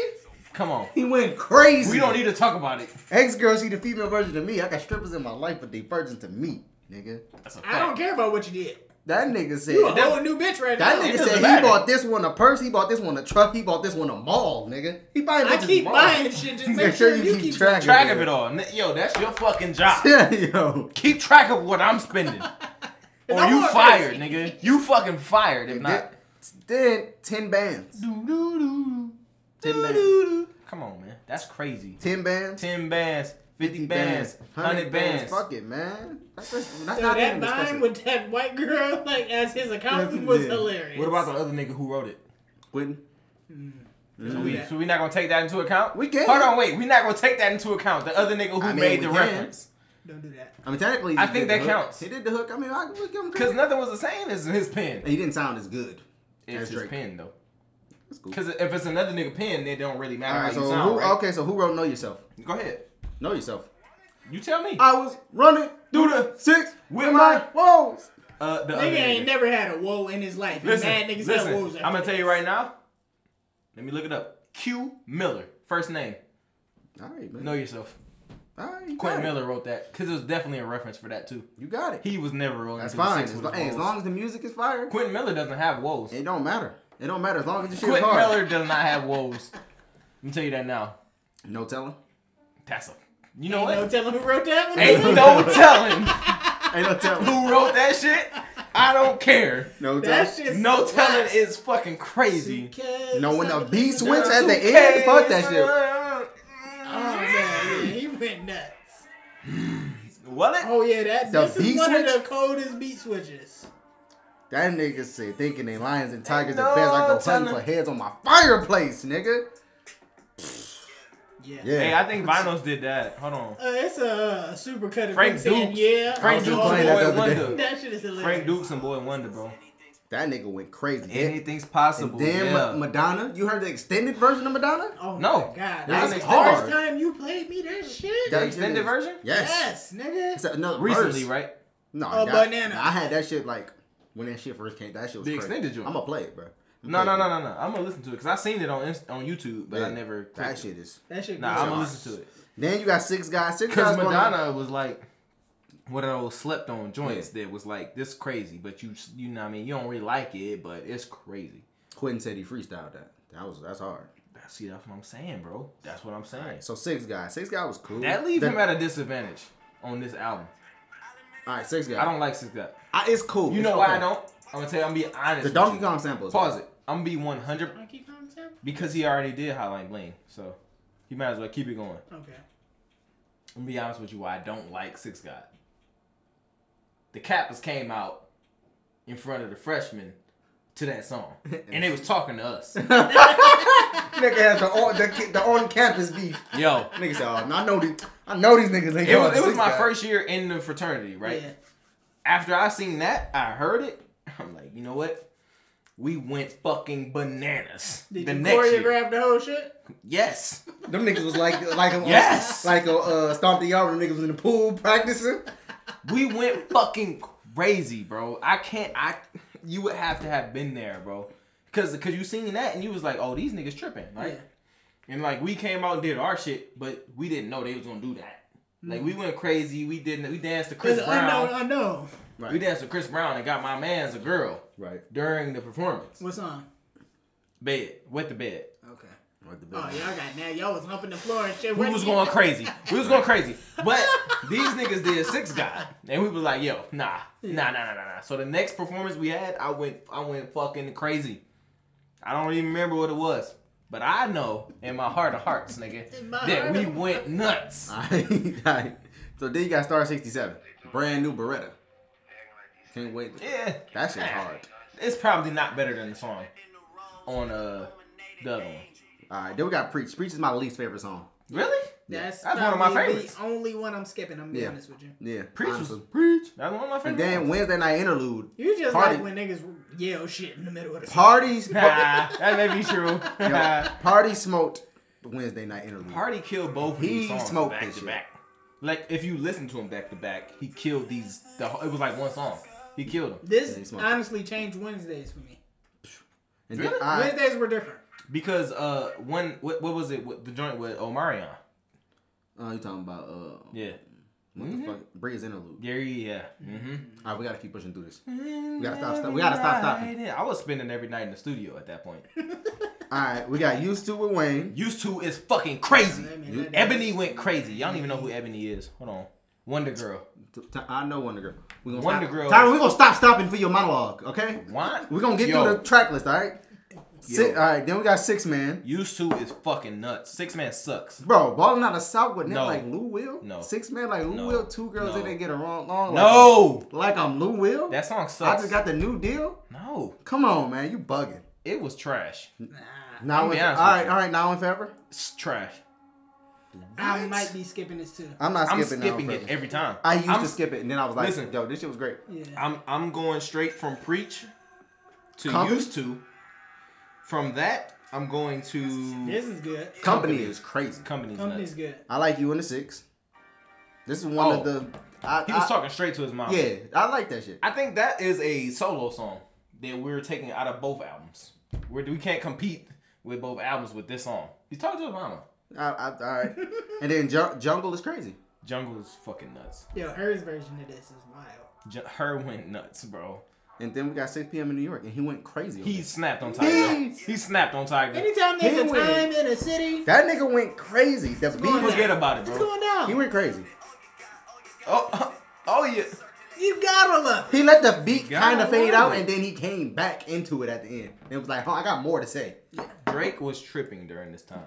[SPEAKER 5] Come on.
[SPEAKER 8] He went crazy.
[SPEAKER 5] We don't need to talk about it.
[SPEAKER 8] Ex girl, she the female version of me. I got strippers in my life, but they virgins to me, nigga.
[SPEAKER 5] That's a fact.
[SPEAKER 6] I don't care about what you did.
[SPEAKER 8] That nigga said.
[SPEAKER 6] You a whole new bitch right
[SPEAKER 8] That
[SPEAKER 6] now.
[SPEAKER 8] nigga
[SPEAKER 5] doesn't
[SPEAKER 8] said he
[SPEAKER 5] matter.
[SPEAKER 8] bought this one a purse, he bought this one a truck, he bought this one a mall, nigga. He buying
[SPEAKER 6] I
[SPEAKER 8] bitches
[SPEAKER 6] keep
[SPEAKER 8] malls.
[SPEAKER 6] buying shit. Just make sure you keep
[SPEAKER 8] track,
[SPEAKER 5] Track of it all. N- Yo, that's your fucking job.
[SPEAKER 8] Yeah, yo.
[SPEAKER 5] Keep track of what I'm spending. Or
[SPEAKER 6] I'm
[SPEAKER 5] you
[SPEAKER 6] already-
[SPEAKER 5] fired, nigga. You fucking fired if
[SPEAKER 8] Then,
[SPEAKER 5] not.
[SPEAKER 8] then ten bands. Ten bands.
[SPEAKER 5] Come on, man. That's crazy.
[SPEAKER 8] Ten bands.
[SPEAKER 5] 10 bands, 50 bands, 100 bands.
[SPEAKER 8] Fuck it, man. That's, that's, that's
[SPEAKER 6] So
[SPEAKER 8] not
[SPEAKER 6] that
[SPEAKER 8] even
[SPEAKER 6] vine
[SPEAKER 8] discussing.
[SPEAKER 6] with that white girl, like as his accountant, was
[SPEAKER 8] Yeah.
[SPEAKER 6] hilarious.
[SPEAKER 5] What about the other nigga who wrote it?
[SPEAKER 8] Quentin.
[SPEAKER 5] So we, so we not gonna take that into account?
[SPEAKER 8] We can.
[SPEAKER 5] Hold on, wait. We not gonna take that into account. The other nigga who
[SPEAKER 8] I mean,
[SPEAKER 5] made
[SPEAKER 8] we
[SPEAKER 5] the
[SPEAKER 8] can.
[SPEAKER 5] reference.
[SPEAKER 6] Don't do that.
[SPEAKER 8] I mean, technically, he
[SPEAKER 5] I think
[SPEAKER 8] did the
[SPEAKER 5] that
[SPEAKER 8] hook.
[SPEAKER 5] counts.
[SPEAKER 8] He did the hook. I mean, I would give him
[SPEAKER 5] Because
[SPEAKER 8] credit.
[SPEAKER 5] nothing was the same as his pen.
[SPEAKER 8] He didn't sound as good.
[SPEAKER 5] It's
[SPEAKER 8] as
[SPEAKER 5] his
[SPEAKER 8] Drake.
[SPEAKER 5] pen though.
[SPEAKER 8] That's cool.
[SPEAKER 5] Because if it's another nigga pen, then it don't really
[SPEAKER 8] All
[SPEAKER 5] matter how
[SPEAKER 8] right, so
[SPEAKER 5] you sound.
[SPEAKER 8] who?
[SPEAKER 5] right?
[SPEAKER 8] Okay, so who wrote "Know Yourself"?
[SPEAKER 5] Go ahead.
[SPEAKER 8] Know Yourself.
[SPEAKER 5] You tell me.
[SPEAKER 8] I was running
[SPEAKER 5] Do the
[SPEAKER 8] six
[SPEAKER 5] with my
[SPEAKER 8] walls.
[SPEAKER 5] uh the other
[SPEAKER 6] Nigga ain't
[SPEAKER 5] nigga.
[SPEAKER 6] never had a woe in his life. and
[SPEAKER 5] Listen,
[SPEAKER 6] mad niggas had woes.
[SPEAKER 5] listen.
[SPEAKER 6] after
[SPEAKER 5] I'm gonna
[SPEAKER 6] this.
[SPEAKER 5] tell you right now. Let me look it up. Q Miller, first name.
[SPEAKER 8] All right, man.
[SPEAKER 5] Know yourself.
[SPEAKER 8] All right, you
[SPEAKER 5] Quentin
[SPEAKER 8] got it.
[SPEAKER 5] Miller wrote that because it was definitely a reference for that too.
[SPEAKER 8] You got it.
[SPEAKER 5] He was never rolling.
[SPEAKER 8] That's
[SPEAKER 5] to the
[SPEAKER 8] fine.
[SPEAKER 5] six
[SPEAKER 8] As,
[SPEAKER 5] with
[SPEAKER 8] lo-
[SPEAKER 5] his
[SPEAKER 8] hey, as
[SPEAKER 5] woes.
[SPEAKER 8] long as the music is fire,
[SPEAKER 5] Quentin Miller doesn't have woes.
[SPEAKER 8] it don't matter. It don't matter as long as the shit is
[SPEAKER 5] Quentin
[SPEAKER 8] hard.
[SPEAKER 5] Miller does not have woes. Let me tell you that now.
[SPEAKER 8] No telling.
[SPEAKER 5] That's a. You know
[SPEAKER 6] Ain't no
[SPEAKER 5] what?
[SPEAKER 6] telling who wrote that one.
[SPEAKER 5] Ain't no telling
[SPEAKER 8] Ain't no telling.
[SPEAKER 5] who wrote that shit. I don't care.
[SPEAKER 8] no
[SPEAKER 6] That
[SPEAKER 8] telling.
[SPEAKER 6] shit's
[SPEAKER 5] No
[SPEAKER 6] so
[SPEAKER 5] telling
[SPEAKER 6] wild.
[SPEAKER 5] is fucking crazy.
[SPEAKER 6] Suitcase,
[SPEAKER 8] No, when the
[SPEAKER 6] suitcase.
[SPEAKER 8] B switch at the
[SPEAKER 5] Suitcase.
[SPEAKER 8] end, fuck that shit.
[SPEAKER 6] Oh man, yeah, he went nuts.
[SPEAKER 5] What? it?
[SPEAKER 6] Oh yeah, that
[SPEAKER 8] The
[SPEAKER 6] this is
[SPEAKER 8] beat
[SPEAKER 6] one
[SPEAKER 8] switch?
[SPEAKER 6] of the coldest beat switches.
[SPEAKER 8] That nigga said thinking they lions and tigers
[SPEAKER 5] no
[SPEAKER 8] and bears. I go
[SPEAKER 5] telling.
[SPEAKER 8] hunting for heads on my fireplace, nigga.
[SPEAKER 6] Yeah.
[SPEAKER 8] Yeah.
[SPEAKER 5] Hey, I think Vinos did that. Hold on.
[SPEAKER 6] Uh, it's a super cut of
[SPEAKER 5] Frank
[SPEAKER 6] him saying,
[SPEAKER 5] Dukes.
[SPEAKER 6] Yeah,
[SPEAKER 8] I
[SPEAKER 5] Frank
[SPEAKER 6] I'm
[SPEAKER 8] was just
[SPEAKER 5] Dukes
[SPEAKER 6] all-
[SPEAKER 8] playing
[SPEAKER 5] and
[SPEAKER 8] that
[SPEAKER 5] Boy
[SPEAKER 8] the other day.
[SPEAKER 5] Wonder.
[SPEAKER 6] That shit is hilarious.
[SPEAKER 5] Frank Dukes and Boy Wonder, bro.
[SPEAKER 8] That nigga went crazy.
[SPEAKER 5] Anything's
[SPEAKER 8] And
[SPEAKER 5] possible.
[SPEAKER 8] then
[SPEAKER 5] yeah.
[SPEAKER 8] Ma- Madonna. You heard the extended version of Madonna?
[SPEAKER 6] Oh my
[SPEAKER 5] No.
[SPEAKER 6] God,
[SPEAKER 8] That's
[SPEAKER 6] that's the
[SPEAKER 8] hard.
[SPEAKER 6] first time you played me that shit.
[SPEAKER 8] That-
[SPEAKER 5] extended version?
[SPEAKER 8] Yes.
[SPEAKER 6] yes, nigga.
[SPEAKER 8] It's another
[SPEAKER 5] Recently,
[SPEAKER 8] verse.
[SPEAKER 5] right?
[SPEAKER 8] No,
[SPEAKER 6] A
[SPEAKER 8] that-
[SPEAKER 6] banana.
[SPEAKER 8] I had that shit like when that shit first came. That shit was
[SPEAKER 5] The
[SPEAKER 8] crazy.
[SPEAKER 5] extended joint.
[SPEAKER 8] I'm gonna play it, bro.
[SPEAKER 5] No, no, no, no, no. I'm gonna listen to it because I seen it on Inst- on YouTube, but I never. clicked
[SPEAKER 8] That
[SPEAKER 5] it.
[SPEAKER 8] shit is.
[SPEAKER 6] That shit.
[SPEAKER 5] Nah,
[SPEAKER 6] goes
[SPEAKER 5] I'm gonna
[SPEAKER 6] hard.
[SPEAKER 5] listen to it
[SPEAKER 8] Then you got six guys. Six
[SPEAKER 5] because
[SPEAKER 8] guys.
[SPEAKER 5] Madonna was like one of those slept on joints
[SPEAKER 8] Yeah.
[SPEAKER 5] that was like this crazy, but you you know what I mean you don't really like it, but it's crazy.
[SPEAKER 8] Quentin said he freestyled that. That was that's hard.
[SPEAKER 5] That's- See, that's what I'm saying, bro. That's what I'm saying.
[SPEAKER 8] So six guys. Six guy was cool.
[SPEAKER 5] That leaves
[SPEAKER 8] The-
[SPEAKER 5] him at a disadvantage on this album.
[SPEAKER 8] All right, six guy.
[SPEAKER 5] I don't like Six Guy.
[SPEAKER 8] I, it's cool.
[SPEAKER 5] You
[SPEAKER 8] It's
[SPEAKER 5] know why
[SPEAKER 8] okay.
[SPEAKER 5] I don't? I'm gonna tell you. I'm gonna be honest.
[SPEAKER 8] The
[SPEAKER 5] with
[SPEAKER 8] Donkey
[SPEAKER 5] you.
[SPEAKER 8] Kong sample. is
[SPEAKER 5] Pause
[SPEAKER 8] hard.
[SPEAKER 5] it. I'm gonna be 100
[SPEAKER 6] I keep calling Tim?
[SPEAKER 5] because he already did Hotline Bling, so he might as well keep it going.
[SPEAKER 6] Okay.
[SPEAKER 5] I'm gonna be honest with you, why I don't like Six God. The Kappas came out in front of the freshmen to that song, and they was talking to us.
[SPEAKER 8] Nigga had the on the, the on campus beef.
[SPEAKER 5] Yo,
[SPEAKER 8] Nigga said, oh, I know these, I know these niggas. Ain't
[SPEAKER 5] it was,
[SPEAKER 8] going
[SPEAKER 5] it
[SPEAKER 8] to
[SPEAKER 5] was my
[SPEAKER 8] six guy.
[SPEAKER 5] first year in the fraternity, right?
[SPEAKER 6] Yeah.
[SPEAKER 5] After I seen that, I heard it. I'm like, you know what? We went fucking bananas.
[SPEAKER 6] Did
[SPEAKER 5] the
[SPEAKER 6] you
[SPEAKER 5] next year,
[SPEAKER 6] choreograph the whole shit?
[SPEAKER 5] yes.
[SPEAKER 8] Them niggas was like, like a,
[SPEAKER 5] Yes!
[SPEAKER 8] like a uh, stomp the yard. Them niggas was in the pool practicing.
[SPEAKER 5] we went fucking crazy, bro. I can't. I you would have to have been there, bro, because because you seen that and you was like, oh, these niggas tripping, right? And like we came out and did our shit, but we didn't know they was gonna do that. Like we went crazy. We didn't. We danced to Chris
[SPEAKER 6] It's unknown,
[SPEAKER 5] Brown.
[SPEAKER 6] unknown.
[SPEAKER 5] We danced to Chris Brown and got my man's a girl
[SPEAKER 8] Right.
[SPEAKER 5] during the performance.
[SPEAKER 6] What's on?
[SPEAKER 5] Bed, wet the bed.
[SPEAKER 6] Okay. Oh, y'all got now. Y'all was humping the floor and shit.
[SPEAKER 5] We was going crazy. We was going crazy. But these niggas did six god, and we was like, yo, nah, nah, nah, nah, nah, nah. So the next performance we had, I went, I went fucking crazy. I don't even remember what it was, but I know in my heart of hearts, nigga,
[SPEAKER 6] In my
[SPEAKER 5] that
[SPEAKER 6] heart
[SPEAKER 5] we
[SPEAKER 6] of-
[SPEAKER 5] went nuts.
[SPEAKER 8] Alright, alright. So then you got Star 67. Brand new Beretta. Can't wait.
[SPEAKER 5] Yeah,
[SPEAKER 8] That shit's hard.
[SPEAKER 5] It's probably not better than the song on uh the other one.
[SPEAKER 8] Alright, then we got Preach. Preach is my least favorite song.
[SPEAKER 5] Really?
[SPEAKER 6] That's,
[SPEAKER 5] That's one of my
[SPEAKER 6] probably
[SPEAKER 5] favorites.
[SPEAKER 6] The only one I'm skipping. I'm gonna be
[SPEAKER 8] Yeah.
[SPEAKER 6] honest with you.
[SPEAKER 8] Yeah.
[SPEAKER 5] Preach was
[SPEAKER 8] honestly.
[SPEAKER 5] preach. That's one of my favorite.
[SPEAKER 8] And then
[SPEAKER 5] ones.
[SPEAKER 8] Wednesday Night Interlude.
[SPEAKER 6] You just
[SPEAKER 8] Party.
[SPEAKER 6] like when niggas yell shit in the middle of the song.
[SPEAKER 8] Parties.
[SPEAKER 5] nah, that may be true.
[SPEAKER 8] Party smoked Wednesday Night Interlude.
[SPEAKER 5] Party killed both of
[SPEAKER 8] He
[SPEAKER 5] these songs
[SPEAKER 8] smoked
[SPEAKER 5] back
[SPEAKER 8] this
[SPEAKER 5] to
[SPEAKER 8] shit.
[SPEAKER 5] back. Like if you listen to him back to back, he killed these. The, whole- it was like one song. He killed them
[SPEAKER 8] he
[SPEAKER 6] This
[SPEAKER 8] smoked.
[SPEAKER 6] honestly changed Wednesdays for me.
[SPEAKER 8] And then
[SPEAKER 5] Really?
[SPEAKER 8] I-
[SPEAKER 6] Wednesdays were different.
[SPEAKER 5] because uh one what, what was it with the joint with Omarion?
[SPEAKER 8] Oh, you talking about uh
[SPEAKER 5] Yeah,
[SPEAKER 8] what
[SPEAKER 5] Mm-hmm.
[SPEAKER 8] the fuck? Breeze Interlude.
[SPEAKER 5] Gary. Yeah. Mm-hmm.
[SPEAKER 8] Alright, we gotta keep pushing through this. We gotta stop stop. We gotta stop stopping.
[SPEAKER 5] I was spending every night in the studio at that point.
[SPEAKER 8] Alright, we got used to with Wayne.
[SPEAKER 5] Used to is fucking crazy.
[SPEAKER 6] I mean,
[SPEAKER 8] You-
[SPEAKER 6] that-
[SPEAKER 5] Ebony went crazy. Y'all don't even know who Ebony is. Hold on. Wonder Girl.
[SPEAKER 8] T- t- I know Wonder Girl. We gonna
[SPEAKER 5] Wonder
[SPEAKER 8] stop.
[SPEAKER 5] Girl
[SPEAKER 8] Tyler,
[SPEAKER 5] is-
[SPEAKER 8] we gonna stop stopping for your monologue, okay?
[SPEAKER 5] Why?
[SPEAKER 8] We're gonna get
[SPEAKER 5] Yo,
[SPEAKER 8] through the track list, all right? Si-
[SPEAKER 5] Yo.
[SPEAKER 8] all right, then we got six man.
[SPEAKER 5] Used to is fucking nuts. Six man sucks.
[SPEAKER 8] Bro, balling out of South with
[SPEAKER 5] No.
[SPEAKER 8] no. like Lou Will.
[SPEAKER 5] No.
[SPEAKER 8] Six man like Lou
[SPEAKER 5] No.
[SPEAKER 8] Will. Two girls
[SPEAKER 5] No.
[SPEAKER 8] in there get a wrong long.
[SPEAKER 5] No.
[SPEAKER 8] Like, like I'm Lou Will.
[SPEAKER 5] That song sucks.
[SPEAKER 8] Oh! I just got the new deal.
[SPEAKER 5] no.
[SPEAKER 8] Come on, man, you bugging.
[SPEAKER 5] It was trash.
[SPEAKER 8] Now
[SPEAKER 5] be
[SPEAKER 8] and all
[SPEAKER 5] honest with
[SPEAKER 8] right,
[SPEAKER 5] you.
[SPEAKER 8] all right, now and forever.
[SPEAKER 5] It's trash.
[SPEAKER 6] I might be skipping this too.
[SPEAKER 8] I'm not
[SPEAKER 5] I'm
[SPEAKER 8] skipping. Now and
[SPEAKER 5] skipping it
[SPEAKER 8] Forever.
[SPEAKER 5] every time.
[SPEAKER 8] I used
[SPEAKER 5] I'm,
[SPEAKER 8] to skip it, and then I was like,
[SPEAKER 5] Listen.
[SPEAKER 8] "Yo, this shit was great."
[SPEAKER 6] Yeah.
[SPEAKER 5] I'm I'm going straight from preach to
[SPEAKER 8] Company?
[SPEAKER 5] used to. From that, I'm going to
[SPEAKER 6] This is good.
[SPEAKER 8] Company, is crazy.
[SPEAKER 5] company's
[SPEAKER 6] Company's
[SPEAKER 5] nuts.
[SPEAKER 6] good.
[SPEAKER 8] I like you in the six. This is one
[SPEAKER 5] Oh.
[SPEAKER 8] of the. I,
[SPEAKER 5] He was
[SPEAKER 8] I-
[SPEAKER 5] talking straight to his mom.
[SPEAKER 8] Yeah, I like that shit.
[SPEAKER 5] I think that is a solo song that we're taking out of both albums. Where we can't compete with both albums with this song. He's talking to his mama.
[SPEAKER 8] I, I, all right, and then Ju- Jungle is crazy.
[SPEAKER 5] Jungle is fucking nuts.
[SPEAKER 6] Yo, hers version of this is wild.
[SPEAKER 5] Ju- Her went nuts, bro.
[SPEAKER 8] And then we got 6 p.m. in New York, and he went crazy. over
[SPEAKER 5] He
[SPEAKER 8] that.
[SPEAKER 5] snapped on Tiger.
[SPEAKER 8] Yes.
[SPEAKER 5] He snapped on Tiger.
[SPEAKER 6] Anytime there's
[SPEAKER 8] He
[SPEAKER 6] a
[SPEAKER 8] went-
[SPEAKER 6] time in a city,
[SPEAKER 8] that nigga went crazy. The beat was
[SPEAKER 5] Forget about it,
[SPEAKER 6] it's
[SPEAKER 5] bro.
[SPEAKER 6] going down.
[SPEAKER 8] He went crazy.
[SPEAKER 5] Oh, oh yeah.
[SPEAKER 6] you gotta love. it.
[SPEAKER 8] He let the beat
[SPEAKER 5] Got
[SPEAKER 8] kind of
[SPEAKER 5] it.
[SPEAKER 8] fade out, and then he came back into it at the end. And it was like, oh, I got more to say.
[SPEAKER 5] Drake was tripping during this time.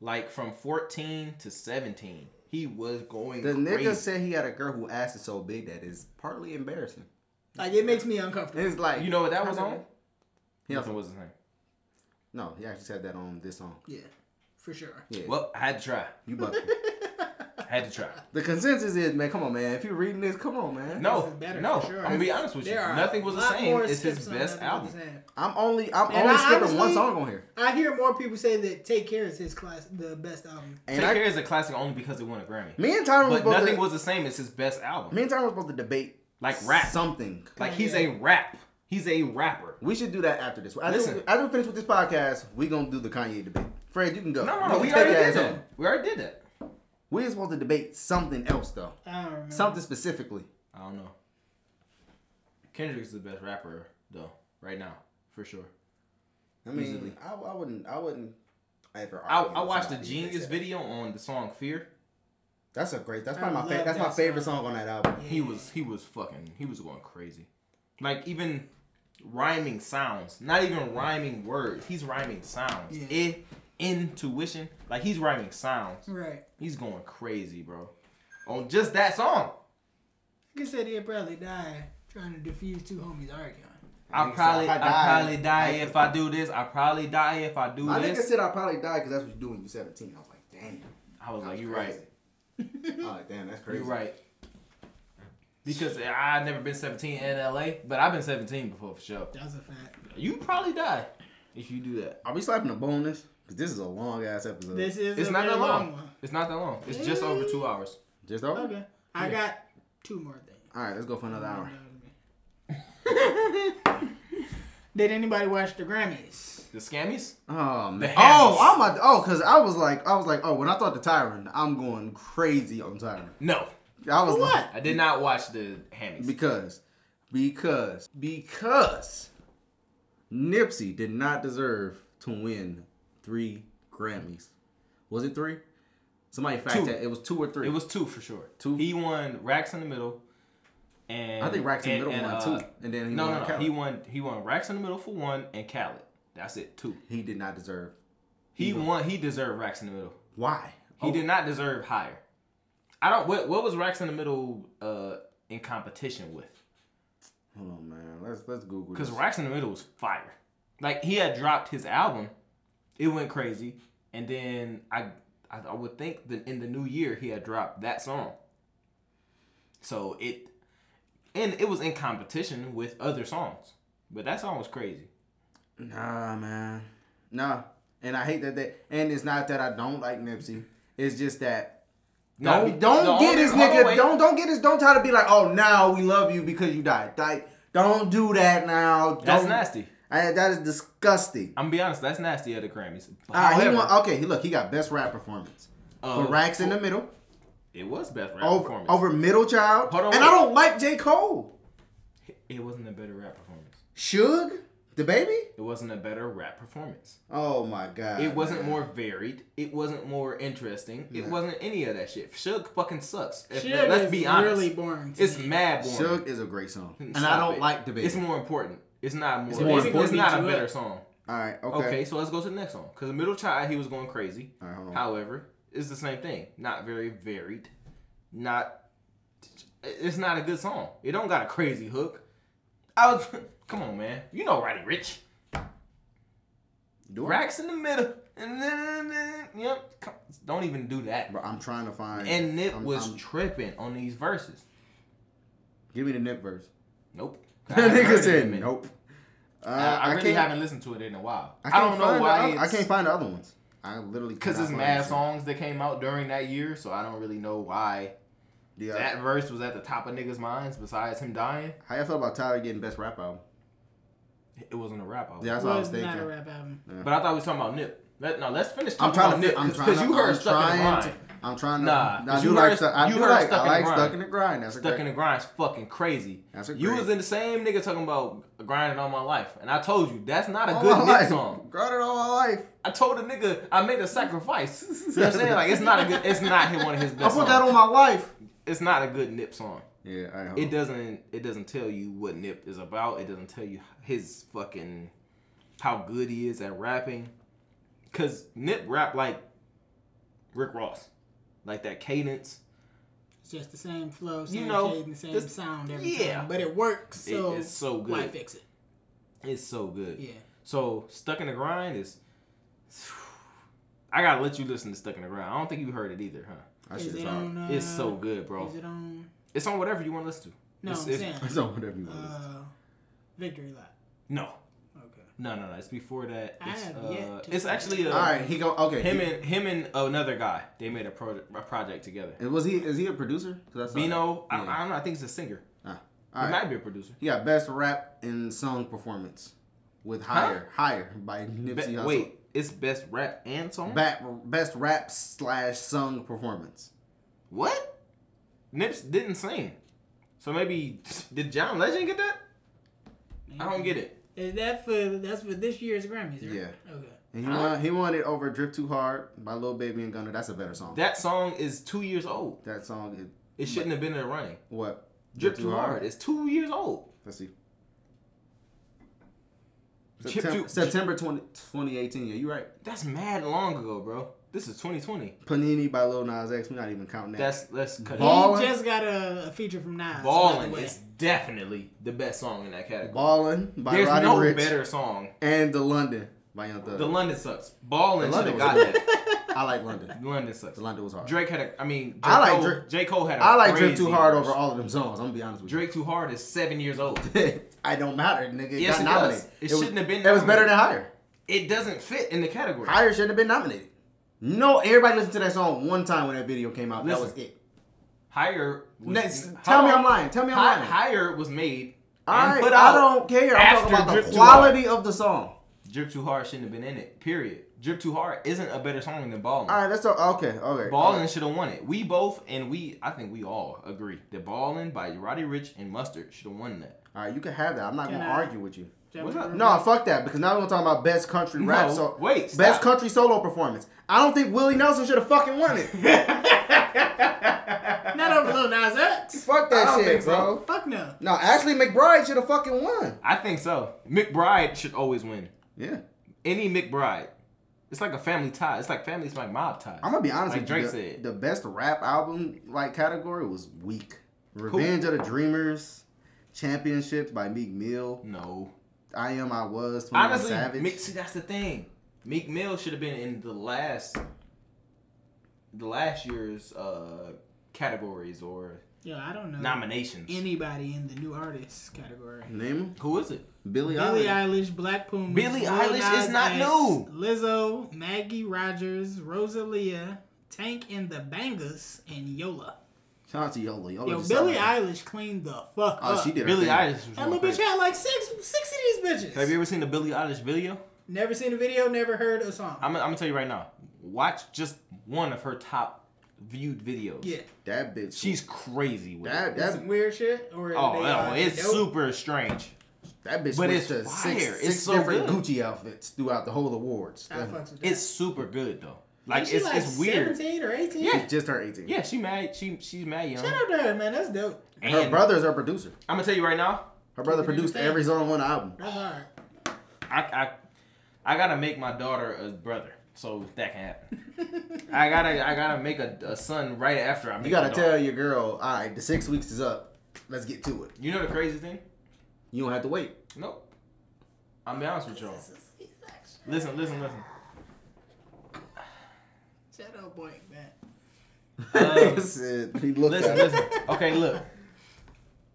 [SPEAKER 5] Like from 14 to 17, he was going
[SPEAKER 8] The
[SPEAKER 5] crazy.
[SPEAKER 8] nigga said he had a girl who ass is so big that is partly embarrassing.
[SPEAKER 6] Like it makes me uncomfortable.
[SPEAKER 8] It's like
[SPEAKER 5] you know what that was on?
[SPEAKER 8] He
[SPEAKER 5] Nothing
[SPEAKER 8] also,
[SPEAKER 5] was his name.
[SPEAKER 8] no, he actually said that on this song.
[SPEAKER 6] Yeah, for sure.
[SPEAKER 8] Yeah,
[SPEAKER 5] Well, I had to try.
[SPEAKER 8] you bucking.
[SPEAKER 5] had to try.
[SPEAKER 8] the consensus is, man, come on, man. If you're reading this, come on, man.
[SPEAKER 5] No,
[SPEAKER 6] This is better,
[SPEAKER 5] no.
[SPEAKER 6] for sure.
[SPEAKER 5] I'm gonna be honest with you.
[SPEAKER 6] There are
[SPEAKER 5] Nothing was
[SPEAKER 6] a
[SPEAKER 5] the
[SPEAKER 6] lot
[SPEAKER 5] same.
[SPEAKER 6] more
[SPEAKER 5] It's his
[SPEAKER 6] skips on
[SPEAKER 5] best
[SPEAKER 6] Nothing Was
[SPEAKER 5] album.
[SPEAKER 6] the Same.
[SPEAKER 8] I'm only, I'm
[SPEAKER 6] And
[SPEAKER 8] only
[SPEAKER 6] I
[SPEAKER 8] skipping one
[SPEAKER 6] honestly-
[SPEAKER 8] song on here.
[SPEAKER 6] I hear more people say that "Take Care" is his class, the best album.
[SPEAKER 8] And
[SPEAKER 5] Take
[SPEAKER 8] I,
[SPEAKER 5] Care is a classic only because it won a Grammy.
[SPEAKER 8] me and Tyron was
[SPEAKER 5] but
[SPEAKER 8] both.
[SPEAKER 5] nothing was the same. It's his best album.
[SPEAKER 8] Me and Tyron was supposed to debate
[SPEAKER 5] Like rap.
[SPEAKER 8] something.
[SPEAKER 5] like he's a rap. He's a rapper.
[SPEAKER 8] we should do that after this. After,
[SPEAKER 5] Listen.
[SPEAKER 8] after we finish with this podcast, we gonna do the Kanye debate. Fred, you can go.
[SPEAKER 5] No,
[SPEAKER 8] You
[SPEAKER 5] no,
[SPEAKER 8] can
[SPEAKER 5] no. We
[SPEAKER 8] take
[SPEAKER 5] already
[SPEAKER 8] your
[SPEAKER 5] did
[SPEAKER 8] ass home.
[SPEAKER 5] that. We already did that.
[SPEAKER 8] We're supposed to debate something else though,
[SPEAKER 6] I don't remember.
[SPEAKER 8] something specifically.
[SPEAKER 5] I don't know. Kendrick's the best rapper though, right now, for sure.
[SPEAKER 8] I mean,
[SPEAKER 5] Easily.
[SPEAKER 8] I, I wouldn't, I wouldn't ever.
[SPEAKER 5] I,
[SPEAKER 8] argue
[SPEAKER 5] I
[SPEAKER 8] with
[SPEAKER 5] watched the
[SPEAKER 8] somebody who thinks
[SPEAKER 5] Genius
[SPEAKER 8] that.
[SPEAKER 5] video on the song Fear.
[SPEAKER 8] That's a great. That's
[SPEAKER 6] I
[SPEAKER 8] probably my
[SPEAKER 6] love
[SPEAKER 8] favorite. That's my
[SPEAKER 6] that
[SPEAKER 8] favorite
[SPEAKER 6] song.
[SPEAKER 8] song on that album.
[SPEAKER 5] He was he was fucking he was going crazy. Like even
[SPEAKER 7] rhyming sounds, not even rhyming words. He's rhyming sounds.
[SPEAKER 6] Yeah.
[SPEAKER 7] Eh, intuition, like he's rhyming sounds.
[SPEAKER 6] Right.
[SPEAKER 7] He's going crazy, bro. On just that song,
[SPEAKER 6] Like I said, he'd probably die trying to defuse two homies arguing.
[SPEAKER 7] I
[SPEAKER 8] Nigga said,
[SPEAKER 7] probably,
[SPEAKER 8] "I
[SPEAKER 7] I,
[SPEAKER 8] die."
[SPEAKER 7] probably die if I do this. I probably die if I do
[SPEAKER 8] My nigga
[SPEAKER 7] this.
[SPEAKER 8] said I probably died because that's what you do when you're 17. I was like, damn.
[SPEAKER 7] I was like,
[SPEAKER 8] That's
[SPEAKER 7] you
[SPEAKER 8] crazy."
[SPEAKER 7] right.
[SPEAKER 8] I was like, damn, that's crazy.
[SPEAKER 7] You're right. Because I've never been 17 in LA, but I've been 17 before for sure.
[SPEAKER 6] That's a fact.
[SPEAKER 7] You probably die if you do that.
[SPEAKER 8] Are we slapping a bonus? Because this is a long ass episode.
[SPEAKER 6] This is
[SPEAKER 7] It's
[SPEAKER 6] a
[SPEAKER 7] not
[SPEAKER 6] very
[SPEAKER 7] that
[SPEAKER 6] long.
[SPEAKER 7] long.
[SPEAKER 6] one.
[SPEAKER 7] It's not that long. It's just over two hours.
[SPEAKER 8] Just over?
[SPEAKER 6] Okay. I got two more things.
[SPEAKER 8] All right, let's go for another hour.
[SPEAKER 6] Did anybody watch the Grammys?
[SPEAKER 7] The scammies?
[SPEAKER 8] Oh man!
[SPEAKER 7] Hammers.
[SPEAKER 8] Oh, I'm a, oh, cause I was like, I was like, oh, when I thought the Tyron, I'm going crazy on Tyron.
[SPEAKER 7] No.
[SPEAKER 8] I was like,
[SPEAKER 7] I did not watch the hammies.
[SPEAKER 8] Because, because, because Nipsey did not deserve to win three Grammys. Was it three? Somebody fact
[SPEAKER 7] Two.
[SPEAKER 8] that it was two or three.
[SPEAKER 7] it was two for sure.
[SPEAKER 8] Two?
[SPEAKER 7] He won Racks in the Middle. And
[SPEAKER 8] I think Racks in the
[SPEAKER 7] and-
[SPEAKER 8] Middle
[SPEAKER 7] and,
[SPEAKER 8] won
[SPEAKER 7] uh,
[SPEAKER 8] two, and then he
[SPEAKER 7] no,
[SPEAKER 8] won
[SPEAKER 7] no, no.
[SPEAKER 8] Khaled.
[SPEAKER 7] He won he won Racks in the Middle for one and Khaled. That's it, two.
[SPEAKER 8] He did not deserve.
[SPEAKER 7] He won Oh. he deserved Racks in the Middle.
[SPEAKER 8] Why?
[SPEAKER 7] He did not deserve higher. I don't. What, what was Rex in the middle uh, in competition with?
[SPEAKER 8] Hold on, man. Let's let's Google.
[SPEAKER 7] Because
[SPEAKER 8] this.
[SPEAKER 7] Rex in the middle was fire. Like he had dropped his album, it went crazy, and then I I, I would think that in the new year he had dropped that song. So it and it was in competition with other songs, but that song was crazy.
[SPEAKER 8] Nah, man. Nah. And I hate that they. And it's not that I don't like Nipsey. It's just that
[SPEAKER 7] Now,
[SPEAKER 8] Don't don't
[SPEAKER 7] the
[SPEAKER 8] get
[SPEAKER 7] only-
[SPEAKER 8] this
[SPEAKER 7] hold on,
[SPEAKER 8] nigga.
[SPEAKER 7] wait.
[SPEAKER 8] don't don't get this. Don't try to be like, oh, now we love you because you died. Like, don't do that now.
[SPEAKER 7] That's
[SPEAKER 8] Don't-
[SPEAKER 7] nasty.
[SPEAKER 8] I- that is disgusting.
[SPEAKER 7] I'm gonna be honest. That's nasty at the Grammys.
[SPEAKER 8] Alright, he
[SPEAKER 7] However,
[SPEAKER 8] won- okay, he- look, he got best rap performance
[SPEAKER 7] uh,
[SPEAKER 8] for Racks in the Middle
[SPEAKER 7] It was best rap
[SPEAKER 8] over
[SPEAKER 7] performance.
[SPEAKER 8] over Middle Child,
[SPEAKER 7] Hold on,
[SPEAKER 8] and
[SPEAKER 7] wait.
[SPEAKER 8] I don't like J Cole.
[SPEAKER 7] It wasn't a better rap performance.
[SPEAKER 8] Suge, the baby.
[SPEAKER 7] It wasn't a better rap performance.
[SPEAKER 8] Oh my god.
[SPEAKER 7] It wasn't
[SPEAKER 8] man.
[SPEAKER 7] more varied. It wasn't more interesting. It wasn't any of that shit. Suge fucking sucks. If-
[SPEAKER 6] Suge
[SPEAKER 7] let's
[SPEAKER 6] is
[SPEAKER 7] be honest.
[SPEAKER 6] really boring to
[SPEAKER 7] It's
[SPEAKER 6] me.
[SPEAKER 7] mad boring.
[SPEAKER 8] Suge is a great song, and I
[SPEAKER 7] Stop
[SPEAKER 8] don't
[SPEAKER 7] it.
[SPEAKER 8] like the baby.
[SPEAKER 7] It's more important. It's not more. It's,
[SPEAKER 8] more
[SPEAKER 7] it's
[SPEAKER 8] important.
[SPEAKER 7] not a
[SPEAKER 6] Beat you
[SPEAKER 7] better
[SPEAKER 6] up.
[SPEAKER 7] song.
[SPEAKER 8] All right.
[SPEAKER 7] Okay.
[SPEAKER 8] Okay.
[SPEAKER 7] so let's go to the next song. Because the middle child, he was going crazy.
[SPEAKER 8] Alright, hold on.
[SPEAKER 7] However, it's the same thing. Not very varied. Not. It's not a good song. It don't got a crazy hook. I was. Come on, man. You know Roddy Rich.
[SPEAKER 8] Do it.
[SPEAKER 7] Racks in the middle. And then, yep. Come- Don't even do that.
[SPEAKER 8] Bro, I'm trying to find.
[SPEAKER 7] And Nip
[SPEAKER 8] I'm-
[SPEAKER 7] was
[SPEAKER 8] I'm-
[SPEAKER 7] tripping on these verses.
[SPEAKER 8] give me the Nip verse.
[SPEAKER 7] Nope.
[SPEAKER 8] That
[SPEAKER 7] I heard
[SPEAKER 8] nigga
[SPEAKER 7] it
[SPEAKER 8] said
[SPEAKER 7] in a
[SPEAKER 8] nope. Uh,
[SPEAKER 7] minute. I, I really
[SPEAKER 8] can't-
[SPEAKER 7] haven't listened to it in a while. I,
[SPEAKER 8] can't
[SPEAKER 7] don't know
[SPEAKER 8] find
[SPEAKER 7] why.
[SPEAKER 8] the other- I
[SPEAKER 7] it's-
[SPEAKER 8] can't find the other ones. I literally
[SPEAKER 7] because
[SPEAKER 8] cannot
[SPEAKER 7] it's
[SPEAKER 8] find
[SPEAKER 7] mad
[SPEAKER 8] it.
[SPEAKER 7] songs that came out during that year, so I don't really know why
[SPEAKER 8] Yeah.
[SPEAKER 7] that verse was at the top of niggas' minds. Besides him dying,
[SPEAKER 8] How y'all feel about Tyler getting best rap album?
[SPEAKER 7] it wasn't a rap album.
[SPEAKER 8] Yeah, that's what I was
[SPEAKER 6] was
[SPEAKER 8] thinking.
[SPEAKER 6] not a rap album.
[SPEAKER 7] But I thought we was talking about Nip. Let, no, let's finish
[SPEAKER 8] I'm
[SPEAKER 7] talking
[SPEAKER 8] trying to.
[SPEAKER 7] about
[SPEAKER 8] fit-
[SPEAKER 7] Nip
[SPEAKER 8] I'm trying.
[SPEAKER 7] because
[SPEAKER 8] to-
[SPEAKER 7] you heard
[SPEAKER 8] I'm
[SPEAKER 7] stuck in the
[SPEAKER 8] trying
[SPEAKER 7] grind.
[SPEAKER 8] to- I'm trying to.
[SPEAKER 7] Nah,
[SPEAKER 8] I
[SPEAKER 7] 'cause
[SPEAKER 8] do
[SPEAKER 7] you
[SPEAKER 8] like.
[SPEAKER 7] heard-
[SPEAKER 8] Stuck, I
[SPEAKER 7] you
[SPEAKER 8] do
[SPEAKER 7] heard
[SPEAKER 8] like.
[SPEAKER 7] Stuck in
[SPEAKER 8] I
[SPEAKER 7] the
[SPEAKER 8] like
[SPEAKER 7] Grind.
[SPEAKER 8] stuck in the grind. That's a
[SPEAKER 7] Stuck
[SPEAKER 8] great.
[SPEAKER 7] in the grind's fucking crazy.
[SPEAKER 8] That's a
[SPEAKER 7] you
[SPEAKER 8] great-
[SPEAKER 7] was in the same nigga talking about grinding all my life, and I told you that's not a
[SPEAKER 8] all
[SPEAKER 7] good
[SPEAKER 8] my
[SPEAKER 7] Nip
[SPEAKER 8] life.
[SPEAKER 7] song.
[SPEAKER 8] Grinded all my life.
[SPEAKER 7] I told a nigga I made a sacrifice. You know what I'm saying? Like it's not a good it's not hit one of his
[SPEAKER 8] I
[SPEAKER 7] best songs.
[SPEAKER 8] put that on my life.
[SPEAKER 7] It's not a good Nip song.
[SPEAKER 8] Yeah, I hope.
[SPEAKER 7] It doesn't it doesn't tell you what Nip is about. It doesn't tell you his fucking how good he is at rapping. Cause Nip rap like Rick Ross. Like that cadence.
[SPEAKER 6] It's just the same flow, same
[SPEAKER 7] know,
[SPEAKER 6] cadence, same
[SPEAKER 7] this-
[SPEAKER 6] sound every
[SPEAKER 7] yeah.
[SPEAKER 6] time. But it works,
[SPEAKER 7] It-
[SPEAKER 6] so
[SPEAKER 7] it's so good.
[SPEAKER 6] why fix it?
[SPEAKER 7] It's so good.
[SPEAKER 6] Yeah.
[SPEAKER 7] So stuck in the grind is I gotta let you listen to Stuck in the Grind. I don't think you heard it either, huh?
[SPEAKER 8] I
[SPEAKER 6] Is
[SPEAKER 8] should
[SPEAKER 6] it
[SPEAKER 8] talk.
[SPEAKER 6] on? Uh,
[SPEAKER 7] It's so good, bro.
[SPEAKER 6] Is it on?
[SPEAKER 7] It's on whatever you want to listen to.
[SPEAKER 6] No,
[SPEAKER 7] It's-
[SPEAKER 6] I'm
[SPEAKER 7] it's-
[SPEAKER 6] saying
[SPEAKER 8] It's on whatever you want. to listen
[SPEAKER 6] uh, Victory Lap.
[SPEAKER 7] No.
[SPEAKER 6] Okay.
[SPEAKER 7] No, no, no. It's before that.
[SPEAKER 6] I
[SPEAKER 7] It's,
[SPEAKER 6] have
[SPEAKER 7] uh,
[SPEAKER 6] yet to
[SPEAKER 7] it's
[SPEAKER 6] find
[SPEAKER 7] actually
[SPEAKER 6] it.
[SPEAKER 7] a,
[SPEAKER 8] to. All right, he go. Okay.
[SPEAKER 7] him
[SPEAKER 8] he-
[SPEAKER 7] and him and another guy. They made a, pro- a project together.
[SPEAKER 8] and was he? Is he a producer? 'Cause I saw
[SPEAKER 7] Bino,
[SPEAKER 8] that.
[SPEAKER 7] I, I don't know. I think he's a singer.
[SPEAKER 8] Ah,
[SPEAKER 7] He
[SPEAKER 8] all right.
[SPEAKER 7] might be a producer.
[SPEAKER 8] He got best rap and song performance with higher, higher by
[SPEAKER 7] Be-
[SPEAKER 8] Nipsey Hussle.
[SPEAKER 7] wait, it's best rap and song.
[SPEAKER 8] Ba- best rap slash sung performance.
[SPEAKER 7] what? Nips didn't sing, so maybe did John Legend get that? I don't get it.
[SPEAKER 6] Is that for that's for this year's Grammys? Right?
[SPEAKER 8] Yeah.
[SPEAKER 6] Okay.
[SPEAKER 8] And he won, he won it over "Drip Too Hard" by Lil Baby and Gunna. That's a better song. That,
[SPEAKER 7] That song is two years old.
[SPEAKER 8] song is
[SPEAKER 7] It shouldn't have been in the running.
[SPEAKER 8] what
[SPEAKER 7] Drip too hard. It's two years old.
[SPEAKER 8] Let's see. September,
[SPEAKER 5] Dude,
[SPEAKER 8] September 20, 2018. Yeah, you right.
[SPEAKER 5] That's mad long ago, bro. This is 2020.
[SPEAKER 8] Panini by Lil Nas X. We're not even counting that.
[SPEAKER 5] That's let's cut
[SPEAKER 8] Ball-
[SPEAKER 5] it.
[SPEAKER 8] Ballin'.
[SPEAKER 6] He just got a, a feature from Nas. by the
[SPEAKER 5] Ballin'
[SPEAKER 6] way.
[SPEAKER 5] is definitely the best song in that category.
[SPEAKER 8] Ballin' by
[SPEAKER 5] There's
[SPEAKER 8] Roddy
[SPEAKER 5] no
[SPEAKER 8] Ricch
[SPEAKER 5] better song.
[SPEAKER 8] and The London by Young Thug.
[SPEAKER 5] The London sucks. Ballin'
[SPEAKER 8] The
[SPEAKER 5] should have
[SPEAKER 8] London
[SPEAKER 5] got
[SPEAKER 8] was
[SPEAKER 5] that.
[SPEAKER 8] I like London.
[SPEAKER 5] London sucks.
[SPEAKER 8] The London was hard.
[SPEAKER 5] Drake had a. I mean, J.
[SPEAKER 8] I like
[SPEAKER 5] Cole,
[SPEAKER 8] Drake-
[SPEAKER 5] J Cole had. a
[SPEAKER 8] I like Drake
[SPEAKER 5] crazy
[SPEAKER 8] too hard
[SPEAKER 5] verse.
[SPEAKER 8] over all of them songs. I'm gonna be honest with
[SPEAKER 5] Drake Too Hard is seven years old.
[SPEAKER 8] you. I don't matter, nigga. It
[SPEAKER 5] Yes,
[SPEAKER 8] got
[SPEAKER 5] it does.
[SPEAKER 8] nominated.
[SPEAKER 5] It
[SPEAKER 8] was-
[SPEAKER 5] shouldn't have been
[SPEAKER 8] It was better
[SPEAKER 5] nominated.
[SPEAKER 8] than higher.
[SPEAKER 5] It doesn't fit in the category.
[SPEAKER 8] Higher shouldn't have been nominated. No, everybody listened to that song one time when that video came out.
[SPEAKER 5] Listen.
[SPEAKER 8] that was it.
[SPEAKER 5] Higher. was-
[SPEAKER 8] Next,
[SPEAKER 5] How-
[SPEAKER 8] tell me I'm lying. Tell me I'm
[SPEAKER 5] Hi-
[SPEAKER 8] lying.
[SPEAKER 5] Higher was made. and
[SPEAKER 8] I,
[SPEAKER 5] put
[SPEAKER 8] I
[SPEAKER 5] out
[SPEAKER 8] don't care. I'm talking
[SPEAKER 5] after
[SPEAKER 8] about
[SPEAKER 5] Drip
[SPEAKER 8] the
[SPEAKER 5] Too Hard.
[SPEAKER 8] quality of the song.
[SPEAKER 5] Drip Too Hard shouldn't have been in it. Period. Drip Too Hard isn't a better song than Ballin.
[SPEAKER 8] All right, that's all. Okay, okay.
[SPEAKER 5] Ballin should have won it. We both and we, I think we all agree that Ballin by Roddy Rich and Mustard should have won that.
[SPEAKER 8] All right, you can have that. I'm not
[SPEAKER 6] Can
[SPEAKER 8] gonna
[SPEAKER 6] I-
[SPEAKER 8] argue with you.
[SPEAKER 6] That
[SPEAKER 5] What's
[SPEAKER 6] was
[SPEAKER 5] up?
[SPEAKER 6] real
[SPEAKER 8] No, fuck that. Because now we're talking about best country rap.
[SPEAKER 5] No,
[SPEAKER 8] So
[SPEAKER 5] wait, stop.
[SPEAKER 8] best country solo performance. I don't think Willie Nelson should have fucking won it.
[SPEAKER 6] quick. Not over Lil Nas X.
[SPEAKER 8] fuck that
[SPEAKER 5] don't
[SPEAKER 8] shit,
[SPEAKER 5] think so.
[SPEAKER 8] bro.
[SPEAKER 6] Fuck no.
[SPEAKER 8] No, Ashley McBride should have fucking won.
[SPEAKER 5] I think so. McBride should always win.
[SPEAKER 8] Yeah.
[SPEAKER 5] Any McBride. It's like a family tie. It's like families like mob ties.
[SPEAKER 8] I'm gonna be honest
[SPEAKER 5] like
[SPEAKER 8] with
[SPEAKER 5] Drake
[SPEAKER 8] you. The,
[SPEAKER 5] said.
[SPEAKER 8] the best rap album like category was weak. Revenge of the Dreamers, Championships by Meek Mill,
[SPEAKER 5] no.
[SPEAKER 8] I Am I Was, 21
[SPEAKER 5] Honestly,
[SPEAKER 8] Savage.
[SPEAKER 5] Meek, see that's the thing. Meek Mill should have been in the last, the last year's uh categories or
[SPEAKER 6] Yo, I don't know
[SPEAKER 5] nominations.
[SPEAKER 6] anybody in the new artists category.
[SPEAKER 8] Name 'em.
[SPEAKER 5] Who is it?
[SPEAKER 8] Billy
[SPEAKER 6] Billie
[SPEAKER 8] Eilish.
[SPEAKER 6] Eilish, Black Puma.
[SPEAKER 5] Billie Eilish is not new.
[SPEAKER 6] Lizzo, Maggie Rogers, Rosalia, Tank and the Bangas, and Yola.
[SPEAKER 8] Shout out to Yola.
[SPEAKER 5] Oh,
[SPEAKER 8] Yola
[SPEAKER 6] Yo,
[SPEAKER 8] just
[SPEAKER 6] Billie
[SPEAKER 8] sounded-
[SPEAKER 6] Eilish cleaned the fuck
[SPEAKER 8] Oh,
[SPEAKER 6] up.
[SPEAKER 8] she did.
[SPEAKER 5] Billie
[SPEAKER 8] her
[SPEAKER 5] Eilish.
[SPEAKER 8] thing.
[SPEAKER 5] Was
[SPEAKER 6] That
[SPEAKER 5] one
[SPEAKER 6] little bitch
[SPEAKER 5] crazy.
[SPEAKER 6] had like six, six of these bitches.
[SPEAKER 5] Have you ever seen the Billie Eilish video?
[SPEAKER 6] Never seen a video, never heard a song.
[SPEAKER 5] I'm, I'm gonna tell you right now. Watch just one of her top viewed videos.
[SPEAKER 6] yeah,
[SPEAKER 8] That bitch.
[SPEAKER 5] She's crazy with it.
[SPEAKER 8] that that,
[SPEAKER 6] some weird shit. Or
[SPEAKER 5] Oh,
[SPEAKER 6] they
[SPEAKER 5] no,
[SPEAKER 6] are
[SPEAKER 5] it's
[SPEAKER 6] dope.
[SPEAKER 5] super strange.
[SPEAKER 8] that bitch
[SPEAKER 5] but
[SPEAKER 8] switched
[SPEAKER 5] it's
[SPEAKER 8] to six,
[SPEAKER 5] fire. It's
[SPEAKER 8] six
[SPEAKER 5] so
[SPEAKER 8] different
[SPEAKER 5] good.
[SPEAKER 8] Gucci outfits throughout the whole awards.
[SPEAKER 6] I fucks with that.
[SPEAKER 5] It's super good though. Like
[SPEAKER 6] Ain't she
[SPEAKER 5] it's it's weird.
[SPEAKER 6] Seventeen or eighteen.
[SPEAKER 5] Yeah.
[SPEAKER 8] She just turned eighteen.
[SPEAKER 5] Yeah, she mad. She she's mad young.
[SPEAKER 6] Shout out to her, man. That's dope.
[SPEAKER 5] And
[SPEAKER 8] Her brother is her producer.
[SPEAKER 5] I'm gonna tell you right now.
[SPEAKER 8] Her brother
[SPEAKER 6] Keeping it
[SPEAKER 8] produced
[SPEAKER 6] in the family.
[SPEAKER 8] every song on one album.
[SPEAKER 6] That's hard.
[SPEAKER 5] I I I gotta make my daughter a brother so that can happen. I gotta I gotta make a, a son right after I make
[SPEAKER 8] You gotta
[SPEAKER 5] a
[SPEAKER 8] tell
[SPEAKER 5] daughter.
[SPEAKER 8] your girl, all right, the six weeks is up. Let's get to it.
[SPEAKER 5] You know the crazy thing?
[SPEAKER 8] You don't have to wait.
[SPEAKER 5] Nope. I'm be honest with y'all. Listen, listen, listen.
[SPEAKER 6] Shout out, boy, man.
[SPEAKER 5] Um,
[SPEAKER 8] He said- he looked
[SPEAKER 5] Listen,
[SPEAKER 8] at her.
[SPEAKER 5] listen. Okay, look.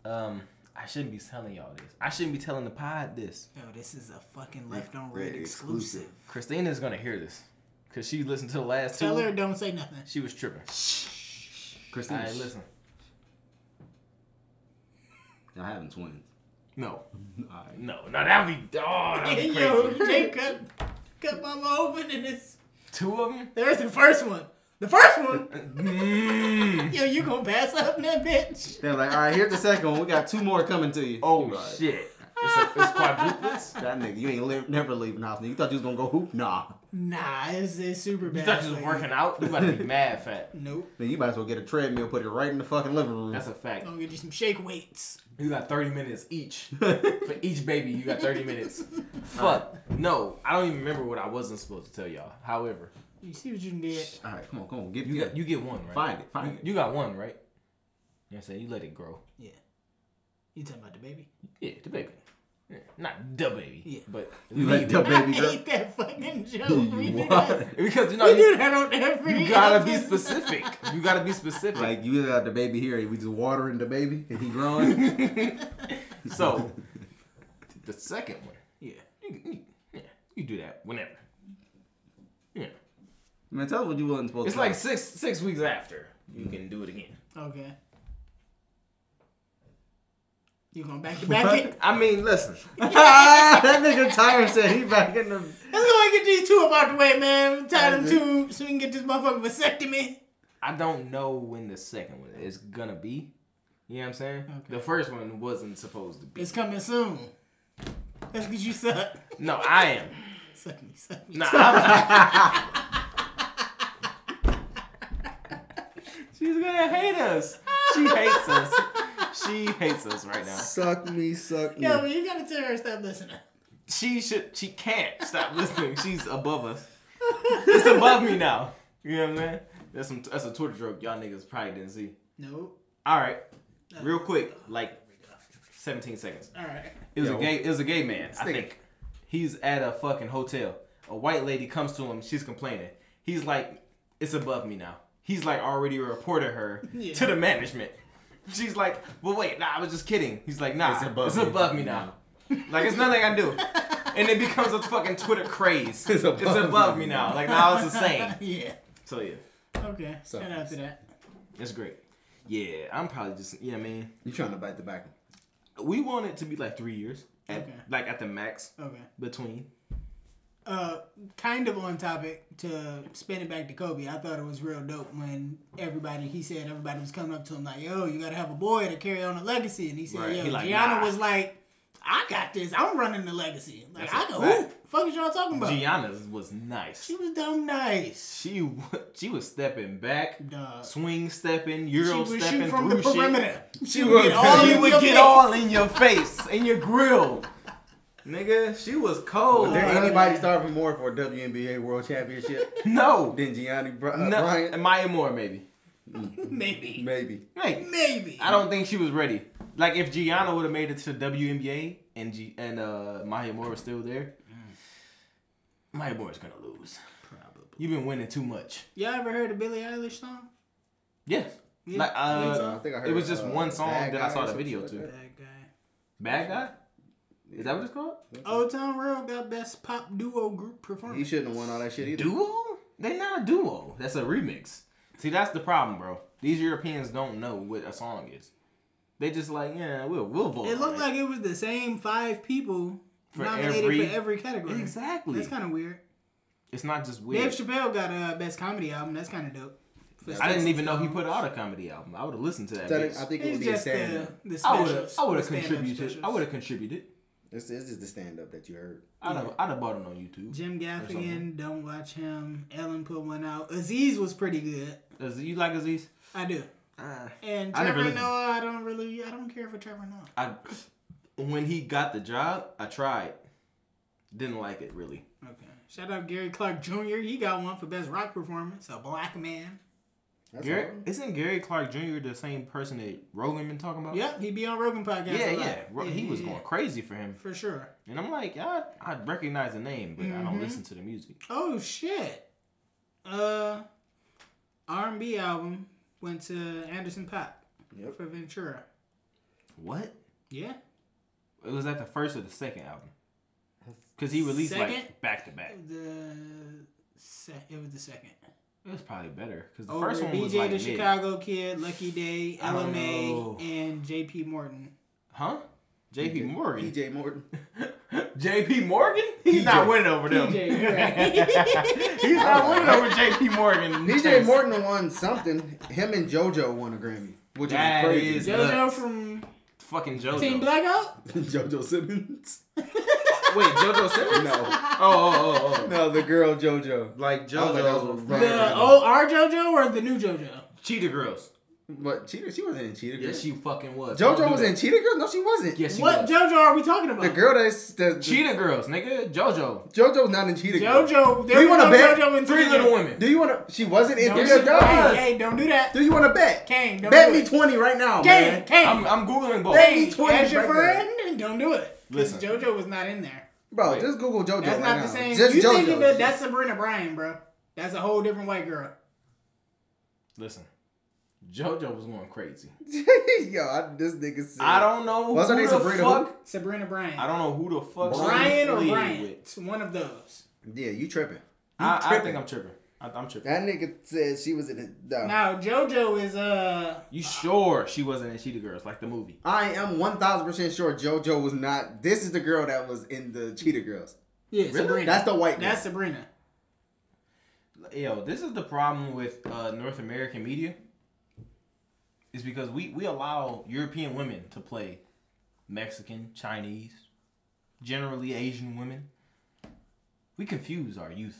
[SPEAKER 5] Um, I shouldn't be telling y'all this. I shouldn't be telling the pod this.
[SPEAKER 6] Yo, this is a fucking left on red
[SPEAKER 8] Red
[SPEAKER 6] exclusive.
[SPEAKER 8] exclusive.
[SPEAKER 5] Christina's gonna hear this, cause she listened to the last
[SPEAKER 6] Tell
[SPEAKER 5] two.
[SPEAKER 6] her don't say nothing.
[SPEAKER 5] She was tripping. All
[SPEAKER 8] Christina,
[SPEAKER 5] right, listen.
[SPEAKER 8] Y'all having twins.
[SPEAKER 5] No,
[SPEAKER 8] All right.
[SPEAKER 5] no, no. That'd be oh, that'd be crazy.
[SPEAKER 6] Yo, Jay cut, cut mama open and it's
[SPEAKER 5] Two of them.
[SPEAKER 6] there's the first one. The first one.
[SPEAKER 5] Mm.
[SPEAKER 6] Yo, you gonna pass up in that bitch?
[SPEAKER 8] They're like, all right, here's the second one. We got two more coming to you.
[SPEAKER 5] Oh
[SPEAKER 8] You like,
[SPEAKER 5] shit. It's, a, it's quadruplets.
[SPEAKER 8] That nigga, you ain't li- never leaving house. nigga. You thought you was gonna go hoop? Nah.
[SPEAKER 6] Nah, it's, it's super bad.
[SPEAKER 5] You thought you was
[SPEAKER 6] Like,
[SPEAKER 5] working out? You about to be mad fat.
[SPEAKER 6] Nope.
[SPEAKER 8] Then you might as well get a treadmill, put it right in the fucking living room.
[SPEAKER 5] That's a fact.
[SPEAKER 6] Gonna get you some shake weights.
[SPEAKER 5] You got 30 minutes each. For each baby, you got 30 minutes. Fuck. No, I don't even remember what I wasn't supposed to tell y'all. However,
[SPEAKER 6] You see what you did?
[SPEAKER 8] all right, come on, come on, get
[SPEAKER 5] you
[SPEAKER 8] you.
[SPEAKER 5] got you get one, right?
[SPEAKER 8] Find it, find
[SPEAKER 5] you,
[SPEAKER 8] it.
[SPEAKER 5] You got one, right? You know what I'm saying? You let it grow.
[SPEAKER 6] Yeah. You talking about the baby?
[SPEAKER 5] Yeah, the baby. Yeah, not the baby.
[SPEAKER 6] Yeah.
[SPEAKER 5] But
[SPEAKER 8] You let your baby
[SPEAKER 6] I
[SPEAKER 8] girl.
[SPEAKER 6] hate that fucking joke.
[SPEAKER 8] You
[SPEAKER 6] we, do
[SPEAKER 8] what?
[SPEAKER 6] that.
[SPEAKER 5] because you know
[SPEAKER 6] we do
[SPEAKER 5] you,
[SPEAKER 6] that on every.
[SPEAKER 5] you gotta be
[SPEAKER 6] episode.
[SPEAKER 5] specific. You gotta be specific.
[SPEAKER 8] Like you got the baby here, and we just watering the baby, and he growing.
[SPEAKER 5] so the second one.
[SPEAKER 6] Yeah.
[SPEAKER 5] You, you- yeah, you do that whenever. Yeah.
[SPEAKER 8] Man, tell us what you wasn't supposed
[SPEAKER 5] It's
[SPEAKER 8] to. do.
[SPEAKER 5] like six six weeks after. You can do it again.
[SPEAKER 6] Okay. You gonna back to back it?
[SPEAKER 5] I mean, listen.
[SPEAKER 8] that nigga tired said he back in the.
[SPEAKER 6] Let's go and get these two up out the way, man. Tie them two so we can get this motherfucker vasectomy.
[SPEAKER 5] I don't know when the second one is gonna be. You know what I'm saying?
[SPEAKER 6] Okay.
[SPEAKER 5] The first one wasn't supposed to be.
[SPEAKER 6] It's coming soon. That's because you suck.
[SPEAKER 5] No, I am.
[SPEAKER 6] Suck me, suck me.
[SPEAKER 5] Nah, I'm, she's gonna hate us. She hates us. She hates us right now.
[SPEAKER 8] Suck me, suck me.
[SPEAKER 6] Yo, but you gotta tell her to stop listening.
[SPEAKER 7] she should she can't stop listening. She's above us. It's above me now. You know what I'm saying? That's some that's a Twitter joke y'all niggas probably didn't see.
[SPEAKER 6] Nope.
[SPEAKER 7] All right, real quick, like 17 seconds.
[SPEAKER 6] All right.
[SPEAKER 7] It was
[SPEAKER 8] Yo.
[SPEAKER 7] a gay. It was a gay man. I
[SPEAKER 8] nigga-
[SPEAKER 7] think he's at a fucking hotel. A white lady comes to him. She's complaining. He's like, "It's above me now." He's like already reported her
[SPEAKER 6] Yeah.
[SPEAKER 7] to the management. She's like, "Well, wait, nah, I was just kidding." He's like, "Nah, it's above,
[SPEAKER 8] me."
[SPEAKER 7] me now." like it's nothing I can do. And it becomes a fucking Twitter craze. It's
[SPEAKER 8] above
[SPEAKER 7] above, me
[SPEAKER 8] me
[SPEAKER 7] now. Like now it's the same.
[SPEAKER 6] Yeah.
[SPEAKER 7] So yeah,
[SPEAKER 6] Okay.
[SPEAKER 8] So-
[SPEAKER 6] Shout out to that.
[SPEAKER 7] it's great. Yeah, I'm probably just you know what I mean.
[SPEAKER 8] You trying to bite the back?
[SPEAKER 7] We want it to be like three years, at,
[SPEAKER 6] Okay.
[SPEAKER 7] like at the max
[SPEAKER 6] Okay.
[SPEAKER 7] between.
[SPEAKER 6] Uh, kind of on topic to spin it back to Kobe. I thought it was real dope when everybody he said everybody was coming up to him like, "Yo, you gotta have a boy to carry on the legacy," and he said,
[SPEAKER 7] Right.
[SPEAKER 6] "Yo,
[SPEAKER 7] He like,
[SPEAKER 6] Gianna
[SPEAKER 7] nah.
[SPEAKER 6] was like." I got this. I'm running the legacy. Like
[SPEAKER 7] That's
[SPEAKER 6] I
[SPEAKER 7] a
[SPEAKER 6] go,
[SPEAKER 7] fact.
[SPEAKER 6] who fuck is y'all talking about?
[SPEAKER 7] Gianna was nice.
[SPEAKER 6] she was dumb nice.
[SPEAKER 7] She w- she was stepping back,
[SPEAKER 6] Dog.
[SPEAKER 7] swing stepping,
[SPEAKER 6] She
[SPEAKER 7] euro
[SPEAKER 6] would shoot
[SPEAKER 7] stepping
[SPEAKER 6] from the
[SPEAKER 7] through shit.
[SPEAKER 6] perimeter. She
[SPEAKER 8] was-
[SPEAKER 6] would get all
[SPEAKER 7] She
[SPEAKER 6] in
[SPEAKER 7] would
[SPEAKER 6] your
[SPEAKER 7] get
[SPEAKER 6] face.
[SPEAKER 7] all in your face, in your grill. Nigga, she was cold.
[SPEAKER 8] Is there anybody starving more for a WNBA World Championship
[SPEAKER 7] no.
[SPEAKER 8] than Gianni Bri- uh,
[SPEAKER 7] no.
[SPEAKER 8] Bryant?
[SPEAKER 7] Maya Moore, maybe.
[SPEAKER 6] Maybe.
[SPEAKER 8] Maybe.
[SPEAKER 7] Like,
[SPEAKER 6] Maybe.
[SPEAKER 7] I don't think she was ready. Like, if Gianna would have made it to WNBA and G- and uh, Maya Moore was still there,
[SPEAKER 6] Mm.
[SPEAKER 7] Maya Moore is going to lose. Probably. You've been winning too much.
[SPEAKER 6] Y'all ever heard a Billie Eilish song?
[SPEAKER 7] Yes.
[SPEAKER 6] Yeah.
[SPEAKER 7] Like, uh,
[SPEAKER 8] So I think I heard,
[SPEAKER 7] it was just
[SPEAKER 8] uh,
[SPEAKER 7] one song
[SPEAKER 8] Bad
[SPEAKER 7] that I
[SPEAKER 8] Guy
[SPEAKER 7] saw
[SPEAKER 8] or
[SPEAKER 7] the
[SPEAKER 8] something
[SPEAKER 7] video
[SPEAKER 8] like
[SPEAKER 7] to.
[SPEAKER 8] that.
[SPEAKER 6] That guy.
[SPEAKER 7] Bad guy? Is that what it's called?
[SPEAKER 6] Old Town Road got best pop duo group performance.
[SPEAKER 8] He shouldn't have won all that shit either.
[SPEAKER 7] Duo? They're not a duo. That's a remix. See, that's the problem, bro. These Europeans don't know what a song is. They just like, yeah, we'll we'll vote.
[SPEAKER 6] It
[SPEAKER 7] on
[SPEAKER 6] looked like it was the same five people
[SPEAKER 7] For
[SPEAKER 6] nominated
[SPEAKER 7] every-
[SPEAKER 6] for every category.
[SPEAKER 7] Exactly.
[SPEAKER 6] That's kind of weird.
[SPEAKER 7] it's not just weird.
[SPEAKER 6] Dave Chappelle got a best comedy album. That's kind of dope. For
[SPEAKER 7] I didn't
[SPEAKER 6] Sticks
[SPEAKER 7] even know he
[SPEAKER 6] and
[SPEAKER 7] put out a comedy album. I would have listened to that.
[SPEAKER 8] I think-
[SPEAKER 7] bitch.
[SPEAKER 8] I think it
[SPEAKER 6] Stones. It's
[SPEAKER 8] would be a
[SPEAKER 6] just
[SPEAKER 8] stand
[SPEAKER 6] the,
[SPEAKER 8] up.
[SPEAKER 6] the
[SPEAKER 7] I would have.
[SPEAKER 6] specials.
[SPEAKER 7] I would have
[SPEAKER 6] the stand-up
[SPEAKER 7] contributed. I
[SPEAKER 6] specials.
[SPEAKER 7] would have contributed.
[SPEAKER 8] This, this is the stand up that you heard.
[SPEAKER 7] I'd have. I'd have bought it on YouTube.
[SPEAKER 6] Jim Gaffigan,
[SPEAKER 7] something.
[SPEAKER 6] don't watch him. Ellen put one out. Aziz was pretty good.
[SPEAKER 7] Aziz, you like Aziz?
[SPEAKER 6] I do.
[SPEAKER 7] Uh,
[SPEAKER 6] And
[SPEAKER 7] I never
[SPEAKER 6] Trevor
[SPEAKER 7] listened.
[SPEAKER 6] Noah, I don't really. I don't care for Trevor Noah.
[SPEAKER 7] I. When he got the job, I tried. Didn't like it really.
[SPEAKER 6] Okay. Shout out Gary Clark Jr. He got one for best rock performance. A black man.
[SPEAKER 8] That's
[SPEAKER 7] Gary,
[SPEAKER 8] all.
[SPEAKER 7] isn't Gary Clark Jr. the same person that Rogan been talking about?
[SPEAKER 6] Yep, he be on Rogan podcast.
[SPEAKER 7] Yeah,
[SPEAKER 6] a lot.
[SPEAKER 7] yeah. Ro- he was
[SPEAKER 6] yeah,
[SPEAKER 7] going
[SPEAKER 6] yeah.
[SPEAKER 7] crazy for him.
[SPEAKER 6] for sure.
[SPEAKER 7] And I'm like, I, I recognize the name, but I don't listen to the music.
[SPEAKER 6] Oh shit. Uh, R and B album went to Anderson Pop
[SPEAKER 8] Yep.
[SPEAKER 6] for Ventura.
[SPEAKER 7] What?
[SPEAKER 6] Yeah.
[SPEAKER 7] It was that the first or the second album? Because he released
[SPEAKER 6] Second?
[SPEAKER 7] like back to back.
[SPEAKER 6] The se- it was the second.
[SPEAKER 7] It was probably better because the
[SPEAKER 6] Over
[SPEAKER 7] first one
[SPEAKER 6] BJ
[SPEAKER 7] was like
[SPEAKER 6] the
[SPEAKER 7] mid.
[SPEAKER 6] Chicago Kid, Lucky Day,
[SPEAKER 7] I don't know.
[SPEAKER 6] LMA, and JP Morton.
[SPEAKER 7] Huh? J.P. Morgan.
[SPEAKER 8] PJ Morton.
[SPEAKER 7] J.P. Morgan? He's not winning over them.
[SPEAKER 6] PJ, you're right.
[SPEAKER 7] He's not winning over J.P. Morgan.
[SPEAKER 8] PJ Morton won something. Him and JoJo won a Grammy, which
[SPEAKER 7] That
[SPEAKER 8] is crazy.
[SPEAKER 7] is-
[SPEAKER 6] JoJo from
[SPEAKER 7] Fucking JoJo.
[SPEAKER 6] Team Blackout.
[SPEAKER 8] JoJo Simmons.
[SPEAKER 7] Wait, JoJo Simmons?
[SPEAKER 8] No,
[SPEAKER 7] Oh, oh, oh, oh.
[SPEAKER 8] no, the girl
[SPEAKER 5] oh.
[SPEAKER 8] JoJo.
[SPEAKER 7] Like
[SPEAKER 8] I was like, that was
[SPEAKER 7] JoJo.
[SPEAKER 8] wrong.
[SPEAKER 6] The oh our JoJo or the new JoJo?
[SPEAKER 7] Cheetah Girls.
[SPEAKER 8] But Cheetah, she wasn't in Cheetah.
[SPEAKER 7] Yeah,
[SPEAKER 8] Girl.
[SPEAKER 7] she fucking was. Don't
[SPEAKER 8] JoJo
[SPEAKER 7] do
[SPEAKER 8] was
[SPEAKER 7] that.
[SPEAKER 8] in Cheetah Girl. No, she wasn't.
[SPEAKER 7] Yes, she
[SPEAKER 6] What
[SPEAKER 7] was.
[SPEAKER 6] JoJo are we talking about?
[SPEAKER 8] The girl that's the, the
[SPEAKER 7] Cheetah Girls, nigga. JoJo.
[SPEAKER 8] JoJo's not in Cheetah Girl.
[SPEAKER 6] JoJo. There
[SPEAKER 8] Do
[SPEAKER 6] we
[SPEAKER 8] you
[SPEAKER 6] want
[SPEAKER 8] wanna
[SPEAKER 6] no
[SPEAKER 8] bet?
[SPEAKER 6] JoJo in
[SPEAKER 7] Three
[SPEAKER 6] Three
[SPEAKER 7] Little Women.
[SPEAKER 8] Do you want to? She wasn't in
[SPEAKER 6] Don't
[SPEAKER 8] Three
[SPEAKER 6] do-
[SPEAKER 8] Girls.
[SPEAKER 6] hey, hey, don't do that.
[SPEAKER 8] Do you want to bet?
[SPEAKER 6] Kane, don't
[SPEAKER 8] bet
[SPEAKER 6] do
[SPEAKER 8] me
[SPEAKER 6] it.
[SPEAKER 8] twenty right now,
[SPEAKER 6] Kane,
[SPEAKER 8] man.
[SPEAKER 6] Kane,
[SPEAKER 7] I'm, I'm googling both.
[SPEAKER 8] Hey.
[SPEAKER 6] Kane, as your
[SPEAKER 8] right
[SPEAKER 6] friend, don't do it. 'Cause
[SPEAKER 7] Listen.
[SPEAKER 6] JoJo was not in there.
[SPEAKER 8] Bro,
[SPEAKER 7] Wait.
[SPEAKER 8] just Google JoJo.
[SPEAKER 6] That's
[SPEAKER 8] right
[SPEAKER 6] not
[SPEAKER 8] now.
[SPEAKER 6] the same.
[SPEAKER 8] Just
[SPEAKER 6] you
[SPEAKER 8] JoJo.
[SPEAKER 6] thinking that that's Sabrina Bryan, bro? That's a whole different white girl.
[SPEAKER 7] Listen, JoJo was going crazy.
[SPEAKER 8] Yo, I, this nigga. Said,
[SPEAKER 7] I don't know
[SPEAKER 8] What's her
[SPEAKER 7] who
[SPEAKER 8] name,
[SPEAKER 7] the
[SPEAKER 8] Sabrina who?
[SPEAKER 7] fuck.
[SPEAKER 6] Sabrina Bryan.
[SPEAKER 7] I don't know who the fuck. she
[SPEAKER 6] Bryan or
[SPEAKER 7] affiliated
[SPEAKER 6] Bryan.
[SPEAKER 7] with.
[SPEAKER 6] It's one of those.
[SPEAKER 8] Yeah, you tripping?
[SPEAKER 7] I, I
[SPEAKER 8] tripping.
[SPEAKER 7] think I'm tripping. I, I'm tripping.
[SPEAKER 8] That nigga said she was in the. No.
[SPEAKER 6] Now JoJo is uh
[SPEAKER 7] You sure she wasn't in Cheetah Girls like the movie?
[SPEAKER 8] I am one thousand percent sure JoJo was not. This is the girl that was in the Cheetah Girls.
[SPEAKER 6] yeah Sabrina.
[SPEAKER 8] That's the white.
[SPEAKER 6] That's
[SPEAKER 8] That's
[SPEAKER 6] Sabrina.
[SPEAKER 7] Yo, this is the problem with uh, North American media. Is because we we allow European women to play Mexican, Chinese, generally Asian women. We confuse our youth.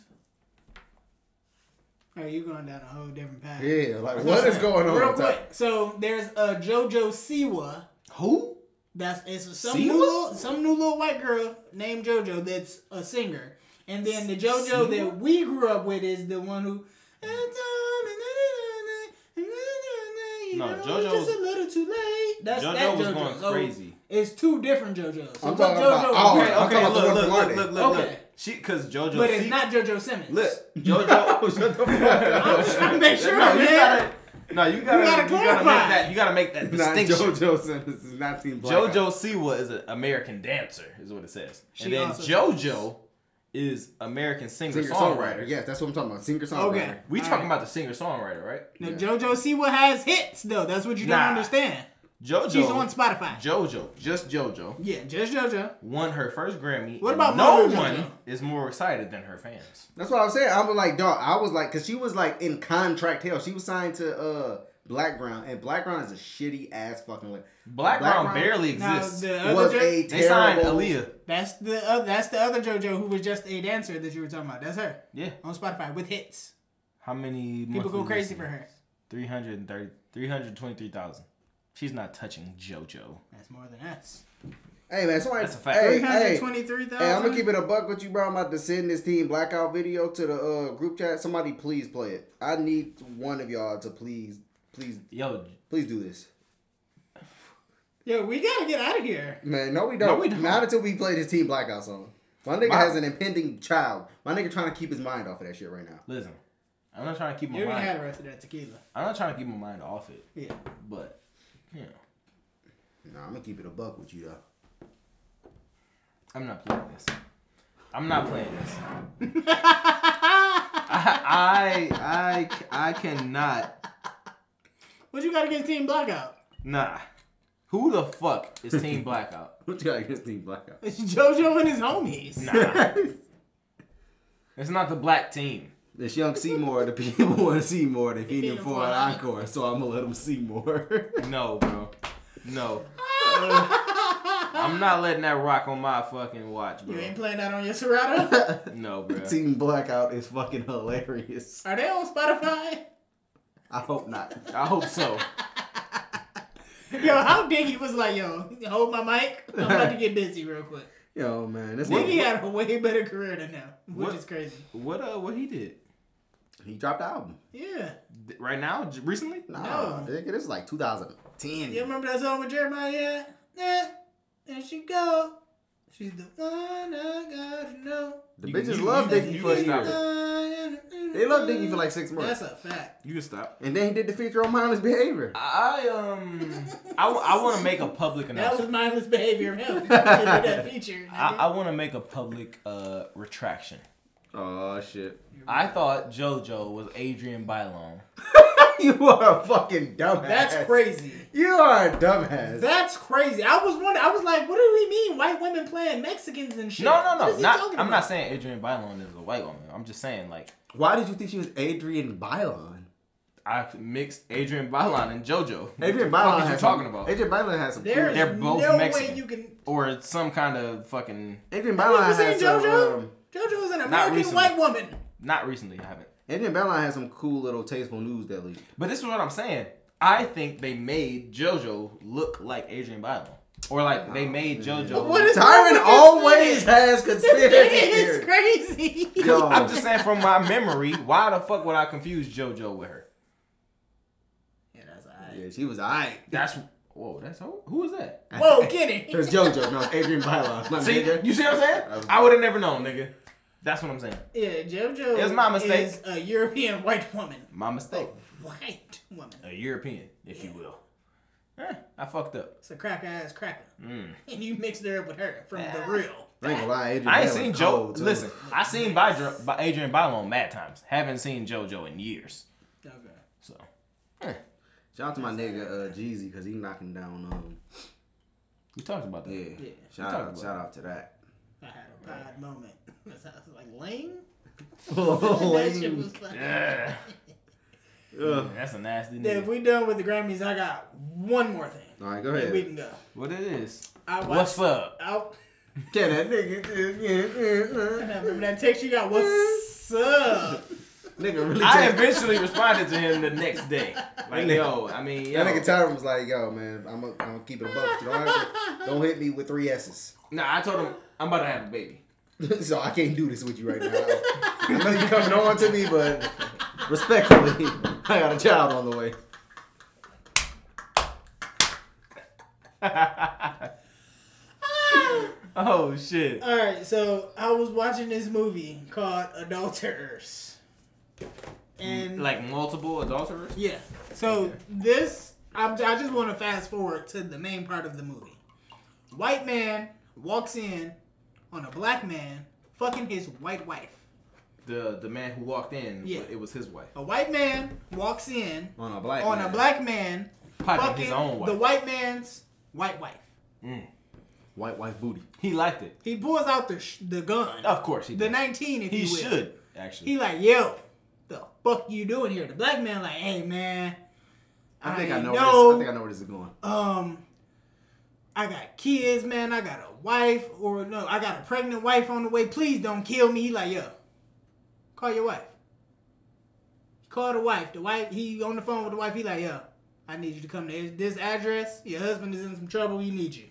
[SPEAKER 6] Are you going down a whole different path?
[SPEAKER 8] yeah. Like what is going on?
[SPEAKER 6] Real
[SPEAKER 8] with that?
[SPEAKER 6] quick. So there's a JoJo uh, Siwa
[SPEAKER 7] Who?
[SPEAKER 6] That's it's some
[SPEAKER 5] She
[SPEAKER 6] new
[SPEAKER 5] was-
[SPEAKER 6] little, some new little white girl named JoJo that's a singer, and then the JoJo that we grew up with is the one who. "Eh, You
[SPEAKER 5] No,
[SPEAKER 6] know, it's
[SPEAKER 5] JoJo
[SPEAKER 6] just a
[SPEAKER 5] was-
[SPEAKER 6] little too late. That's
[SPEAKER 5] JoJo
[SPEAKER 6] that
[SPEAKER 5] was
[SPEAKER 6] JoJo.
[SPEAKER 5] going
[SPEAKER 6] So
[SPEAKER 5] crazy.
[SPEAKER 6] It's two different JoJos. So
[SPEAKER 8] I'm
[SPEAKER 6] what
[SPEAKER 8] talking about
[SPEAKER 6] JoJo
[SPEAKER 8] all-
[SPEAKER 6] okay,
[SPEAKER 8] I'm
[SPEAKER 6] okay,
[SPEAKER 8] talking
[SPEAKER 5] Okay,
[SPEAKER 8] about the
[SPEAKER 5] look,
[SPEAKER 8] one
[SPEAKER 5] look, look,
[SPEAKER 8] from Blondie.
[SPEAKER 5] look, look,
[SPEAKER 6] Okay.
[SPEAKER 5] look. She, cause JoJo.
[SPEAKER 6] but it's
[SPEAKER 5] see-
[SPEAKER 6] not JoJo Simmons.
[SPEAKER 5] Look, JoJo. Shut the fuck
[SPEAKER 6] I'm just trying to make sure,
[SPEAKER 5] no, you
[SPEAKER 6] man.
[SPEAKER 5] gotta, no, you gotta, you
[SPEAKER 6] gotta
[SPEAKER 5] gotta, make
[SPEAKER 6] clarify.
[SPEAKER 5] that. You gotta make that
[SPEAKER 8] Not
[SPEAKER 5] distinction.
[SPEAKER 8] JoJo Simmons is not Team Black.
[SPEAKER 5] JoJo Siwa is an American dancer, is what it says.
[SPEAKER 6] She
[SPEAKER 5] and then
[SPEAKER 6] also-
[SPEAKER 5] JoJo is American singer
[SPEAKER 8] Singer
[SPEAKER 5] songwriter.
[SPEAKER 8] songwriter. Yes, that's what I'm talking about. Singer songwriter.
[SPEAKER 6] Okay.
[SPEAKER 5] We
[SPEAKER 6] All
[SPEAKER 5] talking
[SPEAKER 6] right.
[SPEAKER 5] about the singer songwriter, right?
[SPEAKER 6] No, JoJo Siwa has hits though. That's what you don't
[SPEAKER 5] Nah.
[SPEAKER 6] understand.
[SPEAKER 5] JoJo.
[SPEAKER 6] She's on Spotify.
[SPEAKER 5] JoJo, just JoJo,
[SPEAKER 6] yeah, just JoJo.
[SPEAKER 5] won her first Grammy.
[SPEAKER 6] What
[SPEAKER 5] and
[SPEAKER 6] about
[SPEAKER 5] no
[SPEAKER 6] Mother JoJo?
[SPEAKER 5] one is more excited than her fans?
[SPEAKER 8] That's what I was saying. I was like, dog. I was like, cause she was like in contract hell. She was signed to uh Blackground, and Blackground is a shitty ass fucking. Lip.
[SPEAKER 5] Blackground barely
[SPEAKER 6] Now
[SPEAKER 5] exists.
[SPEAKER 6] the
[SPEAKER 8] was
[SPEAKER 6] other
[SPEAKER 8] a
[SPEAKER 6] jo-
[SPEAKER 8] terrible.
[SPEAKER 5] they signed Aaliyah.
[SPEAKER 6] that's the oth- that's the other JoJo who was just a dancer that you were talking about. That's her
[SPEAKER 5] Yeah.
[SPEAKER 6] on Spotify with hits.
[SPEAKER 5] How many
[SPEAKER 6] People go crazy for her.
[SPEAKER 5] 330 323,000. She's not touching JoJo.
[SPEAKER 6] That's more than us.
[SPEAKER 8] Hey man, somebody.
[SPEAKER 5] That's a fact.
[SPEAKER 8] Hey, hey, hey, I'm
[SPEAKER 6] 323,000.
[SPEAKER 8] gonna keep it a buck with you, bro. I'm about to send this team blackout video to the uh, group chat. Somebody please play it. I need one of y'all to please, please,
[SPEAKER 5] Yo,
[SPEAKER 8] please do this.
[SPEAKER 6] Yo, we gotta get out of here.
[SPEAKER 8] Man, no, we don't.
[SPEAKER 5] we don't.
[SPEAKER 8] Not until we play this team blackout song. My nigga
[SPEAKER 5] My-
[SPEAKER 8] has an impending child. My nigga trying to keep his mind off of that shit right now.
[SPEAKER 5] listen. I'm not trying to keep my
[SPEAKER 6] You already had
[SPEAKER 5] mind.
[SPEAKER 6] the rest of that tequila.
[SPEAKER 5] I'm not trying to keep my mind off it,
[SPEAKER 6] Yeah.
[SPEAKER 5] but you know,
[SPEAKER 8] Nah, I'm gonna keep it a buck with you though.
[SPEAKER 5] I'm not playing this. I'm not playing this. I, I I I cannot.
[SPEAKER 6] What you got against Team Blackout?
[SPEAKER 5] Nah. Who the fuck is Team Blackout?
[SPEAKER 8] What you got against team blackout?
[SPEAKER 6] It's JoJo and his homies.
[SPEAKER 5] Nah. It's not the black team.
[SPEAKER 8] This young Seymour, the people want to see more. They feed him
[SPEAKER 6] him
[SPEAKER 8] for
[SPEAKER 6] for
[SPEAKER 8] an
[SPEAKER 6] an
[SPEAKER 8] encore, so I'm gonna let him see more.
[SPEAKER 5] No, bro. No. I'm not letting that rock on my fucking watch,
[SPEAKER 6] You
[SPEAKER 5] bro.
[SPEAKER 6] ain't playing that on your Serato?
[SPEAKER 5] No, bro.
[SPEAKER 8] Team Blackout is fucking hilarious.
[SPEAKER 6] Are they on Spotify?
[SPEAKER 8] I hope not.
[SPEAKER 5] I hope so.
[SPEAKER 6] Yo, how Diggy was like, yo, hold my mic. I'm about to get busy real quick.
[SPEAKER 8] Yo, man, that's
[SPEAKER 6] Diggy had a way better career than him, which
[SPEAKER 5] What?
[SPEAKER 6] is crazy.
[SPEAKER 5] What uh? What he did
[SPEAKER 8] he dropped the album.
[SPEAKER 6] Yeah.
[SPEAKER 5] Th- right now? j- Recently?
[SPEAKER 8] Nah,
[SPEAKER 6] No.
[SPEAKER 8] nigga, this is like 2010.
[SPEAKER 6] You remember that song with Jeremiah? Yeah. Nah, there she go. She's the one I gotta know.
[SPEAKER 8] the
[SPEAKER 5] You-
[SPEAKER 8] bitches
[SPEAKER 5] you-
[SPEAKER 8] love
[SPEAKER 5] you-
[SPEAKER 8] Diggy
[SPEAKER 5] you
[SPEAKER 8] for a
[SPEAKER 5] can stop
[SPEAKER 8] year.
[SPEAKER 5] it.
[SPEAKER 8] They loved Diggy for like six months,
[SPEAKER 6] That's a fact.
[SPEAKER 5] You can stop.
[SPEAKER 8] and then he did the feature on Mindless Behavior.
[SPEAKER 5] I um. I, want to make a public
[SPEAKER 6] That was
[SPEAKER 5] announcement.
[SPEAKER 6] mindless behavior of him. He did that feature.
[SPEAKER 5] I,
[SPEAKER 6] nigga.
[SPEAKER 5] I want to make a public uh retraction.
[SPEAKER 8] Oh shit!
[SPEAKER 5] I thought JoJo was Adrian Bylon.
[SPEAKER 8] you are a fucking dumbass.
[SPEAKER 6] That's crazy.
[SPEAKER 8] You are a dumbass.
[SPEAKER 6] That's crazy. I was wondering. I was like, what do we mean? White women playing Mexicans and shit?
[SPEAKER 5] No,
[SPEAKER 6] What
[SPEAKER 5] no,
[SPEAKER 6] is
[SPEAKER 5] no.
[SPEAKER 6] he
[SPEAKER 5] Not, I'm
[SPEAKER 6] talking
[SPEAKER 5] not
[SPEAKER 6] about?
[SPEAKER 5] saying Adrian Bylon is a white woman. I'm just saying like
[SPEAKER 8] Why did you think she was Adrian Bylon?
[SPEAKER 5] I mixed Adrian Bylon and JoJo. What
[SPEAKER 8] Adrian
[SPEAKER 5] the
[SPEAKER 8] Bylon
[SPEAKER 5] fuck is you
[SPEAKER 8] has
[SPEAKER 5] talking
[SPEAKER 8] some,
[SPEAKER 5] about?
[SPEAKER 8] Adrian Bylon has some.
[SPEAKER 6] There
[SPEAKER 8] cool-
[SPEAKER 6] is
[SPEAKER 5] They're both
[SPEAKER 6] no
[SPEAKER 5] Mexican.
[SPEAKER 6] way you can.
[SPEAKER 5] or some kind of fucking.
[SPEAKER 8] Adrian
[SPEAKER 6] What
[SPEAKER 8] Bylon
[SPEAKER 6] you saying,
[SPEAKER 8] has some.
[SPEAKER 6] JoJo?
[SPEAKER 8] um,
[SPEAKER 6] JoJo is an American
[SPEAKER 5] recently.
[SPEAKER 6] white woman.
[SPEAKER 5] Not recently, I haven't.
[SPEAKER 8] Adrian Bylon has some cool little tasteful news that leaked.
[SPEAKER 5] But this is what I'm saying. I think they made JoJo look like Adrian Bylon, or like they made JoJo.
[SPEAKER 6] What is wrong
[SPEAKER 8] Tyron
[SPEAKER 6] with this
[SPEAKER 8] always
[SPEAKER 6] man?
[SPEAKER 8] has conspiracy
[SPEAKER 6] It's
[SPEAKER 8] theories.
[SPEAKER 6] crazy.
[SPEAKER 8] Yo,
[SPEAKER 5] I'm just saying from my memory, why the fuck would I confuse JoJo with her?
[SPEAKER 6] Yeah, that's alright.
[SPEAKER 8] yeah, she was alright.
[SPEAKER 5] That's whoa, that's who? Who is that?
[SPEAKER 6] Whoa, Kenny.
[SPEAKER 8] There's JoJo, no Adrian Bylon. My
[SPEAKER 5] See,
[SPEAKER 8] nigga.
[SPEAKER 5] you see what I'm saying? I would have never known, nigga. That's what I'm saying.
[SPEAKER 6] Yeah, JoJo
[SPEAKER 5] It's my mistake.
[SPEAKER 6] is a European white woman.
[SPEAKER 5] My mistake.
[SPEAKER 6] White woman.
[SPEAKER 5] A European, if you will. Eh, I fucked up.
[SPEAKER 6] It's a crack ass cracker.
[SPEAKER 5] Mm.
[SPEAKER 6] And you mixed her up with her from the real.
[SPEAKER 8] I ain't gonna lie, Adrian
[SPEAKER 5] I ain't
[SPEAKER 8] Bylon
[SPEAKER 5] seen
[SPEAKER 8] cold,
[SPEAKER 5] Joe.
[SPEAKER 8] too.
[SPEAKER 5] Listen, I seen by, Dr- by Adrian Bylon mad times. Haven't seen JoJo in years.
[SPEAKER 6] Okay.
[SPEAKER 5] So
[SPEAKER 8] Shout out to my nigga uh, Jeezy because he knocking down. Um,
[SPEAKER 5] we talked about that.
[SPEAKER 8] yeah.
[SPEAKER 6] Yeah.
[SPEAKER 8] Shout
[SPEAKER 5] talking
[SPEAKER 8] out,
[SPEAKER 5] about
[SPEAKER 8] shout out to that.
[SPEAKER 6] I had a bad moment. That's how I was like, Lane? That shit
[SPEAKER 8] Lame.
[SPEAKER 6] was like.
[SPEAKER 5] Oh, Yeah. That's a nasty
[SPEAKER 6] If
[SPEAKER 5] nigga.
[SPEAKER 6] we done with the Grammys, I got one more thing.
[SPEAKER 8] All right, go
[SPEAKER 6] Then We
[SPEAKER 8] ahead.
[SPEAKER 6] can go.
[SPEAKER 5] What it is?
[SPEAKER 6] I watched.
[SPEAKER 5] What's up?
[SPEAKER 6] Out.
[SPEAKER 8] Can that nigga?
[SPEAKER 6] Remember that text you got? What's up?
[SPEAKER 8] Nigga really.
[SPEAKER 5] I
[SPEAKER 8] tired.
[SPEAKER 5] eventually responded to him the next day. Like, yo, I mean, yo.
[SPEAKER 8] That nigga Tyron was like, "Yo, man, I'm gonna I'm keep it above. Don't, don't hit me with three S's.
[SPEAKER 5] Nah, I told him I'm about to have a baby.
[SPEAKER 8] so I can't do this with you right now. I know you coming on to me, but respectfully, I got a child on the way.
[SPEAKER 5] Oh shit.
[SPEAKER 6] All right, so I was watching this movie called Adulterers, and
[SPEAKER 5] Like multiple adulterers.
[SPEAKER 6] yeah, so this I'm, I just want to fast forward to the main part of the movie. White man walks in on a black man fucking his white wife.
[SPEAKER 5] The the man who walked in,
[SPEAKER 6] Yeah.
[SPEAKER 5] it was his wife.
[SPEAKER 6] A white man walks in
[SPEAKER 8] On a black.
[SPEAKER 6] on a
[SPEAKER 8] man.
[SPEAKER 6] black man
[SPEAKER 5] Probably
[SPEAKER 6] fucking
[SPEAKER 5] his own
[SPEAKER 6] the
[SPEAKER 5] wife.
[SPEAKER 6] white man's white wife.
[SPEAKER 8] white wife booty.
[SPEAKER 5] he liked it.
[SPEAKER 6] He pulls out the sh- the gun,
[SPEAKER 5] Of course he
[SPEAKER 6] the
[SPEAKER 5] did.
[SPEAKER 6] 19 if
[SPEAKER 5] He
[SPEAKER 6] you will.
[SPEAKER 5] should actually.
[SPEAKER 6] He like, yo, the fuck you doing here? The black man like, hey man,
[SPEAKER 8] I think I,
[SPEAKER 6] I
[SPEAKER 8] know.
[SPEAKER 6] know.
[SPEAKER 8] Where this, I think I know where this is going.
[SPEAKER 6] um, I got kids, man. I got a wife, or no, I got a pregnant wife on the way. Please don't kill me. He like, yo, call your wife. Call the wife. The wife. He on the phone with the wife. He like, yo, I need you to come to this address. Your husband is in some trouble. We need you.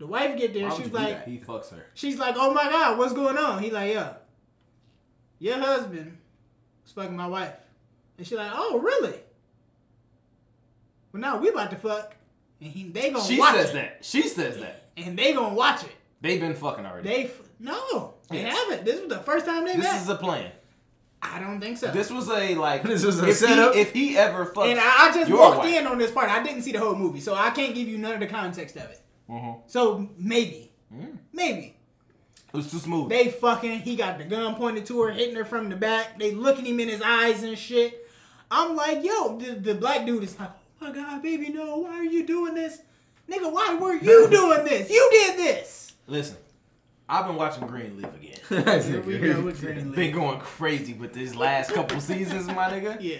[SPEAKER 6] The wife get there.
[SPEAKER 5] Why would you
[SPEAKER 6] she's
[SPEAKER 5] do
[SPEAKER 6] like,
[SPEAKER 5] that? he fucks her.
[SPEAKER 6] She's like, "Oh my god, what's going on?" He like, "Yeah, your husband is fucking my wife," and she like, "Oh really?" Well, now we about to fuck, and he, they gonna
[SPEAKER 5] She
[SPEAKER 6] watch
[SPEAKER 5] says
[SPEAKER 6] it,
[SPEAKER 5] that. She says that.
[SPEAKER 6] and they gonna watch it.
[SPEAKER 5] They've been fucking already.
[SPEAKER 6] They f- no, they
[SPEAKER 5] Yes.
[SPEAKER 6] haven't. This was the first time they
[SPEAKER 5] this
[SPEAKER 6] met.
[SPEAKER 5] is a plan.
[SPEAKER 6] I don't think so.
[SPEAKER 5] This was a like.
[SPEAKER 8] This was a
[SPEAKER 5] if
[SPEAKER 8] setup.
[SPEAKER 5] He, if he ever fucks,
[SPEAKER 6] and I, I just
[SPEAKER 5] your
[SPEAKER 6] walked
[SPEAKER 5] wife.
[SPEAKER 6] in on this part. I didn't see the whole movie, so I can't give you none of the context of it.
[SPEAKER 5] Mm-hmm.
[SPEAKER 6] So maybe,
[SPEAKER 5] Mm.
[SPEAKER 6] maybe
[SPEAKER 5] It was too smooth.
[SPEAKER 6] They fucking. He got the gun pointed to her, hitting her from the back. They looking him in his eyes and shit. I'm like, yo, the, the black dude is like, oh my god, baby, no, why are you doing this, nigga? Why were you doing this? You did this.
[SPEAKER 5] Listen, I've been watching Green Leaf again.
[SPEAKER 6] Here we go with Green
[SPEAKER 5] been
[SPEAKER 6] Lantern.
[SPEAKER 5] going crazy with these last couple seasons, my nigga.
[SPEAKER 6] Yeah.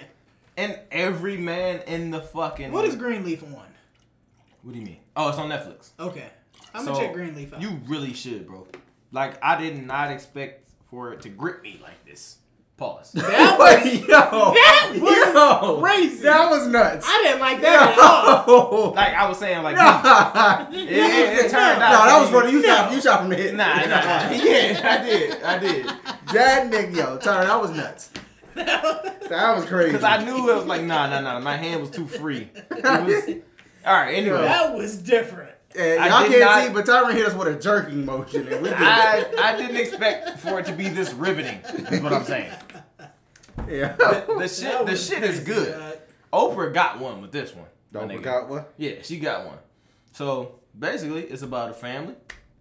[SPEAKER 5] And every man in the fucking.
[SPEAKER 6] What is Greenleaf on?
[SPEAKER 5] What do you mean? Oh, it's on Netflix.
[SPEAKER 6] Okay, I'm gonna
[SPEAKER 5] So,
[SPEAKER 6] check Greenleaf out.
[SPEAKER 5] You really should, bro. Like I did not expect for it to grip me like this. Pause.
[SPEAKER 6] that was
[SPEAKER 8] Wait, yo,
[SPEAKER 6] that was
[SPEAKER 8] yo,
[SPEAKER 6] crazy.
[SPEAKER 8] that was nuts.
[SPEAKER 6] I didn't like that at all.
[SPEAKER 8] no,
[SPEAKER 5] like I was saying, like
[SPEAKER 8] that
[SPEAKER 5] it, it, it turned out.
[SPEAKER 8] was
[SPEAKER 5] to be-
[SPEAKER 8] funny. You shot, you shot from the hip.
[SPEAKER 5] Nah, nah, nah. Yeah, I did. I did.
[SPEAKER 8] That nigga, yo, Tyron, that was nuts. That was crazy.
[SPEAKER 5] Cause I knew it was like, nah, nah, nah. My hand was too free. It was, all right. Anyway,
[SPEAKER 6] That was different.
[SPEAKER 8] And
[SPEAKER 5] I
[SPEAKER 8] y'all
[SPEAKER 5] did
[SPEAKER 8] can't
[SPEAKER 5] not-
[SPEAKER 8] see, but Tyron hit us with a jerking motion, and we did.
[SPEAKER 5] I I didn't expect for it to be this riveting. Is what I'm saying.
[SPEAKER 8] yeah.
[SPEAKER 5] The shit,
[SPEAKER 6] That
[SPEAKER 5] the
[SPEAKER 6] was
[SPEAKER 5] shit is
[SPEAKER 6] crazy,
[SPEAKER 5] good.
[SPEAKER 6] dog.
[SPEAKER 5] Oprah got one with this one. my
[SPEAKER 8] Don't
[SPEAKER 5] nigga.
[SPEAKER 8] forgot what.
[SPEAKER 5] Yeah, she got one. So basically, it's about a family.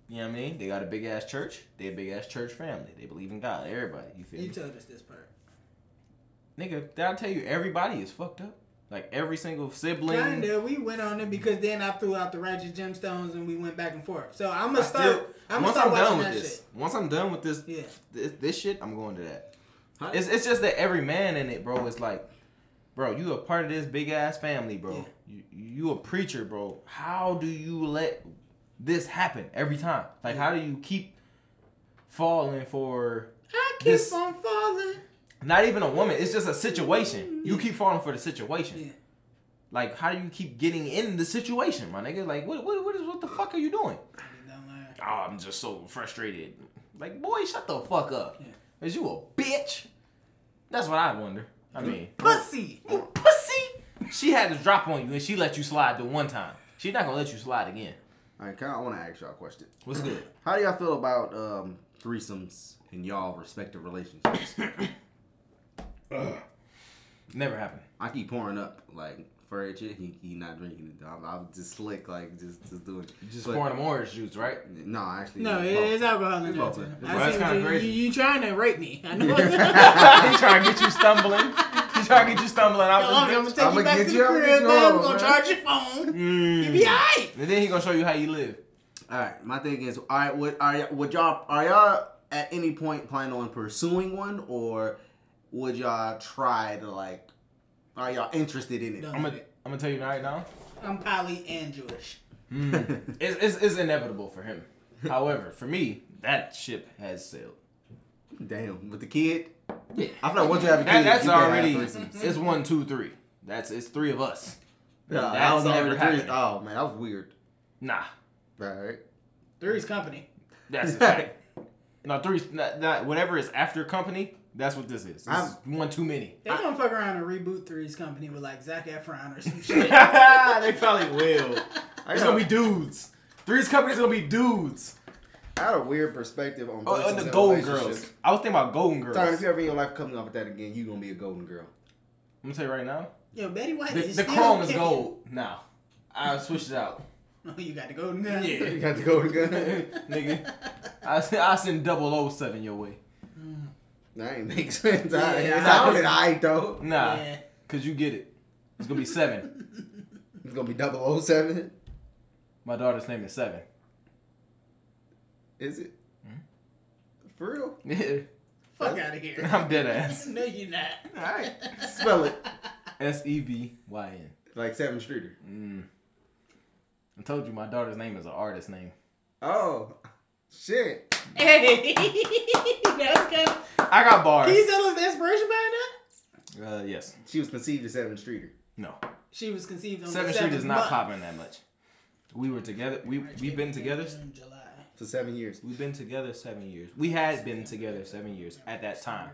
[SPEAKER 5] You know what I mean? They got a big ass church. They a big ass church family. They believe in God. Everybody, you feel
[SPEAKER 6] You
[SPEAKER 5] me?
[SPEAKER 6] told us this part.
[SPEAKER 5] Nigga, did I tell you everybody is fucked up? Like every single sibling.
[SPEAKER 6] Kinda. We went on it because then I threw out the righteous gemstones and we went back and forth. So I'm gonna
[SPEAKER 5] I
[SPEAKER 6] start.
[SPEAKER 5] still-
[SPEAKER 6] I'm gonna
[SPEAKER 5] once
[SPEAKER 6] start
[SPEAKER 5] I'm
[SPEAKER 6] watching
[SPEAKER 5] done with
[SPEAKER 6] that
[SPEAKER 5] this,
[SPEAKER 6] shit.
[SPEAKER 5] once I'm done with this,
[SPEAKER 6] Yeah.
[SPEAKER 5] this, this shit, I'm going to that. It's, it's just that every man in it, bro, is like, bro, you a part of this big ass family, bro.
[SPEAKER 6] Yeah.
[SPEAKER 5] You, you a preacher, bro. How do you let this happen every time? Like, how do you keep falling for
[SPEAKER 6] I keep
[SPEAKER 5] This-
[SPEAKER 6] on falling.
[SPEAKER 5] not even a woman? It's just a situation. You keep falling for the situation.
[SPEAKER 6] Yeah.
[SPEAKER 5] Like, how do you keep getting in the situation, my nigga? Like, what, what, what is, what the fuck are you doing?
[SPEAKER 6] Don't lie.
[SPEAKER 8] Ah.
[SPEAKER 5] oh, I'm just so frustrated. Like, boy, shut the fuck up. Is you a bitch? That's what I wonder. I mean,
[SPEAKER 6] Pussy.
[SPEAKER 5] you pussy. She had to drop on you and she let you slide the one time. She's not gonna let you slide again.
[SPEAKER 8] All right, Kyle, I want to ask y'all a question.
[SPEAKER 5] What's good?
[SPEAKER 8] How do y'all feel about um, threesomes in y'all respective relationships?
[SPEAKER 5] Never happened.
[SPEAKER 8] I keep pouring up like for a chick. He, he not drinking it. I'm, I'm just slick, like just just doing.
[SPEAKER 5] Just
[SPEAKER 8] but-
[SPEAKER 5] pouring them orange juice, right?
[SPEAKER 8] No, actually.
[SPEAKER 6] No, it
[SPEAKER 8] both.
[SPEAKER 6] is alcohol in
[SPEAKER 8] It's
[SPEAKER 6] there
[SPEAKER 8] both,
[SPEAKER 6] too.
[SPEAKER 8] man. It's
[SPEAKER 6] I
[SPEAKER 5] both.
[SPEAKER 6] see
[SPEAKER 5] That's
[SPEAKER 6] what
[SPEAKER 5] kinda
[SPEAKER 6] you,
[SPEAKER 5] crazy.
[SPEAKER 6] You, you trying to rape me? I know.
[SPEAKER 5] he trying to get you stumbling. He trying to get you stumbling.
[SPEAKER 6] Yo, I'm,
[SPEAKER 5] I'm
[SPEAKER 6] gonna
[SPEAKER 5] just
[SPEAKER 6] take
[SPEAKER 8] I'ma
[SPEAKER 6] you back
[SPEAKER 8] get
[SPEAKER 6] to the
[SPEAKER 8] you, I'ma get
[SPEAKER 6] crib,
[SPEAKER 8] you
[SPEAKER 6] man.
[SPEAKER 8] all,
[SPEAKER 6] We're gonna
[SPEAKER 8] man.
[SPEAKER 6] charge your phone. You
[SPEAKER 5] Mm.
[SPEAKER 6] be alright.
[SPEAKER 5] And then he gonna show you how you live.
[SPEAKER 8] All right, my thing is, all right, would are y'all, would y'all are y'all at any point plan on pursuing one, or would y'all try to like, are y'all interested in it?
[SPEAKER 6] No.
[SPEAKER 5] I'm gonna I'm gonna tell you right now.
[SPEAKER 6] I'm poly and Jewish.
[SPEAKER 5] It's, it's, it's inevitable for him. However, for me, that ship has sailed.
[SPEAKER 8] Damn, with the kid,
[SPEAKER 6] Yeah.
[SPEAKER 8] I feel like once you have a
[SPEAKER 5] That,
[SPEAKER 8] kid,
[SPEAKER 5] that's
[SPEAKER 8] you can have
[SPEAKER 5] already
[SPEAKER 8] threesomes.
[SPEAKER 5] it's one, two, three. That's it's three of us.
[SPEAKER 8] Yeah,
[SPEAKER 5] That's
[SPEAKER 8] that was
[SPEAKER 5] never
[SPEAKER 8] never three.
[SPEAKER 5] happening.
[SPEAKER 8] Oh man, that was weird.
[SPEAKER 5] Nah,
[SPEAKER 8] Right.
[SPEAKER 6] Three's company.
[SPEAKER 5] that's a fact. no three. Not, not, whatever is after company. That's what this is.
[SPEAKER 8] I'm-
[SPEAKER 5] It's one too many.
[SPEAKER 6] They gonna fuck around and reboot Three's company with like Zach Efron or some shit.
[SPEAKER 5] they probably will.
[SPEAKER 8] I
[SPEAKER 5] It's
[SPEAKER 8] got,
[SPEAKER 5] gonna be dudes. Three's company's gonna be dudes.
[SPEAKER 8] I had a weird perspective on
[SPEAKER 5] Oh, and
[SPEAKER 8] blessings
[SPEAKER 5] the Golden
[SPEAKER 8] relationships.
[SPEAKER 5] Girls. I was thinking about Golden Girls.
[SPEAKER 8] Tyron, if
[SPEAKER 5] I'm
[SPEAKER 8] you ever in your life comes up with that again, you gonna be a golden girl.
[SPEAKER 5] gonna tell you right now.
[SPEAKER 6] Yo, Betty White
[SPEAKER 5] The,
[SPEAKER 6] is
[SPEAKER 5] the
[SPEAKER 6] still
[SPEAKER 5] chrome is
[SPEAKER 6] kicking.
[SPEAKER 5] gold now. I switched it out.
[SPEAKER 6] Oh, you got the golden gun.
[SPEAKER 8] You got the golden girl.
[SPEAKER 5] Nigga, I, s- I send 007 your way.
[SPEAKER 8] that ain't make sense. I,
[SPEAKER 6] Yeah,
[SPEAKER 8] it's
[SPEAKER 6] nah,
[SPEAKER 8] all
[SPEAKER 5] cause-
[SPEAKER 8] in I though.
[SPEAKER 5] Nah,
[SPEAKER 6] Yeah.
[SPEAKER 5] cause you get it. It's gonna be seven.
[SPEAKER 8] It's gonna be 007.
[SPEAKER 5] My daughter's name is Seven.
[SPEAKER 8] Is it?
[SPEAKER 5] Hmm?
[SPEAKER 8] For real?
[SPEAKER 6] Fuck out of here.
[SPEAKER 5] I'm dead ass.
[SPEAKER 6] no, you're not.
[SPEAKER 8] Alright. Spell it.
[SPEAKER 5] S E V Y N.
[SPEAKER 8] Like Seven Streeter.
[SPEAKER 5] I told you my daughter's name is an artist name.
[SPEAKER 8] Oh. Shit.
[SPEAKER 6] Hey, that's good.
[SPEAKER 5] I got bars.
[SPEAKER 6] Can you tell us the inspiration behind that?
[SPEAKER 5] Uh, yes.
[SPEAKER 8] She was conceived as Seven Streeter.
[SPEAKER 5] No.
[SPEAKER 6] She was conceived on
[SPEAKER 5] Seven
[SPEAKER 6] the
[SPEAKER 5] Street
[SPEAKER 6] seventh
[SPEAKER 5] is not
[SPEAKER 6] month.
[SPEAKER 5] popping that much. We were together. We we've been together.
[SPEAKER 6] In July.
[SPEAKER 8] For seven years.
[SPEAKER 5] We've been together seven years. We had been together seven years at that time.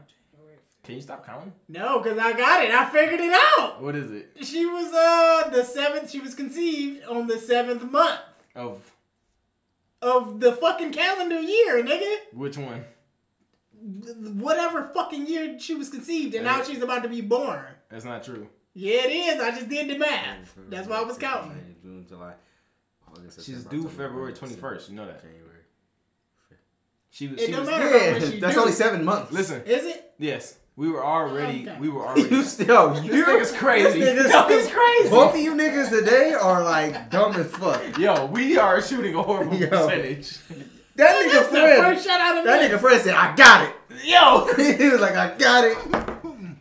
[SPEAKER 5] Can you stop counting?
[SPEAKER 6] No, because I got it. I figured it out.
[SPEAKER 5] What is it?
[SPEAKER 6] She was uh the seventh. She was conceived on the seventh month
[SPEAKER 5] Of
[SPEAKER 6] of the fucking calendar year, nigga.
[SPEAKER 5] which one?
[SPEAKER 6] Whatever fucking year she was conceived, and now she's about to be born.
[SPEAKER 5] That's not true.
[SPEAKER 6] Yeah, it is. I just did the math. That's why I was counting.
[SPEAKER 8] June, July. August,
[SPEAKER 5] She's
[SPEAKER 8] September,
[SPEAKER 5] due
[SPEAKER 8] October,
[SPEAKER 5] February
[SPEAKER 8] November,
[SPEAKER 5] twenty first. You know that.
[SPEAKER 8] January.
[SPEAKER 5] She was.
[SPEAKER 6] It
[SPEAKER 5] She
[SPEAKER 6] don't
[SPEAKER 5] was
[SPEAKER 6] matter about when
[SPEAKER 8] Yeah,
[SPEAKER 6] she
[SPEAKER 8] that's
[SPEAKER 6] do.
[SPEAKER 8] only seven months.
[SPEAKER 5] listen.
[SPEAKER 6] Is it?
[SPEAKER 5] Yes, we were already.
[SPEAKER 6] Okay.
[SPEAKER 5] We were
[SPEAKER 8] you
[SPEAKER 5] already.
[SPEAKER 8] still.
[SPEAKER 5] This nigga's crazy.
[SPEAKER 8] This
[SPEAKER 5] Yo, he's crazy.
[SPEAKER 8] Both of you niggas today are like dumb as fuck.
[SPEAKER 5] Yo, we are shooting a horrible
[SPEAKER 8] Yo.
[SPEAKER 5] percentage.
[SPEAKER 8] That
[SPEAKER 6] That's
[SPEAKER 8] nigga
[SPEAKER 6] the
[SPEAKER 8] friend.
[SPEAKER 6] first shot out of
[SPEAKER 8] That
[SPEAKER 6] me.
[SPEAKER 8] nigga friend said, "I got
[SPEAKER 5] Yo,
[SPEAKER 8] it." he was like, "I got it.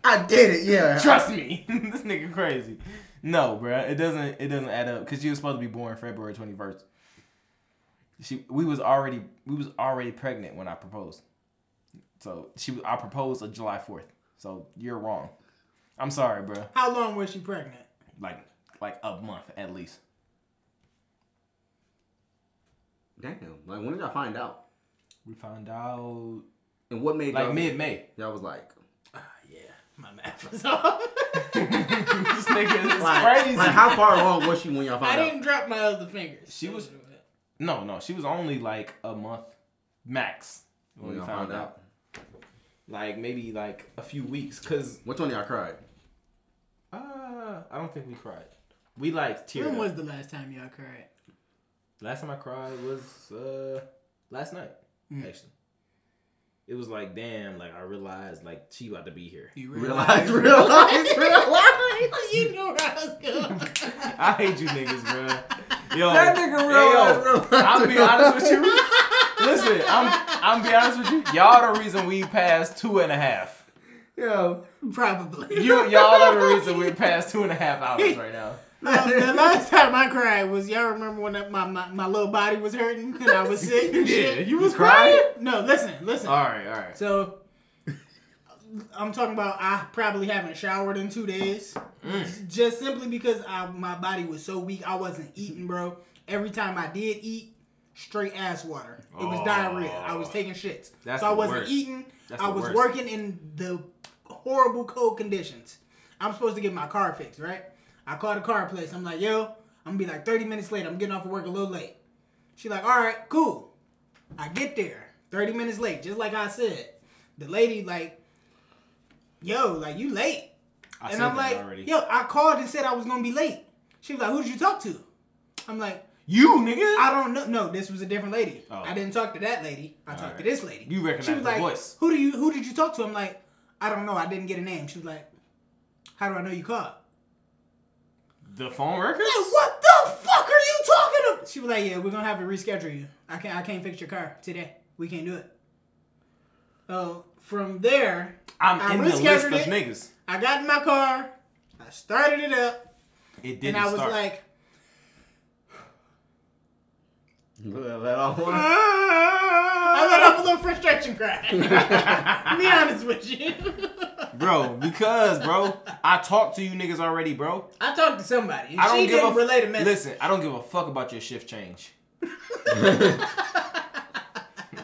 [SPEAKER 8] I did it. Yeah."
[SPEAKER 5] trust me, this nigga crazy. No, bruh, it doesn't. It doesn't add up because she was supposed to be born February twenty first. She, we was already, we was already pregnant when I proposed. So she, was- I proposed on July fourth. So you're wrong. I'm sorry, bruh.
[SPEAKER 6] How long was she pregnant?
[SPEAKER 5] Like, like a month at least.
[SPEAKER 8] Damn. Like, when did y'all find out?
[SPEAKER 5] We found out
[SPEAKER 8] And what made
[SPEAKER 5] like
[SPEAKER 8] y'all-
[SPEAKER 5] mid May.
[SPEAKER 8] Y'all was like,
[SPEAKER 6] Yeah, my math was off.
[SPEAKER 5] this nigga is
[SPEAKER 8] like,
[SPEAKER 5] crazy.
[SPEAKER 8] like, how far along was she when y'all
[SPEAKER 6] I
[SPEAKER 8] found out?
[SPEAKER 6] didn't drop my other fingers. uh,
[SPEAKER 5] She was- No, no, she was only like a month max when we
[SPEAKER 8] y'all
[SPEAKER 5] found out. Like maybe like a few weeks, cause
[SPEAKER 8] Which one of y'all cried?
[SPEAKER 5] uh, I don't think we cried. We like teared.
[SPEAKER 6] When
[SPEAKER 5] up.
[SPEAKER 6] was the last time y'all cried?
[SPEAKER 5] last time I cried was uh last night actually. It was like damn, like I realized like she about to be here.
[SPEAKER 6] You
[SPEAKER 8] Realize, realize, realize.
[SPEAKER 6] you knew where I was going.
[SPEAKER 5] I hate you niggas, bro. Yo,
[SPEAKER 8] That nigga realized, realized,
[SPEAKER 5] I'll be honest with you. Listen, I'm I'm be honest with you. Y'all the reason we passed two and a half.
[SPEAKER 8] Yo,
[SPEAKER 6] Probably.
[SPEAKER 5] You y'all are the reason we're past two and a half hours right now.
[SPEAKER 6] Um, the last time I cried was y'all remember when my, my my little body was hurting and I was sick and shit.
[SPEAKER 5] you was
[SPEAKER 8] crying?
[SPEAKER 6] No, listen, listen.
[SPEAKER 5] All right, all right.
[SPEAKER 6] So I'm talking about I probably haven't showered in two days,
[SPEAKER 5] Mm.
[SPEAKER 6] just simply because I my body was so weak I wasn't eating, bro. Every time I did eat, straight ass water. It was diarrhea. I was taking shits,
[SPEAKER 5] Oh. That's
[SPEAKER 6] so I
[SPEAKER 5] the
[SPEAKER 6] wasn't
[SPEAKER 5] worst.
[SPEAKER 6] eating.
[SPEAKER 5] That's
[SPEAKER 6] I
[SPEAKER 5] the
[SPEAKER 6] was
[SPEAKER 5] worst.
[SPEAKER 6] working in the horrible cold conditions. I'm supposed to get my car fixed, right? I call the car place. I'm like, yo, I'm gonna be like 30 minutes late. I'm getting off of work a little late. She like, all right, cool. I get there 30 minutes late, just like I said. The lady like, yo, like you late,
[SPEAKER 5] I
[SPEAKER 6] and I'm like, yo, I called and said I was gonna be late. She was like, who did you talk to? I'm like,
[SPEAKER 5] you nigga.
[SPEAKER 6] I don't know. No, this was a different lady.
[SPEAKER 5] Oh.
[SPEAKER 6] I didn't talk to that lady. I talked
[SPEAKER 5] right.
[SPEAKER 6] to this lady.
[SPEAKER 5] You recognize
[SPEAKER 6] She was
[SPEAKER 5] the
[SPEAKER 6] like,
[SPEAKER 5] voice.
[SPEAKER 6] Who do you? Who did you talk to? I'm like, I don't know. I didn't get a name. She was like, How do I know you called?
[SPEAKER 5] the phone records.
[SPEAKER 6] Like, what the fuck are you talking about? She was like, Yeah, we're gonna have to reschedule you. I can't. I can't fix your car today. We can't do it. So from there,
[SPEAKER 5] I'm
[SPEAKER 6] I
[SPEAKER 5] in the list of
[SPEAKER 6] rescheduled it.
[SPEAKER 5] niggas.
[SPEAKER 6] I got in my car. I started it up.
[SPEAKER 5] It didn't
[SPEAKER 6] and I was
[SPEAKER 5] start.
[SPEAKER 6] like,
[SPEAKER 8] Well, that all
[SPEAKER 6] I let off a little frustration cry. Be honest with you.
[SPEAKER 5] bro. Because, bro, I talked to you niggas already, bro.
[SPEAKER 6] I talked to somebody. And
[SPEAKER 5] I don't
[SPEAKER 6] she
[SPEAKER 5] give
[SPEAKER 6] didn't
[SPEAKER 5] a
[SPEAKER 6] relate a message.
[SPEAKER 5] Listen, I don't give a fuck about your shift change,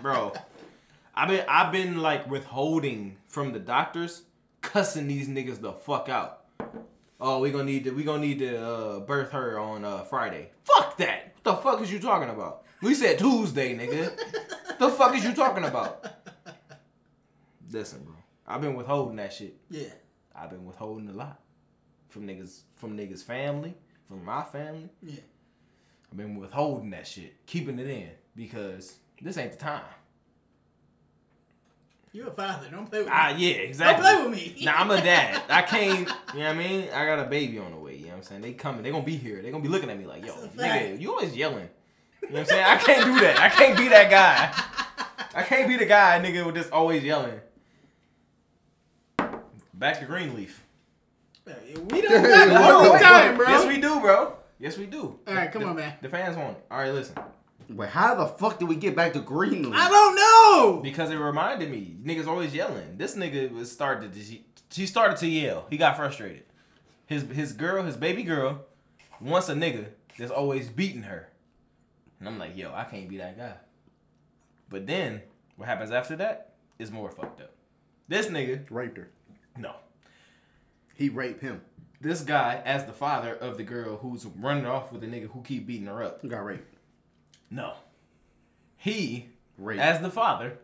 [SPEAKER 5] bro. I've been I've been like withholding from the doctors, cussing these niggas the fuck out. Oh, we gonna need to we gonna need to uh, birth her on uh, Friday. Fuck that. What the fuck is you talking about? We said Tuesday, nigga. the fuck is you talking about? Listen, bro. I've been withholding that shit.
[SPEAKER 6] Yeah.
[SPEAKER 5] I've been withholding a lot from niggas, from niggas' family, from my family.
[SPEAKER 6] Yeah.
[SPEAKER 5] I've been withholding that shit, keeping it in because this ain't the time.
[SPEAKER 6] You a father. Don't play with
[SPEAKER 5] Ah,
[SPEAKER 6] me.
[SPEAKER 5] yeah, exactly.
[SPEAKER 6] play with me.
[SPEAKER 5] Now I'm a dad. I can't. You know what I mean? I got a baby on the way. You know what I'm saying? They coming. They gonna be here. They gonna be looking at me like, yo,
[SPEAKER 6] That's a fact.
[SPEAKER 5] nigga, you always yelling. You know what I'm saying? I can't do that. I can't be that guy. I can't be the guy, nigga, with just always yelling. Back to Greenleaf.
[SPEAKER 6] We don't got all the time, bro.
[SPEAKER 5] Yes, we do, bro. Yes, we do.
[SPEAKER 6] All right, come
[SPEAKER 5] The-
[SPEAKER 6] on, man.
[SPEAKER 5] The fans want it. All right, listen.
[SPEAKER 8] Wait, how the fuck did we get back to Greenland?
[SPEAKER 6] I don't know.
[SPEAKER 5] Because it reminded me, niggas always yelling. This nigga was started to she, she started to yell. He got frustrated. His his girl, his baby girl, wants a nigga that's always beating her. And I'm like, yo, I can't be that guy. But then what happens after that is more fucked up. This nigga,
[SPEAKER 8] Raped her.
[SPEAKER 5] no.
[SPEAKER 8] He raped him.
[SPEAKER 5] This guy, as the father of the girl who's running off with the nigga who keep beating her up.
[SPEAKER 8] He got raped.
[SPEAKER 5] No. He,
[SPEAKER 8] Rape.
[SPEAKER 5] as the father,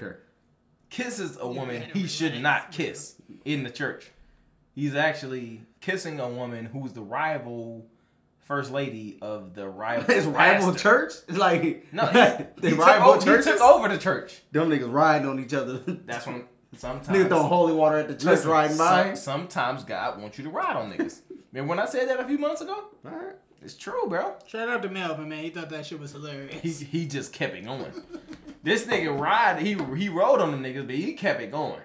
[SPEAKER 8] her.
[SPEAKER 5] kisses a woman he should not kiss in the church. He's actually kissing a woman who's the rival first lady of the rival.
[SPEAKER 8] His rival
[SPEAKER 5] pastor.
[SPEAKER 8] church? Like
[SPEAKER 5] No, he,
[SPEAKER 8] they
[SPEAKER 5] he
[SPEAKER 8] rival
[SPEAKER 5] took, o- he
[SPEAKER 8] churches?
[SPEAKER 5] took over the church.
[SPEAKER 8] Them niggas riding on each other.
[SPEAKER 5] That's when sometimes
[SPEAKER 8] niggas throw holy water at the church
[SPEAKER 5] Listen,
[SPEAKER 8] riding by.
[SPEAKER 5] some- sometimes God wants you to ride on niggas. Remember when I said that a few months ago?
[SPEAKER 8] Alright.
[SPEAKER 5] It's true, bro.
[SPEAKER 6] Shout out to Melvin, man. He thought that shit was hilarious.
[SPEAKER 5] He he just kept it going. this nigga ride he he rode on the niggas, but he kept it going.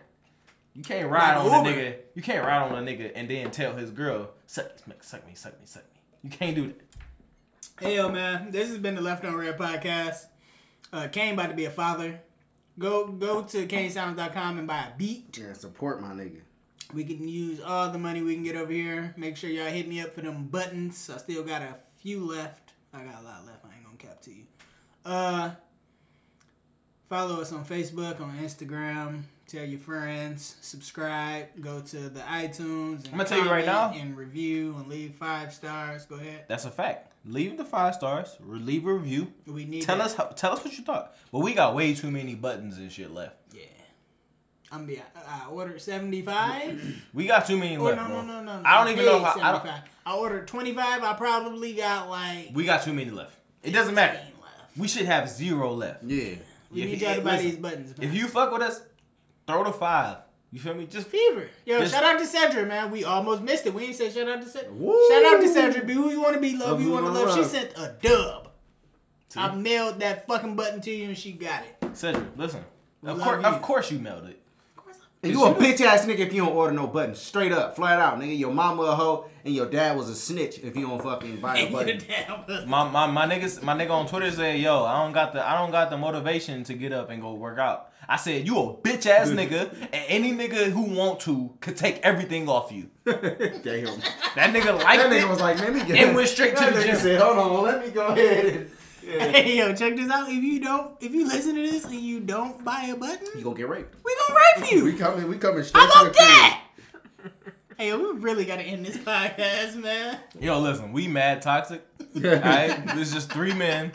[SPEAKER 5] You can't ride
[SPEAKER 6] Like
[SPEAKER 5] on the
[SPEAKER 6] Uber.
[SPEAKER 5] nigga. You can't ride on a nigga and then tell his girl suck me, suck me, suck me, suck me. You can't do that.
[SPEAKER 6] Hey yo, man, this has been the Left on Red podcast. Uh, Kane about to be a father. Go go to kanesounds.com and buy a beat.
[SPEAKER 8] Yeah, support my nigga.
[SPEAKER 6] We can use all the money we can get over here. Make sure y'all hit me up for them buttons. I still got a few left. I got a lot left. I ain't gonna cap to you. Uh, follow us on Facebook, on Instagram. Tell your friends. Subscribe. Go to the iTunes. And
[SPEAKER 5] I'ma tell you right
[SPEAKER 6] comment
[SPEAKER 5] now.
[SPEAKER 6] And review and leave five stars. Go ahead.
[SPEAKER 5] That's a fact. Leave the five stars. re- Leave a review.
[SPEAKER 6] We need
[SPEAKER 5] Tell
[SPEAKER 6] that.
[SPEAKER 5] us how, tell us what you thought. But we got way too many buttons and shit left.
[SPEAKER 6] Yeah. I'm be I, I ordered 75.
[SPEAKER 5] We got too many
[SPEAKER 6] oh, no,
[SPEAKER 5] left, bro.
[SPEAKER 6] no, no, no, no.
[SPEAKER 5] I don't even know
[SPEAKER 6] Big
[SPEAKER 5] how. I don't,
[SPEAKER 6] 75. I ordered 25. I probably got like
[SPEAKER 5] we got too many left. It doesn't matter.
[SPEAKER 6] 15 left.
[SPEAKER 5] We should have zero left.
[SPEAKER 8] Yeah.
[SPEAKER 6] We
[SPEAKER 5] If
[SPEAKER 6] need
[SPEAKER 5] you-
[SPEAKER 6] y'all to buy
[SPEAKER 5] listen,
[SPEAKER 6] these buttons. Man.
[SPEAKER 5] If you fuck with us, throw the five. You feel me? Just
[SPEAKER 6] Fever. Yo,
[SPEAKER 5] This-
[SPEAKER 6] shout out to Cedric, man. We almost missed it. We ain't said shout out to Cedric. Shout out to Cedric. Be who you want to be. Love
[SPEAKER 8] Love
[SPEAKER 6] who you
[SPEAKER 8] who
[SPEAKER 6] want to
[SPEAKER 8] you
[SPEAKER 6] love.
[SPEAKER 8] wanna
[SPEAKER 6] She
[SPEAKER 8] love.
[SPEAKER 6] sent a dub. I mailed that fucking button to you and she got it. Of
[SPEAKER 5] Cedric, listen. Of
[SPEAKER 6] love
[SPEAKER 5] course,
[SPEAKER 6] you.
[SPEAKER 5] of course you mailed it.
[SPEAKER 6] course I-
[SPEAKER 8] And you a bitch ass nigga if you don't order no buttons. Straight up, flat out, nigga. Your mama a hoe and your dad was a snitch if you don't fucking buy a
[SPEAKER 6] Your
[SPEAKER 8] button.
[SPEAKER 6] dad was-
[SPEAKER 5] My my my niggas, my nigga on Twitter said, "Yo, I don't got the I don't got the motivation to get up and go work out." I said, "You a bitch ass nigga, and any nigga who want to could take everything off you."
[SPEAKER 8] Damn.
[SPEAKER 5] That nigga liked
[SPEAKER 8] That
[SPEAKER 5] it
[SPEAKER 8] nigga was like, let me get
[SPEAKER 5] and went straight to
[SPEAKER 8] That
[SPEAKER 5] the
[SPEAKER 8] nigga
[SPEAKER 5] gym.
[SPEAKER 8] said, hold on, let me go ahead and
[SPEAKER 6] Hey yo, check this out. If you don't, if you listen to this and you don't buy a button,
[SPEAKER 8] You gonna get raped.
[SPEAKER 6] we gonna rape you.
[SPEAKER 8] We coming, we coming straight
[SPEAKER 6] How
[SPEAKER 8] to the
[SPEAKER 6] about that? Hey, we really gotta end this podcast, man.
[SPEAKER 5] Yo, listen, we mad toxic.
[SPEAKER 8] crib.
[SPEAKER 5] All right, it's just three men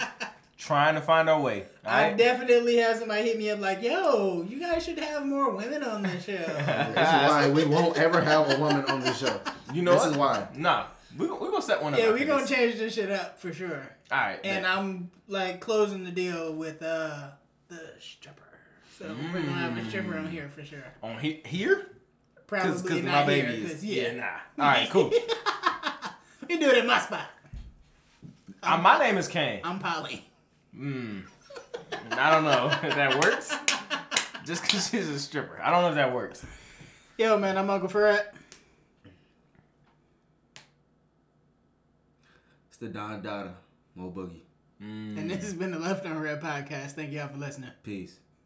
[SPEAKER 5] trying to find our way. All
[SPEAKER 6] I
[SPEAKER 5] right,
[SPEAKER 6] definitely have somebody hit me up like, "Yo, you guys should have more women on this show."
[SPEAKER 8] That's why we won't ever have a woman on the show.
[SPEAKER 5] you know
[SPEAKER 8] this
[SPEAKER 5] what?
[SPEAKER 8] is why.
[SPEAKER 5] Nah, we gon- we gonna set one up.
[SPEAKER 6] yeah,
[SPEAKER 5] after
[SPEAKER 6] we gonna
[SPEAKER 5] this.
[SPEAKER 6] change this shit up for sure.
[SPEAKER 5] All right,
[SPEAKER 6] And
[SPEAKER 5] bet.
[SPEAKER 6] I'm like closing the deal with uh the stripper, so we're gonna have a stripper on here for sure.
[SPEAKER 5] on he- here.
[SPEAKER 6] Probably
[SPEAKER 5] Mm. Cause, 'cause
[SPEAKER 6] not
[SPEAKER 5] my
[SPEAKER 6] here,
[SPEAKER 5] baby
[SPEAKER 6] cause
[SPEAKER 5] is.
[SPEAKER 6] yeah,
[SPEAKER 5] Yeah. nah. All right, cool.
[SPEAKER 6] you do it in my spot.
[SPEAKER 5] Uh, my name is Kane.
[SPEAKER 6] I'm Polly.
[SPEAKER 5] I don't know if that works. Just because she's a stripper. I don't know if that works.
[SPEAKER 6] Yo, man, I'm Uncle Fred.
[SPEAKER 8] It's the Don Dada, Mo Boogie.
[SPEAKER 5] Mm.
[SPEAKER 6] And this has been the Left Unread Podcast. Thank y'all for listening.
[SPEAKER 8] Peace.